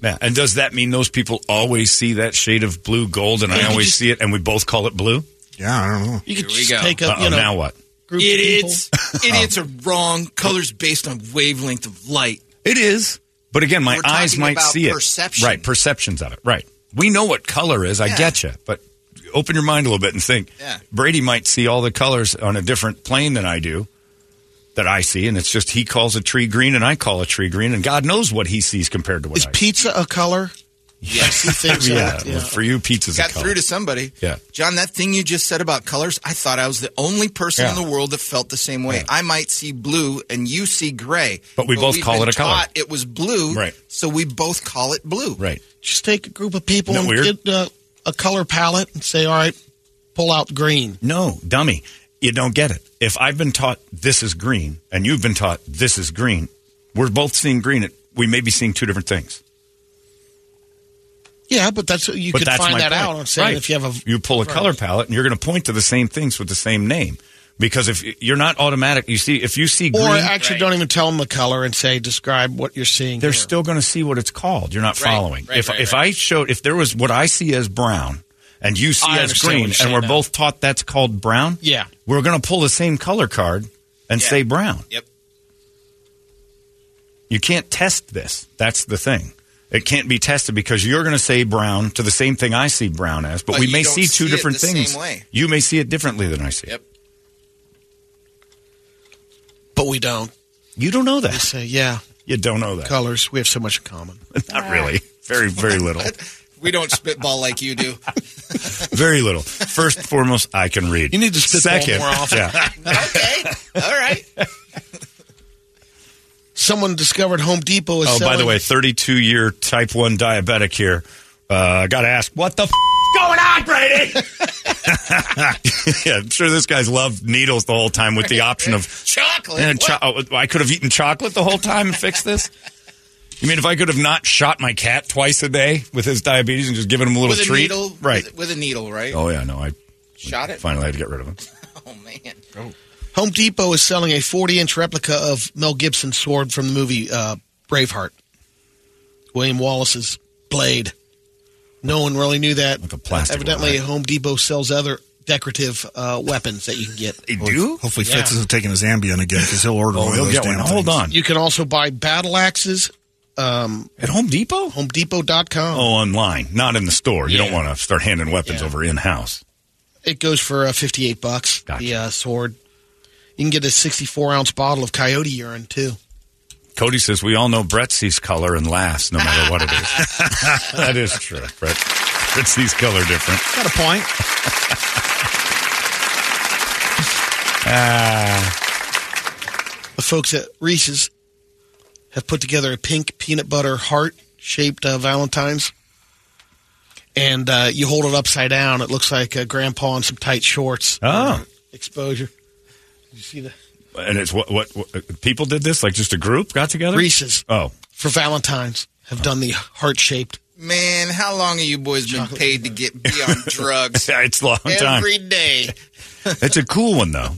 Speaker 2: Yeah, and does that mean those people always see that shade of blue gold, and I
Speaker 3: you
Speaker 2: always
Speaker 3: just-
Speaker 2: see it, and we both call it blue?
Speaker 5: Yeah, I don't know.
Speaker 3: You could
Speaker 4: Here we
Speaker 3: just
Speaker 4: go.
Speaker 3: take a
Speaker 2: Uh-oh,
Speaker 3: you know
Speaker 2: now what? Oh.
Speaker 3: group of
Speaker 4: Idiots. [laughs] Idiots are wrong. Colors based on wavelength of light.
Speaker 2: It is, but again, my
Speaker 4: We're talking
Speaker 2: eyes might
Speaker 4: about
Speaker 2: see it.
Speaker 4: perception.
Speaker 2: Right, perceptions of it. Right, we know what color is. I
Speaker 4: Yeah.
Speaker 2: get you, but open your mind a little bit and think.
Speaker 4: Yeah.
Speaker 2: Brady might see all the colors on a different plane than I do. That I see, and it's just he calls a tree green, and I call a tree green, and God knows what he sees compared to what
Speaker 3: Is
Speaker 2: I
Speaker 3: pizza a color?
Speaker 4: Yes.
Speaker 2: see. [laughs]
Speaker 3: things
Speaker 2: yeah,
Speaker 3: out, yeah.
Speaker 2: well, for you, pizza's
Speaker 4: Got
Speaker 2: a color.
Speaker 4: through to somebody.
Speaker 2: Yeah.
Speaker 4: John, that thing you just said about colors, I thought I was the only person
Speaker 2: Yeah.
Speaker 4: in the world that felt the same way. I might see blue and you see gray.
Speaker 2: But we both
Speaker 4: we've
Speaker 2: call
Speaker 4: been
Speaker 2: it a color.
Speaker 4: taught It was blue.
Speaker 2: Right.
Speaker 4: So we both call it blue.
Speaker 2: right.
Speaker 3: Just take a group of people
Speaker 2: Isn't
Speaker 3: and
Speaker 2: that weird?
Speaker 3: get uh, a color palette and say, all right, pull out green?
Speaker 2: No, dummy. You don't get it. If I've been taught this is green and you've been taught this is green, we're both seeing green. At, we may be seeing two different things.
Speaker 3: Yeah, but that's you
Speaker 2: But
Speaker 3: could
Speaker 2: that's
Speaker 3: find
Speaker 2: my
Speaker 3: that
Speaker 2: point.
Speaker 3: out on saying
Speaker 2: Right.
Speaker 3: if you have a
Speaker 2: you pull a color palette and you're going to point to the same things with the same name because if you're not automatic, you see if you see green,
Speaker 3: or actually don't even tell them the color and say describe what you're seeing.
Speaker 2: they're still going to see what it's called. You're not
Speaker 3: Right,
Speaker 2: following.
Speaker 3: right,
Speaker 2: if
Speaker 3: right,
Speaker 2: if I showed if there was what I see as brown and you see
Speaker 3: I
Speaker 2: as
Speaker 3: understand what
Speaker 2: green
Speaker 3: you're
Speaker 2: and
Speaker 3: saying
Speaker 2: we're
Speaker 3: now.
Speaker 2: both taught that's called brown,
Speaker 3: Yeah.
Speaker 2: we're going to pull the same color card and say brown.
Speaker 10: Yep.
Speaker 2: You can't test this. That's the thing. It can't be tested because you're going to say brown to the same thing I see brown as, but,
Speaker 10: But
Speaker 2: we
Speaker 10: you
Speaker 2: may
Speaker 10: don't
Speaker 2: see two
Speaker 10: see it
Speaker 2: different
Speaker 10: the same
Speaker 2: things.
Speaker 10: way.
Speaker 2: You may see it [laughs] differently than I see.
Speaker 10: Yep.
Speaker 3: But we don't.
Speaker 2: You don't know that. You
Speaker 3: say, yeah.
Speaker 2: You don't know that.
Speaker 3: Colors, we have so much in common.
Speaker 2: Not really. Very, very little.
Speaker 10: We don't spitball like you
Speaker 4: [laughs]
Speaker 10: do.
Speaker 2: very little. First and foremost, I can read.
Speaker 10: You need to spitball
Speaker 2: Second,
Speaker 10: more often. [laughs]
Speaker 2: Yeah.
Speaker 10: okay. All right.
Speaker 3: [laughs] Someone discovered Home Depot is
Speaker 2: Oh, by
Speaker 3: selling-
Speaker 2: the way, 32 year type 1 diabetic here. Uh, I got to ask, what the f- going on, Brady? [laughs] yeah, I'm sure this guy's loved needles the whole time with the option of
Speaker 10: [laughs] chocolate.
Speaker 2: And cho- oh, I could have eaten chocolate the whole time and fixed this. You mean if I could have not shot my cat twice a day with his diabetes and just given him a little
Speaker 10: with
Speaker 2: treat?
Speaker 10: a needle,
Speaker 2: right.
Speaker 10: With, with a needle, right?
Speaker 2: Oh, yeah, no, I
Speaker 10: Shot it.
Speaker 2: finally had to
Speaker 10: [laughs]
Speaker 2: get rid of him.
Speaker 10: Oh man. Oh.
Speaker 3: Home Depot is selling a 40 inch replica of Mel Gibson's sword from the movie uh, Braveheart. William Wallace's blade. No one really knew that. Like a
Speaker 2: plastic
Speaker 3: Evidently, Home Depot sells other decorative uh, weapons that you can get.
Speaker 2: They do?
Speaker 5: Hopefully,
Speaker 3: Yeah.
Speaker 5: Fitz isn't taking his Ambien again because he'll order
Speaker 3: Oh,
Speaker 5: one
Speaker 3: he'll
Speaker 5: of those
Speaker 3: get one.
Speaker 5: damn
Speaker 3: Hold
Speaker 5: things.
Speaker 3: You can also buy battle axes um,
Speaker 2: at Home Depot.
Speaker 3: HomeDepot.com.
Speaker 2: Oh, online, not in the store. You don't want to start handing weapons
Speaker 3: Yeah.
Speaker 2: over in house.
Speaker 3: It goes for uh, 58 bucks. The uh, sword. You can get a 64 ounce bottle of coyote urine too.
Speaker 2: Cody says we all know Brett sees color and laughs no matter what it
Speaker 3: [laughs]
Speaker 2: is. that is true, Brett. Brett sees color different.
Speaker 5: Got a point.
Speaker 3: The folks at Reese's have put together a pink peanut butter heart shaped uh, Valentine's. And uh, you hold it upside down. It looks like a grandpa in some tight shorts. Uh,
Speaker 2: Oh.
Speaker 3: Exposure. You see the
Speaker 2: And it's what, what what people did this like just a group got together.
Speaker 3: Reese's.
Speaker 2: Oh,
Speaker 3: for Valentine's have done the heart shaped.
Speaker 10: Man, how long have you boys been paid to get be
Speaker 2: [laughs]
Speaker 10: on drugs?
Speaker 2: it's a long time.
Speaker 10: Every day.
Speaker 2: It's a cool one though.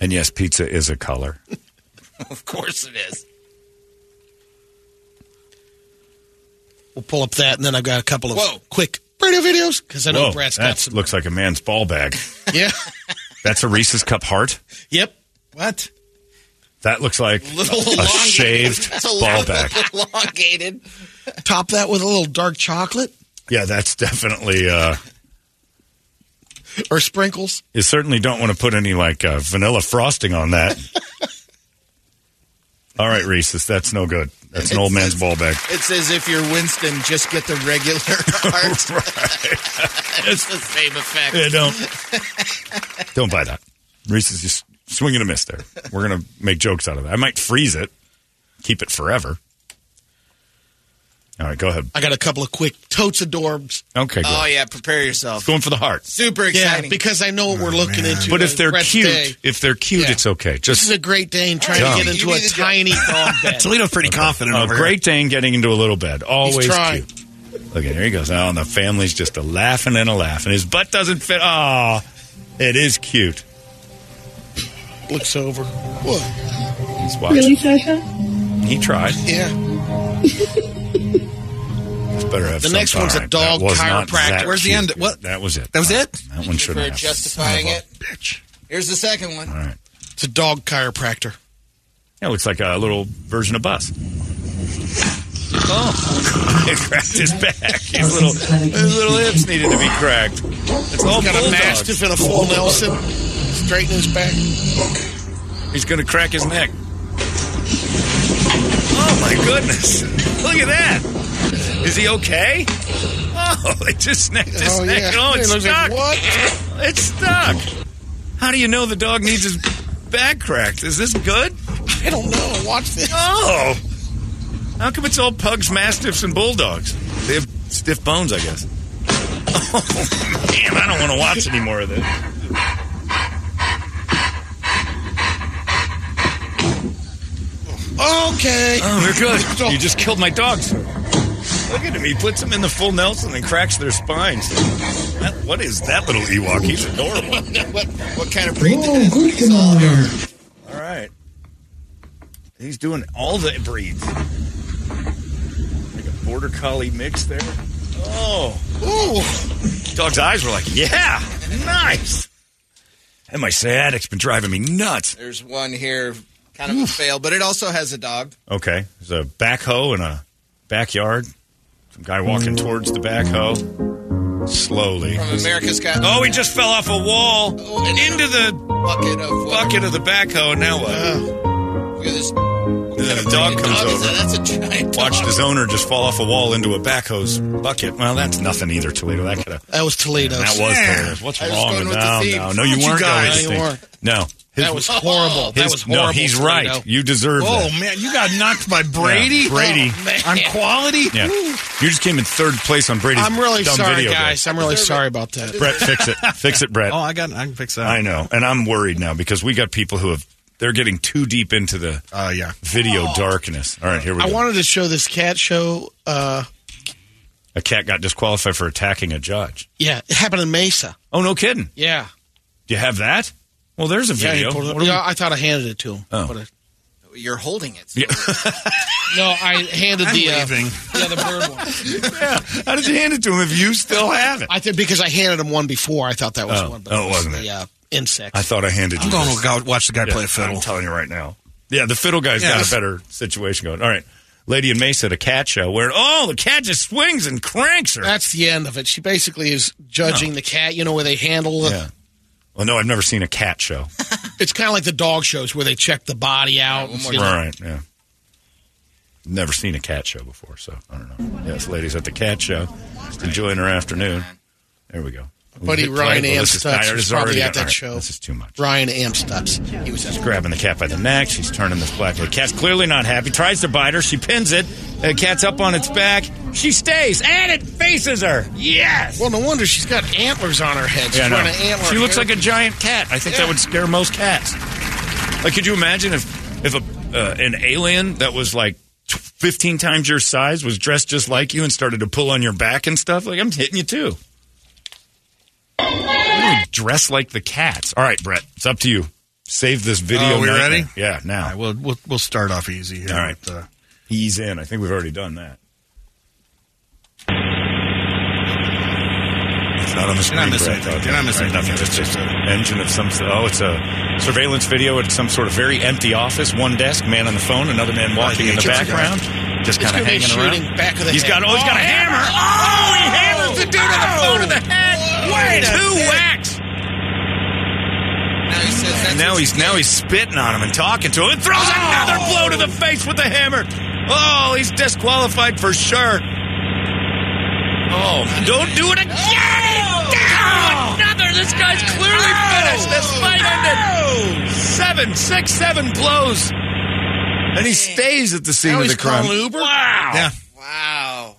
Speaker 2: and yes, pizza is a color.
Speaker 10: [laughs] of course it is.
Speaker 3: We'll pull up that, and then I've got a couple of
Speaker 10: Whoa.
Speaker 3: quick radio videos because I know
Speaker 2: Whoa,
Speaker 3: Brett's got
Speaker 2: that
Speaker 3: some.
Speaker 2: looks like a man's ball
Speaker 3: [laughs]
Speaker 2: bag.
Speaker 3: Yeah.
Speaker 2: That's a Reese's cup heart.
Speaker 3: yep. What?
Speaker 2: That looks like
Speaker 10: [laughs] Little
Speaker 2: a
Speaker 10: elongated.
Speaker 2: shaved
Speaker 10: That's a
Speaker 2: ball
Speaker 10: little
Speaker 2: bag.
Speaker 10: [laughs] elongated.
Speaker 3: Top that with a little dark chocolate
Speaker 2: Yeah, that's definitely. Uh,
Speaker 3: or sprinkles.
Speaker 2: you certainly don't want to put any like uh, vanilla frosting on [laughs] that. All right, Reese's. That's no good. That's an old man's ball bag.
Speaker 10: It's as if you're Winston, just get the
Speaker 2: [laughs]
Speaker 10: regular heart.
Speaker 4: [laughs]
Speaker 10: it's the same effect.
Speaker 2: Yeah,
Speaker 10: [laughs]
Speaker 2: don't don't buy that. Reese's just swinging a miss there. We're gonna make jokes out of that. I might freeze it, keep it forever. All right, go ahead.
Speaker 3: I got a couple of quick totes adorbs.
Speaker 2: Okay,
Speaker 10: Oh
Speaker 2: good.
Speaker 10: yeah, prepare yourself.
Speaker 2: Going for the heart.
Speaker 10: Super exciting.
Speaker 3: Yeah, because I know what we're looking into.
Speaker 2: Oh, But if
Speaker 3: uh,
Speaker 2: they're
Speaker 3: Brett's
Speaker 2: cute,
Speaker 3: day.
Speaker 2: if they're cute, it's okay.
Speaker 3: this is
Speaker 2: Just
Speaker 3: a Great Dane trying
Speaker 2: Dumb.
Speaker 3: to get into
Speaker 10: You
Speaker 3: a
Speaker 10: need to go- [laughs]
Speaker 3: tiny dog bed.
Speaker 5: Toledo's pretty confident
Speaker 2: a
Speaker 5: over here.
Speaker 2: Oh, Great Dane getting into a little bed. Always
Speaker 3: trying.
Speaker 2: cute. Look at there he goes. Oh, and the family's just a laughing and a laughing. His butt doesn't fit. Oh, it is cute.
Speaker 3: Looks over. Whoa.
Speaker 2: He's watching.
Speaker 15: Sasha?
Speaker 2: He tried.
Speaker 3: Yeah.
Speaker 2: It's better have
Speaker 3: The
Speaker 2: some-
Speaker 3: next one's
Speaker 2: all
Speaker 3: a dog
Speaker 2: that was not
Speaker 3: chiropractor.
Speaker 2: that
Speaker 3: Where's the
Speaker 2: cute,
Speaker 3: end-
Speaker 2: dude.
Speaker 3: what?
Speaker 2: That was it.
Speaker 3: That was it?
Speaker 2: That one should
Speaker 10: for
Speaker 2: have.
Speaker 10: justifying it.
Speaker 2: Bitch.
Speaker 10: Here's the second one.
Speaker 2: All right.
Speaker 3: It's a dog chiropractor.
Speaker 2: Yeah, it looks like a little version of bus. Oh, [laughs] it cracked his back. His little, his little hips needed to be cracked. It's all
Speaker 3: He's got a
Speaker 2: bulldog.
Speaker 3: mastiff and a full Nelson. Straighten his back.
Speaker 2: He's going to crack his neck. Oh my goodness! Look at that. Is he okay? Oh, [laughs] it just snapped his
Speaker 3: Oh,
Speaker 2: neck.
Speaker 3: yeah.
Speaker 2: Oh, it's
Speaker 3: It looks
Speaker 2: stuck.
Speaker 3: like, what?
Speaker 2: It's stuck. How do you know the dog needs his back cracked? Is this good?
Speaker 3: I don't know. Watch this.
Speaker 2: Oh. How come it's all pugs, mastiffs, and bulldogs? They have Stiff bones, I [laughs] guess. Oh, man, I don't want to watch any more of this.
Speaker 3: Okay.
Speaker 2: Oh, you're [laughs] good. You just killed my dog, sir. Look at him. He puts him in the full Nelson and cracks their spines. That, what is that little Ewok? He's adorable. [laughs]
Speaker 4: what, what kind of breed
Speaker 2: Oh,
Speaker 4: did
Speaker 2: good
Speaker 4: all
Speaker 2: Commander. All right. He's doing all the breeds. Like a border collie mix there. Oh. Ooh. Dog's eyes were like, yeah, nice. And my sciatic's been driving me nuts.
Speaker 4: There's one here, kind of a fail, but it also has a dog.
Speaker 2: Okay. There's a backhoe in a backyard. Some guy walking towards the backhoe. Slowly.
Speaker 4: From America's Got.
Speaker 2: Oh, he just fell off a wall
Speaker 4: and
Speaker 2: into the
Speaker 4: bucket of what?
Speaker 2: bucket of the backhoe. Now what?
Speaker 3: Uh,
Speaker 4: Look at this.
Speaker 2: And then the dog comes
Speaker 4: dog is
Speaker 2: over.
Speaker 4: that? That's a giant dog.
Speaker 2: Watched his owner just fall off a wall into a backhoe's bucket. Well, that's nothing either, Toledo. That could have.
Speaker 3: That was Toledo.
Speaker 2: That was
Speaker 3: Yeah.
Speaker 2: Toledo. What's
Speaker 3: I was
Speaker 2: wrong
Speaker 3: going with
Speaker 2: with
Speaker 3: the
Speaker 2: no,
Speaker 3: theme.
Speaker 2: no, no, you
Speaker 3: Don't you
Speaker 2: weren't going
Speaker 3: guys.
Speaker 2: with
Speaker 3: No,
Speaker 2: the
Speaker 3: you
Speaker 2: thing.
Speaker 3: weren't.
Speaker 2: No, His-
Speaker 5: [laughs]
Speaker 3: that was horrible. that
Speaker 2: his-
Speaker 3: was horrible.
Speaker 2: No, he's
Speaker 3: Toledo.
Speaker 2: right. You deserve
Speaker 5: Oh,
Speaker 2: that.
Speaker 5: man, you got knocked by Brady?
Speaker 2: Yeah, Brady.
Speaker 5: Oh, man. On quality?
Speaker 2: Yeah, you just came in third place on Brady's.
Speaker 3: I'm really
Speaker 2: dumb
Speaker 3: sorry,
Speaker 2: video game.
Speaker 3: guys. I'm really sorry about that.
Speaker 2: Brett, fix
Speaker 3: [laughs]
Speaker 2: it. Fix it, Brett.
Speaker 5: Oh, I got. I can fix that.
Speaker 2: I know, and I'm worried now because we got people who have they're getting too deep into the
Speaker 5: uh, yeah
Speaker 2: video
Speaker 3: Oh.
Speaker 2: darkness. All right, here we
Speaker 3: I
Speaker 2: go.
Speaker 3: wanted to show this cat show. Uh,
Speaker 2: a cat got disqualified for attacking a judge.
Speaker 3: yeah, it happened in Mesa.
Speaker 2: Oh, no kidding.
Speaker 3: Yeah.
Speaker 2: Do you have that? Well, there's a
Speaker 3: Yeah, he
Speaker 2: video.
Speaker 3: pulled it up.
Speaker 2: What do
Speaker 3: Yeah, I thought I handed it to him.
Speaker 2: Oh.
Speaker 3: But I-
Speaker 4: You're holding it.
Speaker 2: we-
Speaker 3: no, I handed
Speaker 4: I'm
Speaker 3: the uh,
Speaker 4: leaving.
Speaker 3: the other bird one.
Speaker 2: [laughs] yeah. How did you hand it to him if you still have it?
Speaker 3: I think because I handed him one before. I thought that was
Speaker 2: Oh.
Speaker 3: one.
Speaker 2: Oh, it wasn't
Speaker 3: the,
Speaker 2: it?
Speaker 3: uh, insect.
Speaker 2: I thought I handed you.
Speaker 5: I'm going to
Speaker 2: this.
Speaker 5: go watch the guy
Speaker 2: Yeah,
Speaker 5: play a fiddle.
Speaker 2: I'm telling you right now. Yeah, the fiddle guy's got
Speaker 5: Yes.
Speaker 2: a better situation going. All right. Lady in Mesa at a cat show where, oh, the cat just swings and cranks her. Oh.
Speaker 3: That's the end of it. She basically is judging the cat. You know where they handle it.
Speaker 2: Yeah. Well, no, I've never seen a
Speaker 3: [laughs]
Speaker 2: cat show.
Speaker 3: It's kind of like the dog shows where they check the body out. and see-
Speaker 2: All right, yeah. Never seen a cat show before, so I don't know. Yes, ladies at the cat show, enjoying her afternoon. There we go.
Speaker 3: Buddy
Speaker 2: Hit
Speaker 3: Ryan
Speaker 2: play. Well, this is-
Speaker 3: Amstutz
Speaker 2: I already-
Speaker 3: was probably
Speaker 2: already
Speaker 3: at
Speaker 2: got- all
Speaker 3: that
Speaker 2: right,
Speaker 3: show.
Speaker 2: This is too much.
Speaker 3: Ryan Amstutz. He was at
Speaker 2: grabbing the cat by the neck. She's turning this black. The cat's clearly not happy. Tries to bite her. She pins it. The cat's up on its back. She stays, and it faces her. Yes.
Speaker 3: Well, no wonder she's got antlers on her head. She's
Speaker 2: Yeah, I know.
Speaker 3: wearing an antler.
Speaker 2: She looks
Speaker 3: hair.
Speaker 2: like a giant cat. I think
Speaker 3: Yeah.
Speaker 2: that would scare most cats. Like, could you imagine if if a uh, an alien that was like tw- fifteen times your size was dressed just like you and started to pull on your back and stuff? Like, I'm hitting you too. Why do we dress like the cats? All right, Brett, it's up to you. Save this video.
Speaker 5: Oh, we
Speaker 2: nightmare.
Speaker 5: ready?
Speaker 2: Yeah, now.
Speaker 5: All right, we'll, we'll we'll start off easy. Here
Speaker 2: All right.
Speaker 5: with, uh,
Speaker 2: He's in. I think we've already done that. It's not on the screen.
Speaker 5: not missing
Speaker 2: Brett,
Speaker 5: anything.
Speaker 2: though.
Speaker 5: You're not missing
Speaker 2: All right,
Speaker 5: anything.
Speaker 2: nothing. It's just an engine of some. Oh, it's a surveillance video at some sort of very empty office. One desk, man on the phone, another man walking in the
Speaker 5: it's-
Speaker 2: background, just
Speaker 3: It's
Speaker 2: kind of
Speaker 3: gonna be
Speaker 2: hanging
Speaker 3: shooting
Speaker 2: around.
Speaker 3: back of the
Speaker 2: He's
Speaker 3: head.
Speaker 2: got. Oh, he's got a hammer. Oh, he hammers the dude in the phone of the head. Way oh, two whacks.
Speaker 5: Oh,
Speaker 4: Now he says that's
Speaker 2: And now
Speaker 4: his-
Speaker 2: he's now he's spitting on him and talking to him and throws another blow to the face with the hammer. Oh, he's disqualified for sure. Oh, don't do it again! Down! Another. This guy's clearly finished. This fight ended. Seven, six, seven blows, and he stays at the scene
Speaker 3: Now
Speaker 2: of the
Speaker 3: he's
Speaker 2: crime.
Speaker 3: calling Uber?
Speaker 2: Wow!
Speaker 5: yeah.
Speaker 4: Wow.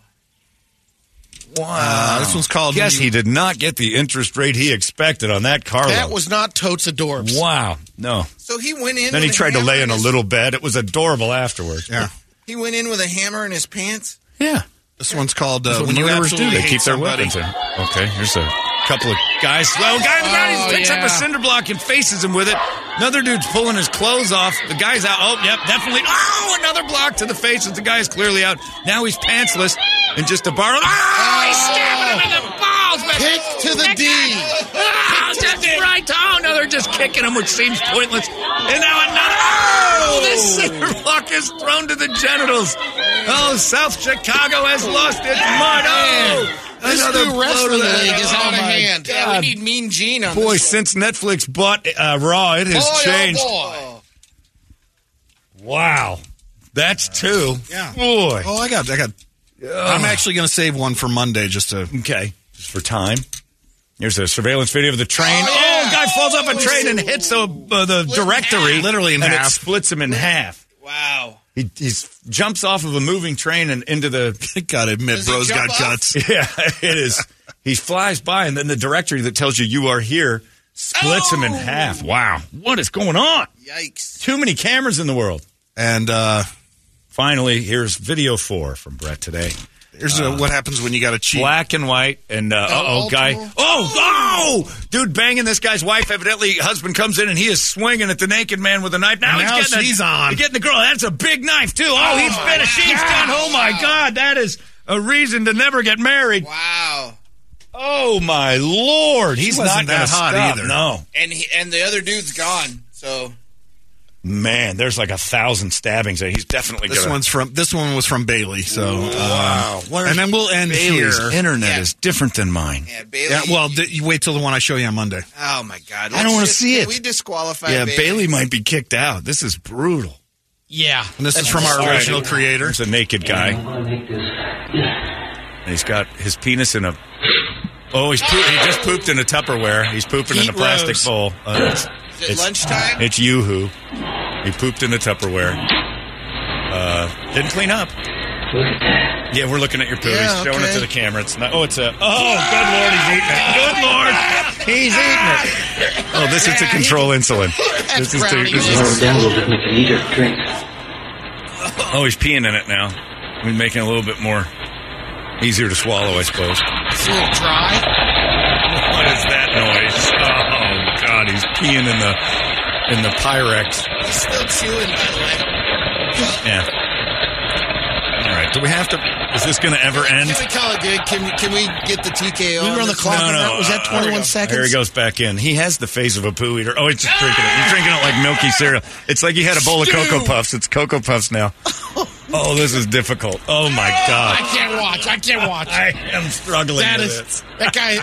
Speaker 3: Uh,
Speaker 2: Wow!
Speaker 5: this one's called
Speaker 2: Yes,
Speaker 5: when
Speaker 2: he did not get the interest rate he expected on that car.
Speaker 3: That
Speaker 2: loan.
Speaker 3: was not totes adorbs.
Speaker 2: wow. No.
Speaker 4: So he went in.
Speaker 2: Then he
Speaker 4: with a
Speaker 2: tried to
Speaker 4: hammer
Speaker 2: lay in a
Speaker 4: his-
Speaker 2: little bed. It was adorable afterwards.
Speaker 5: Yeah.
Speaker 4: He went in with a hammer in his pants.
Speaker 2: Yeah.
Speaker 5: This one's called uh,
Speaker 2: That's
Speaker 5: when
Speaker 2: what
Speaker 5: you
Speaker 2: murderers do.
Speaker 5: absolutely
Speaker 2: They
Speaker 5: hate
Speaker 2: keep their
Speaker 5: somebody.
Speaker 2: weapons in. Okay, here's a couple of guys. Well, guy in the ground,
Speaker 4: Oh,
Speaker 11: Oh,
Speaker 2: he picks up
Speaker 3: yeah.
Speaker 2: a cinder block and faces him with it. Another dude's pulling his clothes off. The guy's out. Oh, yep, definitely. Oh, another block to the face. The guy's clearly out. Now he's pantsless and just a bar. Oh, he's stabbing him in the balls. man.
Speaker 3: Kick to the D.
Speaker 2: Oh, that's right. Oh, no, they're just kicking him, which seems pointless. And now another. Oh, [laughs] this cinder block is thrown to the genitals. Oh, South Chicago has lost its mind. Oh,
Speaker 3: This
Speaker 2: another
Speaker 3: new
Speaker 2: blow to
Speaker 3: wrestling
Speaker 2: the head.
Speaker 3: league is
Speaker 2: Oh,
Speaker 3: out of
Speaker 2: my
Speaker 3: hand.
Speaker 2: God.
Speaker 4: Yeah, we need Mean Gene on
Speaker 2: Boy,
Speaker 4: this.
Speaker 2: since Netflix bought uh, Raw, it has
Speaker 4: Boy, oh,
Speaker 2: changed.
Speaker 4: boy.
Speaker 2: Wow. That's two.
Speaker 5: Yeah.
Speaker 2: Boy.
Speaker 5: Oh, I got I got. I'm actually going to save one for Monday just to.
Speaker 2: Okay. Just for time. Here's a surveillance video of the train. Oh, guy falls off a train and hits the uh, the directory.
Speaker 5: Literally in
Speaker 2: and
Speaker 5: half.
Speaker 2: It splits him in half.
Speaker 4: Wow.
Speaker 2: He he's, jumps off of a moving train and
Speaker 5: [laughs]
Speaker 2: into the.
Speaker 5: Gotta admit, bro's got guts.
Speaker 2: [laughs] Yeah, it is. he flies by, and then the directory that tells you you are here splits him in half. Wow, what is going
Speaker 4: Oh!
Speaker 2: on?
Speaker 4: Yikes.
Speaker 2: Too many cameras in the world.
Speaker 5: And uh,
Speaker 2: finally, here's video four from Brett today.
Speaker 5: Here's uh, what happens when you got to cheat.
Speaker 2: Black and white, and uh oh, guy. Oh, oh, dude, banging this guy's wife. Evidently, husband comes in and he is swinging at the naked man with a knife. Now
Speaker 5: And
Speaker 2: he's
Speaker 5: now
Speaker 2: getting
Speaker 5: she's
Speaker 2: a,
Speaker 5: on.
Speaker 2: he's getting the girl. That's a big knife too. Oh,
Speaker 5: Oh,
Speaker 2: he's
Speaker 5: my
Speaker 2: been a sheepskin.
Speaker 5: God.
Speaker 2: Oh my god, that is a reason to never get married.
Speaker 4: Wow.
Speaker 2: Oh my lord,
Speaker 5: She
Speaker 2: he's
Speaker 5: wasn't
Speaker 2: not gonna
Speaker 5: that hot
Speaker 2: stop.
Speaker 5: either.
Speaker 2: No,
Speaker 4: And he, and the other dude's gone. So
Speaker 2: man, there's like a thousand stabbings. There. He's definitely
Speaker 5: This
Speaker 2: gonna.
Speaker 5: one's from this one was from Bailey. So uh,
Speaker 2: Where's
Speaker 5: and then we'll end
Speaker 2: Bailey's
Speaker 5: here.
Speaker 2: internet is different than mine.
Speaker 4: yeah, Bailey.
Speaker 5: Yeah, well, th- you wait till the one I show you on Monday.
Speaker 4: oh my God.
Speaker 2: I don't wanna
Speaker 4: just-
Speaker 2: see
Speaker 4: can
Speaker 2: it.
Speaker 4: We disqualify.
Speaker 2: yeah,
Speaker 4: Bailey.
Speaker 2: Bailey might be kicked out. This is brutal.
Speaker 3: Yeah.
Speaker 5: And this is from
Speaker 2: All
Speaker 5: our
Speaker 2: right.
Speaker 5: original creator.
Speaker 2: There's a naked guy. And he's got his penis in a. Oh, he's poo- he just pooped in a Tupperware. He's pooping in a
Speaker 3: Pete
Speaker 2: plastic
Speaker 3: Rose.
Speaker 2: bowl. Uh, it's,
Speaker 4: Is it lunchtime?
Speaker 2: it's YooHoo. He pooped in a Tupperware. Uh, didn't clean up. Yeah, we're looking at your poo.
Speaker 4: Yeah,
Speaker 2: he's showing it
Speaker 4: okay.
Speaker 2: to the camera. It's not. Oh, it's a. Oh, good lord, he's
Speaker 5: [laughs]
Speaker 2: eating it. Good lord, he's eating it. Oh, this is to
Speaker 5: [laughs]
Speaker 2: control insulin. This is to. This is
Speaker 11: down a little bit, make it eat or drink.
Speaker 2: Oh, he's peeing in it now. We're making it a little bit more easier to swallow, I
Speaker 3: It's
Speaker 2: suppose.
Speaker 3: a little dry.
Speaker 2: What is that noise? Oh God, he's peeing in the in the Pyrex.
Speaker 4: He's still chewing, by the way.
Speaker 2: Yeah. All right. Do we have to? Is this going to ever end?
Speaker 4: Can we call it, dude? Can, can we get the TKO?
Speaker 3: We were on the
Speaker 4: this
Speaker 3: clock.
Speaker 4: one?
Speaker 3: on that? Was that
Speaker 2: uh,
Speaker 3: 21
Speaker 2: here we go.
Speaker 3: seconds?
Speaker 2: Here he goes back in. He has the face of a poo eater. Oh, he's just drinking it. He's drinking it like milky cereal. It's like he had a bowl of Cocoa Puffs. It's Cocoa Puffs
Speaker 3: [laughs]
Speaker 2: now. Oh, this is difficult. Oh my
Speaker 3: I
Speaker 2: God.
Speaker 3: can't watch. I can't watch.
Speaker 2: I am struggling.
Speaker 3: that
Speaker 2: with
Speaker 3: is
Speaker 2: it.
Speaker 3: that guy.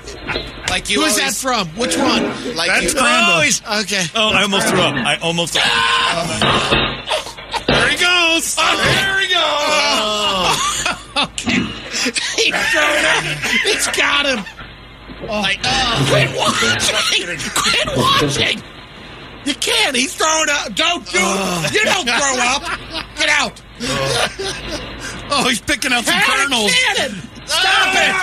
Speaker 4: Like you
Speaker 3: Who is that
Speaker 4: always,
Speaker 3: from? Which one?
Speaker 4: Like
Speaker 2: That's
Speaker 4: you,
Speaker 2: oh, he's
Speaker 3: Okay.
Speaker 2: Oh, I almost threw up. I almost. there he goes.
Speaker 3: There we go. Oh. [laughs] okay. He's throwing up. It's got him. Oh. Like, oh, quit watching. Quit watching. You can't. He's throwing up. Don't do it. [laughs] You don't throw up. Get out.
Speaker 5: Oh, he's picking out some kernels.
Speaker 3: Cannon. Stop it.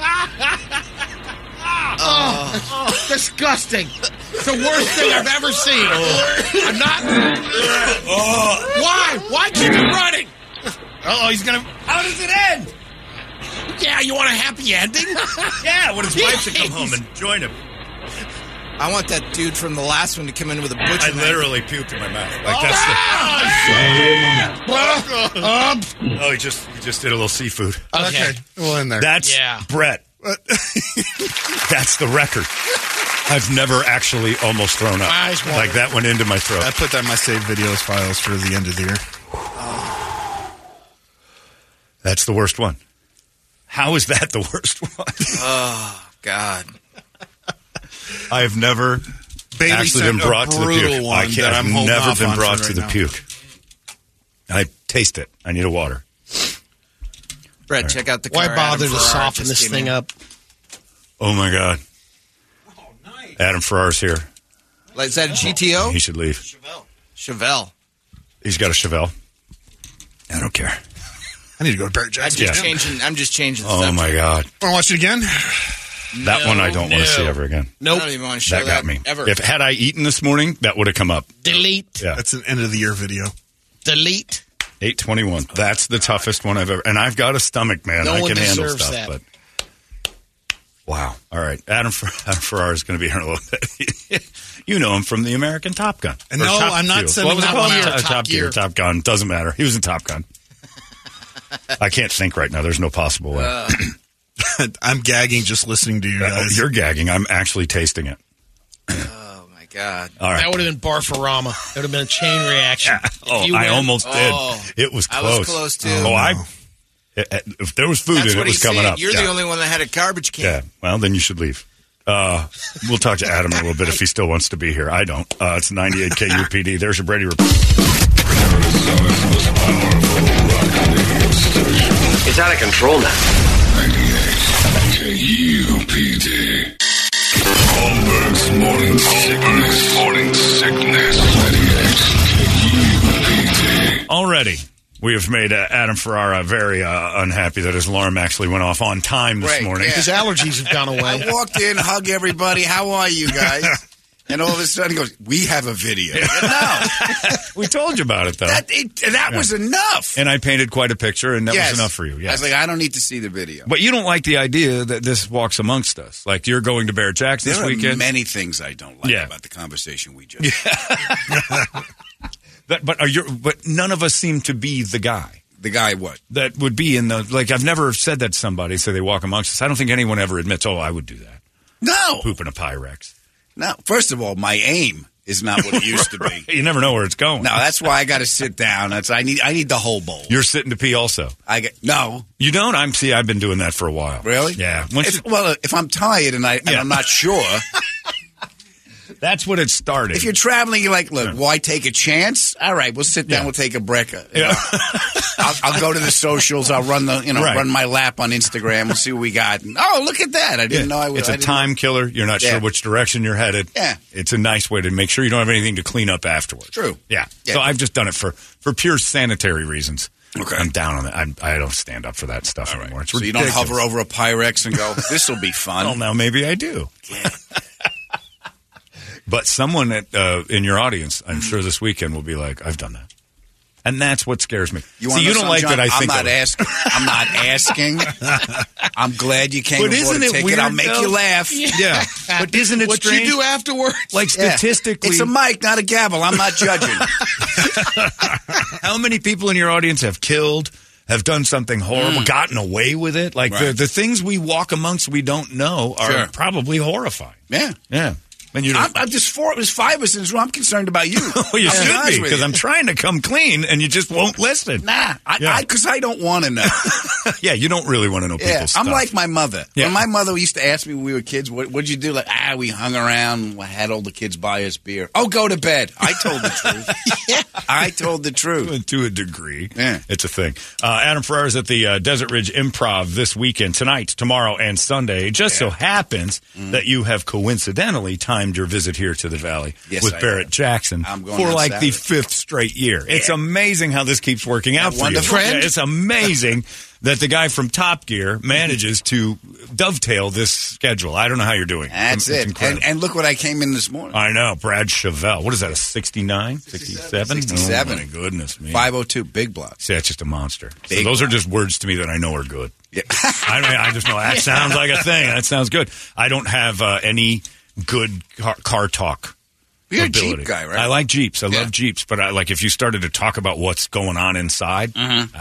Speaker 3: Stop it. [laughs] Oh, disgusting. It's the worst thing I've ever seen. I'm not.
Speaker 10: Oh.
Speaker 3: Why? Why keep it running?
Speaker 5: Oh, he's gonna.
Speaker 3: How does it end? Yeah, you want a happy ending? [laughs]
Speaker 2: Yeah, when his wife to come home and join him.
Speaker 4: I want that dude from the last one to come in with a
Speaker 2: I
Speaker 4: butcher knife. Oh,
Speaker 2: literally puked in my mouth. Like that's the. Oh, he just he just did a little seafood.
Speaker 5: Okay, we'll end there.
Speaker 2: That's
Speaker 3: Yeah.
Speaker 2: Brett. that's the record. I've never actually almost thrown up.
Speaker 3: My eyes water.
Speaker 2: Like that went into my
Speaker 5: I
Speaker 2: throat.
Speaker 5: put that in my saved videos files for the end of the
Speaker 2: [laughs]
Speaker 5: year.
Speaker 2: That's the worst one. How is that the worst one?
Speaker 4: Oh, God.
Speaker 2: I have never
Speaker 5: Bailey
Speaker 2: actually
Speaker 5: sent
Speaker 2: been brought
Speaker 5: a
Speaker 2: to the
Speaker 5: brutal
Speaker 2: puke.
Speaker 5: One
Speaker 2: I can't,
Speaker 5: that I'm
Speaker 2: I've
Speaker 5: holding
Speaker 2: never
Speaker 5: off
Speaker 2: been
Speaker 5: on for
Speaker 2: brought
Speaker 5: right
Speaker 2: to the
Speaker 5: now.
Speaker 2: puke. I taste it. I need a water.
Speaker 4: Brett, check out the
Speaker 3: Why
Speaker 4: car
Speaker 3: bother
Speaker 4: Adam
Speaker 3: to
Speaker 4: Ferrara
Speaker 3: soften
Speaker 4: just
Speaker 3: this
Speaker 4: came
Speaker 3: thing
Speaker 4: in.
Speaker 3: up?
Speaker 2: Oh my god. Oh, Adam Ferrar's here.
Speaker 4: Like, is that a GTO?
Speaker 2: He should leave.
Speaker 4: Chevelle.
Speaker 2: He's got a Chevelle. I don't care.
Speaker 5: I need to go to Barrett
Speaker 4: I'm
Speaker 5: Jackson.
Speaker 4: just changing. I'm just changing. The
Speaker 2: Oh
Speaker 4: subject.
Speaker 2: my god.
Speaker 5: Want to watch it again?
Speaker 2: That one I don't want to see ever again.
Speaker 4: I don't even want to show
Speaker 2: That
Speaker 4: that,
Speaker 2: got me.
Speaker 4: ever.
Speaker 2: If had I eaten this morning, that would have come up.
Speaker 3: Delete.
Speaker 2: Yeah.
Speaker 5: That's an end of the year video.
Speaker 3: Delete.
Speaker 2: 821. That's the toughest one I've ever. And I've got a stomach, man.
Speaker 3: No
Speaker 2: I
Speaker 3: one
Speaker 2: can handle
Speaker 3: deserves
Speaker 2: stuff.
Speaker 3: that.
Speaker 2: But wow. All right. Adam, Fer- [laughs] Adam Ferrar is going to be here in a little bit. [laughs] you know him from the American Top Gun.
Speaker 5: And
Speaker 2: Or
Speaker 5: no,
Speaker 2: Top
Speaker 5: I'm not
Speaker 2: Fuel.
Speaker 5: sending
Speaker 2: What was
Speaker 5: that
Speaker 2: it called?
Speaker 5: one
Speaker 2: Top,
Speaker 5: out.
Speaker 2: Top Gear. Top Gun. Doesn't matter. He was in Top Gun. I can't think right now. There's no possible way.
Speaker 5: [laughs] I'm gagging just listening to you
Speaker 2: Oh,
Speaker 5: guys.
Speaker 2: you're gagging. I'm actually tasting it.
Speaker 4: oh my God.
Speaker 2: All right.
Speaker 3: That would have been barfarama. It would have been a chain reaction. If
Speaker 2: Oh,
Speaker 3: you
Speaker 2: I
Speaker 3: went-
Speaker 2: almost
Speaker 4: Oh.
Speaker 2: did. It was
Speaker 4: I
Speaker 2: close.
Speaker 4: was close, too.
Speaker 2: Oh, I. it- it- if there was food
Speaker 4: That's
Speaker 2: in it,
Speaker 4: what
Speaker 2: it was
Speaker 4: he's
Speaker 2: coming
Speaker 4: saying.
Speaker 2: up.
Speaker 4: You're
Speaker 2: Yeah.
Speaker 4: the only one that had a garbage can.
Speaker 2: Yeah. Well, then you should leave. Uh, we'll talk to Adam in a little bit if he still wants to be here. I don't. Uh, it's 98 KUPD. There's your Brady report.
Speaker 11: It's out of control now.
Speaker 1: KUPD. Holmberg's morning sickness. Morning sickness. 98.
Speaker 2: already we have made uh, Adam Ferrara very uh, unhappy that his alarm actually went off on time this
Speaker 10: Right,
Speaker 2: morning.
Speaker 10: yeah. His
Speaker 3: allergies have gone
Speaker 10: I walked in, hug everybody. How are you
Speaker 2: [laughs]
Speaker 10: guys? And all of a sudden, he goes, "We have a video."
Speaker 2: [laughs] we told you about it though.
Speaker 10: That, it, that
Speaker 2: Yeah.
Speaker 10: was enough.
Speaker 2: and I painted quite a picture, and that
Speaker 10: Yes.
Speaker 2: was enough for you.
Speaker 10: I
Speaker 2: Yes.
Speaker 10: was like, I don't need to see the video.
Speaker 2: but you don't like the idea that this walks amongst us. Like you're going to Bear Jacks this
Speaker 10: There are
Speaker 2: weekend.
Speaker 10: many things I don't like
Speaker 2: Yeah.
Speaker 10: about the conversation we just.
Speaker 2: That, but are you? But none of us seem to be the guy.
Speaker 10: The guy what?
Speaker 2: That would be in the like. I've never said that to somebody. So they walk amongst us. I don't think anyone ever admits. Oh, I would do that.
Speaker 10: No.
Speaker 2: Poop in a Pyrex.
Speaker 10: No, first of all, my aim is not
Speaker 2: [laughs]
Speaker 10: what it used to be.
Speaker 2: You never know where it's going.
Speaker 10: No, that's why I got to sit down. That's I need. I need the whole bowl.
Speaker 2: You're sitting to pee also.
Speaker 10: I get no.
Speaker 2: You don't. I'm see. I've been doing that for a while.
Speaker 10: Really?
Speaker 2: Yeah. Once
Speaker 10: If, well, if I'm tired and, I, and I'm not sure,
Speaker 2: you- that's what it started.
Speaker 10: if you're traveling, you're like, look, why take a chance? All right, we'll sit down. We'll take a break. Uh, you know, [laughs] I'll, I'll go to the socials. I'll run the you know
Speaker 2: Right.
Speaker 10: run my lap on Instagram. We'll see what we got. And, oh, look at that! I didn't
Speaker 2: Yeah.
Speaker 10: know I was.
Speaker 2: It's
Speaker 10: a
Speaker 2: a time killer. You're not
Speaker 10: Yeah.
Speaker 2: sure which direction you're headed.
Speaker 10: Yeah.
Speaker 2: It's a nice way to make sure you don't have anything to clean up afterwards.
Speaker 10: True.
Speaker 2: Yeah.
Speaker 10: Yeah.
Speaker 2: So I've just done it for, for pure sanitary reasons.
Speaker 10: Okay.
Speaker 2: I'm down on that. I'm, I don't stand up for that stuff anymore. It's
Speaker 10: So you don't
Speaker 2: ridiculous.
Speaker 10: hover over a Pyrex and go, "This will be fun."
Speaker 2: Well, now maybe I do. [laughs] but someone at, uh, in your audience, I'm sure this weekend will be like, I've done that. And that's what scares me.
Speaker 10: You
Speaker 2: [laughs] See,
Speaker 10: want
Speaker 2: you don't like that I think
Speaker 10: am
Speaker 2: that
Speaker 10: not asking. I'm
Speaker 2: [laughs]
Speaker 10: not asking. I'm glad you came.
Speaker 2: But
Speaker 10: and bought
Speaker 2: isn't
Speaker 10: a
Speaker 2: it
Speaker 10: ticket.
Speaker 2: weird,
Speaker 10: I'll make
Speaker 2: though?
Speaker 10: you laugh.
Speaker 2: Yeah. [laughs] But isn't it
Speaker 10: What you
Speaker 2: strange?
Speaker 10: do afterwards?
Speaker 2: Like, statistically-
Speaker 10: it's a mic, not a gavel. I'm not
Speaker 2: [laughs]
Speaker 10: judging.
Speaker 2: how many people in your audience have killed, have done something horrible, gotten away with it? Like the,
Speaker 10: Mm. Right.
Speaker 2: the things we walk amongst we don't know are
Speaker 10: Sure.
Speaker 2: probably horrifying.
Speaker 10: yeah.
Speaker 2: Yeah. And you
Speaker 10: I'm,
Speaker 2: don't.
Speaker 10: I'm just four. There's five of us in this room. I'm concerned about you.
Speaker 2: [laughs] well, you
Speaker 10: I'll
Speaker 2: should
Speaker 10: honest
Speaker 2: be
Speaker 10: with
Speaker 2: because
Speaker 10: you.
Speaker 2: I'm trying [laughs] to come clean and you just won't listen.
Speaker 10: Nah,
Speaker 2: Yeah.
Speaker 10: I because I, don't want
Speaker 2: [laughs]
Speaker 10: to know.
Speaker 2: yeah, you don't really want to know people's
Speaker 10: Yeah,
Speaker 2: stuff.
Speaker 10: I'm like my mother.
Speaker 2: Yeah.
Speaker 10: When my mother used to ask me when we were kids, "What what'd you do?" Like, ah, we hung around, had all the kids buy us beer. Oh, go to bed. I told the
Speaker 2: [laughs]
Speaker 10: truth. I told the truth.
Speaker 2: to a degree.
Speaker 10: Yeah.
Speaker 2: It's a thing. Uh, Adam Ferrara is at the uh, Desert Ridge Improv this weekend, tonight, tomorrow, and Sunday. It just so happens
Speaker 10: Mm-hmm.
Speaker 2: that you have coincidentally timed your visit here to the Valley
Speaker 10: Yes,
Speaker 2: with
Speaker 10: I
Speaker 2: Barrett
Speaker 10: have.
Speaker 2: Jackson
Speaker 10: I'm going
Speaker 2: for
Speaker 10: on
Speaker 2: like the
Speaker 10: Saturday.
Speaker 2: fifth straight year. It's amazing how this keeps working out for
Speaker 10: wonderful?
Speaker 2: you.
Speaker 10: Friend?
Speaker 2: Yeah, it's amazing [laughs] that the guy from Top Gear manages
Speaker 10: Mm-hmm.
Speaker 2: to dovetail this schedule. I don't know how you're doing.
Speaker 10: That's
Speaker 2: It's
Speaker 10: it.
Speaker 2: incredible.
Speaker 10: And, and look what I came in this morning.
Speaker 2: I know, Brad Chevelle. What is that, a 69? 67?
Speaker 10: 67.
Speaker 2: Oh, my goodness me.
Speaker 10: 502 Big Block.
Speaker 2: See, that's just a monster. So
Speaker 10: Big
Speaker 2: those are just words to me that I know are good.
Speaker 10: Yeah.
Speaker 2: [laughs] I mean, I just
Speaker 10: [laughs]
Speaker 2: know that sounds like a thing. That sounds good. I don't have uh, any good car, car talk.
Speaker 10: You're a
Speaker 2: ability.
Speaker 10: Jeep guy, right?
Speaker 2: I like Jeeps. I
Speaker 10: Yeah.
Speaker 2: love Jeeps, but I like if you started to talk about what's going on inside.
Speaker 10: Mm-hmm.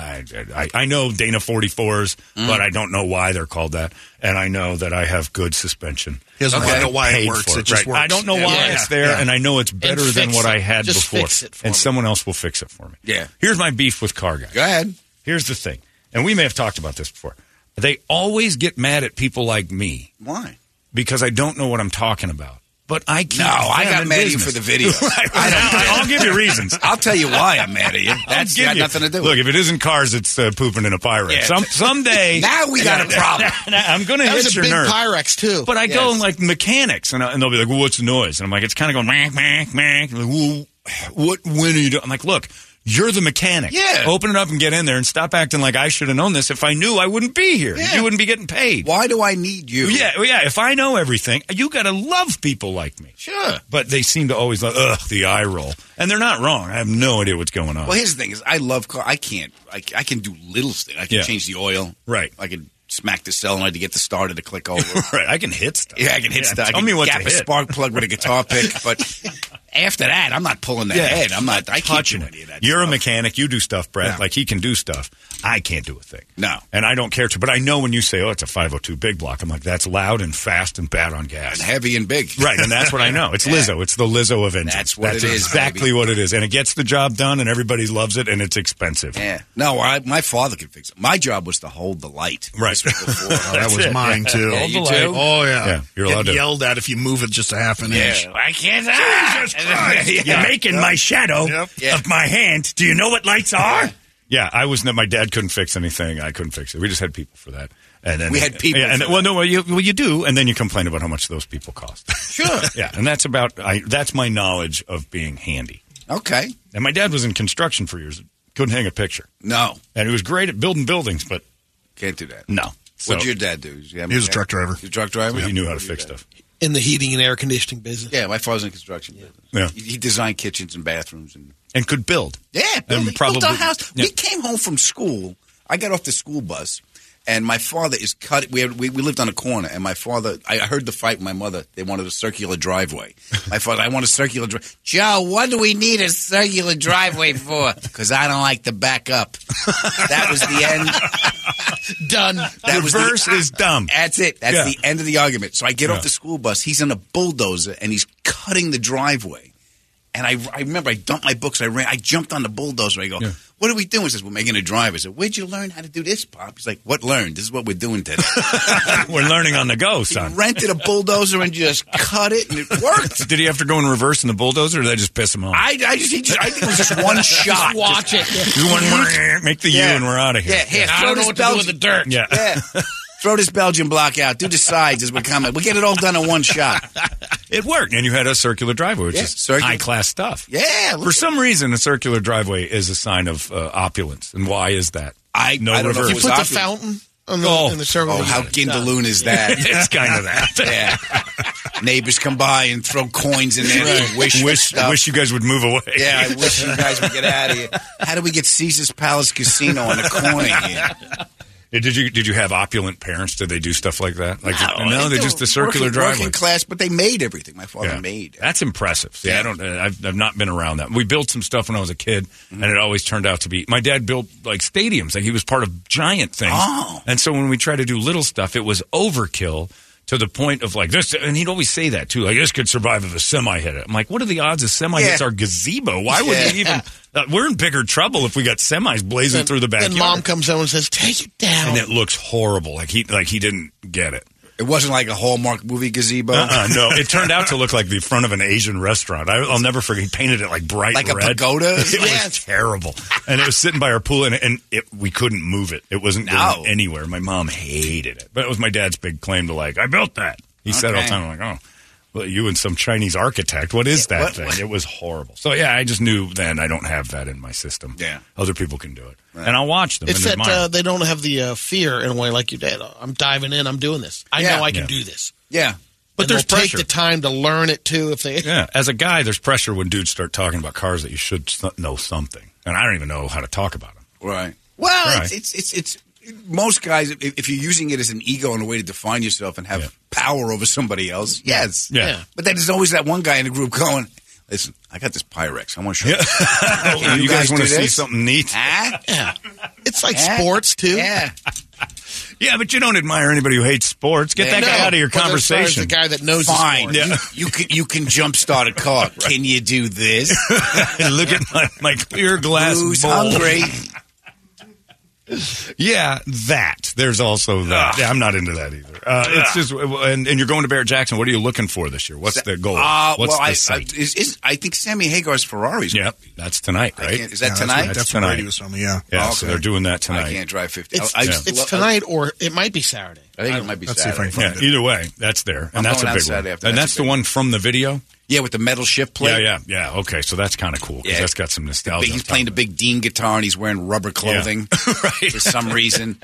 Speaker 2: I, I I know Dana 44s, but I don't know why they're called that, and I know that I have good suspension.
Speaker 5: He doesn't
Speaker 2: I
Speaker 5: wanna know
Speaker 2: got
Speaker 5: why it
Speaker 2: paid
Speaker 5: works.
Speaker 2: for
Speaker 5: It just
Speaker 2: Right. I
Speaker 5: works.
Speaker 2: don't know
Speaker 5: Yeah.
Speaker 2: why
Speaker 5: Yeah.
Speaker 2: it's there,
Speaker 5: Yeah.
Speaker 2: and I know it's better
Speaker 3: And
Speaker 2: than
Speaker 3: fix
Speaker 2: what
Speaker 3: it.
Speaker 2: I had
Speaker 3: Just
Speaker 2: before,
Speaker 3: fix it for
Speaker 2: and
Speaker 3: me.
Speaker 2: someone else will fix it for me.
Speaker 10: Yeah.
Speaker 2: Here's my beef with car guys.
Speaker 10: Go ahead.
Speaker 2: Here's the thing, and we may have talked about this before. They always get mad at people like me
Speaker 10: Why?
Speaker 2: because I don't know what I'm talking about. But I keep
Speaker 10: No, I
Speaker 2: them
Speaker 10: got
Speaker 2: in
Speaker 10: mad at you
Speaker 2: business.
Speaker 10: for the video.
Speaker 2: [laughs] Right.
Speaker 10: I don't care.
Speaker 2: I'll give you reasons.
Speaker 10: [laughs] I'll tell you why I'm mad at you. That's
Speaker 2: I'll give
Speaker 10: got
Speaker 2: you-
Speaker 10: nothing to do with
Speaker 2: Look,
Speaker 10: it.
Speaker 2: if it isn't cars, it's uh, pooping in a pyrex.
Speaker 10: Yeah.
Speaker 2: Some someday
Speaker 10: Now we
Speaker 2: [laughs]
Speaker 10: got a problem.
Speaker 2: I'm going to
Speaker 3: That was
Speaker 2: hit
Speaker 3: a
Speaker 2: your
Speaker 3: big
Speaker 2: nerve.
Speaker 3: Pyrex
Speaker 10: [laughs]
Speaker 3: too.
Speaker 2: But I go
Speaker 10: Yes.
Speaker 2: and like mechanics, and, I, and they'll be like, well, "What's the noise?" And I'm like, "It's kind of going mack mack mack." Like, well, what? When are you doing? I'm like, "Look, you're the mechanic.
Speaker 10: Yeah.
Speaker 2: open it up and get in there, and stop acting like I should have known this. If I knew, I wouldn't be here.
Speaker 10: Yeah.
Speaker 2: You wouldn't be getting paid.
Speaker 10: Why do I need you?
Speaker 2: Yeah, well, yeah. If I know everything, you got to love people like me.
Speaker 10: Sure.
Speaker 2: But they seem to always like, ugh, the eye roll, and they're not wrong. I have no idea what's going on.
Speaker 10: Well, here's the thing: is I love car. I can't. I, I can do little things. I can
Speaker 2: Yeah.
Speaker 10: change the oil.
Speaker 2: Right.
Speaker 10: I can smack the solenoid to get the starter to click over.
Speaker 2: [laughs] right, I can hit stuff.
Speaker 10: Yeah, I can hit stuff. I
Speaker 2: Tell
Speaker 10: can
Speaker 2: me what
Speaker 10: gap
Speaker 2: to
Speaker 10: a
Speaker 2: hit.
Speaker 10: spark plug with a guitar pick,
Speaker 2: [laughs]
Speaker 10: but after that, I'm not pulling the head. I'm not. I can't do
Speaker 2: touching
Speaker 10: any of that.
Speaker 2: it. You're a
Speaker 10: stuff.
Speaker 2: mechanic. You do stuff, Brett.
Speaker 10: No.
Speaker 2: Like he can do stuff. I can't do a thing.
Speaker 10: No.
Speaker 2: and I don't care to. But I know when you say, "Oh, it's a 502 big block," I'm like, "That's loud and fast and bad on gas."
Speaker 10: And heavy and big.
Speaker 2: Right, and that's what
Speaker 10: [laughs]
Speaker 2: I know. It's Lizzo. It's the Lizzo of engines.
Speaker 10: That's what it is,
Speaker 2: Exactly
Speaker 10: baby.
Speaker 2: what it is, and it gets the job done, and everybody loves it, and it's expensive.
Speaker 10: Yeah. No, I, my father can fix it. My job was to hold the light.
Speaker 2: Right.
Speaker 10: This was
Speaker 2: [laughs]
Speaker 10: before.
Speaker 5: that was mine too.
Speaker 10: Yeah, you too?
Speaker 5: Oh yeah,
Speaker 2: Yeah, you're
Speaker 5: Get
Speaker 2: allowed to.
Speaker 5: yelled at if you move it just a half an inch.
Speaker 10: Yeah. I can't. Ah! Jesus [laughs] Christ.
Speaker 2: You're making my shadow
Speaker 10: Yeah.
Speaker 2: of my hand. Do you know what lights are? [laughs] Yeah, I was. not My dad couldn't fix anything. I couldn't fix it. We just had people for that. And then
Speaker 10: We had people
Speaker 2: Yeah, and,
Speaker 10: for
Speaker 2: well, no, well you, well, you do, and then you complain about how much those people cost. [laughs]
Speaker 10: Sure.
Speaker 2: yeah, and that's about. I, that's my knowledge of being handy.
Speaker 10: Okay.
Speaker 2: And my dad was in construction for years, Couldn't hang a picture.
Speaker 10: No.
Speaker 2: And he was great at building buildings, but
Speaker 10: can't do that.
Speaker 2: No.
Speaker 10: What'd your dad do? Did you have a dad? He was a truck driver.
Speaker 2: So he knew how to fix stuff.
Speaker 3: in the heating and air conditioning business.
Speaker 10: Yeah, my father was in construction. business.
Speaker 2: Yeah.
Speaker 10: He, he designed kitchens and bathrooms and
Speaker 2: And could build.
Speaker 10: yeah, built- he
Speaker 2: probably-
Speaker 10: built our house.
Speaker 2: yeah.
Speaker 10: We came home from school. I got off the school bus, and my father is cut. We, had, we we lived on a corner, and my father. I heard the fight with my mother. They wanted a circular
Speaker 2: [laughs]
Speaker 10: driveway. My father, I want a circular driveway. Joe, what do we need a circular driveway for? Because I don't like to back up. That was the end.
Speaker 2: [laughs]
Speaker 3: Done.
Speaker 10: That was the-
Speaker 2: Reverse is dumb.
Speaker 10: That's it. That's
Speaker 2: Yeah.
Speaker 10: the end of the argument. So I get
Speaker 2: Yeah.
Speaker 10: off the school bus. He's in a bulldozer and he's cutting the driveway. And I, I remember I dumped my books. I ran. I jumped on the bulldozer. I go, "What are we doing?" He says, "We're making a drive." I said, "Where'd you learn how to do this, Pop?" He's like, "What learned? This is what we're doing
Speaker 2: [laughs]
Speaker 10: today."
Speaker 2: We're learning on the
Speaker 10: [laughs]
Speaker 2: go, son.
Speaker 10: Rented a bulldozer and just cut it,
Speaker 2: [laughs]
Speaker 10: and it worked.
Speaker 2: Did he have to go in reverse in the bulldozer, or did I just piss him off?
Speaker 10: I, I just, he just, I think it was [laughs] just one shot.
Speaker 3: watch
Speaker 10: Just-
Speaker 2: [laughs] You want- make the
Speaker 10: Yeah.
Speaker 2: U and we're out of here.
Speaker 10: Yeah, here,
Speaker 3: I
Speaker 10: throw
Speaker 3: don't know
Speaker 10: this
Speaker 3: what to do with
Speaker 10: Belgian-
Speaker 3: the dirt.
Speaker 2: Yeah. [laughs]
Speaker 10: Yeah. Throw this Belgian block out. Do the sides as we're coming. We'll get it all done in
Speaker 3: [laughs]
Speaker 10: one shot.
Speaker 2: It worked, and you had a circular driveway, which
Speaker 10: Yeah,
Speaker 2: is
Speaker 10: circular-
Speaker 2: high class stuff.
Speaker 10: Yeah,
Speaker 2: For some reason, a circular driveway is a sign of uh, opulence, and why is that?
Speaker 10: I
Speaker 2: no
Speaker 10: I don't know
Speaker 2: reverse.
Speaker 3: You
Speaker 10: if It was
Speaker 3: put the
Speaker 10: obvious.
Speaker 3: fountain on the, in the circle.
Speaker 10: Oh, how Gindaloon is that?
Speaker 2: [laughs] it's kind of that.
Speaker 10: yeah. Neighbors come by and throw coins in there. and Wish,
Speaker 2: wish,
Speaker 10: stuff.
Speaker 2: wish you guys would move away.
Speaker 10: Yeah, I wish you guys would get out of here. How do we get Caesar's Palace Casino on the corner
Speaker 2: [laughs]
Speaker 10: here?
Speaker 2: Did you did you have opulent parents? Did they do stuff like that? Like no Oh, they're just the circular
Speaker 10: working,
Speaker 2: driveway.
Speaker 10: Working class, but they made everything. My father
Speaker 2: Yeah.
Speaker 10: made.
Speaker 2: That's impressive. See, I don't. uh, I've, I've not been around that. We built some stuff when I was a kid,
Speaker 3: Mm-hmm.
Speaker 2: and it always turned out to be. My dad built like stadiums. Like he was part of giant things.
Speaker 10: Oh.
Speaker 2: And so when we tried to do little stuff, it was overkill to the point of like this. And he'd always say that too. Like this could survive if a semi hit it. I'm like, what are the odds a semi hits
Speaker 3: Yeah.
Speaker 2: our gazebo? Why would
Speaker 3: Yeah.
Speaker 2: we even? Uh, we're in bigger trouble if we got semis blazing through the backyard.
Speaker 3: And mom comes home and says, "Take it down."
Speaker 2: and it looks horrible. Like he like he didn't get it.
Speaker 10: It wasn't like a Hallmark movie gazebo.
Speaker 2: Uh-uh, no, it turned out to look like the front of an Asian restaurant. I, I'll never forget. He painted it like bright
Speaker 10: Like a
Speaker 2: red.
Speaker 10: pagoda?
Speaker 2: [laughs] It
Speaker 10: Yeah.
Speaker 2: was terrible, and it was sitting by our pool, and, and it, we couldn't move it. It wasn't going
Speaker 10: No.
Speaker 2: anywhere. My mom hated it, but it was my dad's big claim to like. I built that. He said all the
Speaker 10: Okay.
Speaker 2: time, I'm like, oh. [laughs] Well, you and some Chinese architect. What is that
Speaker 10: what-
Speaker 2: thing?
Speaker 10: what-
Speaker 2: It was horrible. So yeah, I just knew then I don't have that in my system.
Speaker 10: Yeah.
Speaker 2: other people can do it, and I'll watch them.
Speaker 3: It's
Speaker 2: and they're
Speaker 3: that
Speaker 2: mine.
Speaker 3: uh, they don't have the uh, fear in a way like you did. Uh, I'm diving in. I'm doing this. I
Speaker 10: Yeah.
Speaker 3: know I can
Speaker 2: Yeah.
Speaker 3: do this.
Speaker 10: Yeah.
Speaker 3: But
Speaker 2: And
Speaker 3: there's
Speaker 2: they'll
Speaker 3: take
Speaker 2: pressure.
Speaker 3: the time to learn it too. If they [laughs]
Speaker 2: Yeah, as a guy, there's pressure when dudes start talking about cars that you should s- know something, and I don't even know how to talk about them.
Speaker 10: Right. [laughs] Well,
Speaker 2: Right.
Speaker 10: It's, it's it's it's most guys. If, if you're using it as an ego and a way to define yourself and have power over somebody else, yes,
Speaker 2: Yeah. Yeah.
Speaker 10: But then there's always that one guy in the group going, "Listen, I got this Pyrex. I want to show you.
Speaker 2: [laughs]
Speaker 10: Can
Speaker 2: you, guys, want
Speaker 10: Oh, do
Speaker 2: to see
Speaker 10: this?
Speaker 2: something neat?
Speaker 10: Huh?
Speaker 3: yeah, it's like
Speaker 10: Yeah.
Speaker 3: sports too.
Speaker 10: Yeah.
Speaker 2: Yeah, but you don't admire anybody who hates sports. Get that
Speaker 3: No,
Speaker 2: guy out of your
Speaker 3: but
Speaker 10: uh,
Speaker 3: as far as
Speaker 2: conversation.
Speaker 3: The guy that knows his
Speaker 10: Fine.
Speaker 3: sports.
Speaker 10: You, you can you can jumpstart a
Speaker 2: [laughs]
Speaker 10: car. Can you do this?
Speaker 2: Look at my, my clear glass
Speaker 10: Who's
Speaker 2: bowl.
Speaker 10: hungry?
Speaker 2: [laughs] Yeah, that. There's also that. Yeah, I'm not into that either. Uh, it's just and, and you're going to Barrett Jackson. What are you looking for this year? What's the goal?
Speaker 10: Uh,
Speaker 2: What's
Speaker 10: well,
Speaker 2: the
Speaker 10: I, I,
Speaker 2: sight?
Speaker 10: is, is, I think Sammy Hagar's Ferrari's.
Speaker 2: yep, that's tonight, right?
Speaker 10: can't- is that
Speaker 16: Yeah,
Speaker 10: tonight?
Speaker 16: That's, what-
Speaker 2: That's
Speaker 16: that's what
Speaker 2: tonight.
Speaker 16: Brady was telling me. Yeah.
Speaker 2: Yeah,
Speaker 10: Oh,
Speaker 2: so
Speaker 10: okay.
Speaker 2: they're doing that tonight.
Speaker 10: I can't drive fifty.
Speaker 3: It's,
Speaker 10: I, I,
Speaker 3: it's tonight or it might be Saturday.
Speaker 10: I think it might be
Speaker 16: Let's see if I
Speaker 10: Saturday.
Speaker 16: can
Speaker 2: Yeah,
Speaker 16: find it.
Speaker 2: either way, that's there, and
Speaker 10: I'm
Speaker 2: that's
Speaker 10: going
Speaker 2: a big
Speaker 10: out
Speaker 2: one.
Speaker 10: Saturday
Speaker 2: And
Speaker 10: after. That's
Speaker 2: that's
Speaker 10: a
Speaker 2: the
Speaker 10: big
Speaker 2: one from the video.
Speaker 10: Yeah, with the metal shift plate.
Speaker 2: Yeah, yeah, yeah. Okay, so that's kind of cool because
Speaker 10: Yeah.
Speaker 2: that's got some nostalgia.
Speaker 10: Big-
Speaker 2: on
Speaker 10: he's
Speaker 2: top
Speaker 10: playing the
Speaker 2: of it.
Speaker 10: big Dean guitar and he's wearing rubber clothing
Speaker 2: [laughs] Right.
Speaker 10: for some reason.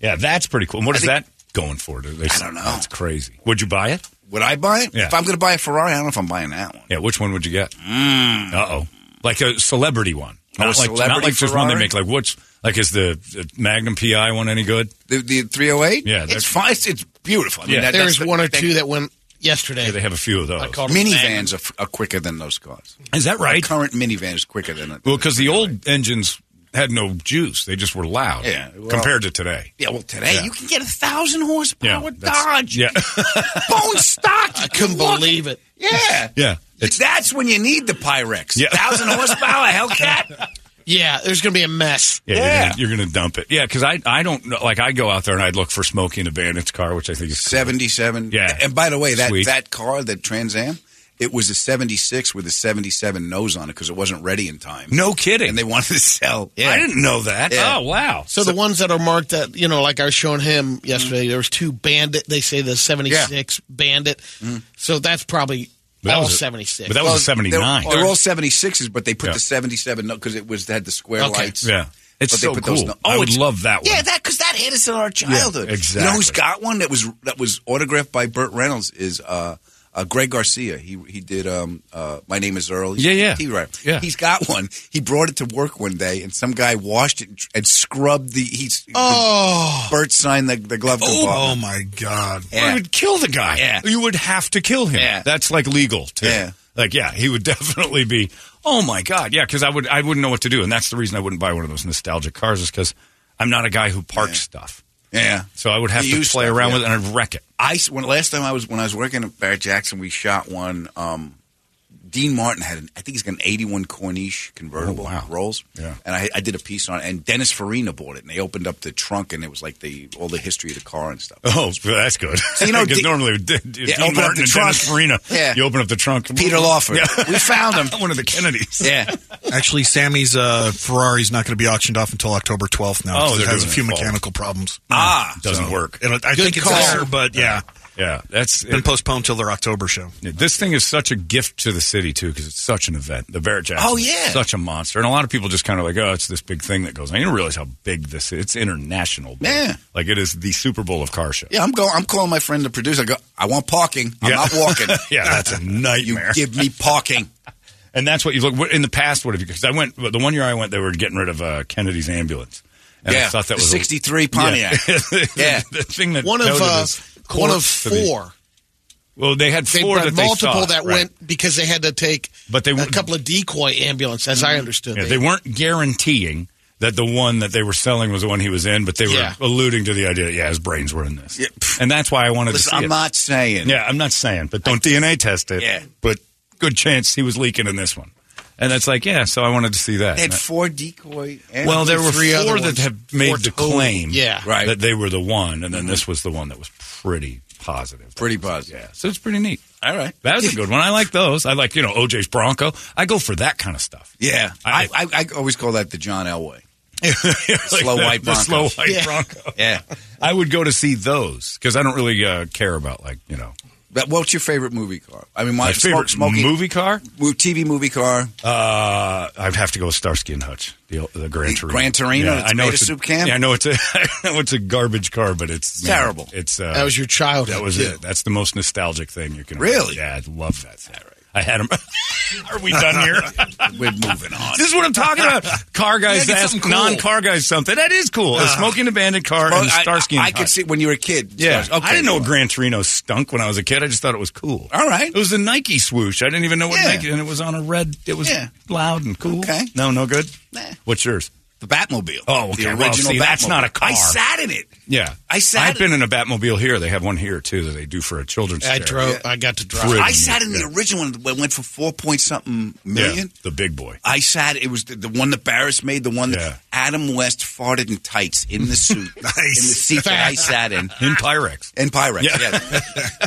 Speaker 2: Yeah, that's pretty cool. And what
Speaker 10: I
Speaker 2: is
Speaker 10: think-
Speaker 2: that going for? Do they-
Speaker 10: I don't know.
Speaker 2: That's crazy. Would you buy it?
Speaker 10: Would I buy it?
Speaker 2: Yeah.
Speaker 10: If I'm going to buy a Ferrari, I don't know if I'm buying that one.
Speaker 2: Yeah. Which one would you get? Uh oh. Like a celebrity one.
Speaker 10: Oh, a
Speaker 2: like not
Speaker 10: celebrity
Speaker 2: like just one they
Speaker 10: Ferrari?
Speaker 2: make. Like what's like is the uh, Magnum PI one any good?
Speaker 10: The, the 308?
Speaker 2: Yeah,
Speaker 10: It's
Speaker 2: that's-
Speaker 10: fine. It's, it's beautiful. I mean,
Speaker 2: Yeah.
Speaker 10: that-
Speaker 3: There's
Speaker 10: that's the-
Speaker 3: one or
Speaker 10: that-
Speaker 3: two that went yesterday.
Speaker 2: Yeah, they have a few of those.
Speaker 3: I called them
Speaker 10: Minivans are, f- are quicker than those cars.
Speaker 2: Is that right?
Speaker 10: The current minivan is quicker than a,
Speaker 2: Well, because the old engines had no juice; they just were loud.
Speaker 10: Yeah, well-
Speaker 2: compared to today.
Speaker 10: Yeah, well, today
Speaker 2: Yeah.
Speaker 10: you can get a thousand
Speaker 2: Yeah,
Speaker 10: horsepower
Speaker 2: that's-
Speaker 10: Dodge.
Speaker 2: Yeah,
Speaker 10: [laughs]
Speaker 2: [laughs]
Speaker 10: Bone stock. I
Speaker 3: couldn't believe it.
Speaker 10: Yeah.
Speaker 2: yeah. It's
Speaker 10: That's when you need the Pyrex.
Speaker 2: Yeah.
Speaker 10: [laughs] Thousand
Speaker 2: [laughs]
Speaker 10: horsepower Hellcat.
Speaker 3: Yeah, there's going to be a mess.
Speaker 2: Yeah,
Speaker 10: Yeah.
Speaker 2: You're, gonna, you're gonna dump it. Yeah, because I I don't know. Like I go out there and I'd look for Smokey and the Bandit's car, which I think is cool.
Speaker 10: Seventy-seven.
Speaker 2: Yeah.
Speaker 10: And by the way, that
Speaker 2: Sweet.
Speaker 10: that car, that Trans Am, it was a '76 with a '77 nose on it because it wasn't ready in time.
Speaker 2: No kidding.
Speaker 10: And they wanted to sell.
Speaker 2: I didn't know that.
Speaker 10: Yeah.
Speaker 2: Oh wow.
Speaker 3: So, the ones that are marked that you know, like I was showing him
Speaker 10: Mm.
Speaker 3: yesterday, there was two Bandit. They say the '76 Bandit. So that's probably That was 76.
Speaker 2: But that was a 79.
Speaker 10: Mm. They're, they're all 76s, but they put the 77 because it was they had the square lights.
Speaker 2: Yeah. It's
Speaker 10: But they
Speaker 2: so
Speaker 10: put
Speaker 2: cool.
Speaker 10: those nu-
Speaker 2: I
Speaker 10: Oh,
Speaker 2: would
Speaker 10: it's-
Speaker 2: love that one.
Speaker 10: Yeah, that because that hit us in our childhood. You know
Speaker 2: exactly.
Speaker 10: who's got one that was that was autographed by Burt Reynolds is uh, uh, Greg Garcia. He he did um, uh, My Name Is Earl. He's
Speaker 2: Yeah, yeah.
Speaker 10: He right.
Speaker 2: Yeah.
Speaker 10: He's got one. He brought it to work one day, and some guy washed it and, tr- and scrubbed the. He's
Speaker 3: oh
Speaker 10: Burt signed the, the glove.
Speaker 5: Oh,
Speaker 10: compartment.
Speaker 5: oh, my God.
Speaker 10: Yeah.
Speaker 2: You would kill the guy.
Speaker 10: Yeah.
Speaker 2: You would have to kill him.
Speaker 10: Yeah.
Speaker 2: That's like legal too.
Speaker 10: Yeah.
Speaker 2: Like yeah, he would [laughs] definitely be. Oh my god, yeah, because I would I wouldn't know what to do, and that's the reason I wouldn't buy one of those nostalgic cars is because I'm not a guy who parks stuff.
Speaker 10: Yeah.
Speaker 2: So I would have
Speaker 10: You
Speaker 2: to
Speaker 10: use
Speaker 2: play
Speaker 10: stuff,
Speaker 2: around
Speaker 10: yeah.
Speaker 2: with it and I'd wreck it.
Speaker 10: I s- when last time I was when I was working at Barrett Jackson, we shot one. Um, Dean Martin had an, I think he's got an '81 Corniche convertible Rolls,
Speaker 2: Yeah.
Speaker 10: and I, I did a piece on it. And Dennis Farina bought it, and they opened up the trunk, and it was like the all the history of the car and stuff.
Speaker 2: Oh, well, that's good. [laughs]
Speaker 10: So, you know,
Speaker 2: because
Speaker 10: D-
Speaker 2: normally D- D-
Speaker 10: Yeah, open
Speaker 2: Dean
Speaker 10: up
Speaker 2: Martin
Speaker 10: the
Speaker 2: and
Speaker 10: trunk.
Speaker 2: Dennis Farina,
Speaker 10: Yeah.
Speaker 2: you open up the trunk.
Speaker 10: Peter Lawford. We
Speaker 2: [laughs]
Speaker 10: found him.
Speaker 2: One of the Kennedys.
Speaker 10: Yeah.
Speaker 5: Actually, Sammy's uh, Ferrari's not going to be auctioned off until October 12th now.
Speaker 2: Oh,
Speaker 5: 'cause it
Speaker 2: they're
Speaker 5: has a
Speaker 2: doing
Speaker 5: few
Speaker 2: it fall.
Speaker 5: mechanical problems.
Speaker 2: Ah, doesn't
Speaker 5: So,
Speaker 2: work.
Speaker 5: it'll- I think it's there, but yeah.
Speaker 2: yeah, that's
Speaker 5: Been postponed till their October show.
Speaker 2: Yeah, this thing is such a gift to the city too because it's such an event. The Barrett Jackson.
Speaker 5: Oh,
Speaker 2: is
Speaker 5: yeah.
Speaker 2: such a monster, and a lot of people just kind of like, oh, it's this big thing that goes. on. You don't realize how big this. is. It's international. big.
Speaker 10: Yeah.
Speaker 2: like it is the Super Bowl of car shows.
Speaker 10: Yeah, I'm going. I'm calling my friend the producer. I go. I want parking. I'm
Speaker 2: Yeah.
Speaker 10: not walking.
Speaker 2: [laughs] yeah, that's a nightmare.
Speaker 10: give me parking.
Speaker 2: [laughs] and that's what you look what- in the past. What have you? Because I went the one year I went, they were getting rid of uh, Kennedy's ambulance. And I
Speaker 10: Yeah,
Speaker 2: thought that
Speaker 10: the
Speaker 2: was a-
Speaker 10: 63 Pontiac.
Speaker 2: Yeah,
Speaker 10: Yeah.
Speaker 2: the thing that
Speaker 3: One of
Speaker 2: toted
Speaker 3: uh,
Speaker 2: his
Speaker 3: one of
Speaker 2: corpse to the-
Speaker 3: four.
Speaker 2: [laughs] well, they had
Speaker 3: They
Speaker 2: four
Speaker 3: had
Speaker 2: that they
Speaker 3: multiple
Speaker 2: saw,
Speaker 3: that
Speaker 2: right.
Speaker 3: went because they had to take
Speaker 2: But they
Speaker 3: a
Speaker 2: wouldn't- Mm-hmm.
Speaker 3: couple of decoy ambulance, as I understood.
Speaker 2: Yeah, they weren't guaranteeing that the one that they were selling was the one he was in, but they were
Speaker 3: Yeah.
Speaker 2: alluding to the idea. Yeah, his brains were in this, and that's why I wanted
Speaker 10: Listen,
Speaker 2: to see
Speaker 10: I'm
Speaker 2: it.
Speaker 10: not saying.
Speaker 2: Yeah, I'm not saying, but don't DNA test it.
Speaker 10: Yeah.
Speaker 2: but good chance he was leaking in this one, and that's like, yeah. So I wanted to see that.
Speaker 10: They had four decoy.
Speaker 2: well, there were
Speaker 10: three
Speaker 2: four
Speaker 10: other
Speaker 2: that
Speaker 10: ones.
Speaker 2: have made
Speaker 10: Four
Speaker 2: the
Speaker 10: total.
Speaker 2: claim,
Speaker 10: Yeah. Right. Mm-hmm.
Speaker 2: that they were the one, and then this was the one that was pretty positive.
Speaker 10: Pretty positive.
Speaker 2: Yeah, so it's pretty neat.
Speaker 10: All right.
Speaker 2: That was a good one. I like those. I like you know OJ's Bronco. I go for that kind of stuff.
Speaker 10: Yeah, I, I, I always call that the John
Speaker 2: [laughs]
Speaker 10: Elway. slow
Speaker 2: the-
Speaker 10: white
Speaker 2: the
Speaker 10: Bronco.
Speaker 2: slow white [laughs] Yeah.
Speaker 10: Bronco. Yeah.
Speaker 2: I would go to see those because I don't really uh, care about like you know
Speaker 10: But what's your favorite movie car? I mean, my,
Speaker 2: My favorite
Speaker 10: smoking,
Speaker 2: movie car,
Speaker 10: TV movie car,
Speaker 2: Uh, I'd have to go with Starsky and Hutch, the, the Gran
Speaker 10: The
Speaker 2: Torino.
Speaker 10: Gran Torino,
Speaker 2: Yeah,
Speaker 10: it's
Speaker 2: I know
Speaker 10: made
Speaker 2: it's
Speaker 10: of
Speaker 2: a,
Speaker 10: soup can?
Speaker 2: Yeah, I know it's a, [laughs] I know it's a garbage car, but it's man,
Speaker 10: Terrible.
Speaker 2: It's uh,
Speaker 3: That was your childhood,
Speaker 2: That was
Speaker 3: too.
Speaker 2: it. That's the most nostalgic thing you can
Speaker 10: Really?
Speaker 2: Yeah, I love that. Thing. I had him. Are [laughs] we done
Speaker 10: [laughs]
Speaker 2: here?
Speaker 10: We're moving on.
Speaker 2: This is what I'm talking about. Car guys
Speaker 10: Yeah, get
Speaker 2: ask
Speaker 10: something cool.
Speaker 2: non-car guys something. That is cool.
Speaker 10: Ah.
Speaker 2: a smoking abandoned car
Speaker 10: Well,
Speaker 2: and
Speaker 10: I-
Speaker 2: Starsky
Speaker 10: I,
Speaker 2: and
Speaker 10: I could
Speaker 2: Hutch.
Speaker 10: see when you were a kid.
Speaker 2: Yeah,
Speaker 10: Stars- okay,
Speaker 2: I didn't know a
Speaker 10: well,
Speaker 2: Gran Torino stunk when I was a kid. I just thought it was cool.
Speaker 10: All right.
Speaker 2: it was the Nike swoosh. I didn't even know what
Speaker 10: Yeah.
Speaker 2: Nike, and it was on a red. It was
Speaker 10: Yeah.
Speaker 2: loud and cool.
Speaker 10: Okay.
Speaker 2: no, no good. What's yours?
Speaker 10: the Batmobile.
Speaker 2: Oh, okay.
Speaker 10: The
Speaker 2: Well,
Speaker 10: original
Speaker 2: see, that's
Speaker 10: Batmobile.
Speaker 2: not a car.
Speaker 10: I sat in it.
Speaker 2: Yeah,
Speaker 10: I sat
Speaker 2: I've
Speaker 10: in-
Speaker 2: been in a Batmobile here. They have one here too that they do for a children's.
Speaker 3: I
Speaker 2: fair.
Speaker 3: drove. I got to drive.
Speaker 2: Friggin'
Speaker 10: I sat in
Speaker 2: yeah.
Speaker 10: the original one that went for four point something
Speaker 2: Yeah,
Speaker 10: million.
Speaker 2: the big boy.
Speaker 10: I sat. It was the, the one that Barris made. The one
Speaker 2: Yeah.
Speaker 10: that Adam West farted in tights in the
Speaker 2: [laughs]
Speaker 10: suit. nice. In the seat that I sat in.
Speaker 2: in Pyrex.
Speaker 10: In Pyrex.
Speaker 2: Yeah.
Speaker 10: yeah.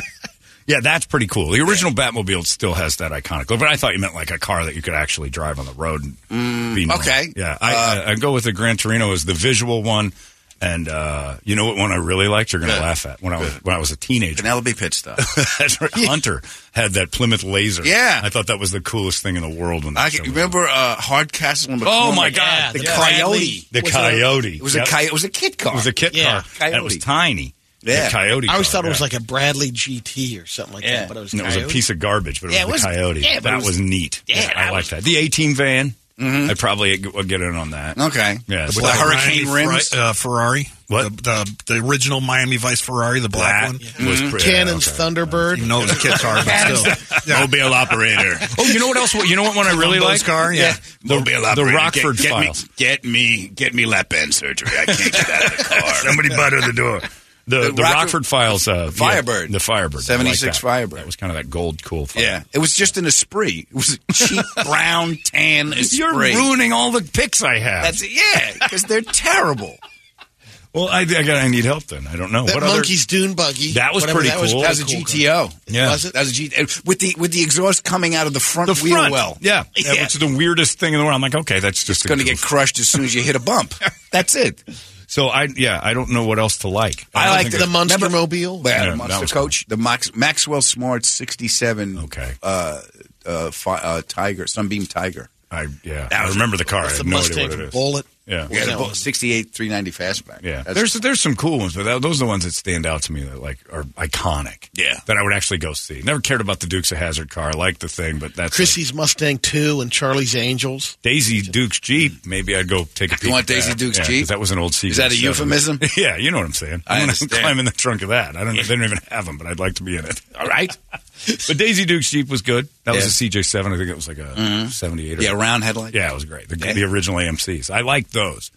Speaker 2: Yeah, that's pretty cool. The original Batmobile still has that iconic look, but I thought you meant like a car that you could actually drive on the road. And be normal.
Speaker 10: okay. Uh,
Speaker 2: Yeah, I, I, I go with the Gran Torino as the visual one, and uh, you know what one I really liked? You're going to
Speaker 10: Good.
Speaker 2: laugh at when I was when I was a teenager.
Speaker 10: Penelope Pitt stuff.
Speaker 2: [laughs] That's right. Hunter had that Plymouth Laser.
Speaker 10: Yeah.
Speaker 2: I thought that was the coolest thing in the world when that
Speaker 10: I
Speaker 2: show
Speaker 10: can,
Speaker 2: was
Speaker 10: remember uh, Hardcastle and McCormick?
Speaker 2: Oh, my God. Yeah,
Speaker 10: the,
Speaker 2: the
Speaker 10: coyote.
Speaker 2: The
Speaker 10: Was it a-
Speaker 2: coyote.
Speaker 10: It was
Speaker 2: Yep.
Speaker 10: a coyote. It was a kid car.
Speaker 2: It was a kit
Speaker 3: Yeah.
Speaker 2: car. And It was
Speaker 10: Coyote.
Speaker 2: tiny.
Speaker 10: Yeah.
Speaker 2: The coyote.
Speaker 3: I always
Speaker 2: car,
Speaker 3: thought it was
Speaker 2: yeah.
Speaker 3: like a Bradley GT or something like
Speaker 10: Yeah.
Speaker 3: that, but it was,
Speaker 2: And it was a
Speaker 3: Coyote.
Speaker 2: piece of garbage, but it
Speaker 3: Yeah, it
Speaker 2: was the
Speaker 3: was-
Speaker 2: coyote.
Speaker 3: yeah, but
Speaker 2: that
Speaker 3: it
Speaker 2: was,
Speaker 3: was-
Speaker 2: neat. Yeah, I like that. The 18 van. I probably g- would get in on that.
Speaker 10: Mm-hmm. Okay.
Speaker 2: Yeah,
Speaker 5: With
Speaker 2: so-
Speaker 5: the
Speaker 10: hurricane
Speaker 5: Miami Fer-
Speaker 10: rims?
Speaker 5: uh, Ferrari.
Speaker 2: What?
Speaker 5: The, the, the original Miami Vice Ferrari, the black
Speaker 2: That
Speaker 5: one.
Speaker 2: was
Speaker 10: Mm-hmm.
Speaker 3: Mm-hmm.
Speaker 2: pretty.
Speaker 3: Cannon's Thunderbird.
Speaker 5: Even though it was a kid car, [laughs] but still.
Speaker 2: Mobile operator. Oh, you know what else? You know what one I really
Speaker 5: Those
Speaker 2: like?
Speaker 5: car, yeah.
Speaker 2: The, the Rockford Files.
Speaker 10: get me, get me lap band surgery. I can't get out of the car.
Speaker 2: [laughs] Somebody butter the door. The, the,
Speaker 10: The Rockford-
Speaker 2: Rockford, Files. Uh,
Speaker 10: Firebird.
Speaker 2: Yeah, the Firebird. I
Speaker 10: 76
Speaker 2: like that.
Speaker 10: Firebird.
Speaker 2: That was kind of that gold, cool fire.
Speaker 10: Yeah, it was just an esprit. It
Speaker 2: [laughs]
Speaker 10: was a cheap brown tan esprit.
Speaker 2: You're ruining all the picks I have.
Speaker 10: That's yeah, because they're terrible.
Speaker 2: well, I, I, gotta- I need help then. I don't know.
Speaker 3: That
Speaker 2: what
Speaker 3: monkey's dune buggy.
Speaker 2: That was
Speaker 3: whatever
Speaker 2: pretty
Speaker 3: that was,
Speaker 2: cool.
Speaker 10: That was a
Speaker 3: pretty cool
Speaker 10: GTO.
Speaker 2: Yeah.
Speaker 3: Was it?
Speaker 10: That was a G with the with the exhaust coming out of the front
Speaker 2: other? The
Speaker 10: wheel
Speaker 2: front.
Speaker 10: well. [laughs]
Speaker 2: Yeah. yeah.
Speaker 10: Yeah.
Speaker 2: Which is the weirdest thing in the world. I'm like, okay, that's just
Speaker 10: It's going to
Speaker 2: a goof. [laughs]
Speaker 10: get crushed as soon as you hit a bump. That's it.
Speaker 2: So I yeah, I don't know what else to like.
Speaker 10: I
Speaker 2: don't
Speaker 10: like
Speaker 2: think
Speaker 10: the
Speaker 2: there's-
Speaker 10: Munster
Speaker 3: Remember- Mobile?
Speaker 10: Yeah,
Speaker 2: Yeah,
Speaker 10: the
Speaker 2: that
Speaker 10: Monster
Speaker 2: was
Speaker 10: Coach, the Max, Maxwell Smart sixty-seven. Okay. Uh, uh, fi, uh, Tiger, Sunbeam Tiger.
Speaker 2: I yeah. I remember the car. I have no idea what it is. Yeah.
Speaker 10: yeah, the bullet, sixty-eight three ninety fastback.
Speaker 2: Yeah,
Speaker 10: That's-
Speaker 2: there's there's some cool ones, but that, those are the ones that stand out to me that like are iconic. Yeah, that I would actually go see. Never cared about the Dukes of Hazard car. I liked the thing, but that's like
Speaker 3: Chrissy's Mustang 2 and Charlie's Angels.
Speaker 2: Daisy Duke's Jeep. Maybe I'd go take a peek.
Speaker 3: You want
Speaker 2: at
Speaker 3: Daisy
Speaker 2: that.
Speaker 3: Duke's
Speaker 2: Yeah, 'cause
Speaker 3: Jeep?
Speaker 2: That was an old
Speaker 3: Is
Speaker 2: season.
Speaker 3: that a euphemism?
Speaker 2: [laughs] yeah, you know what I'm saying.
Speaker 17: I
Speaker 2: I'm
Speaker 17: understand.
Speaker 2: climbing the trunk of that. I don't. They don't even have them, but I'd like to be in it. All right. [laughs] but Daisy Duke's Jeep was good. That
Speaker 10: Yeah.
Speaker 2: was a CJ7. I think it was like a 78 or
Speaker 10: Mm-hmm. Yeah, round headlight.
Speaker 2: Yeah, it was great. The,
Speaker 10: Yeah. Mm-hmm.
Speaker 2: the original AMCs. I like those.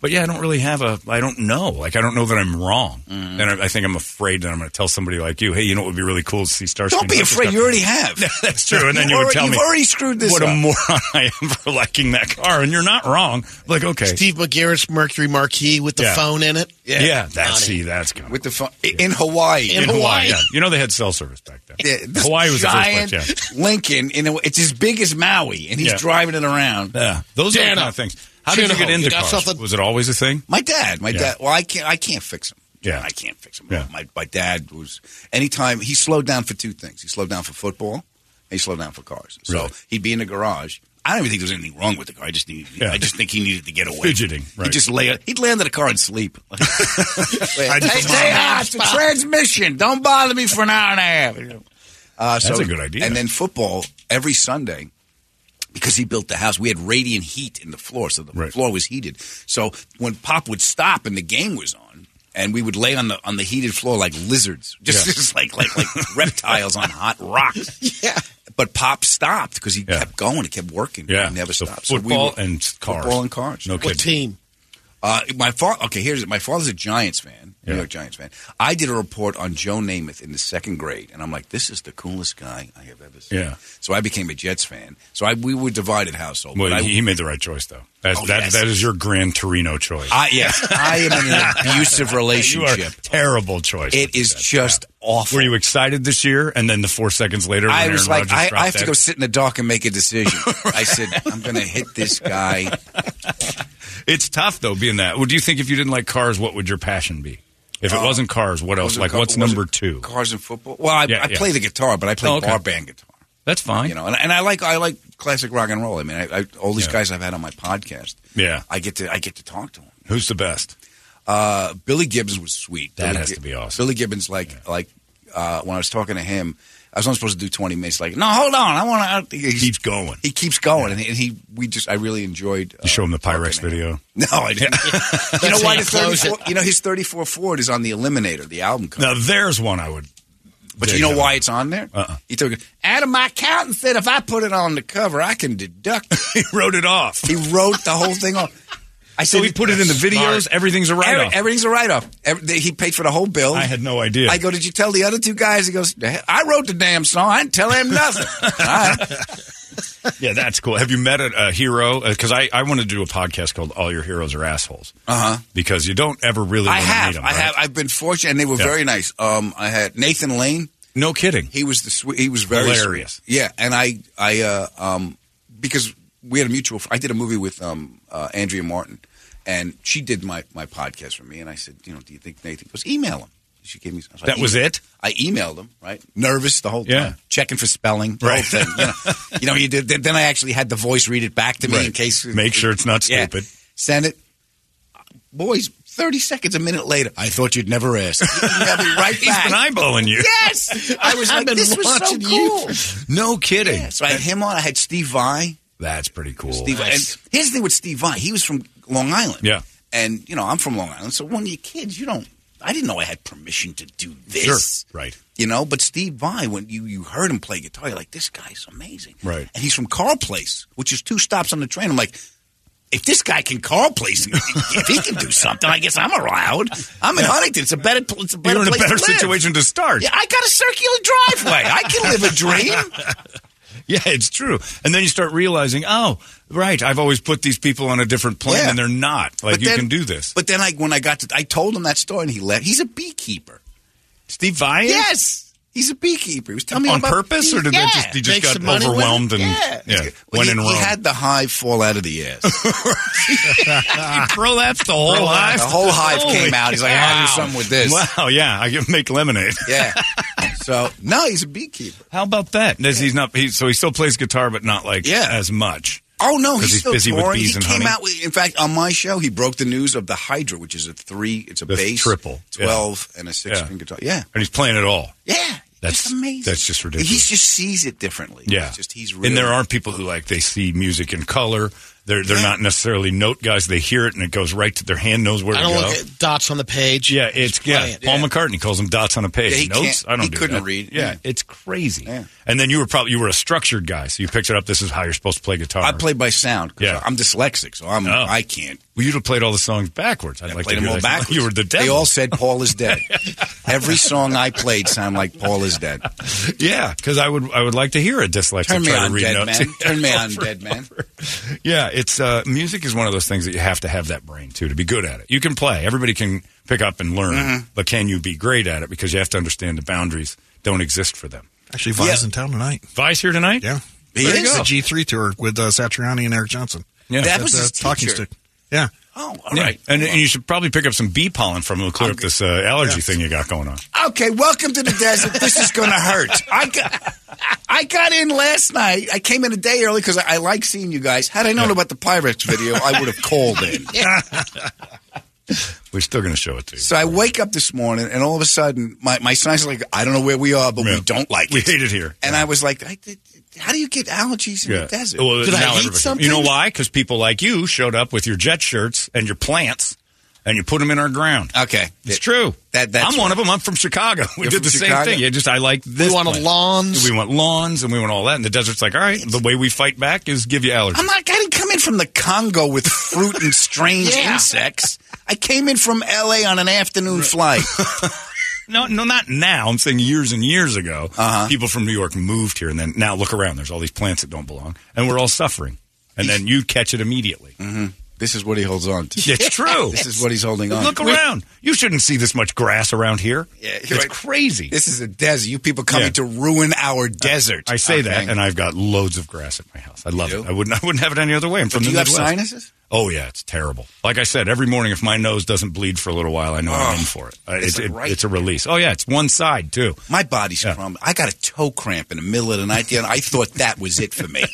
Speaker 2: But yeah, I don't really have a. I don't know. Like I don't know that I'm wrong,
Speaker 10: Mm-hmm.
Speaker 2: and I, I think I'm afraid that I'm going to tell somebody like you. Hey, you know what would be really cool to see Starscream.
Speaker 10: Don't be
Speaker 2: Hutch
Speaker 10: afraid.
Speaker 2: stuff."
Speaker 10: You already
Speaker 2: [laughs]
Speaker 10: have.
Speaker 2: That's true. And then you
Speaker 10: You've
Speaker 2: would tell
Speaker 10: already-
Speaker 2: me
Speaker 10: you've already screwed this
Speaker 2: What a
Speaker 10: up."
Speaker 2: moron [laughs] I am for liking that car, and you're not wrong. Like
Speaker 3: [laughs]
Speaker 2: okay,
Speaker 3: Steve McGarrett's Mercury Marquis with the
Speaker 2: Yeah.
Speaker 3: phone in it.
Speaker 2: Yeah, that's see, that's kind
Speaker 10: with the phone in Hawaii.
Speaker 2: In, Hawaii, yeah. you know they had cell service back then.
Speaker 10: Yeah, this
Speaker 2: Hawaii was
Speaker 10: giant
Speaker 2: the first place.
Speaker 10: Lincoln, and it- it's as big as Maui, and he's
Speaker 2: Yeah.
Speaker 10: driving it around.
Speaker 2: Yeah, yeah. those are the kind of things. How did you get into cars? Was it always a thing?
Speaker 10: My dad, my
Speaker 2: Yeah.
Speaker 10: dad. Well, I can't, I can't fix him.
Speaker 2: Yeah.
Speaker 10: I can't fix him.
Speaker 2: Yeah.
Speaker 10: My my dad was anytime he slowed down for two things. He slowed down for football, and he slowed down for cars. So
Speaker 2: Really?
Speaker 10: he'd be in the garage. I don't even think there was anything wrong with the car. I just need,
Speaker 2: Yeah.
Speaker 10: I just think he needed to get away.
Speaker 2: Fidgeting, right.
Speaker 10: He'd just lay. He'd land in the car and
Speaker 2: [laughs]
Speaker 10: sleep. [laughs] Wait,
Speaker 2: I just-
Speaker 10: hey, [laughs] stay
Speaker 2: "Ah,
Speaker 10: out. It's a transmission. Don't bother me for an hour and a half. Uh,
Speaker 2: That's a good idea.
Speaker 10: And then football every Sunday because he built the house. We had radiant heat in the floor, so the floor was heated. So when Pop would stop and the game was on, and we would lay on the on the heated floor like lizards, [laughs] just,
Speaker 2: Yeah.
Speaker 10: just like like
Speaker 2: [laughs]
Speaker 10: like reptiles on hot rocks. Yeah. But Pop stopped because he kept going. He kept working.
Speaker 2: Yeah.
Speaker 10: He never
Speaker 2: So
Speaker 10: stopped.
Speaker 2: football and cars.
Speaker 10: Football and cars.
Speaker 2: No What kidding.
Speaker 3: team?
Speaker 10: Uh, my father. Okay, here's it. My father's a Giants fan, New York Giants fan. I did a report on Joe Namath in the second grade, and I'm like, this is the coolest guy I have ever seen.
Speaker 2: Yeah.
Speaker 10: So I became a Jets fan. So I, we were divided household.
Speaker 2: Well,
Speaker 10: but I,
Speaker 2: he, he made the right choice though. That's,
Speaker 10: Oh,
Speaker 2: that
Speaker 10: yes.
Speaker 2: that is your Grand Torino choice.
Speaker 10: I, yes, I
Speaker 2: [laughs]
Speaker 10: am in an abusive relationship.
Speaker 2: You are terrible choice.
Speaker 10: It is just awful.
Speaker 2: Were you excited this year? And then the four seconds later, when
Speaker 10: I was
Speaker 2: Aaron
Speaker 10: like,
Speaker 2: Rodgers
Speaker 10: I,
Speaker 2: dropped
Speaker 10: I have to
Speaker 2: that-
Speaker 10: go sit in the dark and make a
Speaker 2: [laughs]
Speaker 10: decision. I said, I'm going to hit this guy.
Speaker 2: It's tough though, being that. Well, do you think if you didn't like cars, what would your passion be? If it
Speaker 10: Uh,
Speaker 2: wasn't cars, what else?
Speaker 10: wasn't
Speaker 2: Like,
Speaker 10: car-
Speaker 2: what's
Speaker 10: wasn't
Speaker 2: number two?
Speaker 10: Cars and football. Well, I,
Speaker 2: Yeah,
Speaker 10: I
Speaker 2: yeah.
Speaker 10: play the guitar, but I play
Speaker 2: Oh, okay.
Speaker 10: bar band guitar.
Speaker 2: That's fine.
Speaker 10: You know, and, and I like I like classic rock and roll. I mean, I, I, all these guys I've had on my podcast,
Speaker 2: Yeah.
Speaker 10: I get to I get to talk to them.
Speaker 2: Who's the best?
Speaker 10: Uh, Billy Gibbons was sweet.
Speaker 2: That
Speaker 10: Billy
Speaker 2: has
Speaker 10: Gi-
Speaker 2: to be awesome.
Speaker 10: Billy Gibbons, like like uh, when I was talking to him, I was only supposed to do twenty minutes. Like, no, hold on, I want to. He
Speaker 2: keeps going.
Speaker 10: He keeps going, and, he, and he we just I really enjoyed. Uh,
Speaker 2: You show him the Pyrex video.
Speaker 10: [laughs] no, I didn't. you know
Speaker 3: That's
Speaker 10: why
Speaker 3: how
Speaker 10: the
Speaker 3: you close
Speaker 10: 34, You know his thirty four Ford is on the Eliminator, the album cover.
Speaker 2: Now there's one I would.
Speaker 10: But
Speaker 2: dig
Speaker 10: you know
Speaker 2: on.
Speaker 10: why it's on there?
Speaker 2: Uh-uh.
Speaker 10: He took it. Adam, my accountant said if I put it on the cover, I can deduct.
Speaker 2: [laughs] he wrote it off.
Speaker 10: He wrote the whole thing off. I
Speaker 2: So he put it in the videos. Everything's a write-off.
Speaker 10: Every- everything's a write-off. Every- they- he paid for the whole bill.
Speaker 2: I had no idea.
Speaker 10: I go, did you tell the other two guys? He goes, "The hell- I wrote the damn song. I didn't tell him
Speaker 2: [laughs]
Speaker 10: nothing. All right.
Speaker 2: [laughs] Yeah, that's cool. Have you met a, a hero? Because I, I want to do a podcast called "All Your Heroes Are Assholes."
Speaker 10: Uh-huh.
Speaker 2: Because you don't ever really.
Speaker 10: I
Speaker 2: want To meet
Speaker 10: have.
Speaker 2: 'em,
Speaker 10: I
Speaker 2: right?
Speaker 10: have. I've been fortunate, and they were
Speaker 2: Yeah.
Speaker 10: very nice. Um, I had Nathan Lane.
Speaker 2: No kidding.
Speaker 10: He was the swe- he was very
Speaker 2: Hilarious.
Speaker 10: sweet. Yeah, and I I uh, um because we had a mutual. fr- I did a movie with um uh, Andrea Martin, and she did my my podcast for me. And I said, you know, do you think Nathan goes email him? She gave me I like,
Speaker 2: That was
Speaker 10: "Email."
Speaker 2: it?
Speaker 10: I emailed him right, nervous the whole time,
Speaker 2: Yeah.
Speaker 10: checking for spelling, the
Speaker 2: Right.
Speaker 10: whole thing. You know,
Speaker 2: [laughs]
Speaker 10: you know, you did. Then then I actually had the voice read it back to me in
Speaker 2: Right.
Speaker 10: case.
Speaker 2: Make sure it's not
Speaker 10: Yeah.
Speaker 2: stupid.
Speaker 10: Send it. Boys, thirty seconds, a minute later. I thought you'd never ask. You emailed
Speaker 2: [laughs]
Speaker 10: me right
Speaker 2: He's
Speaker 10: back.
Speaker 2: been eyeballing you. [laughs]
Speaker 10: Yes, I was
Speaker 3: I've
Speaker 10: like,
Speaker 3: been
Speaker 10: this was so
Speaker 3: watching you
Speaker 10: cool.
Speaker 2: No kidding.
Speaker 10: Yeah, so I had him on. I had Steve Vai.
Speaker 2: That's pretty cool.
Speaker 10: Steve Vai. And here's the thing with Steve Vai. He was from Long Island. [laughs]
Speaker 2: Yeah.
Speaker 10: And you know, I'm from Long Island, so when you're kids, you don't. I didn't know I had permission to do
Speaker 2: Sure.
Speaker 10: this.
Speaker 2: Right.
Speaker 10: You know, but Steve Vai, when you you heard him play guitar, you're like, this guy's amazing.
Speaker 2: Right.
Speaker 10: And he's from Carl Place, which is two stops on the train. I'm like. If this guy can Carl place, if he can do something, I guess I'm allowed. I'm in Huntington. It's a better, it's a better
Speaker 2: You're in a
Speaker 10: place
Speaker 2: better
Speaker 10: to live.
Speaker 2: situation to start.
Speaker 10: Yeah, I got a circular driveway. I can live a dream.
Speaker 2: Yeah, it's true. And then you start realizing, oh, right, I've always put these people on a different plane,
Speaker 10: Yeah.
Speaker 2: and they're not. Like
Speaker 10: But
Speaker 2: you
Speaker 10: then-
Speaker 2: can do this.
Speaker 10: But then, like when I got to, I told him that story, and he left. He's a beekeeper.
Speaker 2: Steve Vai.
Speaker 10: Yes, He's a beekeeper. He was telling me
Speaker 11: On
Speaker 10: about-
Speaker 11: purpose, or did they
Speaker 10: Yeah.
Speaker 11: just- he just
Speaker 10: Make
Speaker 11: got
Speaker 10: some money with
Speaker 11: overwhelmed
Speaker 10: it.
Speaker 11: and- yeah,
Speaker 10: Well,
Speaker 11: went
Speaker 10: he,
Speaker 11: in
Speaker 10: he
Speaker 11: Rome.
Speaker 10: had the hive fall out of the ass.
Speaker 2: prolapsed the
Speaker 10: whole hive? The whole hive came out. He's like, I gotta do something with this.
Speaker 2: Wow, [laughs] yeah, I can make lemonade. [laughs]
Speaker 10: Yeah. so now he's a beekeeper.
Speaker 2: How about that? Does He's not. He, so he still plays guitar, but not like as much.
Speaker 10: Oh no,
Speaker 2: 'Cause
Speaker 10: he's,
Speaker 2: he's
Speaker 10: still
Speaker 2: busy with
Speaker 10: touring.
Speaker 2: bees
Speaker 10: he
Speaker 2: and
Speaker 10: came
Speaker 2: honey.
Speaker 10: out with. In fact, on my show, he broke the news of the Hydra, which is a three. It's a
Speaker 2: The
Speaker 10: bass
Speaker 2: triple, yeah.
Speaker 10: twelve, and a six string guitar. Yeah,
Speaker 2: and he's playing it all.
Speaker 10: yeah,
Speaker 2: That's
Speaker 10: amazing.
Speaker 2: That's just ridiculous.
Speaker 10: He just sees it differently.
Speaker 2: Yeah,
Speaker 10: It's just he's real.
Speaker 2: and there are people who like they see music in color. They're they're not necessarily note guys. They hear it and it goes right to their hand. Knows where
Speaker 3: I
Speaker 2: to
Speaker 3: don't
Speaker 2: go.
Speaker 3: look at dots on the page.
Speaker 2: Yeah, it's yeah.
Speaker 3: play it.
Speaker 2: Paul
Speaker 3: Yeah.
Speaker 2: McCartney calls them dots on a page.
Speaker 3: Yeah, he
Speaker 2: Notes.
Speaker 3: can't-
Speaker 2: I don't.
Speaker 3: he
Speaker 2: do
Speaker 3: couldn't
Speaker 2: that.
Speaker 3: read.
Speaker 2: Yeah,
Speaker 3: Yeah.
Speaker 2: it's crazy. And then you were probably you were a structured guy, so you picked it up. This is how you're supposed to play guitar.
Speaker 10: I play by sound. 'cause
Speaker 2: Yeah. Oh.
Speaker 10: I'm dyslexic, so I'm I can't.
Speaker 2: Well, you'd have played all the songs backwards. I'd
Speaker 10: I
Speaker 2: like
Speaker 10: played
Speaker 2: to
Speaker 10: them
Speaker 2: hear
Speaker 10: all
Speaker 2: that. [laughs]
Speaker 10: back.
Speaker 2: You were the devil.
Speaker 10: They all said Paul is
Speaker 2: [laughs]
Speaker 10: dead. Every song I played sounded like Paul is dead.
Speaker 2: [laughs] yeah, because I would I would like to hear a dyslexic
Speaker 10: Turn me
Speaker 2: try
Speaker 10: on,
Speaker 2: to read
Speaker 10: dead
Speaker 2: notes.
Speaker 10: man.
Speaker 2: [laughs]
Speaker 10: Turn me on,
Speaker 2: Over
Speaker 10: dead
Speaker 2: and
Speaker 10: man.
Speaker 2: over. Yeah, it's uh, music is one of those things that you have to have that brain too to be good at it. You can play. Everybody can pick up and learn,
Speaker 10: Mm-hmm.
Speaker 5: Mhm.
Speaker 2: but can you be great at it? Because you have to understand the boundaries don't exist for them.
Speaker 5: Actually, Vi's
Speaker 2: Yeah.
Speaker 5: in town tonight.
Speaker 2: Vi's here tonight.
Speaker 5: Yeah,
Speaker 2: He
Speaker 5: There
Speaker 2: is?
Speaker 5: you go. the G three tour with uh, Satriani and Eric Johnson.
Speaker 2: Yeah. That
Speaker 5: At
Speaker 2: was
Speaker 5: the
Speaker 2: his
Speaker 5: talking
Speaker 2: teacher.
Speaker 5: stick. Yeah,
Speaker 10: Oh,
Speaker 2: Yeah. And, and you should probably pick up some bee pollen from him to clear up this uh, allergy
Speaker 10: Yeah.
Speaker 2: thing you got going on.
Speaker 10: Okay, welcome to the desert. This is going to hurt. I got, I got in last night. I came in a day early because I, I like seeing you guys. Had I known about the Pyrex video, I would have called in.
Speaker 2: [laughs] We're still going to show it to you.
Speaker 10: [laughs] So I wake up this morning, and all of a sudden, my, my son's like, I don't know where we are, but we don't like it.
Speaker 2: We [laughs] hate it here.
Speaker 10: And I was like, I, did- how do you get allergies in
Speaker 2: Yeah.
Speaker 10: the desert?
Speaker 2: Well,
Speaker 10: Did I
Speaker 2: now
Speaker 10: eat
Speaker 2: everybody-
Speaker 10: something?
Speaker 2: You know why? Because people like you showed up with your jet shirts and your plants, and you put them in our ground.
Speaker 10: Okay,
Speaker 2: it's true. That,
Speaker 10: that's
Speaker 2: I'm one of them. I'm from Chicago. We
Speaker 10: You're
Speaker 2: did
Speaker 10: from
Speaker 2: the
Speaker 10: Chicago?
Speaker 2: same thing. Yeah, just I like this.
Speaker 10: want
Speaker 2: plant.
Speaker 3: lawns.
Speaker 2: We want lawns, and we want all that. And the desert's like, all right, the way we fight back is give you allergies.
Speaker 10: I'm not. I didn't come in from the Congo with fruit and [laughs] strange
Speaker 2: Yeah.
Speaker 10: insects. I came in from L.A. on an afternoon flight.
Speaker 2: No, no, not now. I'm saying years and years ago,
Speaker 10: Uh-huh.
Speaker 2: people from New York moved here, and then now look around. There's all these plants that don't belong, and we're all suffering. And then you catch it immediately.
Speaker 10: Mm-hmm. This is what he holds on to.
Speaker 2: It's true.
Speaker 10: This is what he's holding on.
Speaker 2: Look
Speaker 10: to.
Speaker 2: around. You shouldn't see this much grass around here.
Speaker 10: [laughs] Yeah,
Speaker 2: it's
Speaker 10: you're right.
Speaker 2: crazy.
Speaker 10: This is a desert. You people coming
Speaker 2: Yeah.
Speaker 10: to ruin our desert.
Speaker 2: I say that,
Speaker 10: Okay.
Speaker 2: and I've got loads of grass at my house. I love it. I wouldn't. I wouldn't have it any other way. I'm from
Speaker 10: do
Speaker 2: the
Speaker 10: you have
Speaker 2: Midwest.
Speaker 10: sinuses?
Speaker 2: Oh yeah, it's terrible. Like I said, every morning if my nose doesn't bleed for a little while, I know I'm in for it. Uh,
Speaker 10: it's
Speaker 2: It's,
Speaker 10: like
Speaker 2: it-
Speaker 10: Oh, right
Speaker 2: it's a release. Oh yeah, it's one side too.
Speaker 10: My body's crumbling. I got a toe cramp in the middle of the night. The other- I thought that was it for me.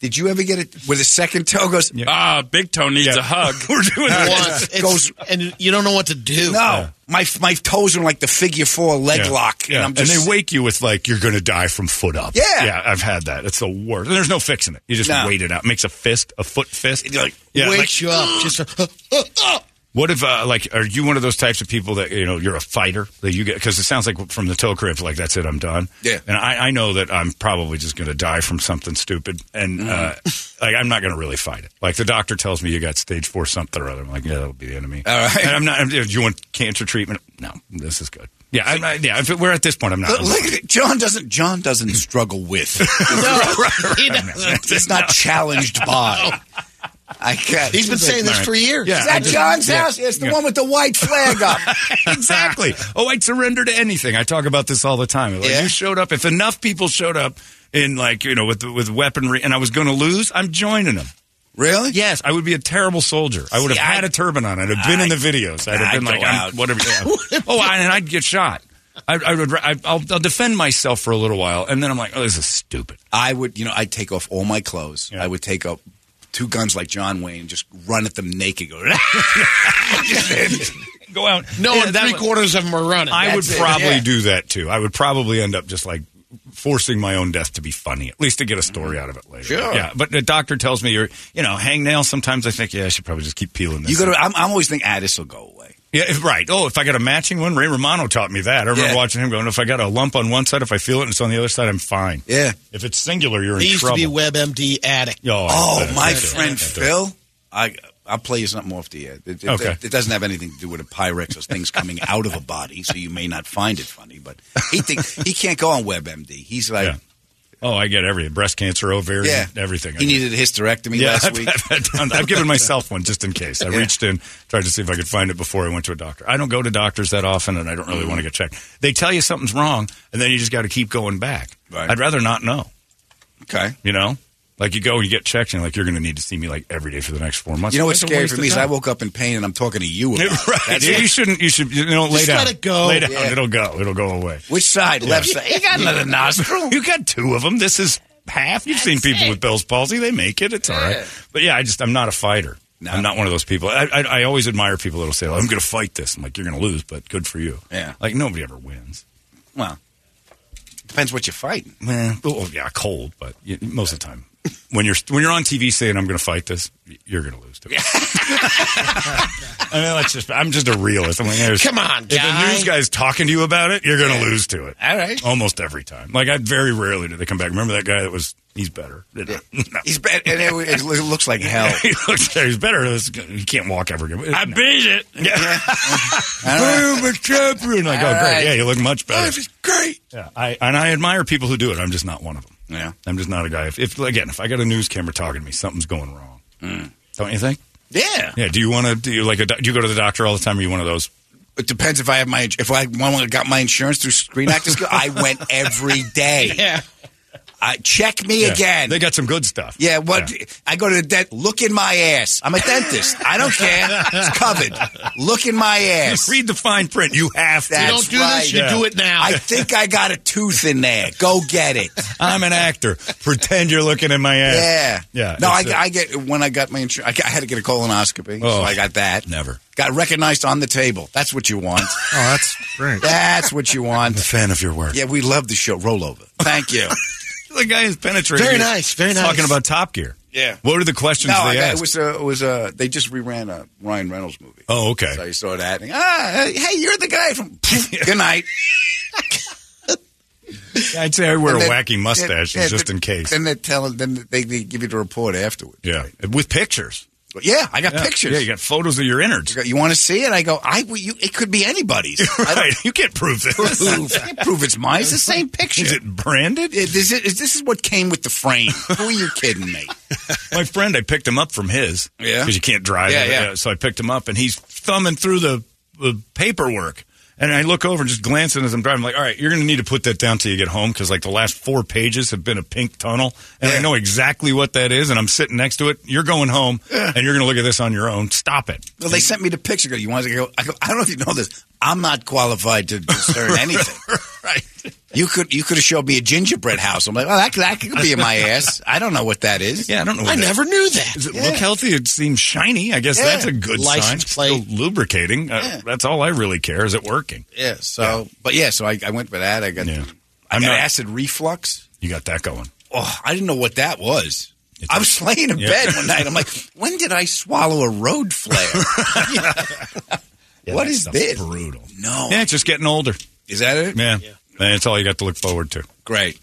Speaker 10: Did you ever get it where the second toe goes? [laughs]
Speaker 18: Ah, big toe needs a hug.
Speaker 2: [laughs] We're doing
Speaker 3: Once. It's-
Speaker 10: goes
Speaker 3: and you don't know what to do.
Speaker 10: No, my my toes are like the figure four leg
Speaker 2: Yeah.
Speaker 10: lock,
Speaker 2: Yeah.
Speaker 10: and I'm just
Speaker 2: they wake you with like you're going to die from foot up.
Speaker 10: Yeah.
Speaker 2: yeah. I've had that. It's the worst. And there's no fixing it. You just
Speaker 10: No.
Speaker 2: wait it out. Makes a fist, a foot fist. Like,
Speaker 3: wakes you up. Just a, [laughs]
Speaker 2: What if, uh, like, are you one of those types of people that you know you're a fighter that you get? Because it sounds like from the toe cramp, like that's it, I'm done.
Speaker 10: Yeah.
Speaker 2: and I, I know that I'm probably just going to die from something stupid, and
Speaker 10: Mm.
Speaker 2: uh, [laughs] like I'm not going to really fight it. Like the doctor tells me you got stage four something or other. I'm like, yeah, that'll be the enemy. All right, and I'm not. I'm, do you want cancer treatment? No, this is good. Yeah, I'm not, yeah. If it, we're at this point, I'm not.
Speaker 10: Look, look at it. John doesn't. John doesn't struggle
Speaker 2: [laughs]
Speaker 10: with.
Speaker 3: he
Speaker 10: [laughs] He's not challenged
Speaker 2: [laughs]
Speaker 10: by. I can't.
Speaker 3: He's been saying this for years.
Speaker 10: Yeah,
Speaker 3: Is
Speaker 10: it's
Speaker 3: that
Speaker 10: at John's house. It's the one with the white flag up.
Speaker 2: exactly. Oh, I'd surrender to anything. I talk about this all the time. Like, You showed up. If enough people showed up in like you know with with weaponry, and I was going to lose, I'm joining them.
Speaker 10: Really?
Speaker 2: Yes, I would be a terrible soldier. I would have
Speaker 10: See,
Speaker 2: had a turban on. I'd have been in the videos. I'd have
Speaker 10: I'd
Speaker 2: been like,
Speaker 10: go
Speaker 2: I'm,
Speaker 10: out. [laughs]
Speaker 2: whatever. yeah. oh, I, and I'd get shot. [laughs] I, I would. I, I'll, I'll defend myself for a little while, and then I'm like, oh, this is stupid.
Speaker 10: I would, you know, I'd take off all my clothes. I would take up two guns like John Wayne and just run at them naked. Go. [laughs]
Speaker 2: [laughs]
Speaker 10: "Ah!"
Speaker 2: Go out.
Speaker 3: No,
Speaker 2: Yeah,
Speaker 3: and
Speaker 2: that
Speaker 3: three
Speaker 2: would-
Speaker 3: quarters of them are running.
Speaker 2: I would
Speaker 3: That's it.
Speaker 2: probably
Speaker 3: Yeah.
Speaker 2: do that too. I would probably end up just like forcing my own death to be funny, at least to get a story out of it later.
Speaker 10: Sure.
Speaker 2: Yeah, but the doctor tells me you're, you know, hangnail. Sometimes I think, yeah, I should probably just keep peeling this.
Speaker 10: You go to.
Speaker 2: up.
Speaker 10: I'm, I'm always thinking, ah, this will go away.
Speaker 2: yeah, if- right. Oh, if I got a matching one, Ray Romano taught me that. I remember
Speaker 10: Yeah.
Speaker 2: watching him going, if I got a lump on one side, if I feel it and it's on the other side, I'm fine.
Speaker 10: Yeah.
Speaker 2: If it's singular, you're
Speaker 3: He
Speaker 2: in
Speaker 3: used
Speaker 2: trouble.
Speaker 3: to be WebMD addict.
Speaker 2: Yo,
Speaker 10: Oh,
Speaker 2: I-
Speaker 10: my
Speaker 2: I-
Speaker 10: friend
Speaker 2: I-
Speaker 10: Phil, I I'll play you something off the air. It, it-
Speaker 2: Okay.
Speaker 10: it, doesn't have anything to do with a Pyrex or things coming out of a body, so you may not find it funny. But he think he can't go on WebMD. He's like,
Speaker 2: Oh, I get everything. Breast cancer, ovarian,
Speaker 10: Yeah.
Speaker 2: everything.
Speaker 10: He needed a hysterectomy
Speaker 2: Yeah,
Speaker 10: last
Speaker 2: I've-
Speaker 10: week.
Speaker 2: I've, done- I've given myself one just in case. I
Speaker 10: Yeah.
Speaker 2: reached in, tried to see if I could find it before I went to a doctor. I don't go to doctors that often, and I don't really want to get checked. They tell you something's wrong, and then you just got to keep going back.
Speaker 10: Right.
Speaker 2: I'd rather not know.
Speaker 10: Okay.
Speaker 2: You know, like you go and you get checked, and like you're going to need to see me like every day for the next four months.
Speaker 10: You know what's
Speaker 2: That's a
Speaker 10: scary
Speaker 2: waste
Speaker 10: for
Speaker 2: of
Speaker 10: me is I
Speaker 2: time.
Speaker 10: woke up in pain and I'm talking to you
Speaker 2: [laughs]
Speaker 10: about it.
Speaker 2: right.
Speaker 10: That's
Speaker 2: Yeah,
Speaker 10: it.
Speaker 2: you shouldn't. You should. You know, lay
Speaker 10: Just
Speaker 2: down.
Speaker 10: let it go.
Speaker 2: Lay down.
Speaker 10: Yeah.
Speaker 2: It'll go. It'll go away.
Speaker 10: Which side? Left side? You got another nostril.
Speaker 2: You got two of them. This is half. You've seen people with Bell's palsy. They make it. It's all right. But yeah, I just I'm not a fighter. I'm not one of those people. I, I, I always admire people that'll say, "I'm going to fight this." I'm like, "You're going to lose, but good for you."
Speaker 10: Yeah.
Speaker 2: Like nobody ever wins.
Speaker 10: Well, depends what you're fighting.
Speaker 2: Man, well, oh, yeah, cold, but you, most of
Speaker 10: [laughs]
Speaker 2: the time, when you're when you're on TV saying, "I'm going to fight this," you're going to lose. To it. [laughs] I mean, that's just I'm just a realist. I'm like, there's-
Speaker 3: Come on,
Speaker 2: if the
Speaker 3: guy.
Speaker 2: news guy's talking to you about it, you're going to lose to it.
Speaker 3: All right.
Speaker 10: Um,
Speaker 2: almost every time. Like I very rarely do they come back. Remember that guy that was he's better. [laughs]
Speaker 10: He's better, and it, it looks like hell.
Speaker 2: he looks he's better. This guy- He can't walk ever again.
Speaker 11: I beat it.
Speaker 2: [laughs] Yeah.
Speaker 11: Boom,
Speaker 2: a champion. Like, oh, great. Yeah, you look much better.
Speaker 11: Life is great.
Speaker 2: Yeah, I, and I admire people who do it. I'm just not one of them.
Speaker 10: Yeah.
Speaker 2: I'm just not a guy. If, if again, if I got a news camera talking to me, something's going wrong.
Speaker 10: Mm.
Speaker 2: Don't you think?
Speaker 10: Yeah.
Speaker 2: Yeah. Do you want to do you like a, do you go to the doctor all the time? Or are you one of those?
Speaker 10: It depends if I have my if I when I got my insurance through Screen Actors Guild. I went every
Speaker 2: [laughs]
Speaker 10: day.
Speaker 3: Yeah.
Speaker 10: I check me
Speaker 2: Yeah.
Speaker 10: again.
Speaker 2: They got some good stuff.
Speaker 10: Yeah, what? I go to the dent. Look in my ass. I'm a dentist. I don't care. It's covered. Look in my ass.
Speaker 2: [laughs] Read the fine print. You have to.
Speaker 10: That's
Speaker 2: You don't do this,
Speaker 10: right.
Speaker 2: you do it now.
Speaker 10: I think I got a tooth in there. Go get it.
Speaker 2: I'm an actor. Pretend you're looking in my ass.
Speaker 10: Yeah.
Speaker 2: Yeah.
Speaker 10: No, I,
Speaker 2: it's a-
Speaker 10: I get when I got my insurance. I, got- I had to get a colonoscopy.
Speaker 2: Oh.
Speaker 10: so I got that.
Speaker 2: Never.
Speaker 10: Got recognized on the table. That's what you
Speaker 2: [laughs]
Speaker 10: want.
Speaker 19: Oh, that's great.
Speaker 10: That's what you want.
Speaker 2: I'm a fan of your work.
Speaker 10: Yeah, we love the show. Rollover. Thank
Speaker 2: [laughs]
Speaker 10: you.
Speaker 2: The guy is penetrating.
Speaker 10: Very
Speaker 2: you.
Speaker 10: nice, very nice.
Speaker 2: Talking about Top Gear.
Speaker 10: Yeah.
Speaker 2: What are the questions
Speaker 10: no, I
Speaker 2: they
Speaker 10: got-
Speaker 2: asked?
Speaker 10: it was a, it was a, they just reran a Ryan Reynolds movie.
Speaker 2: oh, okay.
Speaker 10: So you saw that. And, ah, hey, you're the guy from. [laughs] Good night.
Speaker 2: I'd say I wear
Speaker 10: And
Speaker 2: a
Speaker 10: then-
Speaker 2: wacky mustache
Speaker 10: yeah, yeah,
Speaker 2: just
Speaker 10: then-
Speaker 2: in case.
Speaker 10: Then they tell. Then they, they give you the report afterward.
Speaker 2: yeah. With pictures.
Speaker 10: But yeah, I got
Speaker 2: Yeah.
Speaker 10: pictures.
Speaker 2: Yeah, you got photos of your innards.
Speaker 10: You go, You want to see it? I go. I. well, You, it could be
Speaker 2: [laughs]
Speaker 10: anybody's. I don't
Speaker 2: Right. You can't prove this.
Speaker 10: prove. I can't prove it's mine. It's the same picture.
Speaker 2: Is it branded?
Speaker 10: It- this, is, this is what came with the frame. Who are you kidding me?
Speaker 2: My friend, I picked him up from his.
Speaker 10: Yeah.
Speaker 2: Because you can't drive.
Speaker 10: Yeah,
Speaker 2: it.
Speaker 10: yeah.
Speaker 2: So I picked him up, and he's thumbing through the, the paperwork. And I look over and just glancing as I'm driving, like, all right, you're going to need to put that down till you get home because, like, the last four pages have been a pink tunnel. And I know exactly what that is. And I'm sitting next to it. You're going home and you're going to look at this on your own. Stop it.
Speaker 10: Well, they sent me the picture. Go, You want to go? I go. I don't know if you know this. I'm not qualified to discern anything.
Speaker 2: [laughs] right.
Speaker 10: You could you could have showed me a gingerbread house. I'm like, well, that, could- that could be in my ass. I don't know what that is.
Speaker 2: Yeah, I don't know.
Speaker 3: I
Speaker 2: what that-
Speaker 3: never knew that.
Speaker 2: Does it look healthy? It seems shiny. I guess
Speaker 10: Yeah.
Speaker 2: that's a good
Speaker 3: License
Speaker 2: sign. Still lubricating. Uh, That's all I really care. Is it working?
Speaker 10: Yeah. So, but yeah. So I, I went for that. I got.
Speaker 2: Yeah.
Speaker 10: I
Speaker 2: I'm
Speaker 10: got
Speaker 2: not-
Speaker 10: acid reflux.
Speaker 2: You got that going.
Speaker 10: Oh, I didn't know what that was. I was laying in
Speaker 2: Yeah.
Speaker 10: bed one night. I'm like, when did I swallow a road
Speaker 2: [laughs]
Speaker 10: flare? [laughs]
Speaker 2: Yeah,
Speaker 10: what
Speaker 2: that
Speaker 10: is
Speaker 2: stuff's
Speaker 10: this?
Speaker 2: Brutal.
Speaker 10: No.
Speaker 2: Yeah, it's just getting older.
Speaker 10: Is that it?
Speaker 2: Yeah. And it's all you got to look forward to. [laughs]
Speaker 10: Great.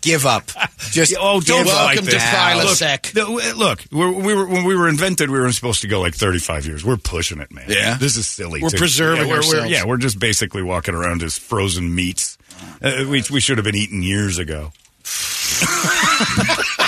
Speaker 10: give up. Just
Speaker 2: Oh, don't
Speaker 10: give
Speaker 2: like
Speaker 10: up.
Speaker 2: this.
Speaker 10: now.
Speaker 2: Look, the- w- Look, we're, we were when we were invented, we were supposed to go like 35 years. We're pushing it, man.
Speaker 10: Yeah.
Speaker 2: this is silly.
Speaker 3: We're
Speaker 2: too.
Speaker 3: preserving
Speaker 2: yeah, we're, we're-
Speaker 3: ourselves.
Speaker 2: yeah, we're just basically walking around as frozen meats. Uh, we we should have been eaten years ago. [laughs]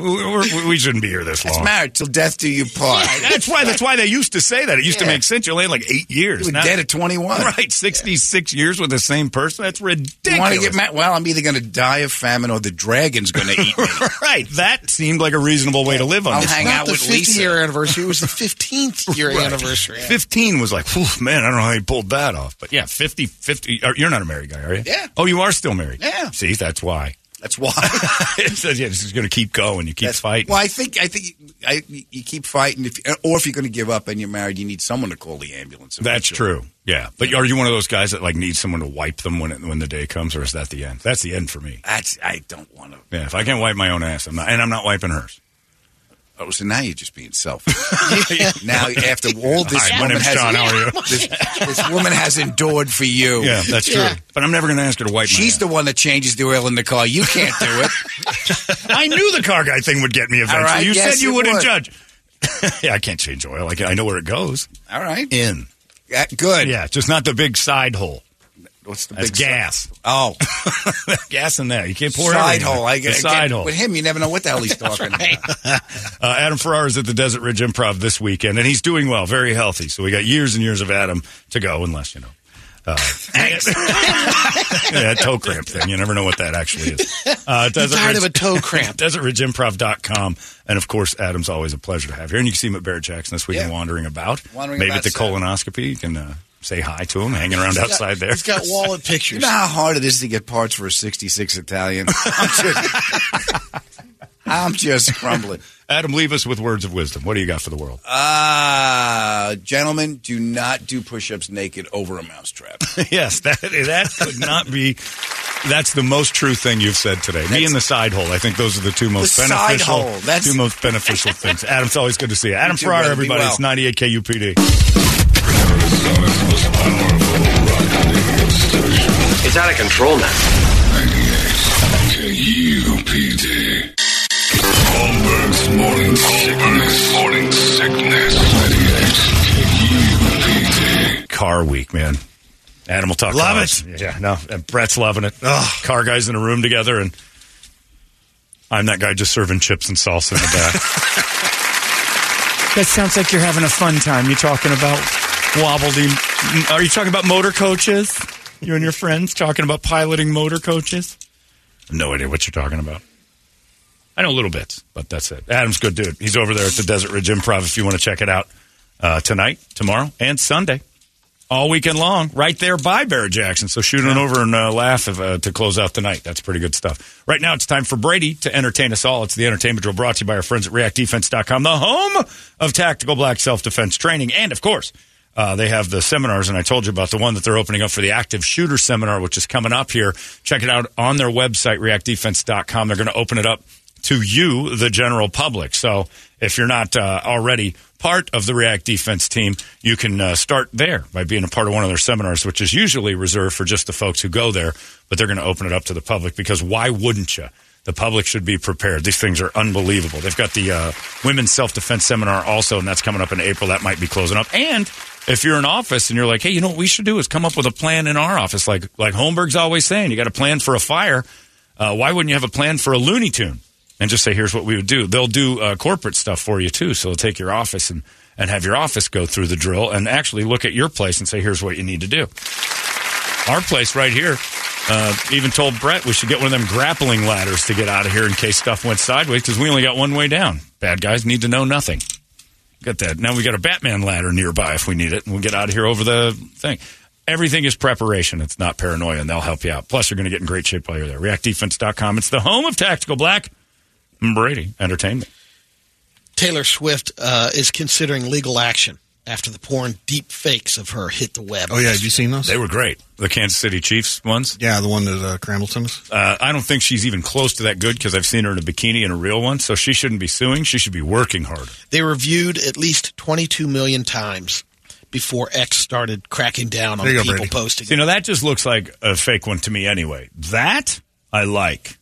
Speaker 2: we, we're- we shouldn't be here this
Speaker 10: It's
Speaker 2: long.
Speaker 10: married till death do [laughs] you part.
Speaker 2: That's why. That's why they used to say that. It used to
Speaker 10: Yeah.
Speaker 2: make sense. You're only like eight
Speaker 10: You
Speaker 2: years.
Speaker 10: were
Speaker 2: Now-
Speaker 10: dead at 21.
Speaker 2: [laughs] Right, sixty-six years with the same person. That's ridiculous.
Speaker 10: You want to get mad? Well, I'm either going to die of famine or the dragon's going to eat me.
Speaker 2: [laughs] Right, that seemed like a reasonable way to live on.
Speaker 10: I'll
Speaker 2: this
Speaker 10: hang
Speaker 3: Not
Speaker 10: out
Speaker 3: the
Speaker 10: with
Speaker 3: 50
Speaker 10: Lisa.
Speaker 3: year anniversary. It was the [laughs] 15th year
Speaker 2: Right.
Speaker 3: anniversary.
Speaker 2: 15 was like, whew, man, I don't know how he pulled that off. But yeah, 50, 50. are- You're not a married guy, are you?
Speaker 10: Yeah.
Speaker 2: Oh, you are still married?
Speaker 10: Yeah.
Speaker 2: See, that's why.
Speaker 10: That's why.
Speaker 2: [laughs]
Speaker 10: [laughs]
Speaker 2: it says, yeah, this is going to keep going. Oh, You keep
Speaker 10: That's
Speaker 2: fighting.
Speaker 10: Well, I think I think I, you keep fighting, if, or if you're going to give up and you're married, you need someone to call the ambulance.
Speaker 2: That's
Speaker 10: eventually.
Speaker 2: true. Yeah. But are you one of those guys that like needs someone to wipe them when it, when the day comes, or is that the end? That's the end for me.
Speaker 10: That's I don't want to.
Speaker 2: Yeah. If I can't wipe my own ass, I'm not, and I'm not wiping hers.
Speaker 10: Oh, so now you're just being selfish. now
Speaker 2: [laughs]
Speaker 10: after all this
Speaker 2: Hi, my
Speaker 10: woman
Speaker 2: name's
Speaker 10: has
Speaker 2: John. How are you?
Speaker 10: [laughs] This, this woman has endured for you.
Speaker 2: [laughs] Yeah, that's true.
Speaker 3: Yeah.
Speaker 2: But I'm never going to ask her to wipe my
Speaker 10: She's the one that changes the oil in the car. You can't do it.
Speaker 2: [laughs] I knew the car guy thing would get me eventually.
Speaker 10: All right,
Speaker 2: you
Speaker 10: yes,
Speaker 2: said you
Speaker 10: it
Speaker 2: wouldn't
Speaker 10: would.
Speaker 2: judge. [laughs] yeah, I can't change oil. I, can, I know where it goes.
Speaker 10: All right.
Speaker 2: In.
Speaker 10: Yeah, good.
Speaker 2: Yeah, just not the big side hole.
Speaker 10: What's the
Speaker 2: That's
Speaker 10: big
Speaker 2: gas. [laughs]
Speaker 10: Oh,
Speaker 2: gas in there. You can't pour
Speaker 10: side
Speaker 2: everything.
Speaker 10: hole. I,
Speaker 2: The
Speaker 10: I
Speaker 2: side
Speaker 10: get-
Speaker 2: hole.
Speaker 10: With him, you never know what the hell he's
Speaker 2: [laughs] That's
Speaker 10: talking. about.
Speaker 2: [laughs] Uh, Adam Ferrara is at the Desert Ridge Improv this weekend, and he's doing well, very healthy. So we got years and years of Adam to go, unless you know. Uh, [laughs] yeah, that toe cramp thing. You never know what that actually is.
Speaker 10: [laughs]
Speaker 2: Uh,
Speaker 3: You're tired of a toe
Speaker 2: [laughs]
Speaker 3: cramp.
Speaker 2: DesertRidgeImprov.com. And of course, Adam's always a pleasure to have here. And you can see him at Barrett Jackson this weekend wandering about.
Speaker 10: Wandering
Speaker 2: Maybe
Speaker 10: about
Speaker 2: at the
Speaker 10: Saturday.
Speaker 2: colonoscopy. You can uh, say hi to him, hanging around
Speaker 10: He's got-
Speaker 2: outside there.
Speaker 10: he's
Speaker 2: [laughs]
Speaker 10: got
Speaker 3: wallet pictures.
Speaker 10: You know how hard it is to get parts for a '66 Italian. [laughs] I'm just, I'm just crumbling.
Speaker 2: Adam, leave us with words of wisdom. What do you got for the world?
Speaker 10: Ah, gentlemen, do not do push-ups naked over a mousetrap.
Speaker 2: [laughs] yes, that that could not be. That's the most true thing you've said today. Me and the side hole. I think those are the two most
Speaker 10: The side
Speaker 2: beneficial.
Speaker 10: hole, that's-
Speaker 2: two most beneficial things. Adam, it's always good to see you. Adam
Speaker 10: You too,
Speaker 2: Ferrara,
Speaker 10: brother. Be
Speaker 2: everybody.
Speaker 10: well.
Speaker 2: It's 98 KUPD.
Speaker 20: It's out of control now.
Speaker 1: K-U-P-D. Holmberg's morning sickness. Morning sickness. 98 K-U-P-D.
Speaker 2: Car week, man. Adam will talk.
Speaker 1: Love
Speaker 2: cars.
Speaker 1: it.
Speaker 2: Yeah, no, and Brett's loving it. Car guys in a room together, and I'm that guy just serving chips and salsa in the back. that sounds like you're having a fun time. You talking about wobbledy? Are you talking about motor coaches? You and your friends talking about piloting motor coaches? No idea what you're talking about. I know little bits, but that's it. Adam's a good dude. He's over there at the Desert Ridge Improv if you want to check it out uh, tonight, tomorrow, and Sunday. All weekend long, right there by Barrett Jackson. So shoot on over and uh, laugh if, uh, to close out the night. That's pretty good stuff. Right now, it's time for Brady to entertain us all. It's the entertainment drill brought to you by our friends at reactdefense.com, the home of tactical black self defense training. And of course, uh, they have the seminars, and I told you about the one that they're opening up for the active shooter seminar, which is coming up here. Check it out on their website, reactdefense.com. They're going to open it up to you, the general public. So if you're not uh, already part of the React Defense team, you can uh, start there by being a part of one of their seminars, which is usually reserved for just the folks who go there, but they're going to open it up to the public because why wouldn't you? The public should be prepared. These things are unbelievable. They've got the uh, women's self defense seminar also, and that's coming up in April. That might be closing up. And if you're in office and you're like, hey, you know what we should do is come up with a plan in our office, like like Holmberg's always saying, you got a plan for a fire. Uh, why wouldn't you have a plan for a Looney Tune and just say, here's what we would do? They'll do uh, corporate stuff for you too. So they'll take your office and, and have your office go through the drill and actually look at your place and say, here's what you need to do. Our place right here uh, even told Brett we should get one of them grappling ladders to get out of here in case stuff went sideways because we only got one way down. Bad guys need to know nothing. Got that. Now we got a Batman ladder nearby if we need it, and we'll get out of here over the thing. Everything is preparation. It's not paranoia, and they'll help you out. Plus, you're going to get in great shape while you're there. ReactDefense.com. It's the home of Tactical Black Brady Entertainment.
Speaker 3: Taylor Swift uh, is considering legal action after the porn deep fakes of her hit the
Speaker 2: Oh,
Speaker 3: web.
Speaker 5: Oh, you seen those?
Speaker 2: They were great. The Kansas City Chiefs ones.
Speaker 5: Yeah, the one that uh, Crandallton was.
Speaker 2: Uh, I don't think she's even close to that good because I've seen her in a bikini and a real one. So she shouldn't be suing. She should be working harder.
Speaker 3: They were viewed at least 22 million times before X started cracking down on people posting.
Speaker 2: You know that just looks like a fake one to me. Anyway, that I like.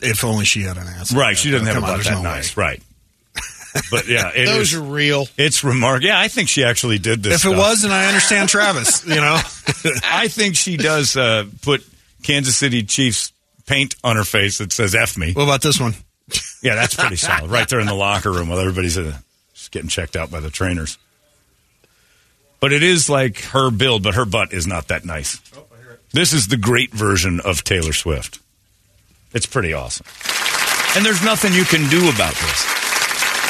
Speaker 5: If only she had an ass.
Speaker 2: Right, she doesn't have a
Speaker 5: Come on,
Speaker 2: butt
Speaker 5: there's
Speaker 2: that
Speaker 5: no way.
Speaker 2: nice. Right. But yeah, it
Speaker 5: Those
Speaker 2: is-
Speaker 5: are
Speaker 3: real.
Speaker 2: It's remarkable. Yeah, I think she actually did this.
Speaker 5: If it
Speaker 2: stuff.
Speaker 5: was, then I understand [laughs] Travis. You know,
Speaker 2: [laughs] I think she does uh, put Kansas City Chiefs paint on her face that says "F me."
Speaker 5: What about this one?
Speaker 2: Yeah, that's pretty solid. Right there in the locker room while everybody's uh, just getting checked out by the trainers. But it is like her build, but her butt is not that nice. This is the great version of Taylor Swift. It's pretty awesome. And there's nothing you can do about this.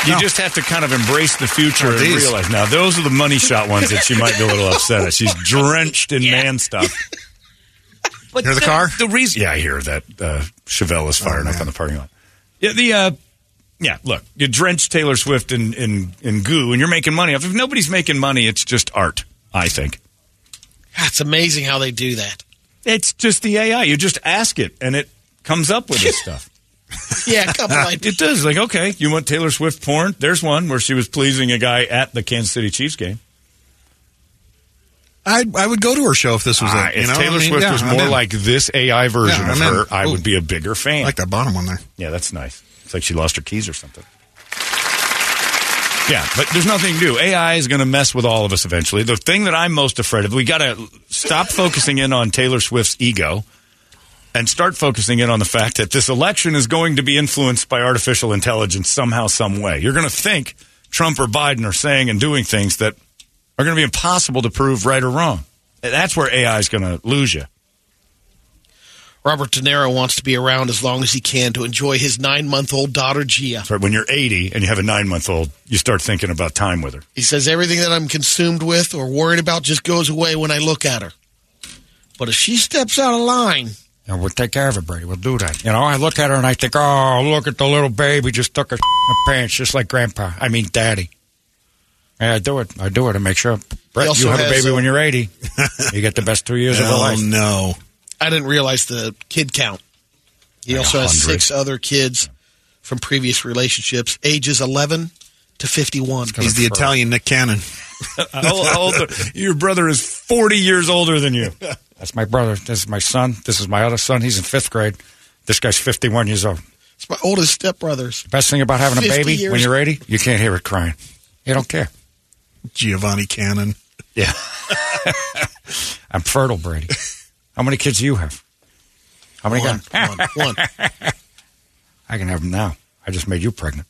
Speaker 2: You just have to kind of embrace the future
Speaker 5: Are
Speaker 2: and
Speaker 5: these-
Speaker 2: realize. Now, those are the money shot ones that she might be a little upset at. She's drenched in man stuff.
Speaker 5: But Hear the car? Oh,
Speaker 2: The reason, yeah, I hear that uh, Chevelle is firing up on the parking lot. Yeah, the uh, yeah. Look, you drench Taylor Swift in, in in goo, and you're making money off. If nobody's making money, it's just art. I think
Speaker 3: It's amazing how they do that.
Speaker 2: it's just the AI. You just ask it, and it comes up with
Speaker 3: [laughs]
Speaker 2: this stuff.
Speaker 3: Yeah,
Speaker 13: [laughs]
Speaker 3: a couple like
Speaker 2: it does. Like, okay, you want Taylor Swift porn? There's one where she was pleasing a guy at the Kansas City Chiefs game.
Speaker 5: I I would go to her show if this was
Speaker 2: Ah,
Speaker 5: it.
Speaker 2: if
Speaker 5: you know?
Speaker 2: Taylor
Speaker 5: I mean,
Speaker 2: Swift
Speaker 5: yeah,
Speaker 2: was
Speaker 5: I'm
Speaker 2: more
Speaker 5: in.
Speaker 2: like this AI version
Speaker 5: Yeah,
Speaker 2: of
Speaker 5: I'm in.
Speaker 2: her, I
Speaker 5: Ooh.
Speaker 2: would be a bigger fan.
Speaker 5: I like that bottom one there.
Speaker 2: Yeah, that's nice. It's like she lost her keys or something. Yeah, but there's nothing new. AI is going to mess with all of us eventually. The thing that I'm most afraid of, we got to stop focusing in on Taylor Swift's ego and start focusing in on the fact that this election is going to be influenced by artificial intelligence somehow, some way. You're going to think Trump or Biden are saying and doing things that are going to be impossible to prove right or wrong. That's where AI is going to lose you.
Speaker 3: Robert De Niro wants to be around as long as he can to enjoy his nine month old daughter, Gia.
Speaker 2: But when you're 80 and you have a nine month old, you start thinking about time with her.
Speaker 3: He says, Everything that I'm consumed with or worried about just goes away when I look at her. But if she steps out of line,
Speaker 13: And we'll take care of it, Brady. We'll do that. You know, I look at her and I think, oh, look at the little baby just took a in her [laughs] pants, just like Grandpa. I mean, Daddy. Yeah, I do it. I do it. I make sure. Brett,
Speaker 3: also
Speaker 13: you have a
Speaker 3: has,
Speaker 13: baby
Speaker 3: uh,
Speaker 13: when
Speaker 3: [laughs]
Speaker 13: you're 80. you get the best two years of your
Speaker 3: Oh,
Speaker 13: life.
Speaker 5: no.
Speaker 3: I didn't realize the kid count. He also has
Speaker 13: 100.
Speaker 3: six other kids from previous relationships, ages 11 to 51.
Speaker 5: He's the Italian Nick Cannon.
Speaker 2: Uh, oh. your brother is 40 years older than you.
Speaker 13: That's my brother. This is my son. This is my other son. He's in fifth grade. This guy's 51 years old.
Speaker 3: It's my oldest stepbrothers.
Speaker 13: Best thing about having a
Speaker 3: 50
Speaker 13: baby when
Speaker 3: years.
Speaker 13: you're 80, you can't hear it crying. You don't care.
Speaker 5: Giovanni Cannon.
Speaker 13: Yeah. [laughs] I'm fertile, Brady. How many kids do you have? How many
Speaker 3: One,
Speaker 13: got?
Speaker 3: One.
Speaker 13: I can have them now. I just made you pregnant.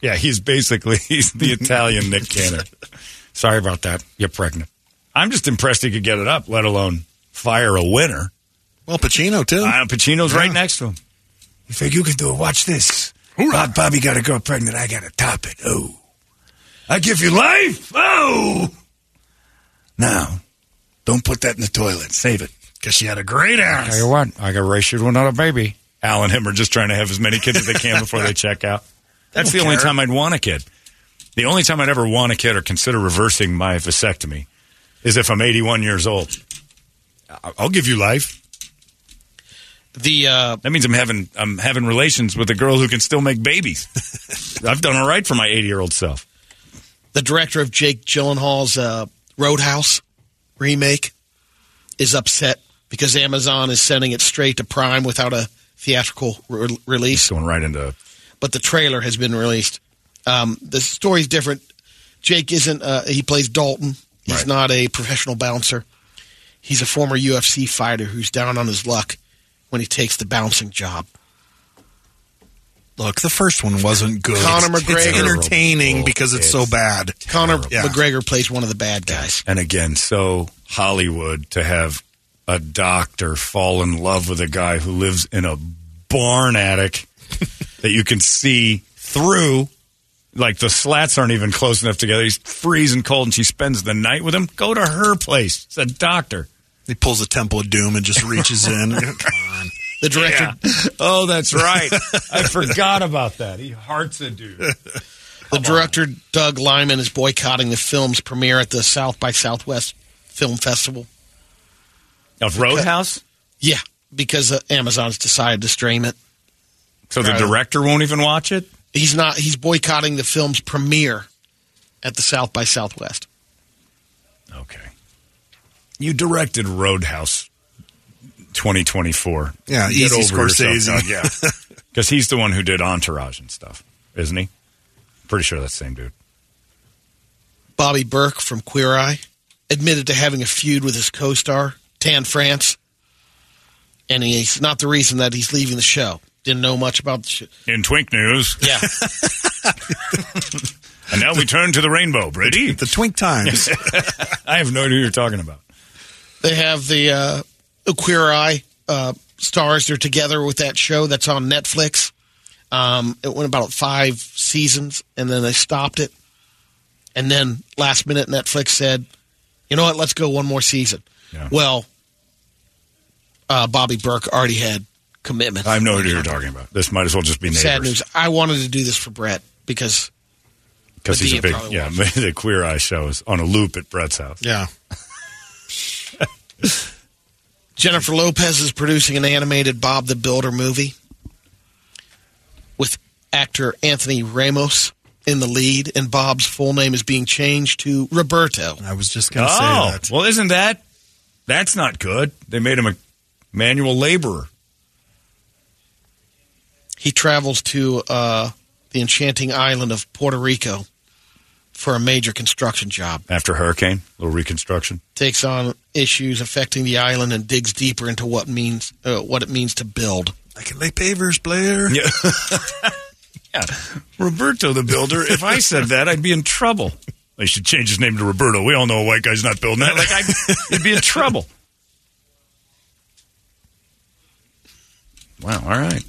Speaker 2: Yeah, he's basically [laughs] he's the Italian Nick Cannon.
Speaker 13: Sorry about that. You're pregnant.
Speaker 2: I'm just impressed he could get it up, let alone fire a winner.
Speaker 5: Well, Pacino too.
Speaker 2: Uh, Pacino's right next to him.
Speaker 11: You think you can do it? Watch this. Bob, Bobby got a girl pregnant. I got to top it. Oh, I give you life. Oh, now don't put that in the toilet. Save it because she had a great
Speaker 13: I
Speaker 11: ass.
Speaker 13: Tell you what, I got race you to another baby.
Speaker 2: Al and him are just trying to have as many kids as they can before they
Speaker 13: [laughs]
Speaker 2: check out. That's
Speaker 13: They
Speaker 2: the
Speaker 13: don't
Speaker 2: only
Speaker 13: care.
Speaker 2: time I'd want a kid. The only time I'd ever want a kid or consider reversing my vasectomy is if I'm 81 years old. I- I'll give you life.
Speaker 3: The uh,
Speaker 2: that means I'm having I'm having relations with a girl who can still
Speaker 13: [laughs]
Speaker 2: make babies. I've done all right for my 80 year old self.
Speaker 3: The director of Jake Gyllenhaal's uh, Roadhouse remake is upset because Amazon is sending it straight to Prime without a theatrical re- release.
Speaker 2: going right into.
Speaker 3: But the trailer has been released. Um, the story's different. Jake isn't. Uh, he plays Dalton. He's
Speaker 2: Right.
Speaker 3: not a professional bouncer. He's a former UFC fighter who's down on his luck when he takes the bouncing job.
Speaker 5: Look, the first one wasn't good.
Speaker 3: Conor
Speaker 5: It's-
Speaker 3: McGregor.
Speaker 5: It's entertaining
Speaker 3: Terrible.
Speaker 5: because it's, so
Speaker 3: It's
Speaker 5: bad.
Speaker 3: Conor
Speaker 5: Yeah.
Speaker 3: McGregor plays one of the bad guys.
Speaker 2: And again, so Hollywood to have a doctor fall in love with a guy who lives in a barn attic that you can see through. Like the slats aren't even close enough together. He's freezing cold and she spends the night with him. Go to her place. It's a doctor.
Speaker 5: He pulls a Temple of Doom and just reaches in. [laughs] Come on.
Speaker 3: The
Speaker 2: director. Oh, that's right. I forgot about that. He hearts a dude.
Speaker 3: The director Doug Lyman is boycotting the film's premiere at the South by Southwest Film Festival.
Speaker 2: Of Roadhouse?
Speaker 3: Yeah, because uh, Amazon's decided to stream it.
Speaker 2: So the director won't even watch it?
Speaker 3: He's not. He's boycotting the film's premiere at the South by Southwest.
Speaker 2: You directed Roadhouse 2024.
Speaker 5: Yeah,
Speaker 2: Get
Speaker 5: easy
Speaker 2: over yourself,
Speaker 5: Scorsese. [laughs]
Speaker 2: Doug. yeah. Because he's the one who did Entourage and stuff, isn't he? Pretty sure that's the same dude.
Speaker 3: Bobby Burke from Queer Eye admitted to having a feud with his co-star Tan France, and he's not the reason that he's leaving the show. Didn't know much about the show.
Speaker 2: In Twink News.
Speaker 3: Yeah.
Speaker 2: and now we turn to the rainbow, Brady.
Speaker 5: The Twink Times.
Speaker 2: [laughs] I have no idea who you're talking about.
Speaker 3: They have the uh, the Queer Eye uh, stars. They're together with that show that's on Netflix. Um, it went about five seasons, and then they stopped it. And then last minute, Netflix said, "You know what? Let's go one more season." Well, uh, Bobby Burke already had commitments.
Speaker 2: I have no idea who you're talking about. This might as well just be neighbors.
Speaker 3: Sad news. I wanted to do this for Brett because
Speaker 2: Because he's a
Speaker 3: Medea
Speaker 2: big,
Speaker 3: probably
Speaker 2: yeah, [laughs] the Queer Eye show is on a loop at Brett's house.
Speaker 3: Yeah. Jennifer Lopez is producing an animated Bob the Builder movie with actor Anthony Ramos in the lead, and Bob's full name is being changed to Roberto.
Speaker 5: I was just
Speaker 3: going to
Speaker 2: oh, well, isn't that? That's not good. They made him a manual laborer.
Speaker 3: He travels to uh, the enchanting island of Puerto Rico for a major construction job.
Speaker 2: After hurricane, little reconstruction.
Speaker 3: Takes on issues affecting the island and digs deeper into what means uh, what it means to build.
Speaker 5: I can lay pavers, Blair. [laughs]
Speaker 2: Yeah. yeah. Roberto the Builder. If I said that, I'd be in trouble. They should change his name to Roberto. We all know a white guy's not building that. Like I, would be in trouble. Wow. All right.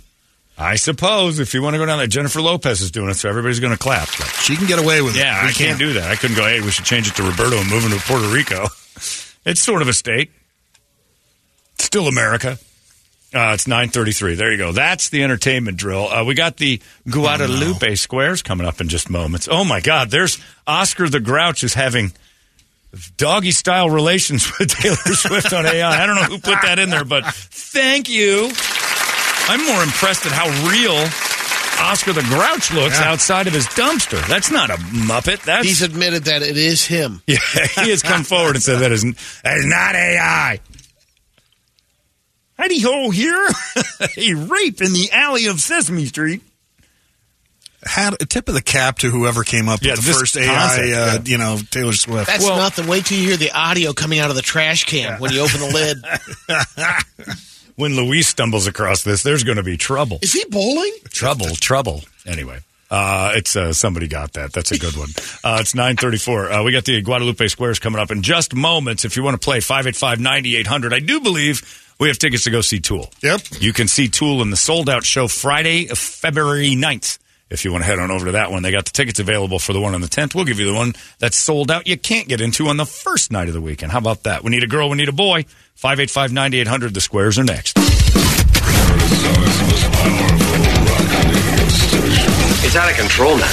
Speaker 2: I suppose if you want to go down there, Jennifer Lopez is doing it, so everybody's going to clap.
Speaker 5: she can get away with it.
Speaker 2: Yeah,
Speaker 5: We
Speaker 2: I can't
Speaker 5: can't.
Speaker 2: do that. I couldn't go. Hey, we should change it to Roberto and move into Puerto Rico. [laughs] It's sort of a state. Still America. Uh, it's nine thirty-three. There you go. That's the entertainment drill. Uh, we got the Guadalupe squares coming up in just moments. Oh my God! There's Oscar the Grouch is having doggy style relations [laughs] with Taylor Swift on AI. I don't know who put that in [laughs] there, [laughs] but thank you. I'm more impressed at how real Oscar the Grouch looks outside of his dumpster. That's not a Muppet. That's
Speaker 3: He's admitted that it is him.
Speaker 2: [laughs] yeah, he has
Speaker 3: [laughs]
Speaker 2: come forward and said that is that is not AI. Howdy ho here. [laughs] a rape in the alley of Sesame Street.
Speaker 5: Had a tip of the cap to whoever came up
Speaker 2: Yeah,
Speaker 5: with the
Speaker 2: this
Speaker 5: first AI,
Speaker 2: concept,
Speaker 5: uh,
Speaker 2: yeah.
Speaker 5: you know, Taylor Swift.
Speaker 3: That's nothing. Wait till you hear the audio coming out of the trash can when you open the lid.
Speaker 2: When Luis stumbles across this, there's going to be trouble.
Speaker 3: Is he bowling?
Speaker 2: Trouble, trouble. Anyway, uh, it's uh, somebody got that. That's a good one. Uh, it's nine thirty-four. Uh, we got the Guadalupe Squares coming up in just moments. If you want to play 585-9800, I do believe we have tickets to go see Tool. Yep, you can see Tool in the sold-out show Friday, February 9th. If you want to head on over to that one, they got the tickets available for the one on the 10th. We'll give you the one that's sold out you can't get into on the first night of the weekend. How about that? We need a girl, we need a boy. 585 9800, the squares are next.
Speaker 21: It's out of control now.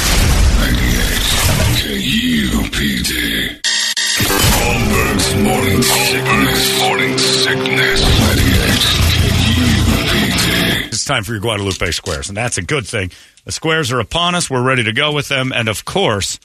Speaker 1: KUPD. Holmberg's morning sickness. Morning sickness. 98. KUPD.
Speaker 2: [laughs] It's time for your Guadalupe squares, and that's a good thing. The squares are upon us. We're ready to go with them, and of course,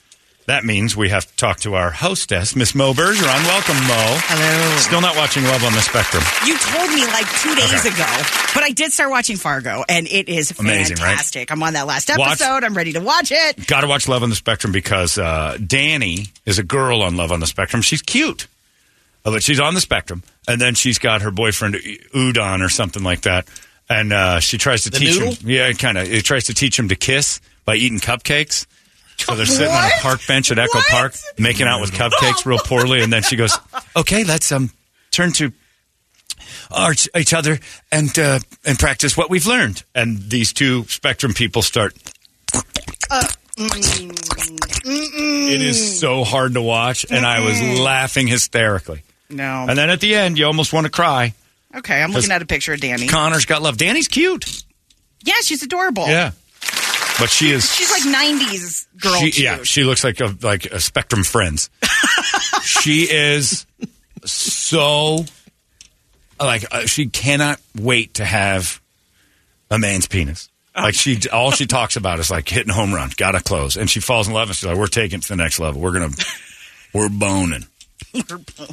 Speaker 2: that means we have to talk to our hostess, Miss Mo Bergeron. Welcome, Mo. Hello. Still not watching Love on the Spectrum.
Speaker 22: You told me like two days
Speaker 2: Okay.
Speaker 22: ago, but I did start watching Fargo, and it is
Speaker 2: Amazing, right?
Speaker 22: fantastic. I'm on that last episode.
Speaker 2: Watch-
Speaker 22: I'm ready to watch it.
Speaker 2: Got to watch Love on the Spectrum because uh, Danny is a girl on Love on the Spectrum. She's cute, Uh, but she's on the spectrum, and then she's got her boyfriend Udon or something like that, and uh, she tries to
Speaker 3: The
Speaker 2: teach
Speaker 3: noodle?
Speaker 2: him. Yeah, kind of. It tries to teach him to kiss by eating cupcakes. So they're sitting on a
Speaker 3: What?
Speaker 2: park bench at Echo Park, making out with cupcakes real poorly, and then she goes, "Okay, let's um turn to our, each other and uh, and practice what we've learned." And these two spectrum people start
Speaker 22: Uh,
Speaker 3: Mm.
Speaker 2: It is so hard to watch, and I was laughing hysterically.
Speaker 22: No.
Speaker 2: And then at the end, you almost want to cry.
Speaker 22: Okay, I'm
Speaker 2: Does-
Speaker 22: looking at a picture of Danny.
Speaker 2: Connor's got love. Danny's cute.
Speaker 22: yeah, she's adorable.
Speaker 2: Yeah, but she is.
Speaker 22: Oh. She's like 90s girl.
Speaker 2: she-
Speaker 22: cute.
Speaker 2: yeah, she looks like a like a
Speaker 22: [laughs]
Speaker 2: Spectrum Friends. she is so like uh, she cannot wait to have a man's penis.
Speaker 22: Oh.
Speaker 2: Like she, all she talks about is like hitting a home run, gotta close, and she falls in love, and she's like, "We're taking it to the next level. We're gonna,
Speaker 22: [laughs]
Speaker 2: we're boning."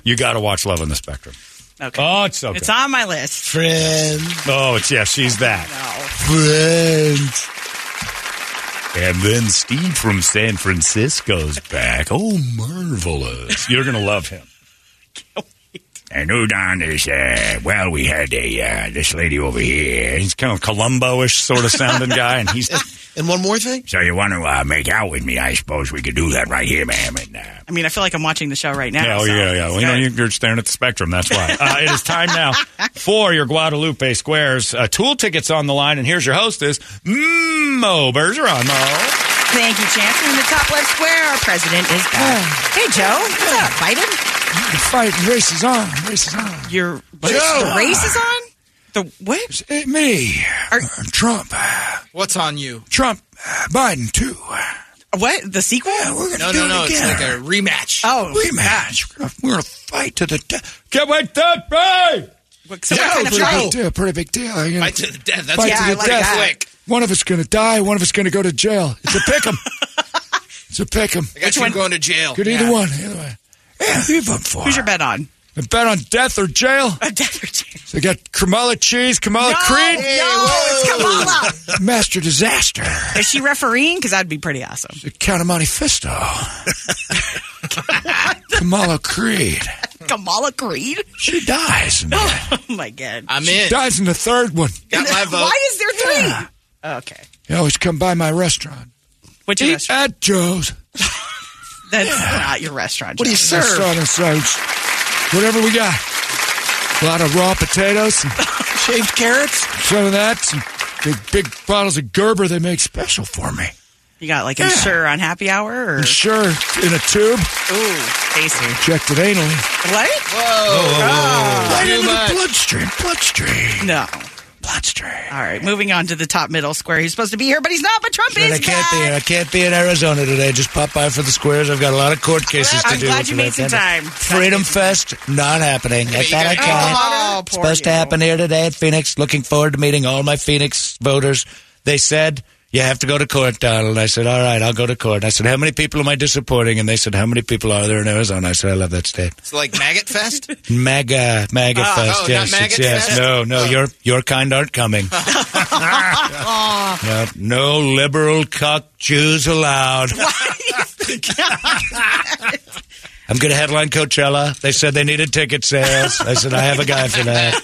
Speaker 2: You got to watch Love on the Spectrum.
Speaker 22: Okay.
Speaker 2: Oh, it's so
Speaker 22: It's
Speaker 2: good.
Speaker 22: on my list.
Speaker 3: Friends.
Speaker 2: Oh, it's yeah, she's that.
Speaker 3: Friends.
Speaker 2: And then Steve from San Francisco's back. Oh, marvelous. You're going to love him. And Udon is, uh, well, we had a [laughs] uh, this lady over here. He's kind of Columbo-ish sort of [laughs] sounding guy, and he's.
Speaker 3: And one more thing.
Speaker 2: So you want to uh, make out with me? I suppose we could do that right here, ma'am. And, uh,
Speaker 22: I mean, I feel like I'm watching the show right now.
Speaker 2: oh
Speaker 22: so-
Speaker 2: yeah, yeah. Well, you know, you're staring at the spectrum. That's [laughs] why. [laughs] Uh, it is time now for your Guadalupe Squares uh, tool tickets on the line, and here's your hostess, mm, Mo Bergeron. Mo.
Speaker 22: Thank you, Chancellor. In the top left square, our president is
Speaker 11: [sighs]
Speaker 22: back. Hey, Joe. What's up, Biden?
Speaker 11: The fight race is on. Race is on.
Speaker 22: Your the race is on? The what?
Speaker 11: It, me. Uh, Trump.
Speaker 13: What's on you?
Speaker 11: Trump. uh, Biden, too.
Speaker 22: What? The sequel?
Speaker 11: we're gonna
Speaker 13: No,
Speaker 11: do
Speaker 13: no,
Speaker 11: it
Speaker 13: no. It's
Speaker 11: again.
Speaker 13: like a rematch.
Speaker 22: Oh,
Speaker 11: rematch. We're gonna, we're gonna fight to the death. Can't wait to die.
Speaker 13: so what kind of
Speaker 11: pretty
Speaker 13: fight?
Speaker 11: big deal. Pretty big deal. You're gonna
Speaker 13: Fight to the death. That's
Speaker 11: fight
Speaker 13: yeah,
Speaker 11: to the
Speaker 13: I like
Speaker 11: death.
Speaker 13: that. Quick.
Speaker 11: One of us gonna die. One of us gonna go to jail. It's a pick 'em. [laughs] it's a pick 'em.
Speaker 13: I got you going to jail.
Speaker 11: Could either one. Either way. Yeah, you've
Speaker 22: Who's your bet on?
Speaker 11: and bet on death or jail. death or jail. So they got Kamala Cheese, Kamala
Speaker 22: No,
Speaker 11: Creed.
Speaker 22: no, it's Kamala.
Speaker 11: [laughs] Master Disaster.
Speaker 22: Is she refereeing? Because that'd be pretty awesome.
Speaker 11: Count of Monte Fisto. Kamala
Speaker 13: [laughs]
Speaker 11: Creed.
Speaker 22: Kamala Creed.
Speaker 11: She dies. in the-
Speaker 22: [laughs] Oh my god.
Speaker 11: she dies in the third one.
Speaker 22: Why is there three? Okay.
Speaker 11: You always come by my
Speaker 13: [laughs]
Speaker 11: restaurant.
Speaker 22: Which
Speaker 11: Eat at Joe's.
Speaker 22: [laughs] That's not your restaurant.
Speaker 11: What do you
Speaker 22: John.
Speaker 11: serve? Whatever we got. A lot of raw potatoes. And [laughs] Shaved carrots. Some of that. Some big, big bottles of Gerber they make special for me.
Speaker 22: You got like
Speaker 11: Yeah.
Speaker 22: insure on happy hour or
Speaker 11: Sure, in a tube.
Speaker 22: Ooh, tasty.
Speaker 11: Injected [laughs] anally.
Speaker 22: What?
Speaker 11: whoa.
Speaker 22: Ah,
Speaker 11: Right
Speaker 22: too
Speaker 11: into the
Speaker 22: much.
Speaker 11: bloodstream, bloodstream.
Speaker 22: No. Bloodstream. All right, moving on to the top middle square. He's supposed to be here, but he's not. But Trump
Speaker 12: But I
Speaker 22: is
Speaker 12: can't
Speaker 22: back.
Speaker 12: be in. I can't be in Arizona today. Just pop by for the squares. I've got a lot of court cases
Speaker 22: Well,
Speaker 12: to
Speaker 22: I'm
Speaker 12: do.
Speaker 22: glad you
Speaker 12: tonight.
Speaker 22: made some time.
Speaker 12: Freedom Fest not happening. I thought I counted.
Speaker 22: Oh,
Speaker 12: It's
Speaker 22: poor
Speaker 12: supposed to
Speaker 22: you.
Speaker 12: happen here today at Phoenix. Looking forward to meeting all my Phoenix voters. They said you have to go to court, Donald. I said, all right, I'll go to court. I said, how many people am I disappointing? And they said, how many people are there in Arizona? I said, I love that state.
Speaker 4: It's like Maggot
Speaker 23: [laughs]
Speaker 4: Fest?
Speaker 12: Mega, mega
Speaker 4: Oh,
Speaker 12: fest.
Speaker 4: oh, not
Speaker 12: yes, it's,
Speaker 4: maggot
Speaker 12: yes.
Speaker 4: fest? Oh.
Speaker 12: No, no, your your kind
Speaker 4: [laughs]
Speaker 12: aren't coming.
Speaker 22: Aw.
Speaker 12: No, no liberal cuck Jews allowed. I'm going to headline Coachella. They said they needed ticket sales. I said, I have a guy for that.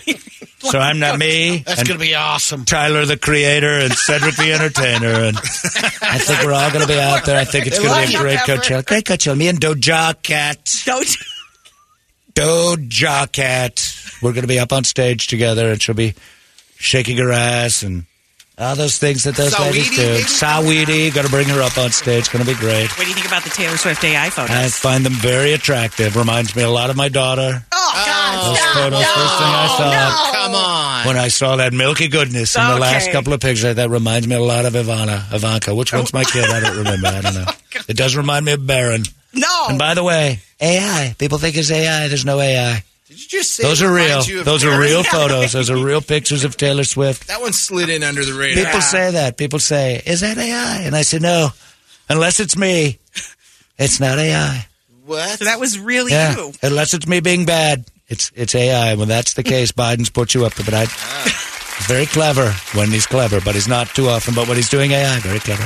Speaker 12: So I'm not me.
Speaker 3: That's
Speaker 12: and
Speaker 3: gonna be awesome.
Speaker 12: Tyler the creator and Cedric the entertainer. And I think we're all going to be out there. I think it's
Speaker 24: They
Speaker 12: going to
Speaker 24: love
Speaker 12: be a
Speaker 24: you,
Speaker 12: great
Speaker 24: Pepper.
Speaker 12: Coachella. Great Coachella. Me and Doja Cat.
Speaker 22: Doja.
Speaker 12: Doja Cat. We're going to be up on stage together and she'll be shaking her ass and all those things that those ladies
Speaker 22: Saweetie,
Speaker 12: do.
Speaker 22: maybe?
Speaker 12: Saweetie. Going to bring her up on stage. Going to be great.
Speaker 22: What do you think about the Taylor Swift AI photo?
Speaker 12: I find them very attractive. Reminds me a lot of my daughter.
Speaker 22: Oh, God,
Speaker 12: Those
Speaker 22: stop.
Speaker 12: photos, first thing I saw.
Speaker 4: Come on.
Speaker 12: When I saw that milky goodness in the
Speaker 4: Okay.
Speaker 12: last couple of pictures, that reminds me a lot of Ivana, Ivanka. Which one's my kid? I don't remember. I
Speaker 4: [laughs]
Speaker 12: don't
Speaker 4: Oh,
Speaker 12: know. It does remind me of Baron.
Speaker 22: No.
Speaker 12: And by the way, AI. People think it's AI. There's no AI.
Speaker 4: Did you just say
Speaker 12: Those are
Speaker 4: it
Speaker 12: real.
Speaker 4: reminds you of
Speaker 12: Those are
Speaker 4: Mary? [laughs]
Speaker 12: real photos. Those are real pictures of Taylor Swift.
Speaker 4: That one slid in under the radar.
Speaker 12: People say that. People say, "Is that AI?" And I say, "No, unless it's me, it's not AI."
Speaker 4: What?
Speaker 22: So that was really you. [laughs]
Speaker 12: Unless it's me being bad, it's it's AI. When that's the case, Biden's put you up. But I, he's very clever when he's clever, but he's not too often. But when he's doing AI, very clever.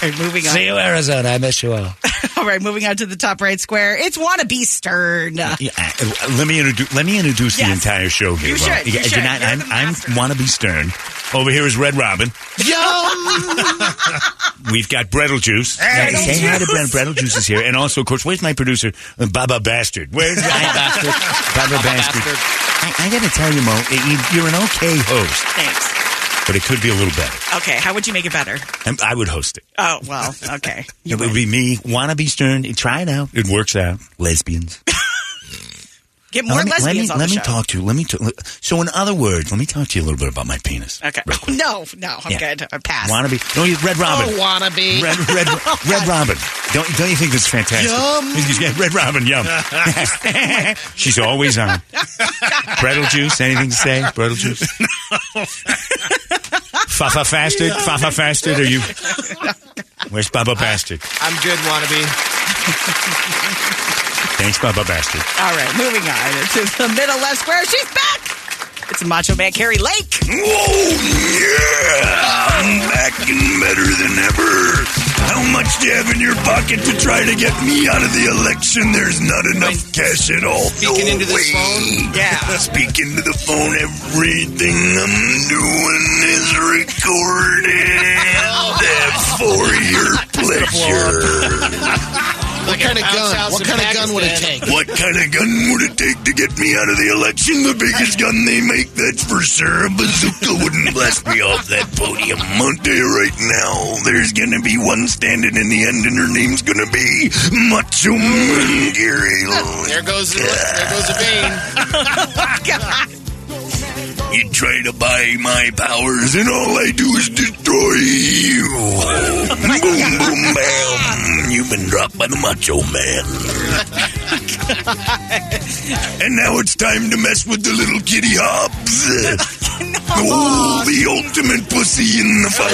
Speaker 22: right, moving on.
Speaker 12: See you, Arizona. I miss you all.
Speaker 22: All right, moving on to the top right square. It's Wannabe Stern.
Speaker 2: Yeah, uh, let me introduce. Let me introduce the
Speaker 22: Yes.
Speaker 2: entire show here.
Speaker 22: You should,
Speaker 2: Well,
Speaker 22: you
Speaker 2: yeah,
Speaker 22: should.
Speaker 2: you're not-
Speaker 22: You're
Speaker 2: I'm, I'm wannabe Stern. Over here is Red Robin. We've got Brettle Juice.
Speaker 24: Hey,
Speaker 2: Now, say
Speaker 24: Brettle
Speaker 2: hi to
Speaker 24: Juice.
Speaker 2: Brettle. Brettle Juice is here, and also, of course, where's my producer, uh, Baba Bastard? Where's
Speaker 11: [laughs]
Speaker 2: my bastard? Baba, Bastard. I, I got to tell you, Mo, uh, you, are an okay host,
Speaker 22: Thanks.
Speaker 2: but it could be a little better.
Speaker 22: Okay, how would you make it better?
Speaker 2: And I would host it.
Speaker 22: Oh, well, okay.
Speaker 2: it would be me, wannabe Stern. Try it out. It works out. Lesbians.
Speaker 22: Get
Speaker 2: Now,
Speaker 22: more
Speaker 2: let me, let me,
Speaker 22: lesbians on
Speaker 2: let
Speaker 22: the
Speaker 2: me
Speaker 22: show.
Speaker 2: talk to you. Let me talk. So, in other words, let me talk to you a little bit about my penis.
Speaker 11: [laughs]
Speaker 22: Okay. [laughs] No, no, I'm
Speaker 2: Yeah.
Speaker 22: good. I pass.
Speaker 2: Wannabe? No, you Red Robin.
Speaker 22: Oh, wannabe.
Speaker 2: Red, Red, Red Robin. Don't don't you think that's fantastic?
Speaker 22: Yum.
Speaker 2: [laughs] Yeah, Red Robin. Yum. She's always on. Brettle juice. Anything to say? Brettle juice.
Speaker 4: [laughs]
Speaker 2: Fafa fasted. Fafa fasted. Are you? Where's Baba Bastard?
Speaker 4: I'm good, wannabe.
Speaker 2: Thanks, Baba Bastard.
Speaker 22: All right, moving on [laughs] to the middle left square. She's back. It's Macho Man Carrie Lake. [laughs]
Speaker 8: [laughs] I'm back and better than ever. How much do you have in your pocket to try to get me out of the election? There's not enough cash at all. Speaking into this phone? Yeah. Speaking to the phone, everything I'm doing is
Speaker 4: [laughs]
Speaker 8: recorded for your pleasure.
Speaker 3: What kind of gun? What kind of gun would it take?
Speaker 8: What kind of gun would it take to get me out of the election? The biggest gun they make, that's for sure. A bazooka wouldn't blast me off that podium. I'll tell you right now, there's gonna be one standing in the end, and her name's gonna be Macho Man Gary.
Speaker 4: There goes the, there goes
Speaker 23: [laughs]
Speaker 4: the vein.
Speaker 8: You try to buy my powers, and all I do is destroy you. boom, boom, bam. You've been dropped by the Macho Man. and now it's time to mess with the little kitty Hobbs.
Speaker 22: [laughs]
Speaker 8: Oh, the ultimate pussy in the fight.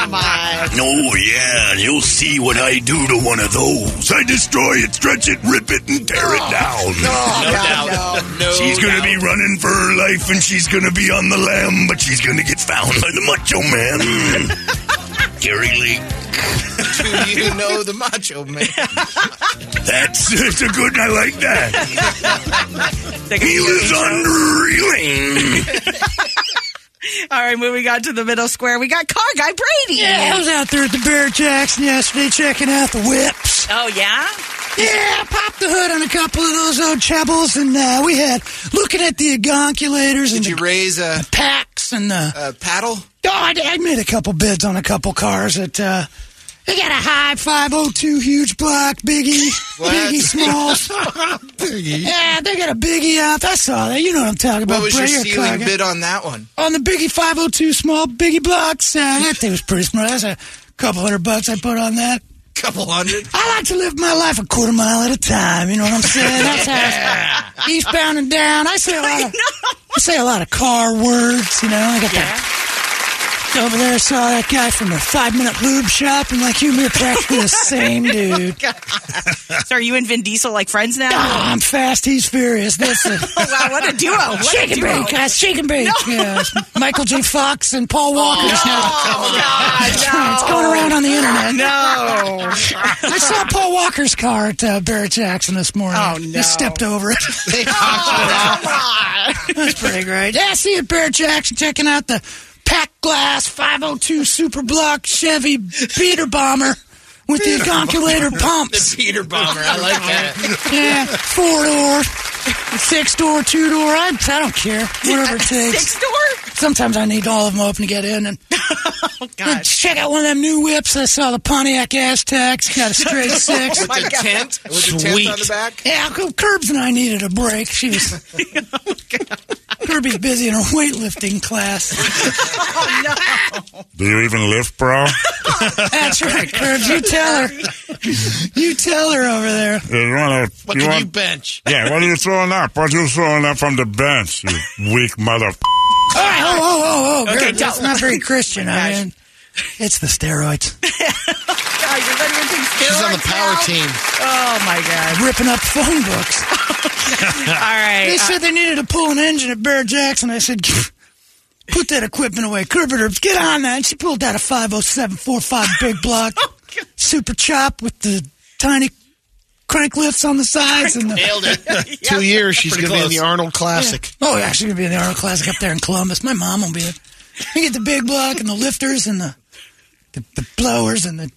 Speaker 22: Come on.
Speaker 8: No, yeah, you'll see what I do to one of those. I destroy it, stretch it, rip it, and tear it down.
Speaker 23: Oh, No doubt. No
Speaker 8: she's gonna be running for her life, and she's gonna be on the lam, but she's gonna get found by the Macho Man, Gary Lee.
Speaker 23: Do you know the macho man? [laughs]
Speaker 8: That's it's a good. I like that. he lives on reeling.
Speaker 22: All right, moving on to the middle square, we got car guy Brady.
Speaker 23: Yeah, I was out there at the Bear Jackson yesterday checking out the whips.
Speaker 22: Oh yeah.
Speaker 23: Yeah, I popped the hood on a couple of those old chevels, and uh, we had looking at the gonculators and
Speaker 4: Did you
Speaker 23: the,
Speaker 4: raise a,
Speaker 23: the packs and the.
Speaker 4: a paddle?
Speaker 23: Oh, I, I made a couple bids on a couple cars that uh, they got a high
Speaker 11: oh,
Speaker 23: 502 huge block, Biggie,
Speaker 4: What? [laughs]
Speaker 23: Biggie Smalls.
Speaker 4: Biggie.
Speaker 23: Yeah, they got a Biggie out. I saw that. You know what I'm talking about.
Speaker 4: What was your
Speaker 23: Bray, you're a car
Speaker 4: ceiling
Speaker 23: guy.
Speaker 4: bid on that one?
Speaker 23: On the Biggie 502 small Biggie blocks. Uh, that thing was pretty smart. That's a couple hundred bucks I put on that.
Speaker 4: Couple hundred.
Speaker 23: I like to live my life a quarter mile at a time. You know what I'm saying? That's how it's eastbound and down. I say a lot of I say a lot of car words. You know, I got that. Over there, saw that guy from the five minute lube shop, and like you, we're practically the same dude.
Speaker 22: So are you and Vin Diesel like friends now?
Speaker 23: [laughs] Ah, I'm fast, he's furious. That's it.
Speaker 22: Oh, wow, what a duo. What a
Speaker 23: shake and
Speaker 22: duo.
Speaker 23: bake, guys. Shake and bake. [laughs] Yes. Michael J. Fox and Paul Walker. It's going around on the internet.
Speaker 22: No.
Speaker 23: [laughs] I saw Paul Walker's car at uh, Barrett Jackson this morning. Oh, no. He stepped over it. [laughs]
Speaker 22: Oh,
Speaker 23: That's pretty great. Yeah, see you at Barrett Jackson checking out the packed glass 502 Super Block Chevy Beater Bomber with the
Speaker 4: Peter
Speaker 23: gonculator
Speaker 4: Bomber. [laughs]
Speaker 23: pump.
Speaker 4: The Peter Bomber. I like that.
Speaker 23: [laughs] Yeah, four door, six door, two door. I, I don't care. Whatever it
Speaker 22: [laughs]
Speaker 23: takes.
Speaker 22: Six door? Oh,
Speaker 23: Sometimes I need all of them open to get in.
Speaker 22: [laughs]
Speaker 23: And And check out one of them new whips. I saw the Pontiac Aztecs. Got
Speaker 22: [laughs]
Speaker 23: a straight
Speaker 22: Oh
Speaker 23: six.
Speaker 4: With the tent. With the tent on the back.
Speaker 23: Yeah, Uncle Curbs and I needed a break.
Speaker 22: [laughs]
Speaker 23: She was.
Speaker 22: Oh,
Speaker 23: Kirby's busy in her
Speaker 22: [laughs]
Speaker 23: weightlifting class.
Speaker 2: Do you even lift, bro?
Speaker 11: [laughs]
Speaker 23: That's right, Curbs.
Speaker 22: [laughs]
Speaker 23: You tell her. You tell her over there.
Speaker 2: Yeah, you want to?
Speaker 23: What
Speaker 2: you
Speaker 23: can
Speaker 2: want,
Speaker 23: you bench?
Speaker 2: [laughs] Yeah, what are you throwing up? What are you throwing up from the bench, [laughs] you weak mother?
Speaker 23: All right, oh, oh, oh, oh,
Speaker 22: Okay,
Speaker 23: Curbs. That's
Speaker 22: don't- [laughs]
Speaker 23: not very Christian. I
Speaker 22: Gosh.
Speaker 23: mean, it's the steroids.
Speaker 22: God, you're letting her take steroids
Speaker 3: on the power
Speaker 22: now?
Speaker 3: team.
Speaker 22: Oh, my God.
Speaker 23: ripping up phone books.
Speaker 22: All right.
Speaker 23: They
Speaker 22: uh,
Speaker 23: said they needed to pull an engine at Bear Jackson. I said, put that equipment away. Curviterbs, get on that. And she pulled out a
Speaker 22: [laughs]
Speaker 23: 50745 big block
Speaker 22: Oh,
Speaker 23: super chop with the tiny crank lifts on the sides. and the,
Speaker 3: Nailed it. Two years, she's
Speaker 23: Pretty
Speaker 3: going to be in
Speaker 23: close.
Speaker 3: the Arnold Classic.
Speaker 23: Yeah. Oh, yeah, she's going to be in the Arnold Classic up there in Columbus. My mom will be there. You get the big block and the lifters and the the, the blowers and the,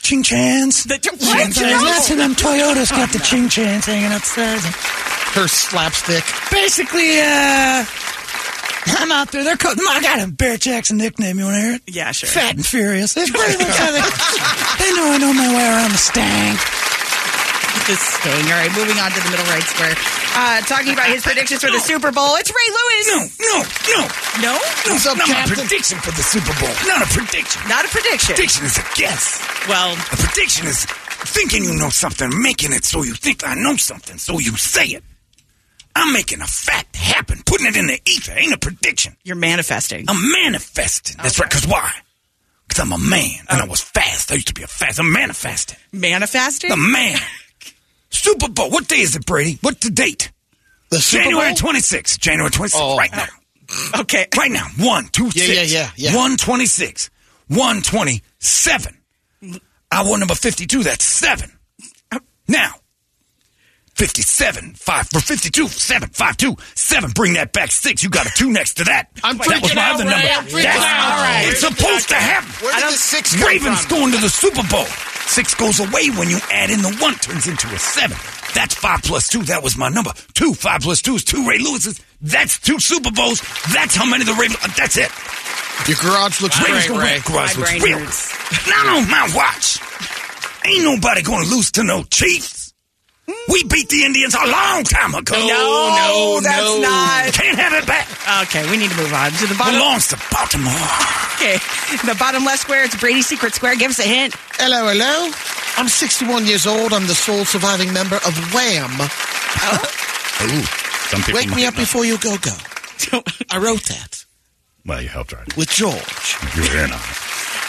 Speaker 23: ching chans.
Speaker 22: The, what? No.
Speaker 23: That's in them Toyotas got the ching chans hanging upstairs.
Speaker 3: Her slapstick.
Speaker 23: basically, uh, I'm out there. They're called, I got a Bear Jackson nickname. You want to hear it?
Speaker 22: Yeah, sure.
Speaker 23: Fat and Furious. That's pretty much how they, they know I know my way around the stank.
Speaker 22: This sting. All right, moving on to the middle right square. Uh, talking about his predictions for the Super Bowl, it's Ray Lewis.
Speaker 11: No, no,
Speaker 22: No?
Speaker 11: What's up, not Captain? a prediction for the Super Bowl. Not a prediction.
Speaker 22: Not a prediction.
Speaker 11: Prediction is a guess.
Speaker 22: Well,
Speaker 11: A prediction is thinking you know something, making it so you think I know something, so you say it. I'm making a fact happen, putting it in the ether. Ain't a prediction.
Speaker 22: you're manifesting.
Speaker 11: I'm manifesting. That's right. Cause why? Cause I'm a man, and
Speaker 22: Oh.
Speaker 11: I was fast. I used to be a fast. I'm manifesting.
Speaker 22: manifesting?
Speaker 11: The man. Super Bowl. What day is it, Brady? What's the date?
Speaker 3: The Super
Speaker 11: January
Speaker 3: Bowl? Oh.
Speaker 11: 26th. January 26th.
Speaker 2: Oh.
Speaker 11: Right
Speaker 3: [laughs]
Speaker 11: now.
Speaker 22: Okay.
Speaker 11: Right now. One, two,
Speaker 3: Yeah,
Speaker 11: six.
Speaker 3: yeah, yeah, yeah.
Speaker 11: 126. 127. I won number 52. That's seven. Now. 57, 5 for 52, 7, 5, 2, 7. Bring that back 6. You got a 2 next to that.
Speaker 3: I'm
Speaker 11: that was
Speaker 3: freaking
Speaker 11: my
Speaker 3: out,
Speaker 11: other
Speaker 3: Ray.
Speaker 11: number.
Speaker 3: I'm freaking
Speaker 11: That's
Speaker 3: out.
Speaker 11: all right. It's supposed to happen.
Speaker 4: Where did the six come
Speaker 11: Ravens
Speaker 4: from?
Speaker 11: going to the Super Bowl. Six goes away when you add in the one, turns into a seven. That's five plus two. That was my number. Two, five plus two is two Ray Lewis's. That's two Super Bowls. That's how many the Ravens. uh, That's it.
Speaker 3: Your garage looks
Speaker 11: Ravens
Speaker 3: great,
Speaker 11: gonna
Speaker 3: Ray.
Speaker 11: win. Garage
Speaker 22: My
Speaker 11: looks
Speaker 22: brain
Speaker 11: real.
Speaker 22: hurts.
Speaker 11: Not on my watch. Ain't nobody going to lose to no Chiefs. We beat the Indians a long time ago. Oh,
Speaker 22: No, no, that's no. not-
Speaker 11: Can't have it back.
Speaker 22: Okay, we need to move on to the
Speaker 11: [laughs]
Speaker 22: bottom.
Speaker 11: Belongs to Baltimore.
Speaker 22: Okay, the bottom left square. It's Brady's secret square. Give us a hint.
Speaker 3: Hello, hello. I'm 61 years old. I'm the sole surviving member of Wham.
Speaker 25: Ooh, some people
Speaker 3: Wake
Speaker 25: might
Speaker 3: me up
Speaker 25: not-
Speaker 3: before you go go. I wrote that
Speaker 25: Well, you helped right.
Speaker 3: with George.
Speaker 25: You're in on it.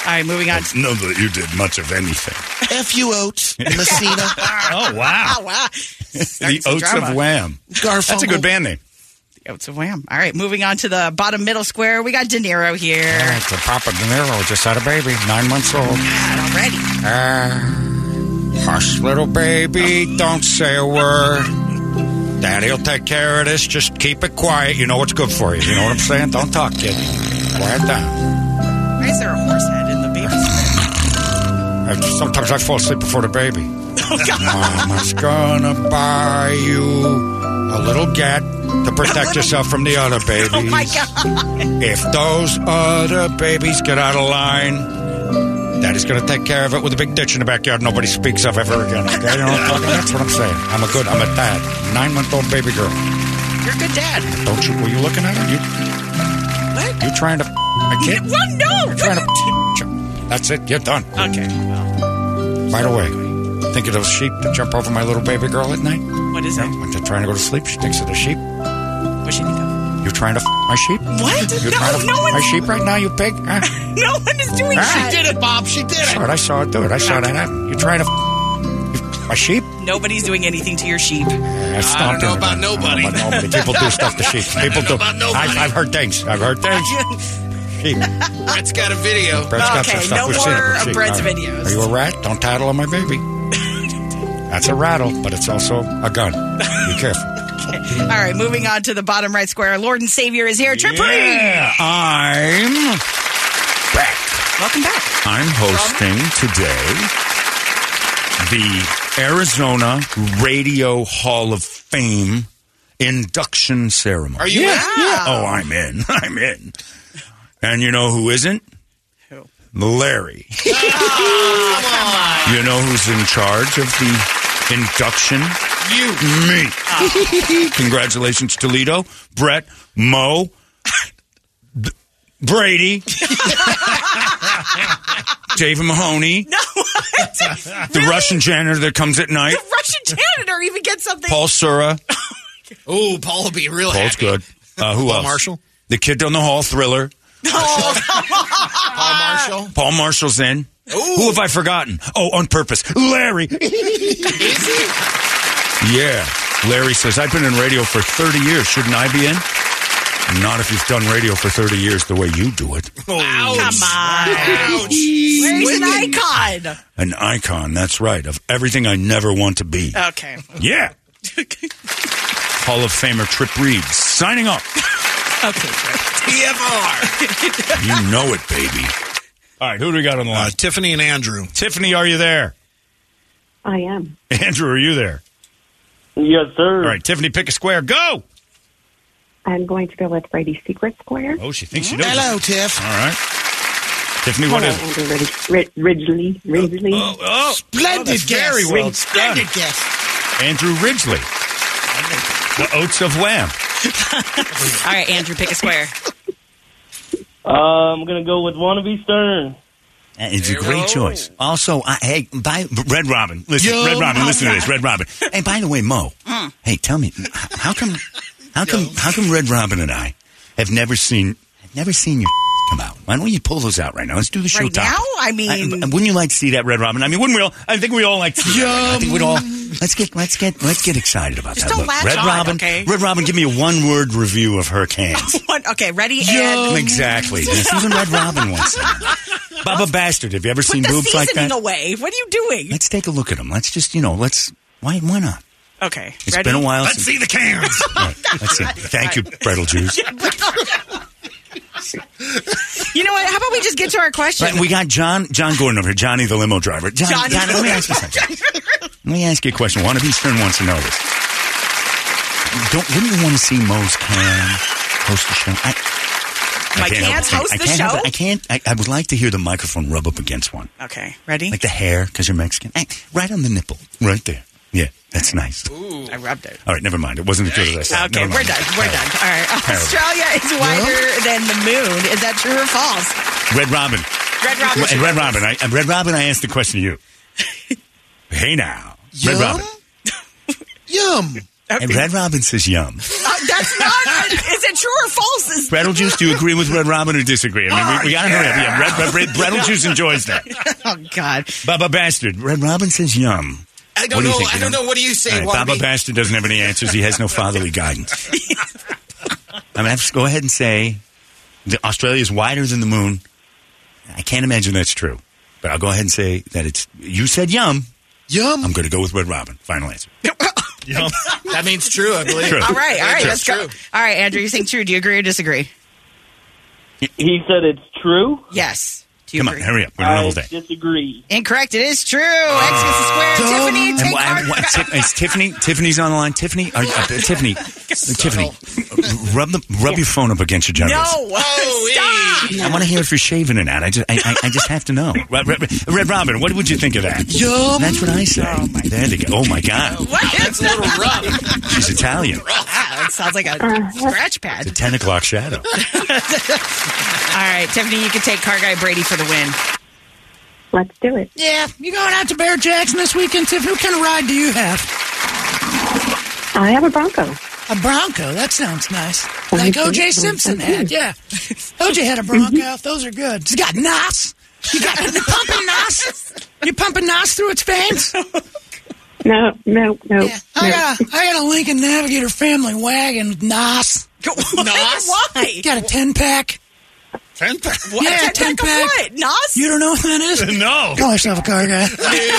Speaker 22: All right, moving on.
Speaker 26: No, that you did much of anything.
Speaker 11: F you Oates, Messina.
Speaker 2: [laughs] oh, wow.
Speaker 22: Oh, [laughs] wow.
Speaker 2: the
Speaker 22: some
Speaker 2: Oats
Speaker 22: drama.
Speaker 2: of Wham.
Speaker 11: Garfunkel.
Speaker 2: That's a good band name.
Speaker 22: The Oats of Wham. All right, moving on to the bottom middle square. We got De Niro here.
Speaker 13: All right, so Papa De Niro just had a baby, nine months old.
Speaker 22: God, already.
Speaker 13: Ah, hush, little baby, don't say a word. Daddy'll take care of this. Just keep it quiet. You know what's good for you. You know what I'm saying? Don't talk, kid. Quiet down.
Speaker 22: Why is there a horse head in the baby square?
Speaker 13: I- sometimes I fall asleep before the baby.
Speaker 22: Oh, God.
Speaker 13: Mama's gonna buy you a little gat to protect yourself from the other babies.
Speaker 22: [laughs] Oh, my God.
Speaker 13: If those other babies get out of line, Daddy's going to take care of it with a big ditch in the backyard nobody speaks of ever again. Okay? You know what I'm talking? That's what I'm saying. I'm a good, I'm a dad. Nine month old baby girl.
Speaker 22: You're a good dad.
Speaker 13: Don't you, were you looking at her? You,
Speaker 22: What?
Speaker 13: you trying to f- a kid?
Speaker 22: What? No.
Speaker 13: Trying to, that's it. You're done.
Speaker 22: Okay.
Speaker 13: By the way, think of those sheep that jump over my little baby girl at night?
Speaker 22: What is it?
Speaker 13: When they're trying to go to sleep, she thinks of the sheep.
Speaker 22: What she think of?
Speaker 13: You're trying to f- my sheep?
Speaker 22: What?
Speaker 13: You're
Speaker 22: No,
Speaker 13: trying to f-
Speaker 22: no
Speaker 13: my
Speaker 22: one's-
Speaker 13: sheep right now, you pig? Huh?
Speaker 22: [laughs] No one is doing that.
Speaker 11: She did it, Bob. She did it.
Speaker 13: Sure, I saw it do it. I saw that happen. You're trying to f- my sheep?
Speaker 22: Nobody's doing anything to your sheep.
Speaker 13: I stomped
Speaker 22: know
Speaker 13: everybody.
Speaker 22: about
Speaker 13: I don't
Speaker 22: nobody.
Speaker 13: know about nobody. People do stuff to sheep.
Speaker 22: I
Speaker 13: People
Speaker 22: don't
Speaker 13: do.
Speaker 22: know about nobody.
Speaker 13: I've, I've heard things. I've heard
Speaker 22: [laughs]
Speaker 13: things. Sheep.
Speaker 4: Brett's got a video.
Speaker 13: Brett's got some
Speaker 22: Okay,
Speaker 13: stuff
Speaker 22: no
Speaker 13: with
Speaker 22: more
Speaker 13: sheep.
Speaker 22: of
Speaker 13: Sheep.
Speaker 22: Brett's
Speaker 13: All right.
Speaker 22: videos.
Speaker 13: Are you a rat? Don't tattle on
Speaker 22: [laughs]
Speaker 13: my baby. That's a rattle, but it's also a gun. Be careful.
Speaker 22: [laughs] All right, moving on to the bottom right square. Lord and Savior is here. Tripper.
Speaker 2: Yeah,
Speaker 22: Uh,
Speaker 2: I'm
Speaker 22: Welcome back. [laughs]
Speaker 2: I'm hosting today the Arizona Radio Hall of Fame induction ceremony.
Speaker 27: Are you
Speaker 2: Yeah,
Speaker 27: in?
Speaker 2: yeah. Oh, I'm in. [laughs] I'm in. And you know who isn't? Who? Larry. You know who's in charge of the induction? You. Me.
Speaker 27: Ah.
Speaker 2: [laughs] Congratulations, Toledo, Brett, Mo, B-
Speaker 27: [laughs]
Speaker 2: Brady, David Mahoney,
Speaker 22: No, what?
Speaker 2: the Russian janitor that comes at night,
Speaker 22: The Russian janitor even gets something.
Speaker 2: Paul Sura.
Speaker 4: Ooh, Paul will be real
Speaker 2: Paul's
Speaker 4: happy.
Speaker 2: good. Uh, who
Speaker 4: Paul
Speaker 2: else?
Speaker 4: Marshall?
Speaker 2: The kid down the hall, Thriller.
Speaker 22: Oh,
Speaker 4: [laughs] Paul Marshall.
Speaker 2: Paul Marshall's in. Who have I forgotten? Oh, on purpose. Larry. Yeah. Larry says, I've been in radio for 30 years. Shouldn't I be in? Not if you've done radio for 30 years the way you do it.
Speaker 22: Come on. Larry's an icon.
Speaker 2: An icon, that's right, of everything I never want to be.
Speaker 22: Okay.
Speaker 2: Yeah. Hall of Famer Trip Reeves signing up.
Speaker 22: Okay.
Speaker 2: You know it, baby. Uh, All right, who do we got on the line?
Speaker 28: Tiffany and Andrew.
Speaker 2: Tiffany, are you there? [laughs]
Speaker 3: I am.
Speaker 2: Andrew, are you there?
Speaker 3: Yes, sir.
Speaker 2: All right, Tiffany, pick a square. Go.
Speaker 3: I'm going to go with Brady's Secret Square.
Speaker 2: Oh, she thinks she knows.
Speaker 3: Hello,
Speaker 2: it.
Speaker 3: Tiff.
Speaker 2: All right. Tiffany, what
Speaker 3: Hello,
Speaker 2: is it?
Speaker 3: Andrew Rid- Rid- Ridgely. Ridgely.
Speaker 2: Oh,
Speaker 3: Splendid
Speaker 2: oh, that's
Speaker 3: guess.
Speaker 2: Very well
Speaker 3: Splendid
Speaker 2: done. Andrew Ridgely. The Oats of Wham.
Speaker 22: All right, Andrew, pick a square.
Speaker 29: Uh, I'm gonna go with Wannabe Stern.
Speaker 2: That is a great choice. Also, I, hey, by, Red Robin, listen,
Speaker 29: Yo,
Speaker 2: Red Robin, listen to
Speaker 29: mama.
Speaker 2: this, Red Robin. Hey, by the way, Mo,
Speaker 22: Hmm. [laughs]
Speaker 29: Mm.
Speaker 2: hey, tell me, h- how come, how come, how come Red Robin and I have never seen, have never seen your come out? Why don't you pull those out right now? Let's do the show
Speaker 22: Right
Speaker 2: topic.
Speaker 22: now? I mean-
Speaker 2: wouldn't you like to see that Red Robin? I mean, wouldn't we all? I think we all like to see. that, right? I think we'd all. Let's get, let's get, let's get excited about
Speaker 22: Just
Speaker 2: that.
Speaker 22: don't
Speaker 2: Look,
Speaker 22: latch
Speaker 2: Red
Speaker 22: on,
Speaker 2: Robin,
Speaker 22: okay?
Speaker 2: Red Robin, give me a one-word review of
Speaker 22: [laughs]
Speaker 2: her cans.
Speaker 22: One, okay, ready and
Speaker 2: Exactly. Yes, even Red Robin
Speaker 22: [laughs]
Speaker 2: wants that. Baba Bastard, have you ever
Speaker 22: Put
Speaker 2: seen
Speaker 22: the
Speaker 2: boobs like
Speaker 22: seasoning
Speaker 2: that?
Speaker 22: away. What are you doing?
Speaker 2: Let's take a look at them. Let's just, you know, let's. Why, why not?
Speaker 22: Okay,
Speaker 2: It's
Speaker 22: ready?
Speaker 2: been a while. since-
Speaker 22: cans.
Speaker 2: [laughs] All right,
Speaker 22: [laughs]
Speaker 2: let's see. Thank you, Brettle Juice.
Speaker 22: you know what? How about we just get to our question?
Speaker 2: Right, we got John John Gordon over here, Johnny the limo driver. John,
Speaker 22: John-
Speaker 2: John, let me ask you something.
Speaker 22: [laughs]
Speaker 2: Let me ask you a question. One of these Stern wants to know this. Don't wouldn't you want to see Moe's can host the show? I, I
Speaker 22: My
Speaker 2: can't help
Speaker 22: cans
Speaker 2: it. I
Speaker 22: host the
Speaker 2: can't help it.
Speaker 22: show?
Speaker 2: I can't. I, I would like to hear the microphone rub up against one.
Speaker 22: Okay, ready?
Speaker 2: Like the hair, because you're Mexican. Eh, Right on the nipple. Right there. Yeah, that's nice.
Speaker 22: I rubbed it.
Speaker 2: All right, never mind. It wasn't as good as I said.
Speaker 22: Okay,
Speaker 2: Never
Speaker 22: we're
Speaker 2: mind.
Speaker 22: done. We're done. All right.
Speaker 2: Terrible.
Speaker 22: Australia is wider than the moon. Is that true or false?
Speaker 2: Red Robin.
Speaker 22: Red Robin.
Speaker 2: And Red Robin, I, and Red Robin, I asked the question to you.
Speaker 11: [laughs]
Speaker 2: hey now.
Speaker 11: Yum?
Speaker 2: Red Robin.
Speaker 11: Yum.
Speaker 2: And Red Robin says yum.
Speaker 22: Uh, that's not a [laughs] Is it true or false? Is-
Speaker 2: Brettle juice, do you agree with Red Robin or disagree? I mean, we, we gotta hurry up. Yeah, Red, Red, Red, Brettle juice enjoys that.
Speaker 22: [laughs] Oh God,
Speaker 2: Baba Bastard. Red Robin says yum.
Speaker 11: I don't
Speaker 2: What do you
Speaker 11: know.
Speaker 2: think,
Speaker 11: I
Speaker 2: Dan?
Speaker 11: don't know. What do you say?
Speaker 2: All right, Baba
Speaker 11: Wallaby?
Speaker 2: Bastard doesn't have any answers.
Speaker 11: [laughs]
Speaker 2: He has no fatherly guidance. I'm gonna have to go ahead and say that Australia's wider than the moon. I can't imagine that's true, but I'll go ahead and say that it's. You said yum.
Speaker 3: Yum.
Speaker 2: I'm gonna go with Red Robin. Final answer.
Speaker 11: Yum. that means true. I believe.
Speaker 2: True.
Speaker 22: All right, all right,
Speaker 11: True.
Speaker 22: let's go. All right, Andrew, you're saying true. Do you agree or disagree?
Speaker 30: He said it's true.
Speaker 22: Yes. Do you
Speaker 2: Come on,
Speaker 22: agree?
Speaker 2: hurry up. We're on a level day.
Speaker 30: Disagree.
Speaker 22: Incorrect. It is true. X gets a square. Tiffany,
Speaker 2: And
Speaker 22: take
Speaker 2: wha-
Speaker 22: our-
Speaker 2: and wha- Ti- is Tiffany?
Speaker 22: [laughs]
Speaker 2: Tiffany's on the line. Tiffany, are, you-
Speaker 11: [laughs]
Speaker 2: uh, Tiffany, Tiffany, uh, rub the rub your phone up against your genitals.
Speaker 22: Oh,
Speaker 2: I want to hear if you're shaving or not. I just, I, I, I just have
Speaker 11: [laughs]
Speaker 2: to know. Red, Red, Red Robin, what would you think of that?
Speaker 22: Yum.
Speaker 2: That's what I say.
Speaker 23: Um,
Speaker 2: there they go. Oh my God,
Speaker 22: What? That's a little [laughs] rough.
Speaker 2: she's Italian.
Speaker 22: Wow, it sounds like a
Speaker 23: Uh-huh.
Speaker 22: scratch pad. [laughs]
Speaker 2: The ten o'clock shadow.
Speaker 22: all right, Tiffany, you can take car guy Brady for the win.
Speaker 5: Let's do it.
Speaker 23: Yeah, you going out to Bear Jackson this weekend, Tiffany? What kind of ride do you have?
Speaker 5: I have a Bronco.
Speaker 23: A Bronco. That sounds nice.
Speaker 5: Oh,
Speaker 23: Like
Speaker 5: I think
Speaker 23: O.J.
Speaker 5: so.
Speaker 23: Simpson had. Yeah, O.J. had a Bronco. Those are good. It's got NOS. You got you pumping NOS. You pumping NOS through its veins.
Speaker 5: No, no, no.
Speaker 23: I got, a, I got a Lincoln Navigator family wagon with NOS.
Speaker 22: NOS? [laughs] Why?
Speaker 23: Got a 10 pack.
Speaker 31: 10 pack?
Speaker 23: Yeah,
Speaker 22: A 10 pack of what? NOS?
Speaker 23: You don't know what
Speaker 22: [laughs]
Speaker 23: that is?
Speaker 31: no.
Speaker 23: Call yourself a car guy.
Speaker 22: okay.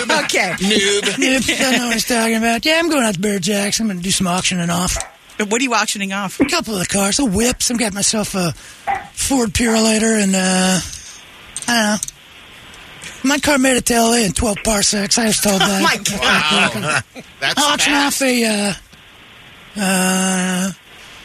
Speaker 23: Noob. [laughs] Noob. Don't know what he's talking about. Yeah, I'm going out to Bear Jackson. I'm going to do some auctioning off.
Speaker 22: What are you auctioning off?
Speaker 23: A couple of the cars. A whips. I've got myself a Ford Purolator and, uh, I don't know. My car made it to LA in 12 parsecs. I
Speaker 22: [laughs]
Speaker 23: was told that.
Speaker 4: Oh, my God. Wow. [laughs] That's
Speaker 22: Oh,
Speaker 23: I'll auction off a, uh, uh,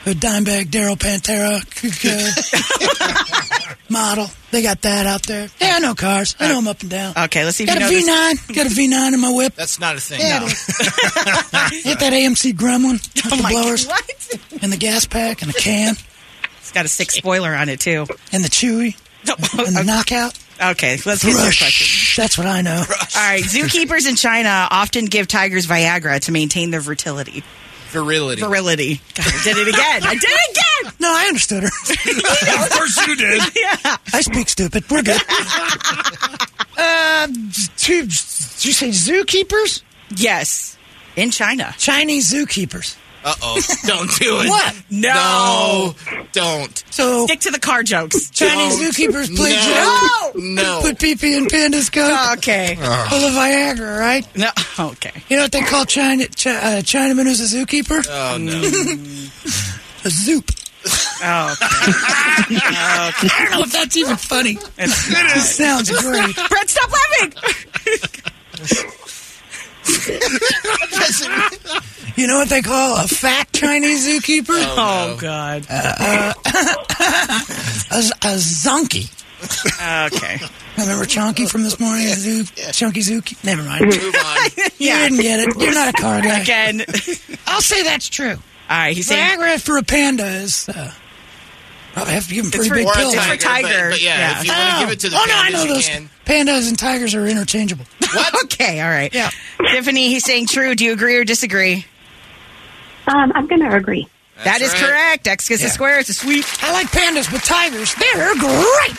Speaker 23: a Dimebag Daryl Pantera
Speaker 22: [laughs]
Speaker 23: uh, model. They got that out there. Yeah, I know cars. I know them up and down.
Speaker 22: Okay, let's see if
Speaker 23: Got
Speaker 22: you know
Speaker 23: a V
Speaker 22: this.
Speaker 23: nine. Got a V nine in my whip.
Speaker 11: That's not a thing.
Speaker 22: [laughs]
Speaker 23: Yeah,
Speaker 11: no.
Speaker 23: it Hit that AMC Gremlin with the
Speaker 22: Oh my
Speaker 23: blowers
Speaker 22: God,
Speaker 23: and the gas pack and a can
Speaker 22: [laughs] It's got a sick spoiler on it, too.
Speaker 23: and
Speaker 22: [laughs]
Speaker 23: the Chewy and the knockout.
Speaker 22: Okay, let's get to the question.
Speaker 23: That's what I know.
Speaker 22: All right, zookeepers in China often give tigers Viagra to maintain their fertility.
Speaker 11: Virility.
Speaker 22: Virility. God, I did it again. I did it again.
Speaker 23: No, I
Speaker 22: [laughs]
Speaker 23: understood her.
Speaker 22: of
Speaker 23: course you [laughs] did.
Speaker 22: Yeah.
Speaker 23: I speak stupid. We're [laughs] good. uh, two, did you say zookeepers?
Speaker 22: Yes, in China.
Speaker 23: Chinese zookeepers.
Speaker 11: Uh oh. Don't do it.
Speaker 23: What?
Speaker 11: No. Don't.
Speaker 23: So
Speaker 22: stick to the car jokes.
Speaker 23: Chinese zookeepers play
Speaker 11: No.
Speaker 23: jokes.
Speaker 11: No.
Speaker 23: Put pee pee in panda's coat.
Speaker 22: Okay.
Speaker 23: Oh. Full of Viagra, right?
Speaker 22: No. Okay.
Speaker 23: You know what they call China, Ch- uh, Chinaman who's a zookeeper?
Speaker 11: Oh no.
Speaker 23: [laughs] a zoop.
Speaker 22: Oh.
Speaker 2: [laughs]
Speaker 23: I don't know if that's even funny. It sounds great.
Speaker 22: Brett, stop laughing.
Speaker 23: You know what they call a fat Chinese zookeeper?
Speaker 22: Oh, God.
Speaker 23: Uh, [laughs] a, z- a zonky.
Speaker 22: okay.
Speaker 23: Remember Chonky from this morning? Zoo, Chunky Zookie? Never
Speaker 22: [laughs]
Speaker 23: mind. [laughs] Move on. You didn't get it. You're not a car guy.
Speaker 22: Again.
Speaker 23: [laughs] I'll say that's true.
Speaker 22: All right, he's saying
Speaker 23: Viagra for a panda is. Uh, I have to give him
Speaker 22: It's
Speaker 23: pretty
Speaker 22: for-
Speaker 23: big
Speaker 22: or a
Speaker 23: pills.
Speaker 22: tiger, It's for but- tiger, but yeah, yeah. if you wanna
Speaker 23: oh.
Speaker 22: give it to the
Speaker 23: oh no, I
Speaker 22: pandas,
Speaker 23: know
Speaker 22: you
Speaker 23: those [laughs]
Speaker 22: can.
Speaker 23: pandas and tigers are interchangeable.
Speaker 22: okay. All right. Yeah. Tiffany, he's saying true. Do you agree or disagree?
Speaker 5: Um, I'm going to agree.
Speaker 22: That's correct. X gets a square. It's a [laughs] sweep.
Speaker 23: I like pandas, but tigers, they're great.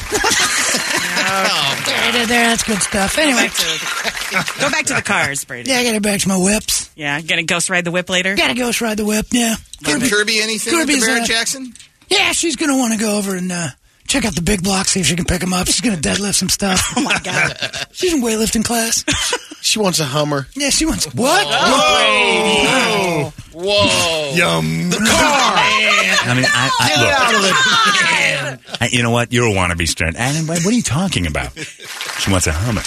Speaker 22: Oh,
Speaker 23: There, there, there, that's good stuff. Anyway,
Speaker 22: Go back to the cars, Brady.
Speaker 23: [laughs] yeah, I gotta back to my whips.
Speaker 22: Yeah, gonna ghost ride the whip later.
Speaker 23: Gotta ghost ride the whip. Yeah.
Speaker 11: Did Kirby anything
Speaker 23: Kirby's,
Speaker 11: with the Barrett
Speaker 23: uh,
Speaker 11: Jackson?
Speaker 23: Yeah, she's gonna want to go over and uh, check out the big block, see if she can pick them up. She's gonna deadlift some stuff.
Speaker 11: [laughs]
Speaker 23: oh my god, [laughs] she's in weightlifting class.
Speaker 3: [laughs] She wants a Hummer.
Speaker 23: Yeah, she wants what?
Speaker 11: Oh.
Speaker 3: Whoa.
Speaker 11: Whoa.
Speaker 3: Yum. The
Speaker 22: [laughs]
Speaker 23: car.
Speaker 2: I mean, I, I, look, I- you know what? You're a wannabe stern. Adam, what what are you talking about? She wants a Hummer.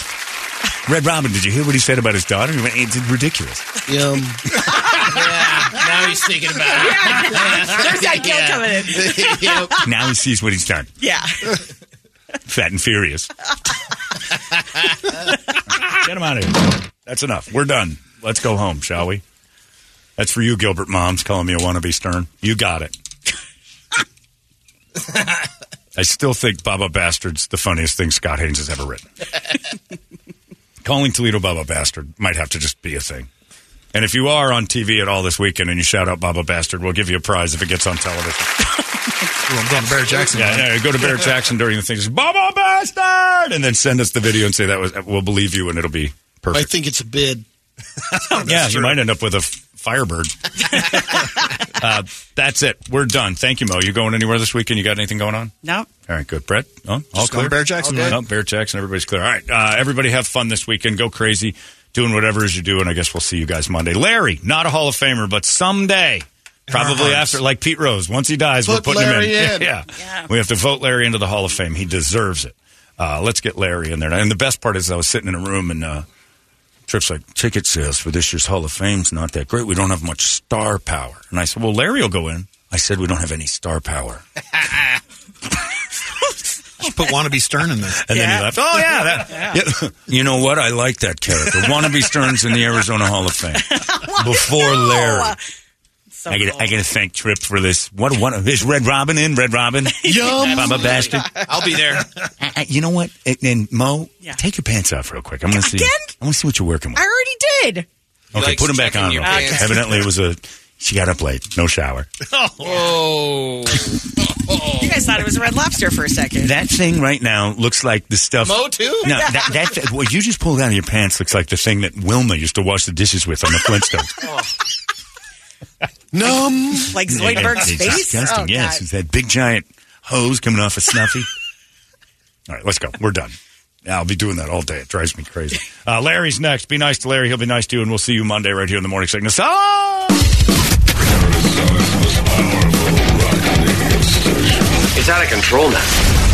Speaker 2: Red Robin, did you hear what he said about his daughter? He went, It's ridiculous.
Speaker 3: Yum.
Speaker 11: now he's thinking about
Speaker 23: [laughs]
Speaker 11: it. [laughs]
Speaker 22: There's that guilt coming in.
Speaker 2: Now he sees what he's done.
Speaker 22: Yeah.
Speaker 2: Fat and furious.
Speaker 22: [laughs]
Speaker 2: Get him out of here. That's enough. We're done. Let's go home, shall we? That's for you, Gilbert Moms, calling me a wannabe stern. You got it. I still think Baba Bastard's the funniest thing Scott Haynes has ever written. Calling Toledo Baba Bastard might have to just be a thing. And if you are on TV at all this weekend and you shout out Baba Bastard, we'll give you a prize if it gets on television.
Speaker 5: I'm going to Bear Jackson.
Speaker 2: Yeah, yeah, go to Barrett Jackson during the thing. Just, Baba Bastard! And then send us the video and say that was, we'll believe you and it'll be
Speaker 8: I
Speaker 2: perfect.
Speaker 8: think it's a bid.
Speaker 2: [laughs] yeah, you might end up with a f-
Speaker 8: [laughs]
Speaker 2: firebird. uh, that's it. We're done. Thank you, Mo. You going anywhere this weekend? You got anything going on?
Speaker 22: No.
Speaker 2: All right, good. Brett? No? All
Speaker 5: Just going
Speaker 2: clear?
Speaker 5: to Bear Jackson,
Speaker 2: All good.
Speaker 5: man.
Speaker 2: No, Bear Jackson, everybody's clear. All right, uh, everybody have fun this weekend. Go crazy, doing whatever it is you do, and I guess we'll see you guys Monday. Larry, not a Hall of Famer, but someday, probably
Speaker 11: hearts.
Speaker 2: after, like Pete Rose, once he dies,
Speaker 11: Put
Speaker 2: we're putting
Speaker 11: Larry
Speaker 2: him in.
Speaker 11: in.
Speaker 2: [laughs] Yeah. We have to vote Larry into the Hall of Fame. He deserves it. Uh, let's get Larry in there. And the best part is I was sitting in a room and uh, Tripp's like, ticket sales for this year's Hall of Fame's not that great. We don't have much star power. And I said, well, Larry will go in. I said, we don't have any star power.
Speaker 5: Just put Wannabe Stern in there.
Speaker 2: And then he left. Oh, yeah. that- Yeah. You know what? I like that character. Wannabe Stern's in the Arizona Hall of Fame. Before Larry. I gotta, I gotta thank Trip for this. What one is Red Robin in? Red Robin,
Speaker 11: Yum.
Speaker 2: Baba Bastard.
Speaker 11: I'll be there.
Speaker 2: I, I, you know what? And, and Mo, take your pants off real quick. I'm gonna see.
Speaker 22: Again?
Speaker 2: I want to see what you're working with.
Speaker 22: I already did.
Speaker 2: okay, put them back on.
Speaker 22: your
Speaker 2: real quick.
Speaker 22: pants.
Speaker 2: Evidently, it was a. She got up late. No shower.
Speaker 22: Oh. you guys thought it was a red lobster for a second.
Speaker 2: That thing right now looks like the stuff.
Speaker 22: Mo, too?
Speaker 2: No, that, that th- what you just pulled out of your pants looks like the thing that Wilma used to wash the dishes with on the Flintstones.
Speaker 8: Numb.
Speaker 22: [laughs] Like
Speaker 2: It's
Speaker 22: Zoidberg's face?
Speaker 2: Disgusting.
Speaker 22: Oh,
Speaker 2: yes,
Speaker 22: God.
Speaker 2: it's that big giant hose coming off
Speaker 22: [laughs]
Speaker 2: a snuffy. all right, let's go. We're done. Yeah, I'll be doing that all day. It drives me crazy. Uh, Larry's next. Be nice to Larry. He'll be nice to you, and we'll see you Monday right here in the morning sickness. Ah!
Speaker 1: It's out of control now.